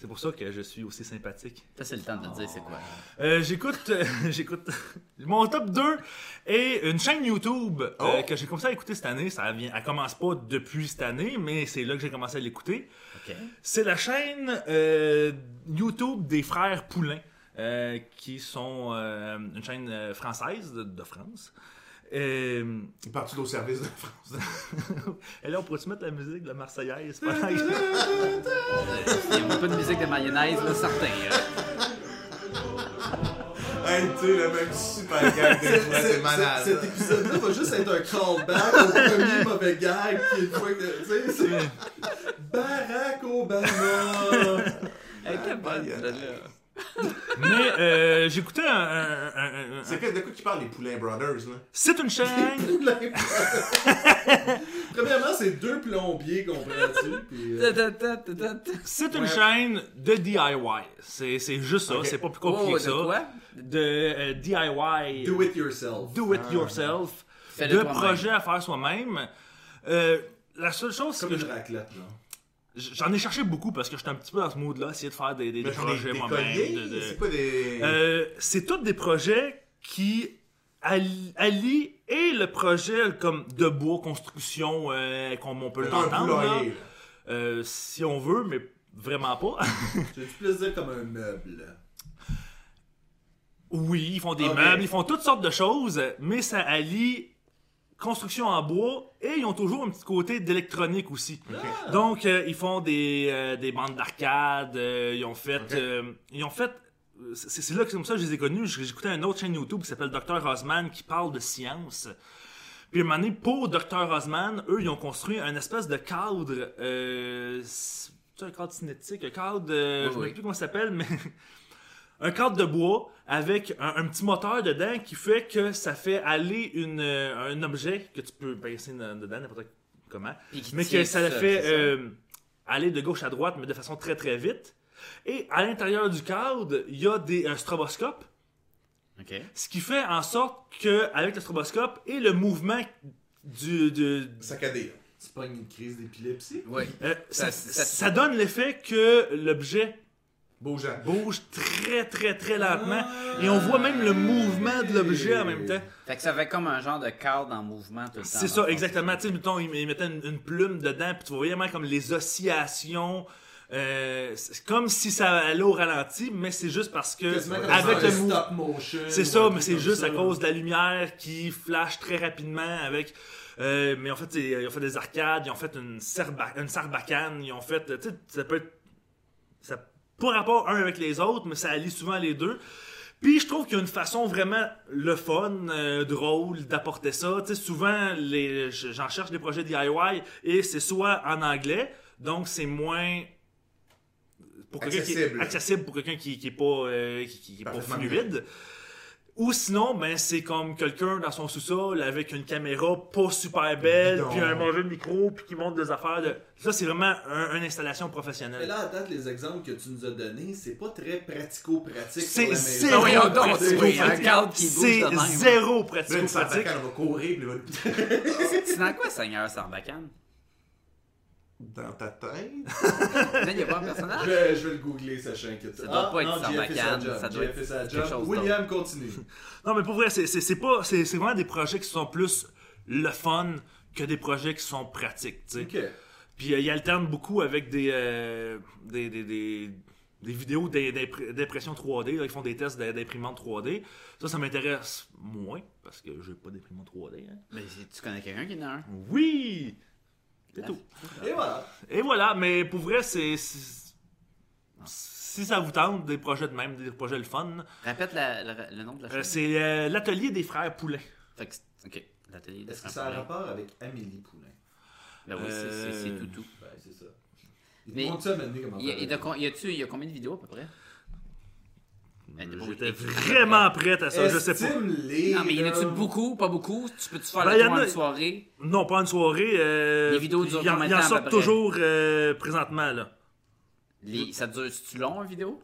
S6: C'est pour ça que je suis aussi sympathique.
S4: Ça, c'est le temps de dire c'est quoi.
S6: Euh, j'écoute, euh, j'écoute. Mon top 2 est une chaîne YouTube euh,
S5: Oh.
S6: que j'ai commencé à écouter cette année. Ça vient, elle commence pas depuis cette année, mais c'est là que j'ai commencé à l'écouter.
S4: OK.
S6: C'est la chaîne euh, YouTube des frères Poulain, euh, qui sont euh, une chaîne euh, française de, de France. Euh,
S5: Il part-tu au service de la France?
S6: et là, on pourrait-tu mettre la musique de la Marseillaise? pendant que-
S4: Il y a beaucoup de musique de mayonnaise, là, certain. hein.
S5: Hey, tu sais, le même super gag de
S3: C'est-
S5: toi, c'est
S3: c'est-
S5: malade.
S3: Cet épisode-là va juste être un callback au premier mauvais gag qui est une fois que. Tu sais, c'est. Barack Obama!
S4: Hey,
S6: Eh,
S4: quelle bonne, celle-là.
S6: Mais euh, j'écoutais un- un- un- un-
S5: C'est que de quoi tu parles, les Poulain Brothers, là?
S6: C'est une chaîne...
S3: Premièrement, c'est deux plombiers, comprends-tu? Puis, euh,
S4: Oh, Ta-ta-ta-ta-ta.
S6: C'est une chaîne de DIY. C'est, c'est juste ça.
S5: Ok.
S6: C'est pas plus compliqué
S4: Oh,
S6: que ça.
S4: de quoi?
S6: De euh, DIY.
S3: Do it yourself.
S6: Do it yourself.
S4: Fais-le
S6: de
S4: toi-même.
S6: projets à faire soi-même. Euh, la seule chose, c'est
S3: Comme
S6: que
S3: une
S6: je-
S3: raclette, là.
S6: j'en ai cherché beaucoup parce que j'étais un petit peu dans ce mood-là, essayer de faire des, des- des
S5: Mais j'en ai
S6: projets
S5: des
S6: moi-même.
S5: colliers,
S6: de- de-
S5: c'est quoi des...
S6: Euh, c'est tous des projets qui alli- allient et le projet comme de bois, construction, euh, comme on peut
S5: Mettons un
S6: l'entendre, là.
S5: poulailler, là.
S6: Euh, si on veut, mais vraiment pas.
S3: J'ai du plaisir comme un meuble.
S6: Oui, ils font des
S3: Ok.
S6: meubles, ils font toutes sortes de choses, mais ça allie construction en bois et ils ont toujours un petit côté d'électronique aussi. Donc euh, ils font des, euh, des bandes d'arcade, euh, ils ont fait euh, ils ont fait c'est c'est là que c'est comme ça que je les ai connus, J- j'écoutais une autre chaîne YouTube qui s'appelle Dr Osman qui parle de science. Puis à un moment donné, pour Dr Osman, eux ils ont construit un espèce de cadre euh, c'est- c'est un cadre cinétique, un cadre euh,
S4: Oui,
S6: je ne
S4: oui.
S6: sais plus comment ça s'appelle mais un cadre de bois avec un, un petit moteur dedans qui fait que ça fait aller une, euh, un objet que tu peux pincer dans- dedans n'importe comment,
S4: Puis qui
S6: mais
S4: tire
S6: que ça le
S4: seul,
S6: fait
S4: c'est ça.
S6: euh, aller de gauche à droite, mais de façon très très vite. Et à l'intérieur du cadre, il y a des, un stroboscope,
S4: OK.
S6: ce qui fait en sorte que avec le stroboscope et le mouvement du, du-
S5: Saccadé, là.
S3: Tu pognes une crise d'épilepsie?
S4: Oui.
S6: euh, ça,
S4: Ça- ça-
S6: ça donne l'effet que l'objet
S5: Beau Jean.
S6: bouge très très très lentement et on voit même le mouvement de l'objet en même temps.
S4: Fait que ça fait comme un genre de cadre en mouvement tout le temps.
S6: C'est
S4: dans
S6: ça,
S4: le fond.
S6: exactement. Tu sais, mettons, ils, ils mettaient une, une plume dedans, puis tu voyais vraiment comme les oscillations euh, c'est comme si ça allait au ralenti, mais c'est juste parce que
S3: Quasiment comme
S6: avec
S3: ça,
S6: le
S3: un
S6: mouvement.
S3: stop motion.
S6: C'est
S3: ou
S6: ça,
S3: un
S6: mais
S3: truc
S6: c'est
S3: comme
S6: juste
S3: ça.
S6: à cause de la lumière qui flash très rapidement avec. euh, mais en fait, c'est- ils ont fait des arcades, ils ont fait une, serba- une sarbacane, ils ont fait. euh, Tu sais, ça peut être. Ça pas rapport un avec les autres, mais ça allie souvent les deux. Puis je trouve qu'il y a une façon vraiment le fun, euh, drôle d'apporter ça. Tu sais, souvent, les, j'en cherche des projets DIY et c'est soit en anglais, donc c'est moins. Pour quelqu'un qui est-
S5: Accessible.
S6: accessible pour quelqu'un qui, qui est pas, euh, qui- qui- qui est pas
S5: Parfaitement.
S6: fluide. Ou sinon, ben, c'est comme quelqu'un dans son sous-sol avec une caméra pas super belle,
S5: Bidon.
S6: puis un mauvais micro, puis qui montre des affaires. De... Ça, c'est vraiment un- une installation
S3: Mais
S6: professionnelle.
S3: là, à date, les exemples que tu nous as donnés, c'est pas très pratico-pratique.
S6: C'est-
S3: pour la
S6: c'est-
S3: maison.
S6: Ben voyons
S4: donc, tu vois, il y a un cadre qui bouge
S6: C'est
S4: de même. hein.
S6: zéro
S5: Là, une
S6: pratico-pratique.
S5: sarbacane, on va courir, puis on va-
S4: C'est dans quoi, Seigneur Sarbacane?
S5: Dans ta tête.
S4: Là, il y a pas un personnage?
S3: Je vais, je vais le googler, Sacha, inquiète
S4: Ça doit pas être
S3: Jeff fait sa
S4: Sarbacane,
S3: job,
S4: ça doit
S3: Jeff
S4: être
S3: fait sa
S4: quelque
S3: job.
S4: chose
S3: William, continue.
S6: Non, mais pour vrai, c'est- c'est c'est pas, c'est c'est vraiment des projets qui sont plus le fun que des projets qui sont pratiques, tu sais.
S3: ok.
S6: Puis euh, il alterne beaucoup avec des, euh, des, des, des, des vidéos d'im- d'impr- d'impression 3D. là. ils font des tests d'i- d'imprimante 3D. Ça, ça m'intéresse moins parce que j'ai pas d'imprimante 3D. hein.
S4: Mais si tu connais quelqu'un qui en a un.
S6: Oui! C'est tout.
S3: Et voilà.
S6: Et voilà, mais pour vrai, c'est. c'est- Si ça vous tente, des projets de même, des projets le fun,
S4: Répète la- la- le nom de la
S6: euh,
S4: chose.
S6: c'est euh, l'atelier des frères Poulain.
S4: Fait que c'est- ok. L'atelier de
S3: Est-ce que
S4: Franck
S3: ça a
S4: Poulain.
S3: rapport avec Amélie Poulain?
S4: Ben oui, c'est- c'est c'est
S6: Euh,
S4: toutou.
S3: Ben, c'est ça. Ils
S4: Mais-
S3: te montrent ça maintenant comment
S4: Il y a,
S3: faire.
S4: il y a con- il y a-tu- il y a combien de vidéos à peu près? Ben, t'es pas
S6: J'étais
S4: obligé.
S6: vraiment prête à ça, je sais pas.
S3: Estime-les,
S4: Non, mais il y en a-tu
S3: là.
S4: beaucoup, pas beaucoup? Tu peux-tu faire
S6: Ben,
S4: la
S6: y en
S4: tournée
S6: a-
S4: de soirée?
S6: Non, pas une soirée. euh,
S4: Les vidéos durent
S6: il y en-
S4: combien de
S6: il y en
S4: temps, à peu
S6: sortent
S4: près?
S6: toujours euh, présentement, là.
S4: Les- Ça dure, c'est-tu long, une vidéo?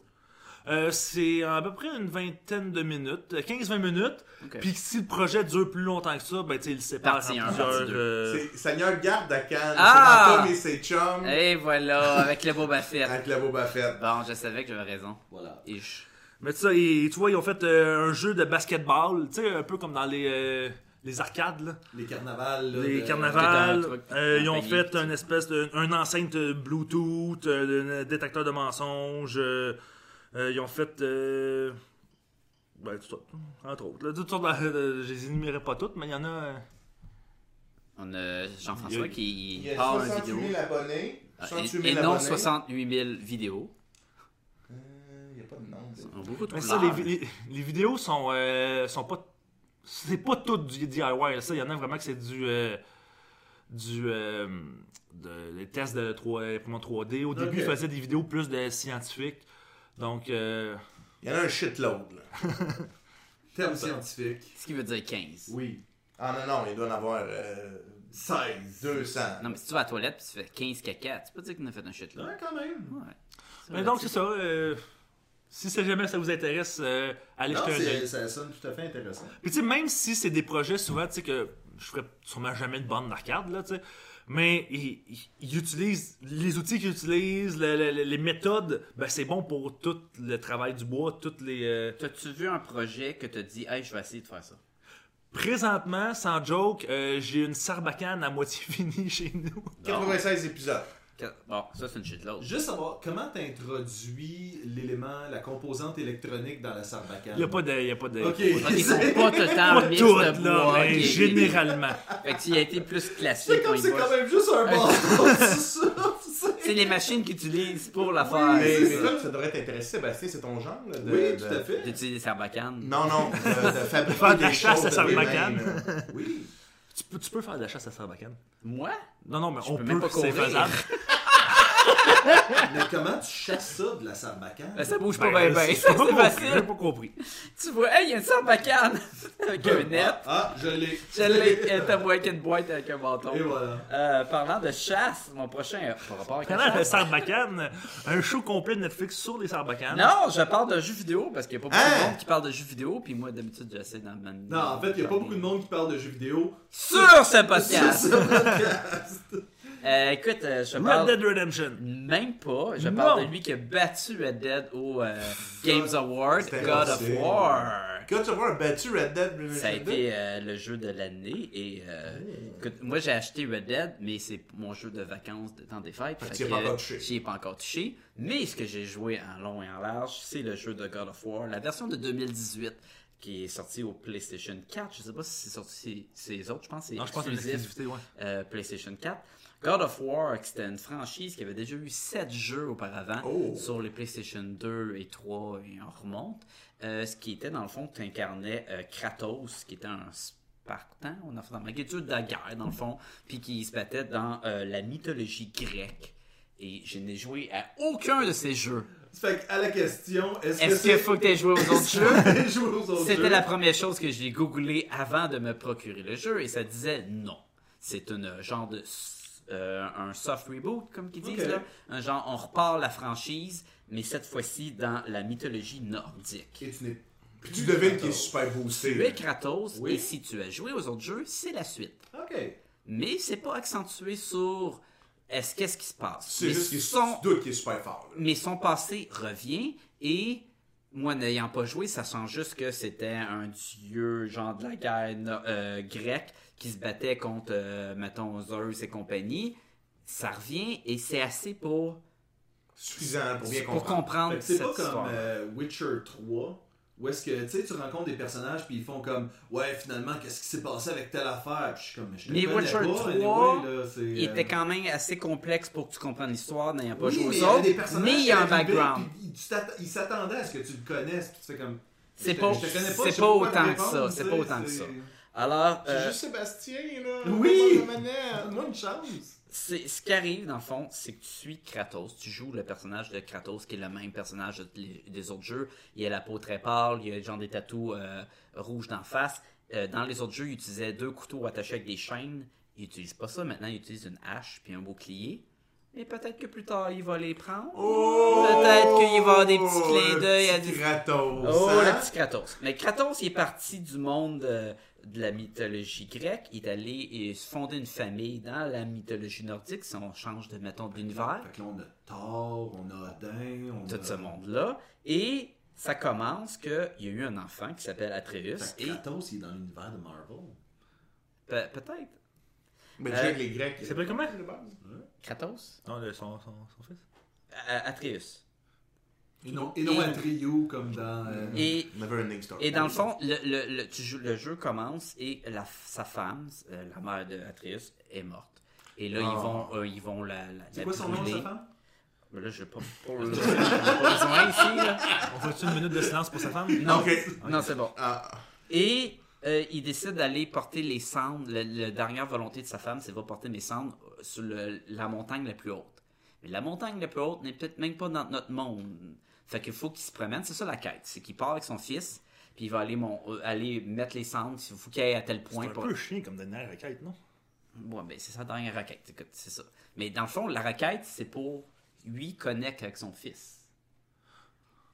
S6: Euh, c'est à peu près une vingtaine de minutes, euh, 15-20 minutes.
S4: Ok.
S6: Puis si le projet dure plus longtemps que ça, ben tu sais, il le sépare
S4: Partie
S6: en
S4: un,
S6: plusieurs.
S4: partie deux.
S6: euh,
S5: C'est Seigneur Gardakan,
S4: Ah! Euh,
S5: c'est dans Tom et ses chums,
S4: Et voilà, avec le Boba Fett.
S5: avec la Boba Fett.
S4: Bon, je savais que j'avais raison.
S3: Voilà.
S4: Ish.
S6: Mais tu sais, ils- tu vois, ils ont fait euh, un jeu de basketball, tu sais, un peu comme dans les, euh, les arcades, là.
S3: Les carnavals. là,
S6: les
S3: de-
S6: carnavals.
S4: tout un truc,
S6: euh, ils ont
S4: un
S6: fait
S4: pays,
S6: un espèce de, un enceinte Bluetooth, euh, un détecteur de mensonges. euh, euh, ils ont fait. euh, ben, tout ça, entre autres. là, toutes sortes de- de- je les énumérais pas toutes, mais il y en a. euh,
S4: On a Jean-François
S6: Il y a-
S5: Il
S4: qui
S5: y a
S4: part une
S5: 68
S4: vidéo.
S5: 000 abonnés.
S4: Ah,
S5: 68
S4: et,
S5: 000
S4: et non
S5: abonnés.
S4: 68 000 vidéos.
S5: Euh, Il n'y a pas de nom. ça.
S4: On a beaucoup trop
S6: Mais ça, les, vi- les, les vidéos sont, euh, sont pas. C'est pas toutes du DIY. là. Ça, il y en a vraiment que c'est du. euh, du. euh, de- des tests de 3, imprimant 3D. Au début, ils faisaient des vidéos plus de scientifiques. Donc. euh,
S5: Il y en a un shitload. Là.
S3: Terme scientifique.
S4: Ce qui veut dire 15.
S3: Oui.
S5: Ah non, non, il doit en avoir euh,
S3: 16.
S5: 200.
S4: Non, mais si tu vas à la toilette pis tu fais 15 caca, tu peux dire qu'on a fait un shit là.
S3: Ouais, quand même.
S4: Ouais.
S6: Mais donc, c'est ça. euh, si c'est jamais ça vous intéresse, euh, allez
S3: Non,
S6: jeter un
S3: c'est-
S6: œil.
S3: ça sonne tout à fait intéressant.
S6: Puis, tu sais, même si c'est des projets souvent, tu sais, que je ferais sûrement jamais de bande d'arcade, là, tu sais. Mais ils, ils- ils utilisent les outils qu'ils utilisent, le- le- le- les méthodes, ben c'est bon pour tout le travail du bois, toutes les. euh,
S4: T'as-tu vu un projet que t'as dit, hey, je vais essayer de faire ça?
S6: Présentement, sans joke, euh, j'ai une sarbacane à moitié finie chez nous.
S5: 96 épisodes.
S4: Que- Bon, ça, c'est une shit là.
S3: Juste savoir, comment t'introduis l'élément, la composante électronique dans la sarbacane?
S6: Il n'y a pas de. il Y a pas de
S3: Ok.
S4: Ok, ils sont pas
S6: Pas
S4: totalement mixtes de
S6: toutes, là,
S4: bois.
S6: mais
S4: ok.
S6: généralement.
S4: Fait que s'il a été plus
S3: C'est
S4: classique, on
S3: comme
S4: y
S3: c'est
S4: va.
S3: quand même juste un bâton, c'est ça, tu sais.
S4: C'est les machines qu'ils utilisent pour la faire.
S5: Mais, mais
S4: C'est ça.
S5: comme Ah, ça devrait t'intéresser, Sébastien, c'est ton genre. Là, de,
S3: Oui,
S5: de-
S3: tout à fait.
S4: D'utiliser des sarbacanes.
S5: Non, non, de, de fabriquer
S6: Faire de la
S5: des
S6: chasse
S5: choses
S6: à Sarbacane.
S5: tes mains, là.
S3: Oui.
S6: Tu peux, tu peux faire de la chasse à sarbacane.
S4: Moi?
S6: Non, non, mais
S4: Je
S6: on
S4: peux même
S6: peut,
S4: pas
S6: c'est
S4: courir.
S6: faisable.
S3: Mais comment tu chasses ça de la sarbacane?
S4: Ben, ça bouge pas
S6: Ben,
S4: bien, bien.
S6: c'est- c'est
S4: C'est
S6: pas compris, j'ai
S4: facile.
S6: pas compris.
S4: Tu vois, hey, il y a une sarbacane avec un net.
S3: Ah, je l'ai.
S4: Je l'ai. Elle t'a boîte une boîte avec un bâton.
S3: Et voilà.
S4: Euh, parlant de chasse, mon prochain. euh, Par rapport avec la
S6: Pendant le
S4: chasse.
S6: Sarbacane, un show complet de Netflix sur les Sarbacanes.
S4: Non, je parle de jeux vidéo parce qu'il n'y a pas beaucoup
S5: Hein?
S4: de monde qui parle de jeux vidéo, puis moi d'habitude j'essaie d'en mener.
S3: Non, en fait, il n'y a pas beaucoup de monde qui parle de jeux vidéo.
S4: Sur ce
S3: C'est
S4: podcast!
S3: ça, podcast.
S4: Euh, écoute, euh, je
S6: Red
S4: parle
S6: Dead Redemption.
S4: même pas. Je parle
S6: Non.
S4: de lui qui a battu Red Dead au euh, Games Award,
S5: C'était
S4: God of
S5: facile.
S4: War.
S5: Quand tu vois un battu Red Dead Redemption
S4: Ça a
S5: 2,
S4: été euh, le jeu de l'année et euh,
S5: Oh.
S4: écoute, moi j'ai acheté Red Dead, mais c'est mon jeu de vacances de temps des fêtes.
S5: Fait
S4: fait
S5: que Ah, tu y es pas
S4: que
S5: encore touché.
S4: J'y ai pas encore touché. Mais ce que j'ai joué en long et en large, c'est le jeu de God of War, la version de 2018 qui est sortie au PlayStation 4. Je sais pas si c'est sorti c'est les autres, je pense que c'est
S6: Non, je pense que c'est une
S4: exclusif
S6: exclusivité, ouais.
S4: euh, PlayStation 4. God of War, qui c'était une franchise qui avait déjà eu 7 jeux auparavant
S5: Oh.
S4: sur les PlayStation 2 et 3 et on remonte. Euh, ce qui était dans le fond, tu incarnais euh, Kratos, qui était un Spartan, on a fait dans qui est dieu de la guerre dans le fond, puis qui se battait dans euh, la mythologie grecque. Et je n'ai joué à aucun de ces jeux.
S3: Fait que à la question, est-ce que
S4: Est-ce qu'il faut que tu aies joué aux autres jeux?
S3: c'est jouer aux autres
S4: C'était
S3: jeux?
S4: la première chose que j'ai googlé avant de me procurer le jeu et ça disait non. C'est une euh, genre de s- euh, un soft reboot comme qu'ils disent
S3: Ok.
S4: là, un genre on repart la franchise mais cette fois-ci dans la mythologie nordique.
S5: et tu n'es- Puis tu devines qu'il est super boosté.
S4: Tu es Kratos
S3: Oui.
S4: et si tu as joué aux autres jeux, c'est la suite.
S3: Ok.
S4: Mais c'est pas accentué sur est-ce qu'est-ce qui se passe.
S5: C'est
S4: Mais
S5: juste qu'il
S4: son-
S5: tu doutes qu'il est super fort. là.
S4: mais son passé revient et moi n'ayant pas joué, ça sent juste que c'était un dieu genre de la guerre no- euh, grecque qui se battait contre euh, mettons Zeus et compagnie. Ça revient et c'est assez pour
S5: Suffisant pour bien
S4: pour
S5: comprendre.
S4: comprendre
S3: Fait que
S4: cette
S3: c'est pas comme
S4: histoire.
S3: euh, Witcher 3, où est-ce que tu sais, tu rencontres des personnages, puis ils font comme Ouais, finalement, qu'est-ce qui s'est passé avec telle affaire? Puis je suis comme, mais je te
S4: Mais
S3: connais
S4: Witcher
S3: pas,
S4: 3,
S3: anyway, là, c'est,
S4: Il
S3: euh,
S4: était quand même assez complexe pour que tu comprennes l'histoire n'ayant pas
S3: oui,
S4: joué
S3: mais
S4: aux
S3: y avait
S4: autres,
S3: des personnages
S4: mais il y a un
S3: qui arrivaient,
S4: background.
S3: puis ils- tu t'atta- Ils s'attendaient à ce que tu le connaisses, puis tu fais comme.
S4: C'est
S3: je te-
S4: pas-
S3: je te connais
S4: c'est
S3: je sais
S4: pas
S3: quoi te
S4: autant que
S3: répondre,
S4: ça,
S3: tu
S4: c'est
S3: sais,
S4: pas autant que
S3: c'est-
S4: ça. Alors,
S5: C'est
S4: euh,
S5: juste Sébastien, là.
S3: Oui!
S5: Pas de manette.
S3: Donne-moi une chance!
S4: C'est- ce qui arrive, dans le fond, c'est que tu suis Kratos. Tu joues le personnage de Kratos, qui est le même personnage de- les- des autres jeux. Il a la peau très pâle, il a genre des tatous euh, rouges d'en face. Euh, dans les autres jeux, il utilisait deux couteaux attachés avec des chaînes. Il utilise pas ça. Maintenant, il utilise une hache puis un bouclier. Et peut-être que plus tard, il va les prendre. Peut-être qu'il va y avoir des petits
S3: Oh,
S4: clins d'œil à
S5: Le
S4: des-
S5: petit Kratos.
S4: Oh,
S5: hein?
S4: le petit Kratos. Mais Kratos, il est parti du monde euh, de la mythologie grecque. Il est allé et se fonder une famille dans la mythologie nordique, si on change de, mettons, d'univers.
S3: Fait que là, on a Thor, on a Odin, on a.
S4: Tout ce monde-là. Et ça commence qu'il y a eu un enfant qui s'appelle Atreus.
S3: Fait que
S4: Et
S3: Kratos, il est dans l'univers de Marvel.
S4: pe- peut-être
S5: Mais
S4: Euh,
S5: déjà, avec les Grecs.
S6: C'est pas comment?
S5: de base.
S4: Kratos?
S6: Non, le- son, son, son fils.
S4: A- Atreus.
S3: Et non, et non
S4: Et-
S3: un trio comme dans. euh,
S4: Et
S5: Never ending story.
S4: Et dans le fond, le, le- le- tu joues- le jeu commence et la, sa femme, euh, la mère de Atreus, est morte. Et là, ils vont, euh, ils vont la, la,
S3: Ah. C'est
S4: la
S3: quoi son nom,
S4: brûler.
S3: sa femme?
S4: Mais là, j'ai pas, pas, le- j'ai pas besoin ici, là.
S6: On fait une minute de silence pour sa femme?
S4: Non,
S5: Ok.
S4: non c'est bon.
S5: Ah,
S4: Et euh, il décide d'aller porter les cendres. Le- La dernière volonté de sa femme, c'est va porter mes cendres sur le- la montagne la plus haute. Mais la montagne la plus haute n'est peut-être même pas dans notre monde. Fait qu'il faut qu'il se promène. C'est ça la quête. C'est qu'il part avec son fils, puis il va aller, mon, euh, aller mettre les cendres. Il faut qu'il aille à tel
S6: C'est
S4: point.
S6: un
S4: pour-
S6: peu chien comme dernière requête, non?
S4: Ouais, ben, c'est sa dernière requête. Écoute, c'est ça. Mais dans le fond, la requête, c'est pour lui connecter avec son fils.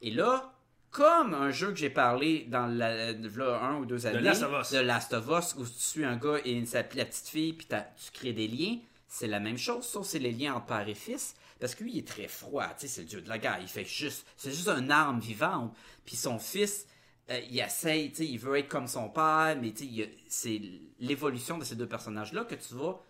S4: Et là, comme un jeu que j'ai parlé dans la, euh, v'là un ou deux années,
S6: Last of Us.
S4: de Last of Us, où tu suis un gars et sa- la petite fille, puis t'as- tu crées des liens, c'est la même chose, sauf c'est les liens entre père et fils, parce que lui, il est très froid, tu sais, c'est le dieu de la guerre, il fait juste, c'est juste une arme vivante, puis son fils, euh, il essaye, tu sais, il veut être comme son père, mais tu sais, il y a- c'est l'évolution de ces deux personnages-là que tu vas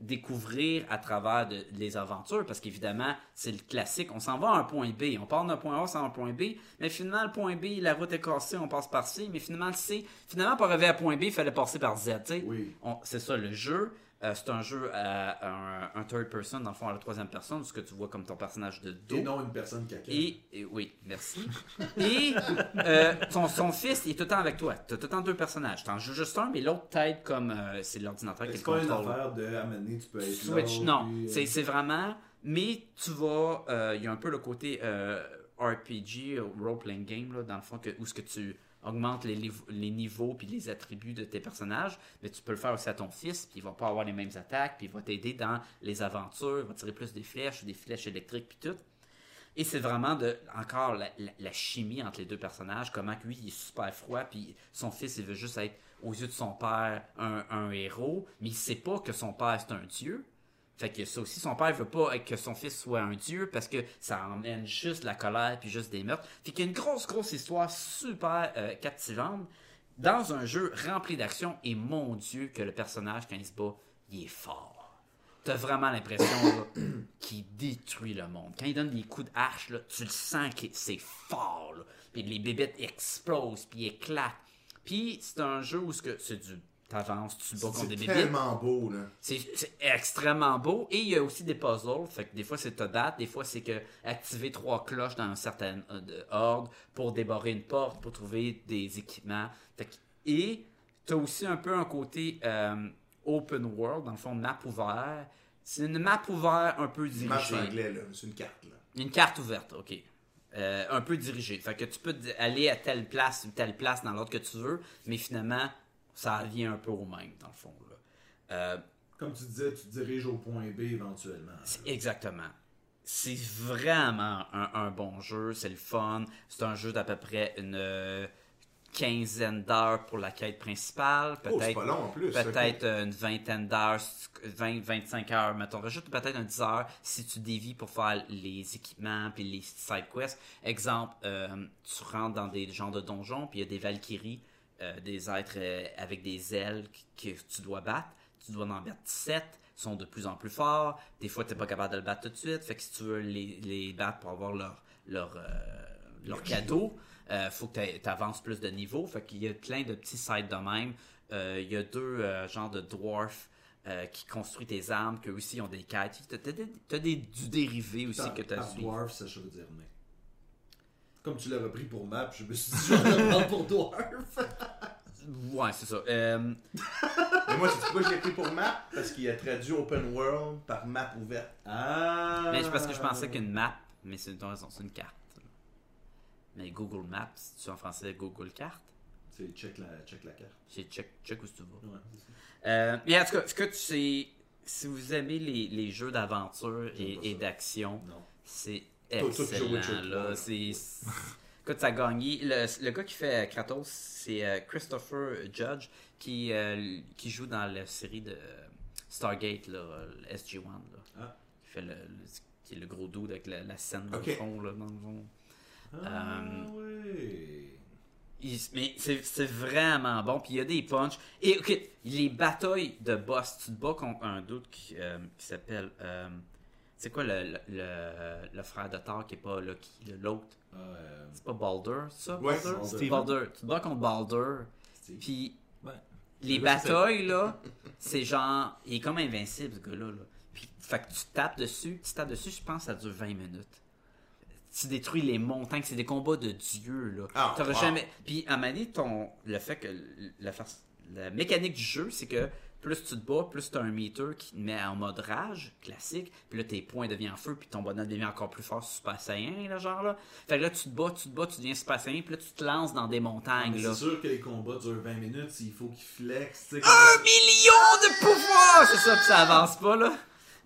S4: découvrir à travers de- les aventures, parce qu'évidemment, c'est le classique, on s'en va à un point B, on part d'un point A, c'est un point B, mais finalement, le point B, la route est cassée, on passe par C, mais finalement, le C, finalement, pour arriver à point B, il fallait passer par Z, tu sais.
S3: Oui.
S4: On- C'est ça, le jeu, Euh, c'est un jeu à un, un third person, dans le fond, à la troisième personne, ce que tu vois comme ton personnage de dos.
S3: Et non une personne caca.
S4: Et, et- oui, merci. Et euh, son, son fils, il est tout le temps avec toi. T'as tout le temps deux personnages. T'en joues juste un, mais l'autre t'aide comme euh, c'est l'ordinateur qui
S3: C'est
S4: le
S3: pas une
S4: contrôle.
S3: affaire de à un moment donné, tu peux être
S4: Switch,
S3: l'autre,
S4: non.
S3: puis, euh,
S4: C'est c'est vraiment. Mais tu vas. euh, Il y a un peu le côté euh, RPG, role-playing game, là, dans le fond, que, où ce que tu augmentes les, liv- les niveaux puis les attributs de tes personnages, mais tu peux le faire aussi à ton fils, puis il va pas avoir les mêmes attaques, puis il va t'aider dans les aventures, il va tirer plus des flèches, des flèches électriques, puis tout. Et c'est vraiment de, encore la, la- la chimie entre les deux personnages, comment que lui, il est super froid, puis son fils, il veut juste être, aux yeux de son père, un, un héros, mais il sait pas que son père, c'est un dieu. Fait que ça aussi, son père veut pas que son fils soit un dieu parce que ça emmène juste la colère puis juste des meurtres. Fait qu'il y a une grosse, grosse histoire super euh, captivante dans un jeu rempli d'action et mon dieu que le personnage, quand il se bat, il est fort. T'as vraiment l'impression là, qu'il détruit le monde. Quand il donne des coups de hache, là, tu le sens que c'est fort. là. Puis les bébêtes explosent, puis éclatent. Puis c'est un jeu où ce que c'est du t'avances, tu te bats contre des
S5: C'est
S4: bébêtes.
S5: tellement beau, là.
S4: C'est c'est extrêmement beau. Et il y a aussi des puzzles. Fait que des fois, c'est te battre. Des fois, c'est que activer trois cloches dans un certain euh, de- ordre pour débarrer une porte, pour trouver des équipements. Fait que- et tu as aussi un peu un côté euh, open world, dans le fond, map ouvert. C'est une map ouverte un peu
S5: Map en
S4: dirigée.
S5: anglais, là. C'est une carte, là. Oh,
S4: Une carte ouverte, ok. Euh, un peu dirigée. Fait que tu peux di- aller à telle place ou telle place dans l'ordre que tu veux, mais finalement, ça revient un peu au même, dans le fond. Là. Euh,
S3: Comme tu disais, tu te diriges au point B éventuellement.
S4: C'est- Exactement. C'est vraiment un, un bon jeu, c'est le fun. C'est un jeu d'à peu près une euh, quinzaine d'heures pour la quête principale. Peut-être
S5: Oh, c'est pas long en plus.
S4: peut-être euh, une vingtaine d'heures, 20-25 heures, mettons, rajoute peut-être un 10 heures si tu dévis pour faire les équipements puis les side quests. Exemple, euh, tu rentres dans des genres de donjons puis il y a des valkyries, euh, des êtres euh, avec des ailes que, que tu dois battre. Tu dois en battre 7, ils sont de plus en plus forts. Des fois, tu pas capable de le battre tout de suite. Fait que si tu veux les, les battre pour avoir leur, leur, euh, leur cadeau, euh, faut que tu avances plus de niveau. Fait qu'il y a plein de petits sites de même. Euh, Il y a deux euh, genres de dwarfs euh, qui construisent tes armes, que aussi ont des quêtes. T'as, t'as des- t'as des, du dérivé aussi
S3: Par-
S4: que t'as
S3: par
S4: suivi.
S3: dwarf, ça je veux dire mais. Comme tu l'as repris pour map, je me suis dit, je vais le prendre pour dwarf.
S4: Ouais, c'est ça. Euh,
S5: Mais moi, c'est pourquoi je l'ai pris pour map Parce qu'il a traduit open world par map ouverte.
S3: Ah.
S4: mais c'est parce que je pensais qu'une map, mais c'est une raison, c'est une carte. Mais Google Maps, si tu es en français Google Carte,
S3: C'est check la, check la carte.
S4: c'est check, check où tu vas.
S3: Ouais.
S4: Euh, mais en tout cas, ce que tu sais, si vous aimez les, les jeux d'aventure
S3: pas
S4: et, et
S3: ça.
S4: d'action,
S3: Non.
S4: c'est
S5: Toi, toi, tu joues Witcher
S4: excellent.
S5: trois,
S4: Là,
S5: là.
S4: c'est. Écoute, ça a gagné. Le, le gars qui fait Kratos, c'est euh, Christopher Judge qui, euh, qui joue dans la série de euh, Stargate, là, euh, le SG-1. Là,
S3: Ah.
S4: qui, fait le, le- qui est le gros dos avec la, la scène dans
S5: Ok.
S4: le fond. Là, dans le fond.
S3: Ah
S4: Euh,
S3: ouais.
S4: Il- mais c'est c'est vraiment bon. Puis il y a des punchs. Et ok, les batailles de boss. Tu te bats contre un doute qui, euh, qui s'appelle. euh, c'est quoi le, le, le- le frère de Thor qui est pas Loki, le- l'autre
S3: Euh,
S4: C'est pas Baldur, ça
S5: Ouais,
S4: Baldur?
S3: Baldur.
S4: Steven. Baldur. Tu te bats contre Baldur.
S3: Steve.
S4: Puis
S6: Ouais.
S4: les batailles, là, c'est genre. Il est comme invincible, ce gars-là. Là. Puis, fait que tu tapes dessus, tu tapes dessus, je pense que ça dure 20 minutes. Tu détruis les montagnes, c'est des combats de dieu, là.
S5: Ah,
S4: T'aurais
S5: wow.
S4: jamais. Puis, à Mané, ton. Le fait que. l- La, fa- la mécanique du jeu, c'est que plus tu te bats, plus t'as un meter qui te met en mode rage, classique. Puis là, tes points deviennent en feu, puis ton bonhomme devient encore plus fort, super saiyan, là, genre, là. Fait que là, tu te bats, tu te bats, tu deviens super saiyan, puis là, tu te lances dans des montagnes,
S3: Ah, Mais
S4: là.
S3: C'est sûr que les combats durent 20 minutes, il faut qu'ils flexent. tu sais,
S4: Un
S3: comme-
S4: million de pouvoirs! C'est ça, puis ça avance pas, là.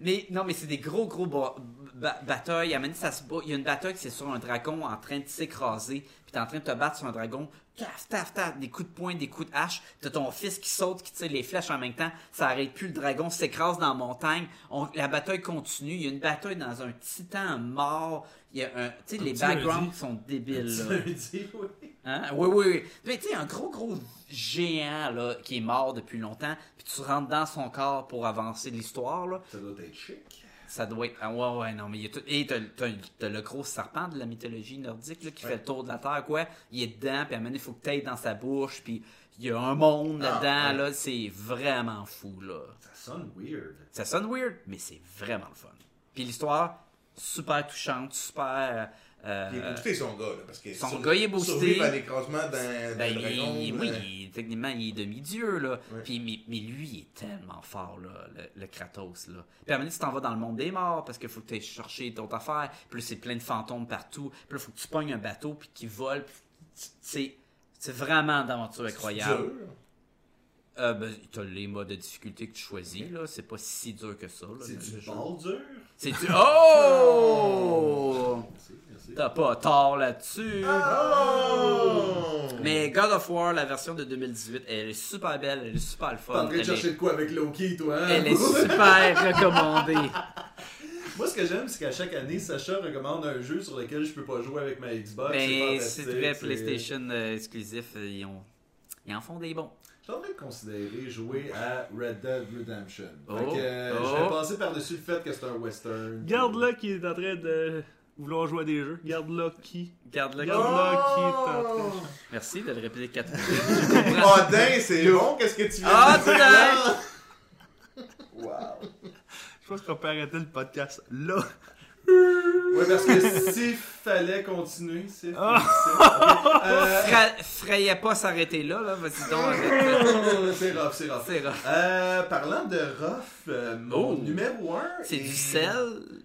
S4: Mais non, mais c'est des gros, gros ba- ba- batailles. À un moment donné, ça se bat. Il y a une bataille qui c'est sur un dragon en train de s'écraser, puis t'es en train de te battre sur un dragon. Taf, taf, taf, des coups de poing, des coups de hache. T'as ton fils qui saute, qui tire les flèches en même temps. Ça arrête plus, le dragon s'écrase dans la montagne. On- la bataille continue. Il y a une bataille dans un titan mort. Il y a un. Tu sais, les
S6: tu l'as
S4: backgrounds sont débiles, là.
S3: Tu dis, oui.
S4: Hein? Oui, oui, oui. Mais tu sais, un gros, gros géant là, qui est mort depuis longtemps, puis tu rentres dans son corps pour avancer l'histoire, là.
S3: Ça doit être chic.
S4: ça doit être... Ah ouais, ouais, non, mais il y a tout... Et t'as, t'as- t'as le gros serpent de la mythologie nordique là, qui fait le tour de la Terre, quoi. Il est dedans, puis à un moment donné, il faut que t'ailles dans sa bouche, puis il y a un monde là-dedans, là. C'est vraiment fou, là.
S3: Ça sonne weird.
S4: Ça sonne weird, mais c'est vraiment le fun. Puis l'histoire, super touchante, super... euh,
S5: Il est boosté, son gars, là. Parce que
S4: son
S5: sur-
S4: gars, il est boosté.
S5: Survivre à l'écrasement d'un
S4: Ben,
S5: d'un
S4: il,
S5: dragon.
S4: il- oui,
S5: euh,
S4: il- techniquement, il est demi-dieu, là.
S5: Ouais.
S4: Puis, mais, mais lui, il est tellement fort, là, le, le Kratos, là. Puis, à un moment donné, tu t'en vas dans le monde des morts, parce qu'il faut que tu ailles chercher d'autres affaires. Puis là, c'est plein de fantômes partout. Puis là, faut que tu pognes un bateau, puis qu'il vole. Puis tu- c'est, c'est vraiment d'aventure incroyable.
S5: dur.
S4: Euh, ben, t'as les modes de difficulté que tu choisis, là. C'est pas si dur que ça, là,
S3: C'est
S4: le- le
S3: du
S4: jeu.
S3: Baldur.
S4: C'est du... Oh!
S3: Merci, merci.
S4: T'as pas tort là-dessus.
S5: Oh!
S4: Mais God of War, la version de 2018, elle est super belle, elle est super le
S3: T'es en
S4: fun.
S3: train de
S4: Elle
S3: chercher
S4: est,
S3: de quoi avec Loki, toi, hein?
S4: elle est super recommandée.
S3: Ah, Moi, ce que j'aime, c'est qu'à chaque année, Sacha recommande un jeu sur lequel je peux pas jouer avec ma Xbox.
S4: Mais
S3: fantastique,
S4: Ben, c'est très
S3: c'est-
S4: PlayStation euh, exclusif, euh, ils, ont... ils en font des bons.
S3: J'aimerais de considérer jouer à Red Dead Redemption.
S4: Oh.
S3: Fait que, euh,
S4: Oh.
S3: je vais passer par-dessus le fait que c'est un western.
S8: Garde-le qui est en train de vouloir jouer à des jeux. Garde-le qui.
S4: Garde-le.
S5: Oh.
S8: Garde-le qui est en train de-
S4: Merci de le répéter quatre fois.
S5: Ah, dingue, c'est bon, qu'est-ce que tu viens
S4: Ah,
S5: de dire?
S4: putain!
S8: Je pense qu'on peut arrêter le podcast là.
S3: Ouais, parce que s'il fallait Euh, continuer, c'est.
S4: Ah. Fra- Frayez pas s'arrêter là, là. Vas-y donc. arrête.
S3: c'est rough, c'est rough.
S4: C'est rough.
S3: Euh, parlant de rough, euh, mon
S4: Oh.
S3: numéro 1
S4: C'est du sel?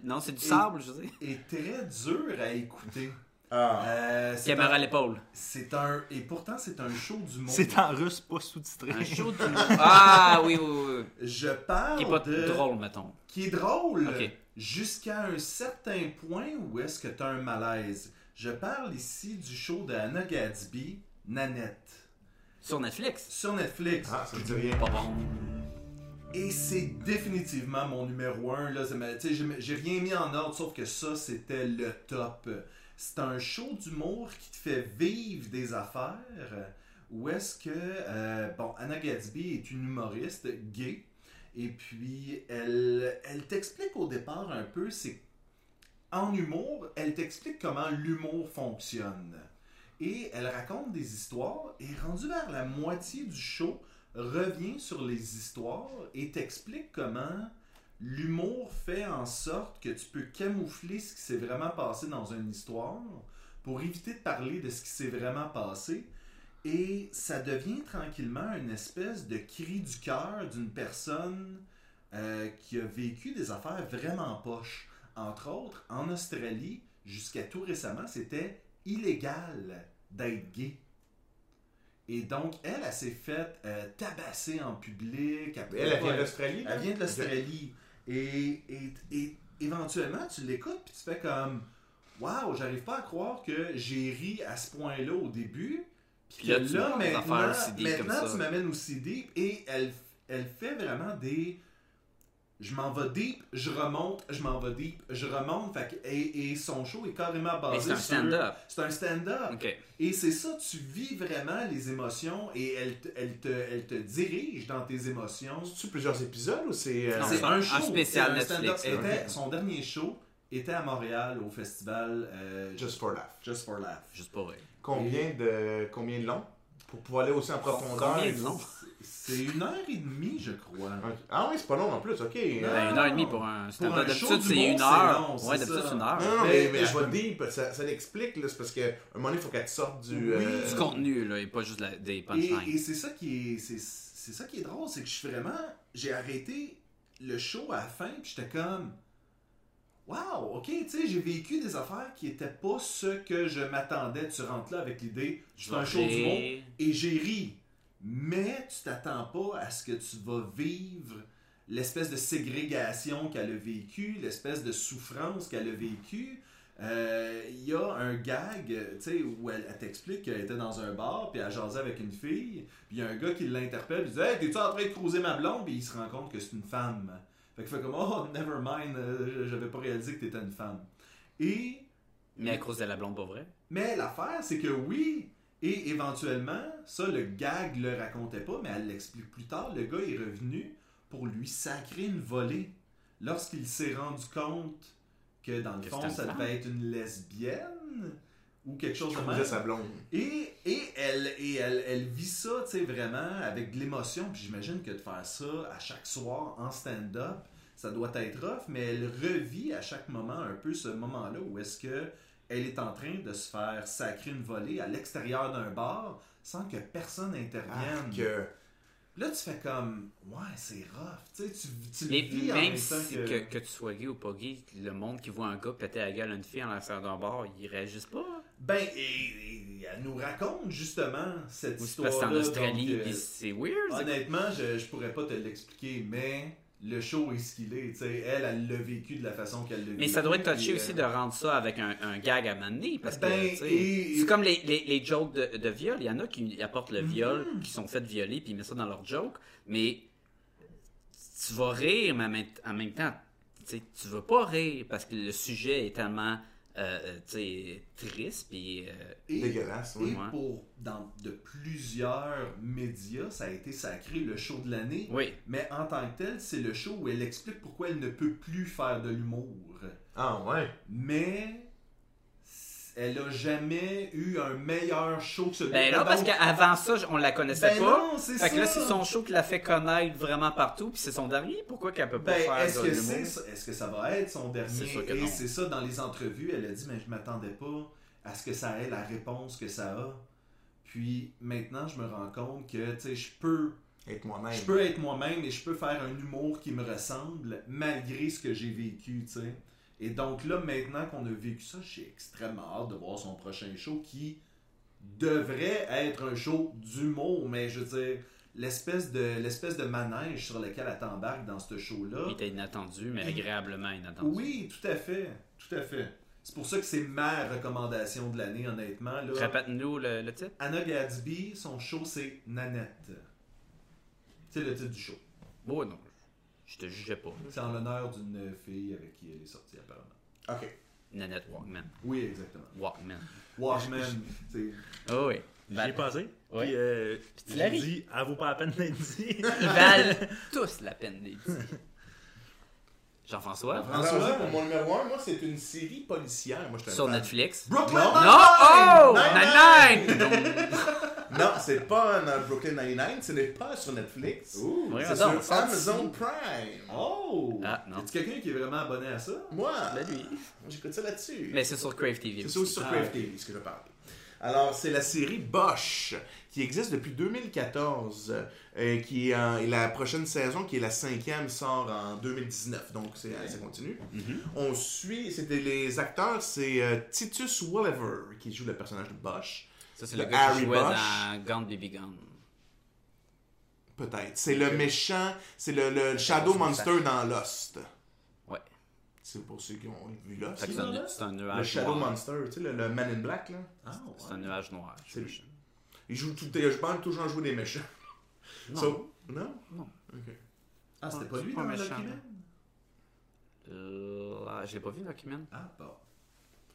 S4: Non, c'est du sable, je sais.
S3: est très dur à écouter.
S5: Ah.
S3: Euh, c'est
S4: Caméra à
S3: un,
S4: l'épaule.
S3: c'est un- et pourtant c'est un show du monde.
S8: C'est en russe, pas sous-titré.
S4: Un show du... Ah oui, oui, oui.
S3: Je parle
S4: Qui est pas
S3: de
S4: drôle, mettons.
S3: qui est drôle
S4: Ok.
S3: jusqu'à un certain point où est-ce que tu as un malaise. Je parle ici du show de Anna Gadsby, Nanette,
S4: Sur Netflix.
S3: sur Netflix.
S5: Ah, ça me dit rien.
S4: Pas bon.
S3: Et c'est définitivement mon numéro 1. Là, Ça m'a- tu sais, j'ai j'ai rien mis en ordre, sauf que ça, c'était le top. C'est un show d'humour qui te fait vivre des affaires. Où est-ce que, euh, bon, Anna Gadsby est une humoriste gay. Et puis, elle, elle t'explique au départ un peu, c'est en humour, elle t'explique comment l'humour fonctionne. Et elle raconte des histoires et rendue vers la moitié du show, revient sur les histoires et t'explique comment l'humour fait en sorte que tu peux camoufler ce qui s'est vraiment passé dans une histoire pour éviter de parler de ce qui s'est vraiment passé. Et ça devient tranquillement une espèce de cri du cœur d'une personne euh, qui a vécu des affaires vraiment poches. Entre autres, en Australie, jusqu'à tout récemment, c'était illégal d'être gay. Et donc, elle, elle s'est faite euh, tabasser en public.
S5: Elle, elle vient
S3: Ouais.
S5: d'Australie. là?
S3: Elle vient de l'Australie. Et, et- et éventuellement, tu l'écoutes puis tu fais comme Waouh, j'arrive pas à croire que j'ai ri à ce point-là au début. Puis
S4: Puis là,
S3: que
S4: tu
S3: là,
S4: m'amènes à
S3: maintenant,
S4: faire aussi deep
S3: maintenant,
S4: comme ça.
S3: tu m'amènes aussi deep. Et elle, elle fait vraiment des. Je m'en vais deep, je remonte, je m'en vais deep, je remonte. Fait que- et, et son show est carrément
S4: Mais
S3: basé
S4: c'est un
S3: sur-
S4: stand-up.
S3: Ah, C'est un stand-up.
S4: Ok.
S3: Et c'est ça, tu vis vraiment les émotions et elle, te- elle, te, elle te dirige dans tes émotions.
S5: C'est-tu plusieurs épisodes ou c'est. euh,
S4: Non,
S3: C'est
S4: c'est
S3: un
S4: un
S3: show.
S4: spécial
S3: c'est un
S4: Netflix,
S3: stand-up.
S4: là.
S3: Était- son dernier show était à Montréal au festival euh, Just,
S5: Just for Laugh.
S3: Just for Laugh.
S4: Juste pas vrai.
S5: Combien de, combien de long Pour pouvoir aller aussi en profondeur.
S4: Combien de long?
S3: C'est une heure et demie, je crois.
S5: Ah oui, c'est pas long en plus,
S3: Non.
S5: ok. Euh,
S4: Ben, une heure et demie pour
S3: Pour
S4: un
S3: un
S4: stand-up.
S3: show
S4: D'habitude, c'est
S3: d'humour,
S4: une
S3: c'est
S4: heure.
S3: long, c'est
S4: ouais, d'habitude,
S3: ça.
S4: c'est une heure.
S5: Non, non,
S3: Mais-
S5: mais, mais
S3: mais-
S5: je vais deep, ça, ça l'explique, là, c'est parce qu'à un moment donné, il faut qu'elle te sorte du. euh,
S3: Oui.
S4: Du contenu, là, et pas juste la- des
S3: euh, Et,
S4: punchlines.
S3: et c'est ça qui est, c'est, c'est ça qui est drôle, c'est que je suis vraiment, j'ai arrêté le show à la fin, puis j'étais comme, wow, ok, tu sais, j'ai vécu des affaires qui étaient pas ce que je m'attendais. Tu rentres là avec l'idée, je fais un show du monde, et j'ai ri. Mais tu t'attends pas à ce que tu vas vivre l'espèce de ségrégation qu'elle a vécue, l'espèce de souffrance qu'elle a vécue. Euh, Il y a un gag, euh, tu sais, où elle, elle t'explique qu'elle était dans un bar, puis elle jasait avec une fille, puis il y a un gars qui l'interpelle, puis il dit Hey, t'es-tu en train de croiser ma blonde Puis il se rend compte que c'est une femme. Fait qu'il fait comme Oh, never mind, euh, j'avais pas réalisé que t'étais une femme. Et
S4: Mais à cause de la blonde, pas vrai.
S3: mais l'affaire, c'est que oui, et éventuellement, ça, le gag le racontait pas, mais elle l'explique plus tard, le gars est revenu pour lui sacrer une volée. Lorsqu'il s'est rendu compte que, dans le
S4: Que
S3: fond,
S4: c'était
S3: ça
S4: une
S3: devait être une lesbienne ou quelque chose
S5: Je
S3: comme
S5: faisais
S3: ça.
S5: sa blonde.
S3: Et, et, elle, et elle, elle vit ça, tu sais, vraiment avec de l'émotion. Puis j'imagine que de faire ça à chaque soir en stand-up, ça doit être rough, mais elle revit à chaque moment un peu ce moment-là où est-ce que elle est en train de se faire sacrer une volée à l'extérieur d'un bar sans que personne intervienne.
S5: Arc, euh,
S3: Là, tu fais comme, ouais, c'est rough. Tu sais, tu, tu le
S4: Mais
S3: vis en
S4: même
S3: même temps
S4: si
S3: que-
S4: que... que tu sois gay ou pas gay, le monde qui voit un gars péter la gueule à une fille en l'affaire d'un bar, il réagissent pas.
S3: Ben, et, et elle nous raconte justement cette
S4: Ou c'est
S3: histoire.
S4: parce que c'est en Australie, puis
S3: donc, euh,
S4: c'est weird. c'est-
S3: Honnêtement, je, je pourrais pas te l'expliquer, mais le show est ce qu'il est. tu sais. Elle, elle l'a vécu de la façon qu'elle l'a vécu.
S4: Mais ça doit être touché
S3: puis,
S4: aussi
S3: euh,
S4: de rendre ça avec un, un gag à mener parce que
S3: Ben,
S4: tu sais,
S3: et-
S4: c'est comme les, les, les jokes de, de viol. Il y en a qui apportent le viol,
S3: Mm-hmm.
S4: qui sont faites violer, puis ils mettent ça dans leur joke. Mais tu vas rire, mais en même- en même temps, tu sais, tu veux pas rire parce que le sujet est tellement euh, tu sais, triste. Puis euh,
S3: et-
S5: Dégueulasse,
S3: Et
S5: oui.
S4: Ouais.
S3: pour, dans de plusieurs médias, ça a été sacré le show de l'année.
S4: oui,
S3: Mais en tant que tel, c'est le show où elle explique pourquoi elle ne peut plus faire de l'humour.
S10: Ah ouais.
S3: Mais elle a jamais eu un meilleur show que celui
S4: ben là, parce
S3: Donc,
S4: qu'avant ça, je- on la connaissait
S3: ben
S4: pas.
S3: non, c'est
S4: Fait
S3: ça.
S4: que là, c'est son show qui l'a fait connaître vraiment partout, puis c'est son dernier. Pourquoi qu'elle peut pas
S3: Ben,
S4: faire
S3: est-ce
S4: de
S3: que
S4: l'humour?
S3: c'est ça? Est-ce que ça va être son dernier
S4: C'est sûr que
S3: Et
S4: non.
S3: c'est ça dans les entrevues, elle a dit mais je m'attendais pas à ce que ça ait la réponse que ça a. Puis maintenant, je me rends compte que tu sais je peux
S5: Être moi-même.
S3: je peux être moi-même et je peux faire un humour qui me ressemble malgré ce que j'ai vécu, tu sais. Et donc là, maintenant qu'on a vécu ça, j'ai extrêmement hâte de voir son prochain show qui devrait être un show d'humour, mais je veux dire, l'espèce de, l'espèce de manège sur lequel elle t'embarque dans ce show-là.
S4: Il était inattendu, mais
S3: Il-
S4: agréablement inattendu.
S3: Oui, tout à fait, tout à fait. C'est pour ça que c'est ma recommandation de l'année, honnêtement. Là.
S4: Répète-nous le, le titre.
S3: Anna Gadsby, son show, c'est Nanette. C'est le titre du show.
S4: Oh non, je te jugeais pas.
S3: C'est en l'honneur d'une fille avec qui elle est sortie, apparemment.
S5: Ok.
S4: Nanette Walkman.
S3: Oui, exactement.
S4: Walkman.
S3: Watchmen, c'est
S5: Ah
S4: Oh oui.
S8: J'y ai
S4: Val-
S8: pensé.
S4: Ouais.
S8: Puis, euh,
S4: tu
S8: j'ai
S4: l'as ri.
S8: dit, elle vaut pas la peine d'être dit.
S4: Ils valent tous la peine des petits. Jean-François,
S5: François, pour mon numéro 1, moi, c'est une série policière. Moi, je suis un
S4: sur
S5: fan.
S4: Netflix.
S3: Brooklyn
S4: Non,
S3: Nine-Nine!
S4: oh! Nine-Nine! Donc,
S5: Non, c'est pas dans Brooklyn 99, ce n'est pas sur Netflix.
S4: voyons
S5: C'est sur
S4: donc.
S5: Amazon Prime.
S3: Oh!
S4: Ah, non.
S3: tu quelqu'un qui est vraiment abonné à ça?
S5: Moi,
S4: Ben, lui.
S5: j'écoute ça là-dessus.
S4: Mais c'est sur Crave TV.
S5: C'est
S4: aussi.
S5: ça aussi sur
S3: Ah,
S5: Crave
S3: ok.
S5: TV, ce que je parle. Alors, c'est la série Bosch, qui existe depuis 2014, euh, qui est en- et la prochaine saison, qui est la cinquième, sort en 2019, donc c'est, ça continue.
S4: Mm-hmm.
S5: On suit, c'était les acteurs, c'est euh, Titus Wolliver, qui joue le personnage de Bosch,
S4: Ça, c'est le
S5: Le
S4: gars
S5: Harry
S4: qui jouait
S5: Bosch.
S4: dans Gone Baby Gone.
S5: peut-être. C'est le méchant, c'est le, le Shadow Monster dans Lost.
S4: Ouais.
S5: C'est pour ceux qui ont vu Lost.
S4: Fait que C'est un, c'est un
S5: Le
S4: nuage
S5: Shadow
S4: noir.
S5: Monster, tu sais, le, le Man in Black, là.
S3: Ah,
S4: C'est un nuage noir.
S5: C'est lui. Il joue tout, je pense toujours en jouer des méchants.
S4: Non.
S5: So- non?
S3: Ah, c'était pas lui
S4: pas
S3: dans
S4: méchant,
S3: Lucky
S4: là.
S3: Man?
S4: Euh, ah, je l'ai pas vu, Document.
S3: Ah, bon.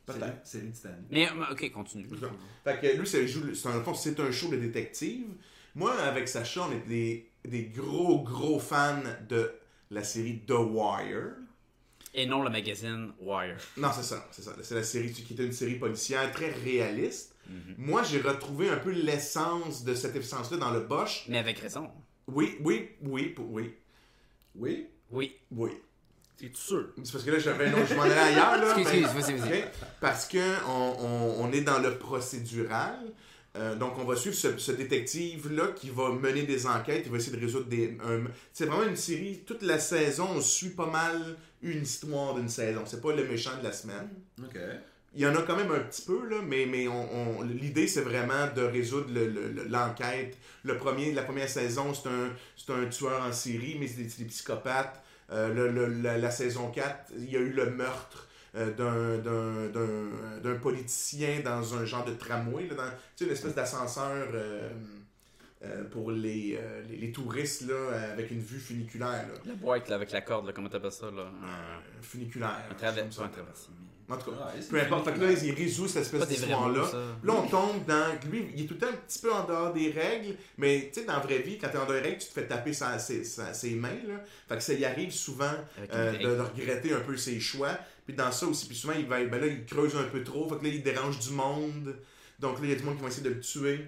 S5: Peut-être.
S3: C'est lui, c'est lui,
S4: Mais, euh, ok, continue.
S5: Fait que lui, c'est, joue- c'est un, fond, c'est un show de détective. Moi, avec Sacha, on est des, des gros, gros fans de la série The Wire.
S4: Et non le magazine Wire.
S5: Non, c'est ça, c'est ça. C'est la série qui était une série policière très réaliste.
S3: Mhm.
S5: Moi, j'ai retrouvé un peu l'essence de cette essence-là dans le Bosch.
S4: Mais avec raison.
S5: Oui, oui, oui, pour- oui,
S3: Oui?
S4: Oui.
S5: oui.
S8: T'es sûr?
S5: C'est parce que là, j'avais un autre- je m'en allais ailleurs, là. mais-
S4: Excuse, vas-y, vas-y.
S5: Ok? Parce que on, on- on est dans le procédural. Euh, donc, on va suivre ce, ce détective-là qui va mener des enquêtes, il va essayer de résoudre des. un- c'est vraiment une série, toute la saison, on suit pas mal une histoire d'une saison. C'est pas le méchant de la semaine.
S3: OK.
S5: Il y en a quand même un petit peu, là, mais, mais on, on- l'idée, c'est vraiment de résoudre le- le- le- l'enquête. Le, premier, la première saison, c'est un, c'est un tueur en série, mais c'est des, c'est des psychopathes. Euh, le- le- la, la saison 4, il y a eu le meurtre euh, d'un- d'un- d'un d'un politicien dans un genre de tramway, là, dans, tu sais, une espèce d'ascenseur euh, euh, pour les, euh, les, les touristes là, avec une vue funiculaire. là.
S4: La boîte là, avec la corde, là, comment t'appelles ça là? Un,
S5: Euh, funiculaire.
S4: un travers-
S5: comme ça.
S4: pas un traversier, mais-
S5: En tout cas,
S3: Ouais, c'est
S5: peu importe. Fait que là, il résout cette
S4: Pas
S5: espèce
S4: des vrais
S5: d'histoire-là.
S4: mots, ça.
S5: Là, on tombe dans. Lui, il est tout le temps un petit peu en dehors des règles, mais tu sais, dans la vraie vie, quand t'es en dehors des règles, tu te fais taper sa- ses, sa- ses mains, là. Fait que ça y arrive souvent
S4: Avec
S5: euh,
S4: une
S5: de, de regretter un peu ses choix. Puis dans ça aussi, puis souvent, il va. Ben là, il creuse un peu trop. Fait que là, il dérange du monde. Donc là, il y a du monde qui va essayer de le tuer.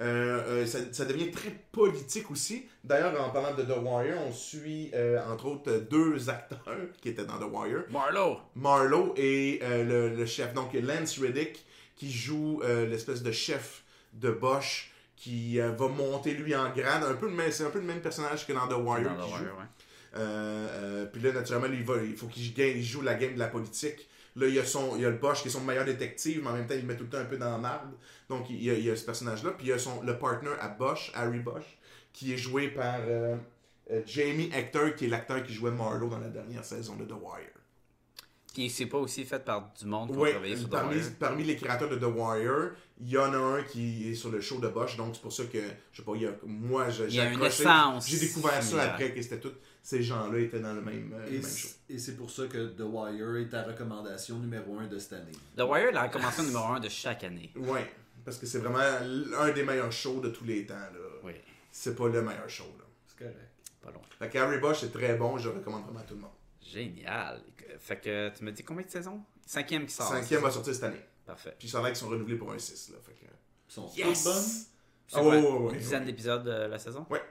S5: Euh, euh, ça, ça devient très politique aussi. D'ailleurs, en parlant de The Wire, on suit euh, entre autres euh, deux acteurs qui étaient dans The Wire.
S4: Marlowe!
S5: Marlowe et euh, le, le chef. Donc, Lance Reddick qui joue euh, l'espèce de chef de Bosch qui euh, va monter lui en grade. Un peu le même- c'est un peu le même personnage que dans The Wire.
S4: Dans le
S5: qu'il joue.
S4: Wire, ouais.
S5: Euh, euh, puis là, naturellement, lui, il, va- il faut qu'il gagne- il joue la game de la politique. Là, il y, a son, il y a le Bosch qui est son meilleur détective, mais en même temps, il le met tout le temps un peu dans l'arbre. Donc, il y a, il y a ce personnage-là. Puis il y a son, le partner à Bosch, Harry Bosch, qui est joué par euh, euh, Jamie Hector, qui est l'acteur qui jouait Marlowe dans la dernière saison de The Wire.
S4: Puis c'est pas aussi fait par du monde qui
S5: Oui,
S4: a travaillé sur The
S5: parmi,
S4: Wire.
S5: parmi les créateurs de The Wire, il y en a un qui est sur le show de Bosch, donc c'est pour ça que, je sais pas, il y a- moi, je-
S4: Il y
S5: j'ai
S4: a une
S5: accroché.
S4: essence
S5: J'ai découvert ça
S4: similaire.
S5: après que c'était tout, ces gens-là étaient dans le même, euh,
S3: Et,
S5: même show.
S3: c- et c'est pour ça que The Wire est ta recommandation numéro 1 de cette année.
S4: The Wire, la recommandation numéro 1 de chaque année.
S5: Ouais, parce que c'est vraiment un des meilleurs shows de tous les temps, là.
S4: Oui,
S5: C'est pas le meilleur show, là.
S3: C'est correct.
S4: pas long.
S5: Fait que Harry Bosch est très bon, je le recommande vraiment à tout le monde.
S4: Génial. Fait que tu me dis combien de saisons Cinquième
S3: Ah,
S4: qui sort.
S5: Cinquième Ah va sortir cette année.
S4: Parfait.
S5: Puis ça a l'air qu'ils sont renouvelés pour un 6, là. Fait que...
S3: Ils sont
S4: Yes!
S3: tous bonnes.
S4: C'est
S5: Ah
S4: quoi,
S5: ouais, ouais, ouais,
S4: Une dizaine
S5: ouais.
S4: d'épisodes de la saison
S5: Ouais.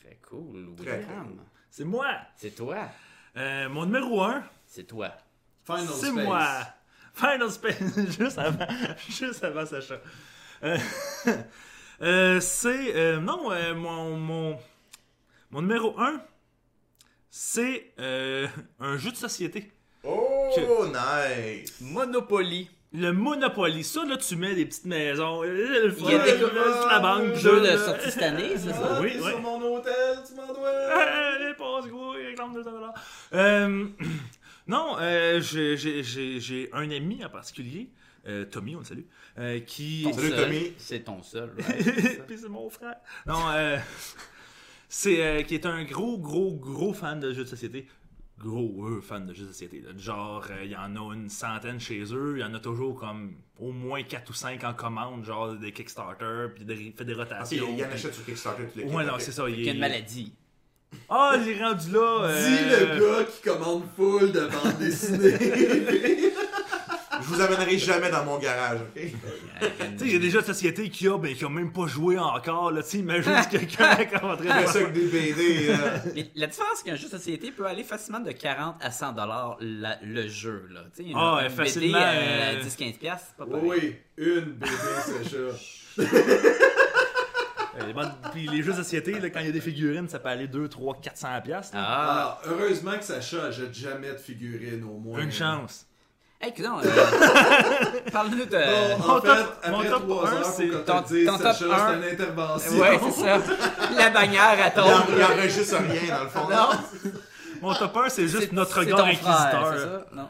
S4: Très cool.
S5: Très
S4: William.
S6: C'est moi.
S4: C'est toi.
S6: Euh, mon numéro 1,
S4: C'est toi.
S3: Final
S6: c'est
S3: Space.
S6: moi. Final Space, juste avant, juste avant Sacha. Euh, euh, c'est. euh, non, euh, mon, mon, mon numéro 1, c'est euh, un jeu de société.
S5: Oh, nice!
S4: Monopoly.
S6: Le Monopoly. Ça, là, tu mets des petites maisons. euh, le fun,
S4: Il y a des-
S6: euh, la banque.
S4: Jeu
S6: là,
S4: de
S6: là.
S4: sortie cette année, c'est ça
S3: Ah,
S6: Oui,
S3: t'es
S6: oui.
S3: sur mon hôtel, tu m'en dois.
S6: Allez, passe, gros, réclame 200 dollars. Euh, non, euh, j'ai- j'ai j'ai- j'ai un ami en particulier, euh, Tommy, on le salue, euh, qui.
S4: Ton
S5: Salut,
S4: seul.
S5: Tommy.
S4: C'est ton seul. right?
S6: Puis c'est mon frère. Non, euh, c'est euh, qui est un gros, gros, gros fan de jeux de société. Gros euh, fan de jeux de société. là. Genre, euh, il y en a une centaine chez eux. Il y en a toujours comme au moins 4 ou 5 en commande, genre des Kickstarter, puis des, fait des
S5: Ah,
S6: rotations.
S5: il y en
S6: puis-
S5: achète sur Kickstarter tous les
S6: Ouais, non,
S5: ok.
S6: c'est ça. il-
S4: Il y a une maladie.
S6: Ah, j'ai rendu là.
S3: Dis
S6: euh,
S3: le gars qui commande full de bande dessinée.
S5: Je vous amènerai jamais dans mon garage, ok?
S6: Tu sais, il y a des jeux de société qui a, ben, qui ont même pas joué encore, là. Tu sais, imagine ce que quelqu'un commenterait
S5: Fais
S6: à
S5: ça
S6: faire.
S5: avec des BD, là.
S4: Mais la différence, c'est qu'un jeu de société peut aller facilement de 40 à 100 dollars la- le jeu. Là. Tu sais, une- une
S6: Ah, ouais,
S4: BD
S6: facilement,
S4: à
S6: euh,
S4: 10-15$, piastres, c'est pas pareil.
S3: oui, une bébé, Sacha.
S6: Euh, bon, Puis les jeux de société, là, quand il y a des figurines, ça peut aller 2, 3, 400 piastres. là.
S4: Ah,
S3: Ah, heureusement que Sacha jette jamais de figurines au moins.
S6: Une chance.
S4: Hey, coudonc, euh, parle-nous de...
S3: Bon,
S6: Mon
S3: en fait,
S6: top- mon
S3: après
S6: top
S3: 3
S6: un,
S3: heures,
S6: c'est-
S3: faut
S4: ton-
S3: qu'on te dise,
S4: ton top
S3: Sacha, c'est
S4: un.
S3: une intervention.
S4: Ouais, c'est ça. La bannière,
S6: Oh.
S4: elle
S5: Il en- il
S4: tombe.
S5: enregistre rien, dans le fond.
S6: Mon top 1, c'est juste notre
S4: C'est
S6: regard
S4: ton frère, c'est
S6: inquisiteur.
S4: ça? Non,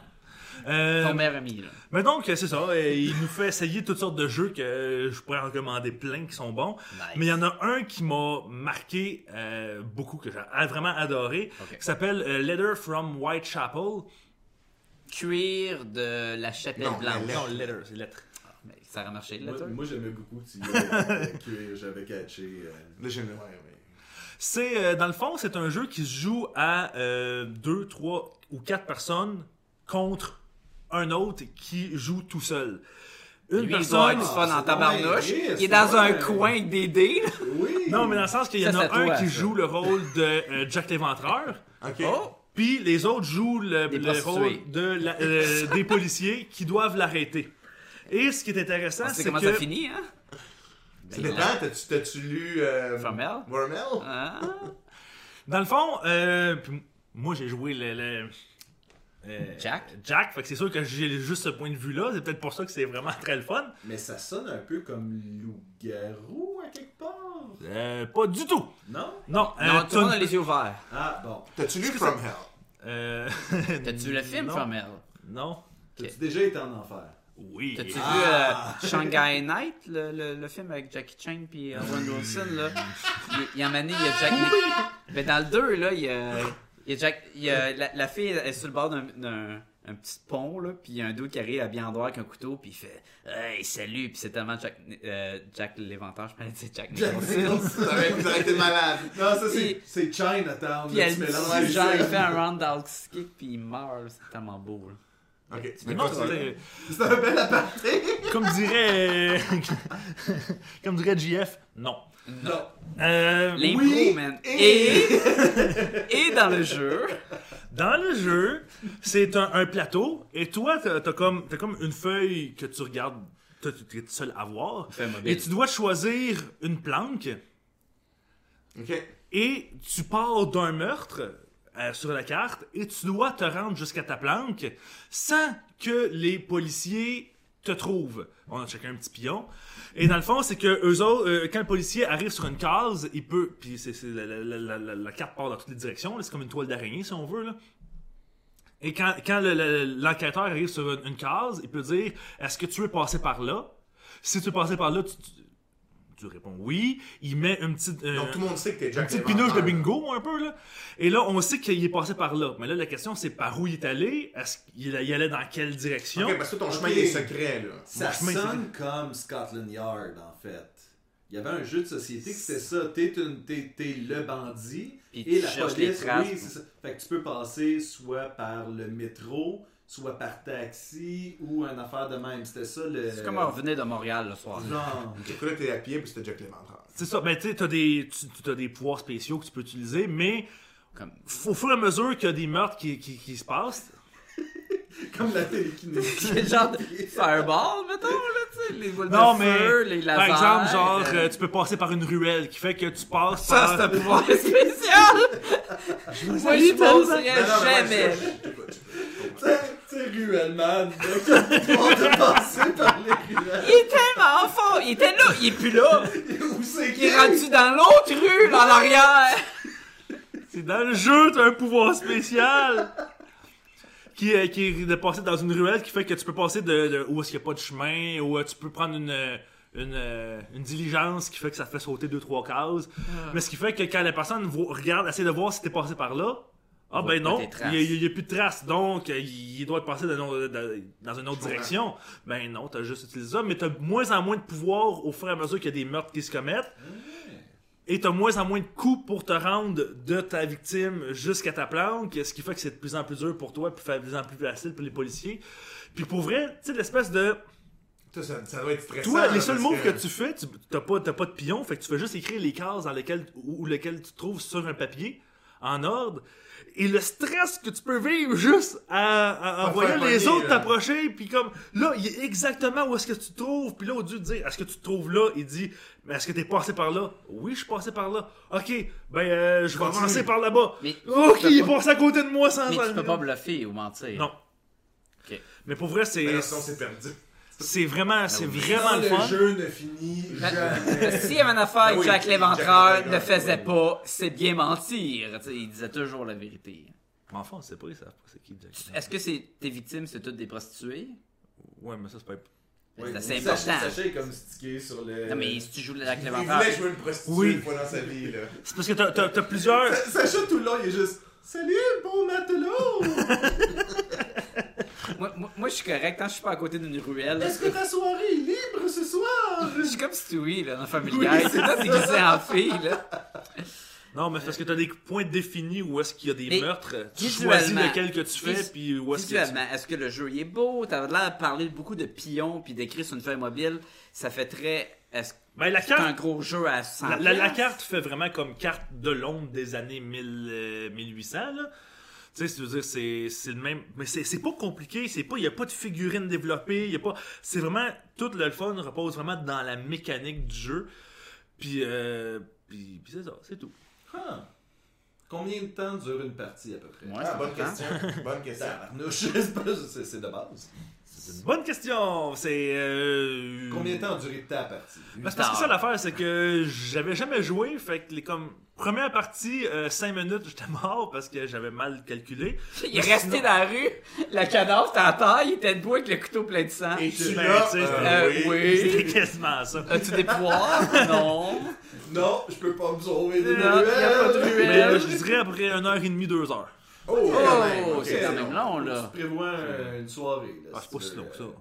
S6: Euh,
S4: ton meilleur ami, là.
S6: mais donc, c'est ça. euh, Il nous fait essayer toutes sortes de jeux que euh, je pourrais en recommander plein qui sont bons. Mais il y en a un qui m'a marqué euh, beaucoup, que j'ai a- vraiment adoré,
S4: Ok.
S6: qui s'appelle euh, Letter from Whitechapel.
S4: Cuir de la chapelle
S5: Non,
S4: blanche.
S5: mais
S6: Non, Letter, c'est lettre.
S4: Mais ça a marché, là,
S3: Moi,
S4: toi?
S3: moi, j'aimais beaucoup tu que j'avais catché. euh,
S5: Là, j'ai- ouais, ouais.
S6: C'est euh, dans le fond, c'est un jeu qui se joue à euh, deux, trois ou quatre personnes contre un autre qui joue tout seul. Une
S4: Lui, il doit
S6: personne.
S4: être du fun en
S3: c'est
S4: tabarnouche.
S3: vrai, yes,
S4: Il est dans
S3: c'est
S4: un
S3: vrai.
S4: coin avec des dés, là.
S6: Ah,
S3: Oui.
S6: Non, mais dans le sens qu'il y
S4: Ça,
S6: en a
S4: c'est à
S6: un
S4: toi,
S6: qui
S4: ça.
S6: joue le rôle de euh, Jack l'Éventreur,
S5: Ok.
S6: Oh. puis les autres jouent le,
S4: Des
S6: le
S4: prostituées.
S6: rôle de la- euh, des policiers qui doivent l'arrêter. Et ce qui est intéressant,
S4: On sait
S6: c'est
S4: comment
S6: que
S4: ça finit, hein? Ben,
S5: Ça dépend, t'as-tu- t'as-tu lu... euh,
S4: Formel?
S5: Wormel?
S4: Ah,
S6: dans le fond, euh, puis moi j'ai joué le, le- euh,
S4: Jack?
S6: Jack, fait que c'est sûr que j'ai juste ce point de vue-là. C'est peut-être pour ça que c'est vraiment très le fun.
S3: Mais ça sonne un peu comme loup-garou à quelque part.
S6: Euh, pas du tout.
S3: Non?
S6: Non, euh,
S4: Non, tout
S6: t'as
S4: le monde a
S6: une-
S4: les yeux ouverts.
S3: Ah, bon.
S5: T'as-tu lu From Hell?
S6: Euh,
S4: T'as-tu vu le film,
S6: non,
S4: Formel?
S6: Non.
S3: T'as-tu
S4: Ok.
S3: déjà été en enfer?
S6: Oui.
S4: T'as-tu
S6: Ah,
S4: vu euh, Shanghai Night, le, le, le film avec Jackie Chan puis euh, Owen Wilson, là? Il- Il y a un moment donné, il y a Jack Nich- Mais dans le 2, là, il y a, il y a Jack... il y a- la, la fille elle est sur le bord d'un- d'un un petit pont, là, puis il y a un dos qui arrive à bien endroit avec un couteau, puis il fait « Hey, salut! » Puis c'est tellement Jack, euh, Jack l'éventeur, je me disais Jack Nicholson.
S5: Vous aurez été malade.
S3: Non, ça
S4: Et-
S3: c'est c'est Chinatown.
S4: Puis
S3: là,
S4: elle
S3: tu
S4: le
S3: mélanges
S4: tue,
S3: les
S4: genre, il
S3: deux.
S4: fait un roundhouse kick, puis il meurt. là, C'est tellement beau, là.
S5: Ok.
S6: non, c'est-
S3: C'est un bel aparté.
S6: comme dirait. comme dirait JF, non.
S3: Non.
S6: Euh,
S4: L'impro,
S6: oui,
S4: man. Et... et dans le jeu...
S6: dans le jeu, c'est un, un plateau et toi, t'as t'as comme, t'as comme une feuille que tu regardes, t'es tout seul à voir.
S4: feuille mobile.
S6: Et tu dois choisir une planque.
S5: Ok.
S6: et tu pars d'un meurtre euh, sur la carte et tu dois te rendre jusqu'à ta planque sans que les policiers te trouve. On a chacun un petit pion. Et dans le fond, c'est que eux autres, euh, quand le policier arrive sur une case, il peut. Puis c'est, c'est la, la- la- la- la carte part dans toutes les directions. là. C'est comme une toile d'araignée, si on veut. Là. Et quand, quand le- le- l'enquêteur arrive sur une, une case, il peut dire Est-ce que tu veux passer par là Si tu veux passer par là, tu, tu- tu réponds oui. Il met une petite. euh,
S5: Donc tout le monde sait que t'es
S6: une
S5: Jack
S6: petite
S5: l'Éventreur.
S6: pinouche de bingo, un peu, là. Et là, on sait qu'il est passé par là. Mais là, la question, c'est par où il est allé? Est-ce qu'il il allait dans quelle direction?
S5: Ok, parce que ton chemin
S3: Ok.
S5: il est secret, là.
S3: Ça
S6: Mon chemin,
S3: sonne comme Scotland Yard, en fait. Il y avait un jeu de société qui c'était ça. T'es, une- t'es- t'es le bandit
S4: Puis
S3: et
S4: tu
S3: la
S4: cherches
S3: police.
S4: les traces.
S3: oui, c'est ça. Fait que tu peux passer soit par le métro, soit par taxi ou une affaire de même. C'était ça le.
S4: C'est
S5: Euh,
S4: comme on revenait de Montréal le soir.
S3: Genre.
S5: Donc là, t'es à pied, puis c'était Jack l'Éventreur.
S6: C'est ça. Ben, tu sais, t'as des, tu- tu- t'as des pouvoirs spéciaux que tu peux utiliser, mais
S4: Comme-
S6: f- au fur et à mesure qu'il y a des meurtres qui, qui, qui se passent,
S3: Comme la télékinésie.
S4: Quel genre de fireball, mettons, là, tu sais, les boules
S6: Non,
S4: de
S6: mais,
S4: feu, les
S6: par
S4: lasers.
S6: exemple, genre,
S4: euh,
S6: euh, tu peux passer par une ruelle qui fait que tu passes
S4: ça,
S6: par...
S4: c'est un pouvoir spécial! Je vous Moi, je
S6: Eh,
S5: Non, non,
S4: penserais
S5: mais ouais,
S4: jamais.
S5: c'est ça, je- je- je-
S3: C'est ruelle, man. Donc, on peut passer par les ruelles.
S4: Il est tellement fort! Il était là! Il est plus là!
S3: Où c'est
S4: Il est rendu dans l'autre rue, dans l'arrière!
S6: C'est dans le jeu, t'as un pouvoir spécial! qui, euh, qui est de passer dans une ruelle qui fait que tu peux passer de, de- où est-ce qu'il n'y a pas de chemin, ou euh, tu peux prendre une, euh, une, euh, une diligence qui fait que ça fait sauter deux, trois cases. Mais ce qui fait que quand la personne vo- regarde, essaie de voir si t'es passé par là, ah
S4: voit
S6: ben
S4: pas
S6: non,
S4: tes traces.
S6: il n'y a, plus de traces, donc euh, il il doit être passé dans, dans- dans une autre direction. Ben non, t'as juste utilisé ça, mais t'as moins en moins de pouvoir au fur et à mesure qu'il y a des meurtres qui se commettent. Et t'as moins en moins de coups pour te rendre de ta victime jusqu'à ta planque, ce qui fait que c'est de plus en plus dur pour toi, puis de plus en plus facile pour les policiers. Puis pour vrai, tu sais, l'espèce de...
S5: Ça, ça- ça doit être stressant.
S6: Toi, les
S5: là,
S6: seuls
S5: parce
S6: moves que tu fais, tu t'as pas, t'as pas de pion, fait que tu fais juste écrire les cases dans lesquelles, ou, ou lesquelles tu te trouves sur un papier, en ordre, et le stress que tu peux vivre juste à, à- à
S5: Pas
S6: voyant
S5: faire
S6: les
S5: pogner,
S6: autres
S5: là.
S6: t'approcher, puis comme, là, il est exactement où est-ce que tu te trouves, puis là, au lieu de dire, est-ce que tu te trouves là, il dit, mais est-ce que t'es passé par là? Oui, je suis passé par là. Ok, ben, euh, je vais
S5: Continue.
S6: commencer par là-bas.
S4: Mais-
S6: Ok,
S4: tu peux
S6: il est
S4: pas-
S6: passé à côté de moi sans...
S4: Mais tu peux pas bluffer ou mentir.
S6: Non.
S4: Ok.
S6: Mais pour vrai, c'est,
S5: Ben, sinon, c'est Ben, perdu.
S6: c'est vraiment, c'est
S4: oui.
S6: vraiment le
S3: le
S6: fun.
S3: jeu ne finit jamais.
S4: S'il y avait une affaire
S5: Ah
S4: que
S5: oui,
S4: Jack
S5: Jack
S4: Léventreur
S5: Léventreur,
S4: ne faisait
S5: oui.
S4: pas, c'est bien mentir. Tu sais, il disait toujours la vérité.
S6: Enfin, on sait pas, ils savent pas c'est qui Jack Nicholson.
S4: Est-ce que c'est tes victimes, c'est toutes des prostituées?
S6: Ouais, mais ça, c'est pas.
S4: Ben, C'est assez
S3: Sachez-
S4: important.
S3: Sachez comme stické sur le.
S4: Non, mais si tu joues le Jack
S5: Il
S4: Léventreur,
S5: voulait jouer une prostituée
S6: Oui.
S5: une fois dans sa vie, là.
S6: C'est parce que t'as- t'as t'as plusieurs.
S3: Sacha tout le long, il est juste Salut, bon matelot!
S4: moi, moi, moi, je suis correct quand je suis pas à côté d'une ruelle.
S3: Est-ce que ta soirée est libre ce soir?
S4: Je suis comme Stewie, là, dans Family
S3: Oui,
S4: Guy. C'est toi, c'est glissé en fille, là.
S6: Non, mais c'est parce que t'as des points définis où est-ce qu'il y a des
S4: Mais
S6: meurtres. Tu
S4: visuellement-
S6: choisis lequel que tu fais,
S4: vis-
S6: puis où est-ce que. tu-
S4: Visuellement, est-ce que le jeu il est beau? T'avais l'air de parler beaucoup de pions puis d'écrire sur une feuille mobile. Ça fait très. Est-ce que
S6: Ben, la
S4: c'est un
S6: carte.
S4: gros jeu à 100
S6: La, la- la
S4: piastres?
S6: carte fait vraiment comme carte de l'ombre des années 1000, euh, 1800, là. Tu sais, je veux dire, c'est c'est le même. Mais c'est c'est pas compliqué, c'est pas. Il y a pas de figurines développées, il y a pas. C'est vraiment. Tout le fun repose vraiment dans la mécanique du jeu. Puis, euh, puis, puis c'est ça, c'est tout.
S3: Ah. Combien de temps dure une partie à peu près? ben,
S4: Ouais,
S5: Ah,
S4: ça
S5: bonne
S4: prend.
S5: question. Bonne question.
S3: Tabarnouche, c'est pas- c'est c'est de base.
S6: C'est une bonne question! C'est. euh,
S3: Combien de temps a duré ta partie?
S6: Ben, c'est parce que ça l'affaire, c'est que j'avais jamais joué, fait que les comme première partie, 5 minutes, j'étais mort parce que j'avais mal calculé.
S4: Il est resté dans la rue, la cadavre était à terre, il était debout avec le couteau plein de sang.
S5: Et tu
S6: Ben,
S5: l'as.
S6: tu sais,
S5: euh,
S4: euh,
S5: oui.
S4: oui.
S6: C'était quasiment ça.
S4: As-tu des pouvoirs? non.
S3: Non, je peux pas me sauver des
S4: Non, y a pas de
S3: ruelles.
S6: Mais euh,
S4: ruelle.
S6: je dirais après 1h30, 2 heures.
S5: Oh, quand même,
S4: Oh,
S5: ok.
S4: c'est quand même long, là.
S3: Tu prévois euh, une soirée. Là,
S6: Ah,
S3: si
S6: c'est
S3: tu
S6: pas si
S3: veux,
S6: long que ça. Ben,
S3: euh,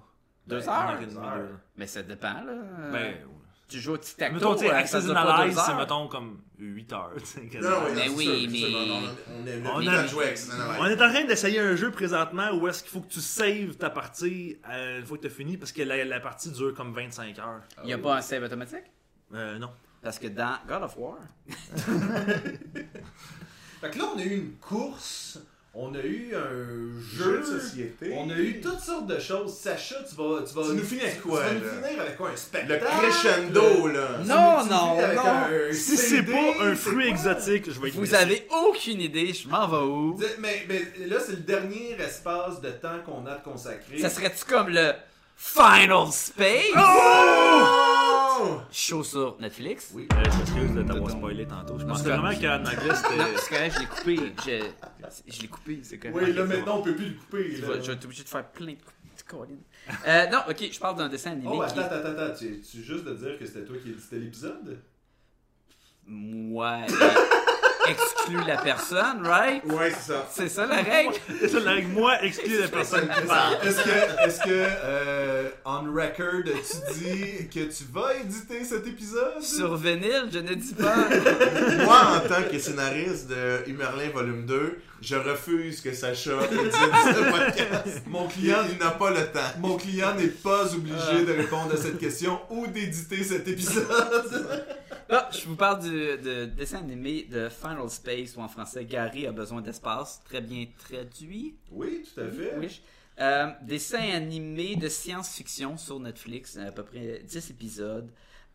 S4: Deux
S6: heures?
S4: heures? Mais ça dépend, là.
S6: Ben, ouais.
S4: tu joues au tic-tac-toe.
S6: mettons, tu sais,
S4: hein, ça
S6: Access
S4: dure
S6: and
S4: pas
S6: Allies,
S4: deux
S6: c'est
S4: heures.
S6: mettons comme 8 heures. tu sais,
S5: Non,
S6: quasiment.
S5: non, ouais,
S4: Mais
S5: c'est
S4: Ben oui,
S5: sûr,
S4: mais-
S5: c'est sûr, non, non, On est
S6: On
S5: on
S6: a-
S5: a joué avec ça. non, non,
S6: On
S5: ouais.
S6: est en train d'essayer un jeu présentement où est-ce qu'il faut que tu saves ta partie euh, une fois que t'as fini parce que la, la partie dure comme 25 heures.
S4: Il y a pas un save automatique?
S6: Euh, non.
S4: Parce que dans God of War,
S3: Fait que là, on a eu une course, on a eu un
S5: Jeu
S3: jeu,
S5: de société.
S3: on a eu toutes sortes de choses. Sacha, tu vas, tu vas
S5: Tu nous finis avec quoi,
S3: Tu vas nous
S5: là?
S3: finir avec quoi Un
S5: Le
S3: spectacle
S5: crescendo, là.
S4: Non,
S3: Tu nous
S4: non,
S3: finis avec
S4: non.
S3: un
S6: Si c'est
S3: CD,
S6: pas un
S3: c'est
S6: fruit
S3: quoi?
S6: exotique, je vais être
S4: vous
S6: blessé.
S4: avez aucune idée, je m'en vais où?
S3: Mais, mais là, c'est le dernier espace de temps qu'on a de consacrer.
S4: Ça serait-tu comme le Final Space! Show sur Netflix.
S3: Oui.
S8: Euh, je m'excuse de t'avoir spoilé tantôt. Je pensais
S4: c'est
S8: vraiment qu'en anglais,
S4: Non,
S8: c'était.
S4: parce que là, je l'ai coupé. Je, je l'ai coupé, c'est quand même.
S5: Oui, là, maintenant, on peut plus le couper.
S4: Je
S5: là.
S4: vais je vais être obligé de faire plein de coups de colline. Euh, non, ok, je parle d'un dessin animé.
S3: Oh,
S4: qui...
S3: attends, attends, attends, attends. Tu, tu juste de dire que c'était toi qui éditais l'épisode?
S4: Ouais. Exclue la personne, right?
S5: Ouais, c'est ça.
S4: C'est ça la règle?
S8: C'est ça, avec moi, excuse la personne.
S3: Est-ce que, est-ce que euh, on record, tu dis que tu vas éditer cet épisode?
S4: Sur vinyle, je ne dis pas.
S5: Moi, en tant que scénariste de Humerlin Volume 2, je refuse que Sacha édite ce podcast.
S3: Mon client,
S5: Il n'a pas le temps.
S3: mon client n'est pas obligé de répondre à cette question ou d'éditer cet épisode.
S4: Ah, je vous parle du de dessin animé de Final Space, ou en français, Gary a besoin d'espace. Très bien traduit.
S3: Oui, tout à fait.
S4: Oui. Euh, dessin animé de science-fiction sur Netflix, à peu près 10 épisodes.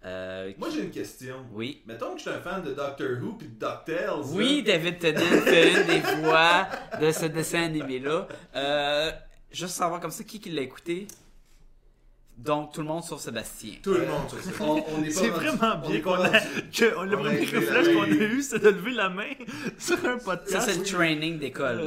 S4: Euh,
S3: Moi, j'ai une question.
S4: oui.
S3: Mettons que je suis un fan de Doctor Who et de DuckTales.
S4: Oui, David Tennant fait une des voix de ce dessin animé-là. Euh, juste savoir comme ça, qui, qui l'a écouté? Donc, tout le monde sur Sébastien.
S5: Tout le monde
S4: Euh.
S5: sur ça.
S3: là, on, on est pas
S6: C'est
S3: rendu-
S6: vraiment
S3: on
S6: bien
S3: est pas
S6: qu'on a-
S3: rendu-
S6: que on- le
S3: On a
S6: premier
S3: levé la
S6: réflexe qu'on a
S3: main.
S6: eu, c'est de lever la main sur un
S4: Ça,
S6: podcast.
S4: c'est le training d'école.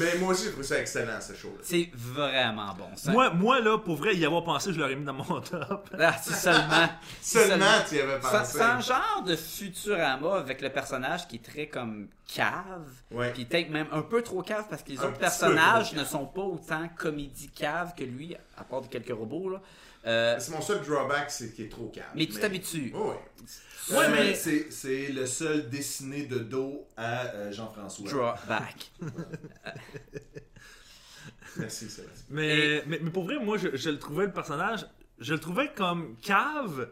S5: Mais moi aussi, je trouve ça excellent, ce show-là.
S4: C'est vraiment bon, ça.
S6: Moi, moi, là, pour vrai, y avoir pensé, je l'aurais mis dans mon top.
S4: Ah, si seulement. si
S5: Seulement, tu y avais
S4: C'est
S5: pensé.
S4: c'est un genre de Futurama avec le personnage qui est très comme cave.
S5: Ouais.
S4: Puis peut-être même un peu trop cave parce que les
S5: Un
S4: autres
S5: petit
S4: personnages ne sont pas autant comédie cave que lui, à part de quelques robots. Là. Euh,
S5: C'est mon seul drawback, c'est qu'il est trop calme.
S4: mais tu t'habitues. Euh,
S5: Oui,
S3: Ouais,
S6: Ouais, mais-
S3: mais Euh, c'est c'est le seul dessiné de dos à euh, Jean-François.
S4: Draw back.
S5: merci Sébastien.
S6: Mais, mais, mais pour vrai, moi, je, je le trouvais, le personnage, je le trouvais comme cave,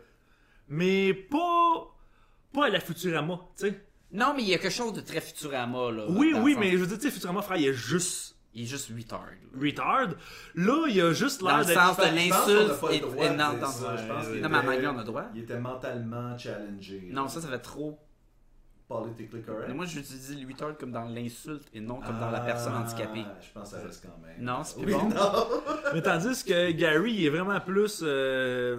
S6: mais pas, pas à la Futurama, tu sais.
S4: Non, mais il y a quelque chose de très Futurama. Là,
S6: Oui,
S4: dans le
S6: oui,
S4: sens-
S6: mais je veux dire, tu sais, Futurama, frère, il est juste
S4: Il est juste retard. là.
S6: retard. Là, il a juste
S4: Dans
S6: l'air
S4: le
S6: d'être...
S4: sens de
S3: Je pense qu'on n'a pas
S4: l'insulte
S3: le
S4: et,
S3: droit
S4: et
S3: de
S4: non,
S3: dire
S4: dans-
S3: ça, je pense qu'il
S4: non, mais en
S3: était-
S4: anglais, on a le droit.
S3: Il était mentalement challengé.
S4: Non, ça, ça fait trop.
S3: Politically correct.
S4: Mais moi, j'utilise le retard comme dans l'insulte et non comme dans
S3: Ah,
S4: la personne handicapée.
S3: Je pense que ça reste quand même.
S4: Non, c'est plus
S3: Oui,
S4: bon.
S3: non.
S6: Mais tandis que Gary, il est vraiment plus... euh,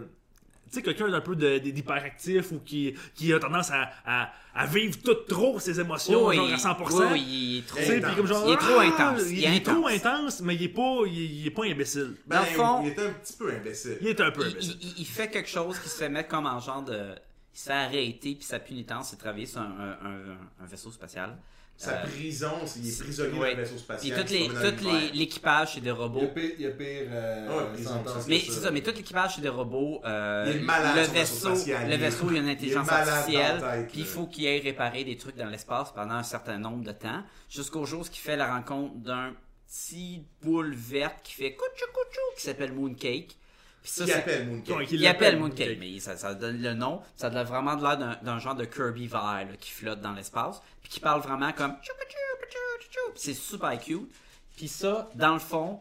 S6: tu sais, quelqu'un d'un peu de- d'hyperactif ou qui, qui a tendance à, à, à vivre tout trop ses émotions,
S4: Oui,
S6: genre à
S4: il-
S6: 100%.
S4: oui, oui, il est trop
S6: Tu sais, puis comme genre,
S4: Il est trop
S6: ah,
S4: intense.
S6: Il, est trop intense, mais il est pas, il, il est pas imbécile.
S5: Ben,
S4: Dans le fond-
S5: il était un petit peu imbécile.
S6: Il est un peu
S4: Il,
S6: imbécile.
S4: il- il- il fait quelque chose qui se fait mettre comme en genre de. Il s'est arrêté, puis sa punitence, c'est de travailler sur un, un- un- un vaisseau spatial.
S5: Sa
S4: Euh,
S5: prison, c'est- il est
S4: c'est-
S5: prisonnier
S4: ouais.
S5: d'un vaisseau spatial.
S4: Puis tout
S5: qui se
S4: les-
S5: promène dans
S4: tout
S5: l'univers.
S4: les- l'équipage, c'est des
S3: Il y a
S4: robots.
S3: pire. Il y a pire euh,
S5: Ouais, ils ont
S3: sentence
S5: ça.
S4: Mais
S3: que
S4: c'est ça, mais tout l'équipage, c'est des robots. euh,
S5: Il est malade,
S4: le
S5: son vaisseau
S4: vaisseau,
S5: spatial.
S4: le
S5: Il est-
S4: vaisseau, il y a une
S5: il est
S4: intelligence
S5: malade dans la
S4: artificielle,
S5: tête,
S4: puis il
S5: là.
S4: faut qu'il aille réparer des trucs dans l'espace pendant un certain nombre de temps, jusqu'au jour où il fait la rencontre d'un petit boule verte qui fait couchou couchou, qui s'appelle Mooncake. Puis ça,
S5: Qui
S4: c'est-
S5: appelle
S6: Ouais,
S5: Mooncake.
S6: qu'il
S4: Il appelle Mooncake,
S6: Mooncake.
S4: mais ça, ça donne le nom. Ça donne vraiment de l'air d'un, d'un genre de Kirby vert là, qui flotte dans l'espace, puis qui parle vraiment comme tchouka tchouka tchouka tchouka. Puis c'est super cute. Puis ça, dans le fond,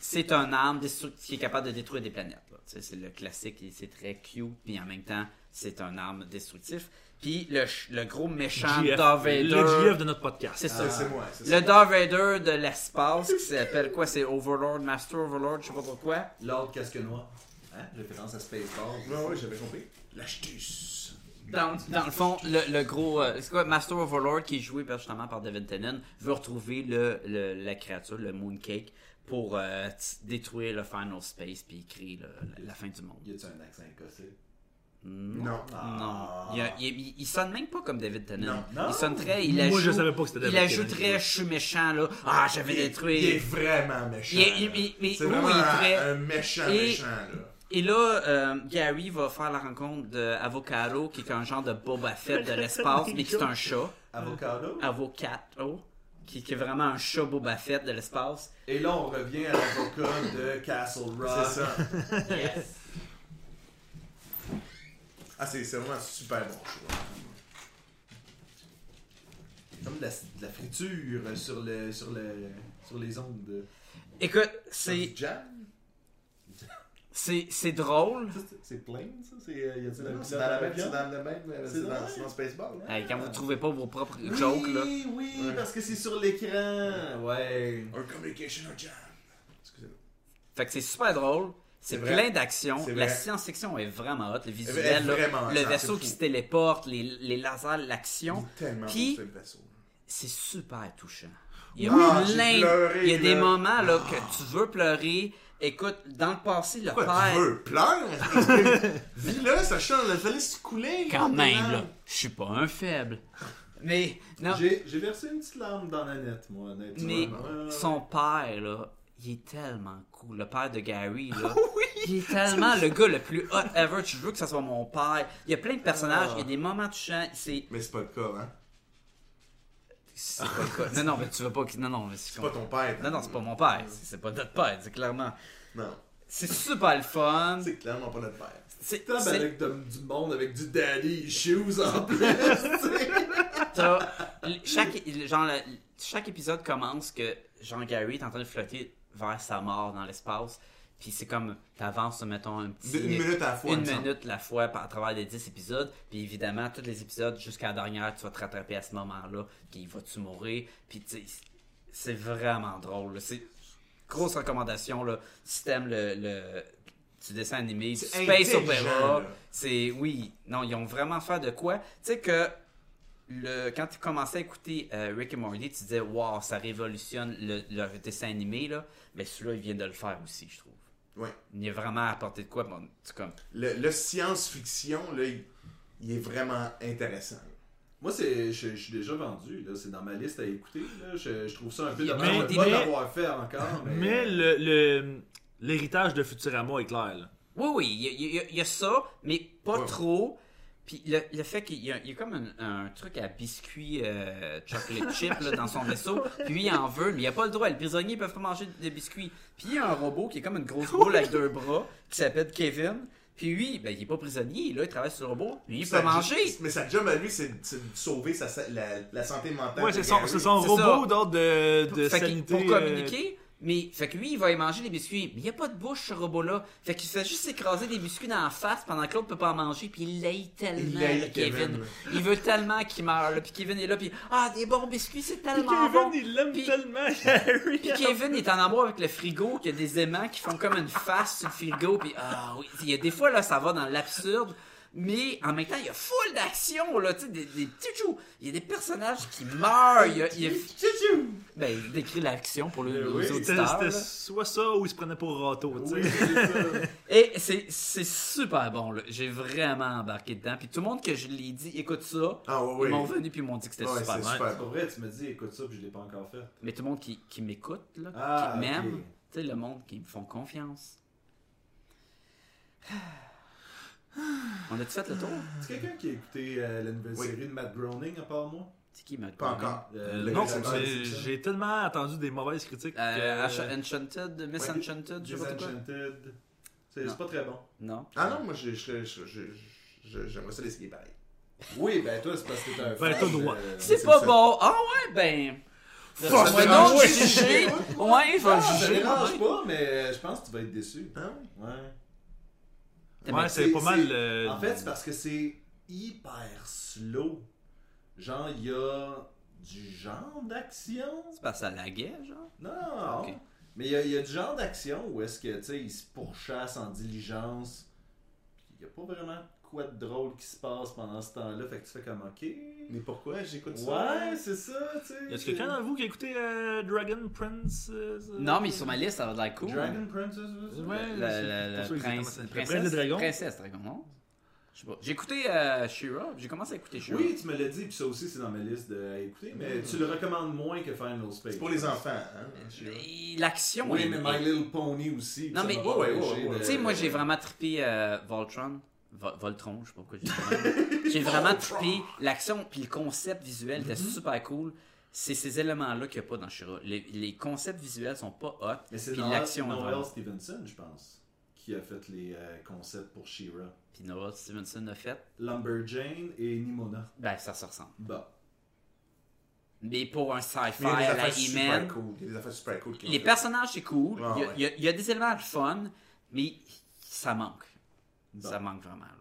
S4: c'est un arme destru- qui est capable de détruire des planètes. là. Tu sais, C'est le classique, et c'est très cute, puis en même temps, c'est un arme destructif. Puis le, ch- le gros méchant
S6: GF,
S4: Darth Vader,
S6: le GF de notre podcast.
S4: c'est ça.
S5: Ça, Ah, C'est moi. c'est ça.
S4: le Darth Vader de l'espace qui s'appelle quoi C'est Overlord, Master Overlord, je sais pas pourquoi.
S3: L'ordre casque noir. Hein? Référence à Spaceball.
S5: Ouais, ouais, j'avais compris. L'astuce.
S4: Dans, dans le fond, le, le gros, euh, c'est quoi, Master Overlord, qui est joué par- justement par David Tennant, veut retrouver le, le- la créature, le Mooncake, pour euh, t- détruire le Final Space puis créer le- la, la fin du monde.
S3: Y a-tu un accent écossais?
S5: Non.
S3: Ah.
S6: Ah.
S4: Non, il, y a- il, il- il sonne même pas comme David Tennant.
S3: Non.
S4: Il sonne très, il la
S6: Moi, je
S4: joue-
S6: savais pas que c'était
S4: Il
S6: David
S4: la
S6: Tennant.
S4: joue très, je suis méchant là. Ah, je vais
S5: Il est- Il est
S4: détruire.
S5: vraiment méchant.
S4: Il est- il-
S5: là.
S4: il- il-
S5: c'est
S4: oui,
S5: vraiment
S4: il est
S5: un-
S4: très-
S5: un méchant,
S4: Et-
S5: méchant. Là.
S4: Et là, euh, Gary va faire la rencontre de Avocado, qui est un genre de Boba Fett de l'espace, mais qui est un chat.
S3: Avocado.
S5: Oh.
S4: Avocado, qui, qui est vraiment un chat Boba Fett de l'espace.
S3: Et là, on revient à l'avocat de Castle Rock.
S5: C'est ça. Ah, c'est c'est vraiment un super bon choix.
S3: Comme de la, de la friture sur, le, sur, le, sur les ondes.
S4: Écoute,
S3: C'est
S4: c'est,
S3: jam?
S4: c'est, c'est drôle.
S3: Ça, c'est- C'est plain, ça? C'est, euh, y a-t-il un
S5: Non,
S3: petit
S5: C'est dans, la même-
S3: avion?
S5: c'est dans le même. euh,
S3: C'est
S5: C'est
S3: dans
S5: dans,
S3: le
S5: c'est dans Spaceball.
S4: Hey, quand vous trouvez pas vos propres
S3: Oui,
S4: jokes, là.
S3: oui, parce que c'est sur l'écran. Ouais.
S5: Or communication or jam. Excusez-moi.
S4: Fait que c'est super drôle. C'est
S5: C'est vrai.
S4: plein d'actions.
S5: C'est
S4: La
S5: vrai.
S4: science-fiction est vraiment hot. Le
S5: Elle est
S4: visuel, là,
S5: vraiment
S4: le
S5: hot,
S4: vaisseau
S5: c'est
S4: qui
S5: fou.
S4: se téléporte, les, les lasers, l'action.
S5: Tellement
S4: Puis-
S5: beau, ce vaisseau.
S4: c'est super touchant. Il y a,
S5: Ah, j'ai
S4: plein-
S5: pleuré,
S4: il y a des
S5: là. Ah.
S4: moments là, que tu veux pleurer. Écoute, dans le passé, le
S5: Pourquoi
S4: père.
S5: tu veux? Pleure! Vis-le, ça change, fallait se couler.
S4: Quand même, là, je suis pas un faible. Mais, non,
S3: J'ai j'ai versé une petite larme dans la nette, moi, honnêtement. Euh,
S4: mais
S3: Ouais.
S4: son père, là, il est tellement cool. Le père de Gary,
S5: Ah
S4: là. Il est tellement le gars le plus hot ever. Tu veux que ça soit mon père. Il y a plein de
S5: Ah.
S4: personnages, il y a des moments touchants. C'est.
S5: Mais c'est pas le cas, hein?
S4: c'est pas le cas. Non, non, mais tu veux pas que. Non, non, mais c'est
S5: C'est pas ton père. hein.
S4: Non, non, c'est pas mon père. C'est c'est pas notre père, c'est clairement.
S5: Non,
S4: C'est super le fun.
S5: c'est clairement pas notre père.
S4: C'est
S3: Tabarnak
S4: c'est-
S3: avec de- du monde avec du daddy issues en plus. tu sais.
S4: t'as- l- chaque genre la- chaque épisode commence que Jean Gary est en train de flotter vers sa mort dans l'espace. Puis c'est comme t'avances mettons un petit
S5: De- une minute à la fois.
S4: une
S5: il me semble.
S4: minute la fois par- à travers les 10 épisodes. Puis évidemment, tous les épisodes jusqu'à la dernière, tu vas te rattraper à ce moment-là. Puis vas-tu mourir? Puis tu sais, c'est vraiment drôle. là. C'est grosse recommandation. Là. Si t'aimes le, le- du dessin animé, du
S5: C'est
S4: Space
S5: intelligent,
S4: Opera,
S5: là.
S4: c'est. Oui, non, ils ont vraiment fait de quoi? Tu sais que. Le, quand tu commençais à écouter euh, Rick et Morty, tu disais, waouh, ça révolutionne le, le dessin animé, là. Mais celui-là, il vient de le faire aussi, je trouve.
S5: Ouais.
S4: Il est vraiment apporté de quoi? Bon, tu comme,
S5: Le, le science-fiction, là, il, il est vraiment intéressant.
S3: Moi, c'est, je, je suis déjà vendu. Là. C'est dans ma liste à écouter. Là. Je, je trouve ça un peu
S4: Il y a
S3: dommage
S6: pas
S3: de
S6: des-
S3: pas
S6: mais-
S3: l'avoir fait encore. Mais,
S6: Mais le- le- l'héritage de Futurama est clair. là.
S4: Oui, oui, il y a- il y, a- il y a ça, mais pas
S5: Ouais.
S4: trop. Puis le, le fait qu'il y, a- il y a comme un, un truc à biscuit euh, chocolate chip là, dans son vaisseau, puis lui, il en veut, mais il a pas le droit. Les prisonniers peuvent pas manger de biscuits. Puis il y a un robot qui est comme une grosse boule avec deux bras, qui s'appelle Kevin. Puis lui, ben, il est pas prisonnier, là, il travaille sur le robot, lui, il peut
S5: Sa-
S4: manger.
S5: Mais sa job à lui, c'est c'est de sauver sa, sa- la, la santé mentale.
S6: Ouais,
S5: de
S6: c'est son,
S5: Gary.
S6: c'est son
S4: C'est
S6: robot
S4: ça.
S6: d'ordre de, de
S4: Fait que
S6: sanité.
S4: pour
S6: euh,
S4: communiquer, mais fait que lui, il va y manger des biscuits. Mais il n'y a pas de bouche, ce robot-là. Fait qu'il fait juste s'écraser des biscuits dans la face pendant que l'autre peut pas en manger. Puis il l'aille tellement,
S5: Il l'aille,
S4: là, Kevin.
S5: Kevin.
S4: Il veut tellement qu'il meure. là. Puis Kevin est là. Puis ah, des bons biscuits, c'est tellement bon.
S8: il l'aime
S4: Puis-
S8: tellement, Harry.
S4: Puis Kevin est en amour avec le frigo, qu'il y a des aimants qui font comme une face sur le frigo, puis ah oui, il y a des fois là ça va dans l'absurde, mais en même temps il y a full d'action là, tu sais des, des petits chou- il y a des personnages qui meurent, il y a, il y a- ben il décrit l'action pour
S5: Euh,
S4: le,
S3: oui,
S4: les
S6: C'était
S4: auditeurs.
S6: c'était
S4: là.
S6: soit ça ou il se prenait pour râteau. tu sais.
S3: Oui, c'est ça.
S4: Et c'est c'est super bon là, j'ai vraiment embarqué dedans, puis tout le monde que je l'ai dit écoute ça,
S5: Ah, ouais, ouais.
S4: ils m'ont venu puis ils m'ont dit que c'était
S5: Ouais,
S4: super
S5: c'est
S4: bon.
S5: super
S3: C'est pas vrai, tu me dis, écoute ça, puis je l'ai pas encore fait.
S4: Mais tout le monde qui, qui m'écoute, là,
S3: Ah,
S4: qui m'aime,
S3: ok.
S4: tu sais, le monde qui me font confiance. On a-tu fait le tour?
S3: C'est quelqu'un qui a écouté euh, la nouvelle
S5: Oui.
S3: série de Matt Browning, à part moi
S4: C'est qui m'a
S5: Pas encore.
S3: Euh,
S5: Le
S6: Non,
S5: gars,
S3: réalisateur
S5: c'est-
S3: de
S6: j'ai-
S3: Simpsons.
S6: j'ai tellement entendu des mauvaises critiques.
S4: Euh,
S6: que-
S4: Ach- Enchanted, Miss
S5: Ouais,
S4: Enchanted, je sais pas trop quoi.
S3: Disenchanted. C'est
S4: Non.
S3: c'est pas très bon.
S4: Non.
S5: Ah non, moi, je- je- je- je- je- j'aimerais ça l'essayer pareil.
S3: Oui, ben toi, c'est parce que t'es un
S6: Ben,
S3: fan
S6: t'as droit.
S3: de-
S4: C'est
S5: c'est
S4: pas
S5: ça.
S4: bon! Ah ouais, ben.
S5: Fuck,
S4: Ouais,
S5: ça
S4: non,
S5: dérange.
S4: je vais juger! Ouais, je
S3: Ah,
S4: vais
S3: ça
S4: juger!
S3: dérange pas, mais je pense que tu vas être déçu.
S5: Hein?
S3: Ah Ouais.
S6: Ouais, Ah, c'est pas mal. euh,
S3: En fait, c'est parce que c'est hyper slow. Genre, il y a du genre d'action.
S4: C'est parce que ça laguait, genre.
S3: Non!
S4: Ok.
S3: Mais il y, a- il y a du genre d'action où est-ce que, tu sais, ils se pourchassent en diligence. Puis Il n'y a pas vraiment quoi de drôle qui se passe pendant ce temps-là. Fait que tu fais comme, ok.
S5: Mais pourquoi j'écoute ça?
S3: Ouais, c'est ça, tu sais.
S6: Y a-t-il quelqu'un d'entre vous qui a écouté euh, Dragon Prince euh,
S4: Non, mais sur ma liste, ça va de la cool.
S3: Dragon Princess? ouais, c'est-
S4: Le-
S6: Ouais, je sais
S4: le-
S6: pas
S4: le
S6: sûr exactement
S4: prince,
S6: ça. Le
S4: princesse,
S6: prince des dragons.
S4: Princesse dragon, non? Je sais pas. J'ai écouté euh, She-Ra, j'ai commencé à écouter She-Ra.
S3: Oui, tu me l'as dit, puis ça aussi, c'est dans ma liste de- à écouter. Mais tu le recommandes moins que Final Space.
S5: C'est pour les enfants, hein?
S4: Mais L'action
S3: Oui,
S4: est-
S3: mais My Little Pony aussi.
S4: Non,
S3: ça
S4: mais-
S3: m'a pas
S5: Ouais, ouais,
S3: empêché
S5: ouais,
S3: de-
S5: ouais.
S4: Tu sais, moi, j'ai vraiment trippé euh, Voltron. Vo- Voltron, je sais pas pourquoi j'ai dit ça. J'ai vraiment trippé l'action, puis le concept visuel était
S3: Mm-hmm.
S4: super cool. C'est ces éléments-là qu'il n'y a pas dans Shira. Les, les concepts visuels sont pas hot,
S3: Mais c'est
S4: puis
S3: Noel,
S4: l'action est
S3: Noel
S5: hein.
S4: vraiment...
S3: Stevenson, je pense, qui a fait les euh, concepts pour She-Ra.
S4: Puis Noah Stevenson a fait,
S3: Lumberjane et Nimona. Bah.
S4: ben ça se ressemble.
S3: Bon.
S4: Mais pour un sci-fi
S5: Mais il y a
S4: à
S5: des
S4: la
S5: affaires super
S4: He-Man,
S5: cool. Il y a des affaires super cool. qui ont
S4: les
S5: fait.
S4: personnages c'est cool,
S5: Ah,
S4: il y a-
S5: ouais.
S4: il y, a- il y a des éléments de fun, mais ça manque.
S3: Bon.
S4: Ça manque vraiment, là.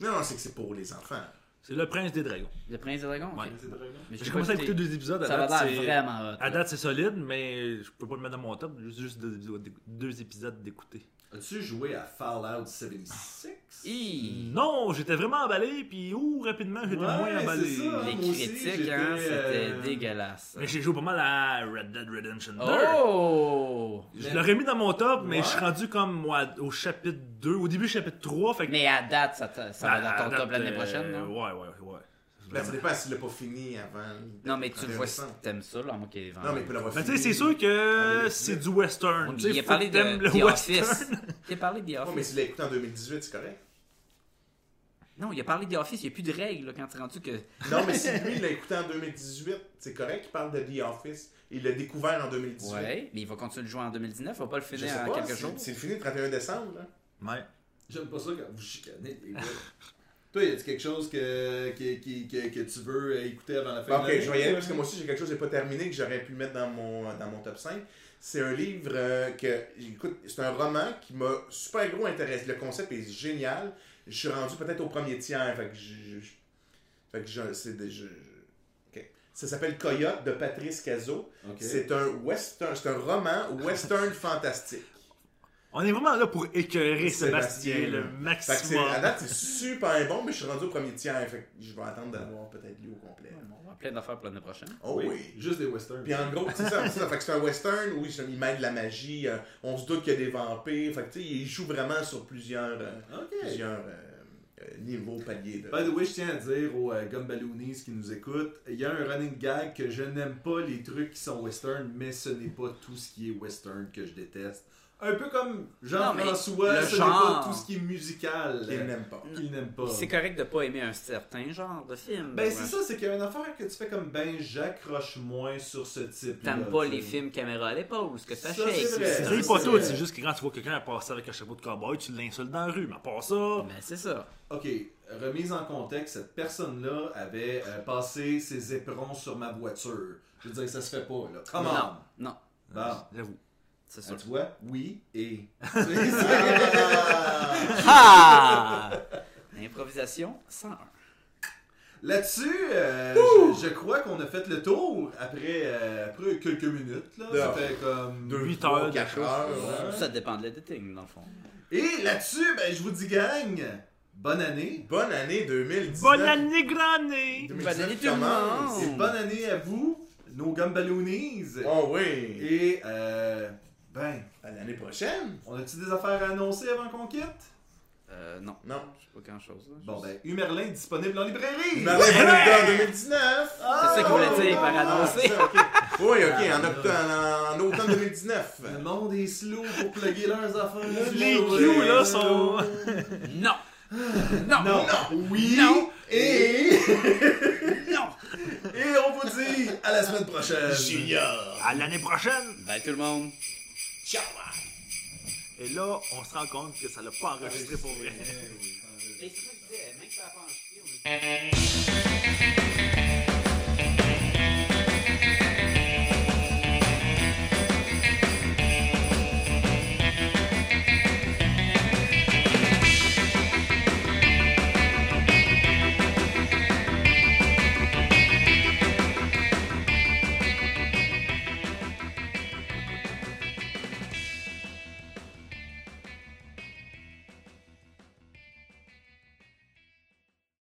S5: Non, non, c'est que c'est pour les enfants.
S6: C'est le prince des dragons.
S4: Le Prince des Dragons?
S6: Ouais.
S4: ok.
S5: hein.
S4: Mais
S6: J'ai commencé à écouter deux épisodes. À
S4: Ça
S6: date,
S4: va
S6: c'est-
S4: l'air vraiment hot.
S6: À
S4: là.
S6: date, c'est solide, mais je peux pas le mettre dans mon top. Juste, juste deux, épisodes d'éc- deux épisodes d'écouter.
S3: As-tu joué à Fallout 76?
S4: Hi!
S6: Non, j'étais vraiment emballé, puis ouh, rapidement, j'étais
S3: Ouais,
S6: moins
S3: c'est
S6: emballé.
S3: ça.
S4: Les
S3: moi aussi,
S4: critiques,
S3: j'étais,
S4: hein,
S3: euh,
S4: c'était dégueulasse.
S6: Mais j'ai joué pas mal à Red Dead Redemption 2.
S4: Oh!
S6: Je l'aurais mis dans mon top, mais
S3: Ouais.
S6: je suis rendu comme moi, au chapitre 2, au début du chapitre 3. Fait que
S4: Mais à date, ça, te- ça
S6: À-
S4: va dans
S6: à
S4: ton top
S6: date,
S4: l'année
S6: euh,
S4: prochaine, non?
S6: Ouais, ouais, ouais.
S5: Ben, ça dépend s'il l'a pas fini avant.
S4: Non, mais tu le vois si
S5: Non,
S4: t'aimes ça, là, moi qui est vraiment.
S5: mais il peut l'avoir
S6: Ben,
S5: fini.
S6: tu sais, c'est sûr que
S5: Ah,
S6: c'est du western. Tu sais,
S4: il a
S6: faut
S4: parlé
S6: que
S4: de
S6: t'aimes le
S4: The Office.
S6: western.
S4: Il a parlé de The
S5: Ouais, mais
S4: Office.
S5: s'il l'a écouté en 2018, c'est correct.
S4: Non, il a parlé de The Office, il n'y a plus de règles là, quand tu es rendu que.
S5: Non, mais si lui, il l'a écouté en 2018, c'est correct qu'il parle de The Office. Il l'a découvert en 2018.
S4: Ouais, mais il va continuer de jouer en 2019, il va pas le
S5: Je
S4: finir
S5: sais
S4: en
S5: pas,
S4: quelques
S5: c'est-
S4: jours.
S5: C'est fini le 31 décembre, là.
S6: Ouais.
S3: J'aime pas ça quand vous chicanez, les gars. Toi, y a quelque chose que, que, qui- que, que tu veux euh, écouter avant la fin
S5: Bon,
S3: de
S5: Bah, Ah, ok,
S3: l'année?
S5: je vais y aller parce que moi aussi j'ai quelque chose que j'ai pas terminé que j'aurais pu mettre dans mon, dans mon top 5. C'est un livre euh, que, écoute, c'est un roman qui m'a super gros intéressé. Le concept est génial. Je suis rendu peut-être au premier tiers. Fait que je. je- fait que je- c'est des- je- je- ok. Ça s'appelle Coyote de Patrice Cazot.
S3: Ok.
S5: C'est un western, c'est un roman western fantastique.
S6: On est vraiment là pour écœurer
S5: Sébastien,
S6: Sébastien, le
S5: là. Fait que c'est,
S6: maximum.
S5: à date, c'est super bon, mais je suis rendu au premier tiers. Fait que je vais attendre d'avoir peut-être lu au complet.
S4: On va plein d'affaires pour l'année prochaine.
S5: Oh oui.
S3: Juste des westerns.
S5: Puis en gros, c'est ça, c'est ça. Fait que c'est un western, oui, c'est- il met de la magie, euh, on se doute qu'il y a des vampires. Fait que tu sais, il joue vraiment sur plusieurs, euh,
S3: Ok.
S5: plusieurs euh, euh, niveaux, paliers. De...
S3: By the way, je tiens à dire aux euh, Gumballoonies qui nous écoutent, il y a un running gag que je n'aime pas les trucs qui sont western, mais ce n'est pas tout ce qui est western que je déteste. Un peu comme
S4: Non,
S3: Jean-François,
S4: mais le
S3: ce n'est
S4: genre.
S3: pas tout ce qui est musical
S5: Qu'il
S3: euh,
S5: n'aime pas.
S3: qu'il n'aime pas.
S4: C'est correct de pas aimer un certain genre de film.
S3: Ben
S4: Ouais.
S3: c'est ça, c'est qu'il y a une affaire que tu fais comme ben j'accroche moins sur ce type.
S4: T'aimes pas les films caméra à l'épaule, ce que
S3: Ça,
S4: t'achètes.
S3: c'est vrai.
S6: C'est
S3: Ça,
S6: pas
S3: c'est
S6: tout,
S3: vrai.
S6: c'est juste que quand tu vois quelqu'un passer avec un chapeau de cowboy, tu l'insultes dans la rue. Mais à part ça,
S4: Mais Ben, c'est ça.
S3: Ok, remise en contexte, cette personne-là avait euh, passé ses éperons sur ma voiture. Je veux dire, ça se fait pas, là. Come
S4: Non,
S3: on!
S4: non,
S3: Bon,
S6: j'avoue.
S4: c'est
S3: Ah,
S4: sûr.
S3: tu vois, oui et.
S4: Ah! Improvisation 101.
S3: Là-dessus, euh, je, je crois qu'on a fait le tour après, euh, après quelques minutes. Là. Ça
S5: Ah.
S3: fait comme.
S6: 8
S5: Trois,
S6: heures de
S5: quatre heures.
S3: Ouais.
S4: Ça dépend de l'editing, dans le fond.
S3: Et là-dessus, ben, je vous dis, gang, bonne année.
S5: Bonne année 2019.
S6: Bonne année, grand année!
S5: 2019
S4: Bonne année tout le
S5: commence.
S4: monde.
S3: Et bonne année à vous, nos gumballoonies.
S5: Oh oui.
S3: Et, euh, ben,
S5: À l'année prochaine.
S3: on a-tu des affaires à annoncer avant qu'on quitte?
S4: Euh, non.
S5: Non.
S4: Je sais pas grand-chose. là.
S3: Bon, ben, Humerlin disponible en librairie.
S5: Mais avec en 2019.
S4: C'est ça qu'il voulait dire par
S5: Ah,
S4: annoncer.
S5: ça, ok. Oui, ok, en, octobre, en, en automne 2019.
S3: Le monde est slow pour plugger leurs affaires.
S6: Les Q, là, sont...
S4: Non! Non!
S3: Non, oui,
S4: Non.
S3: et...
S4: Non!
S3: et on vous dit à la semaine prochaine.
S6: À l'année prochaine!
S4: Bye tout le monde!
S6: Et là, on se rend compte que ça l'a pas enregistré pour vrai.
S4: Et si tu disais, même si t'as pas enregistré, on est-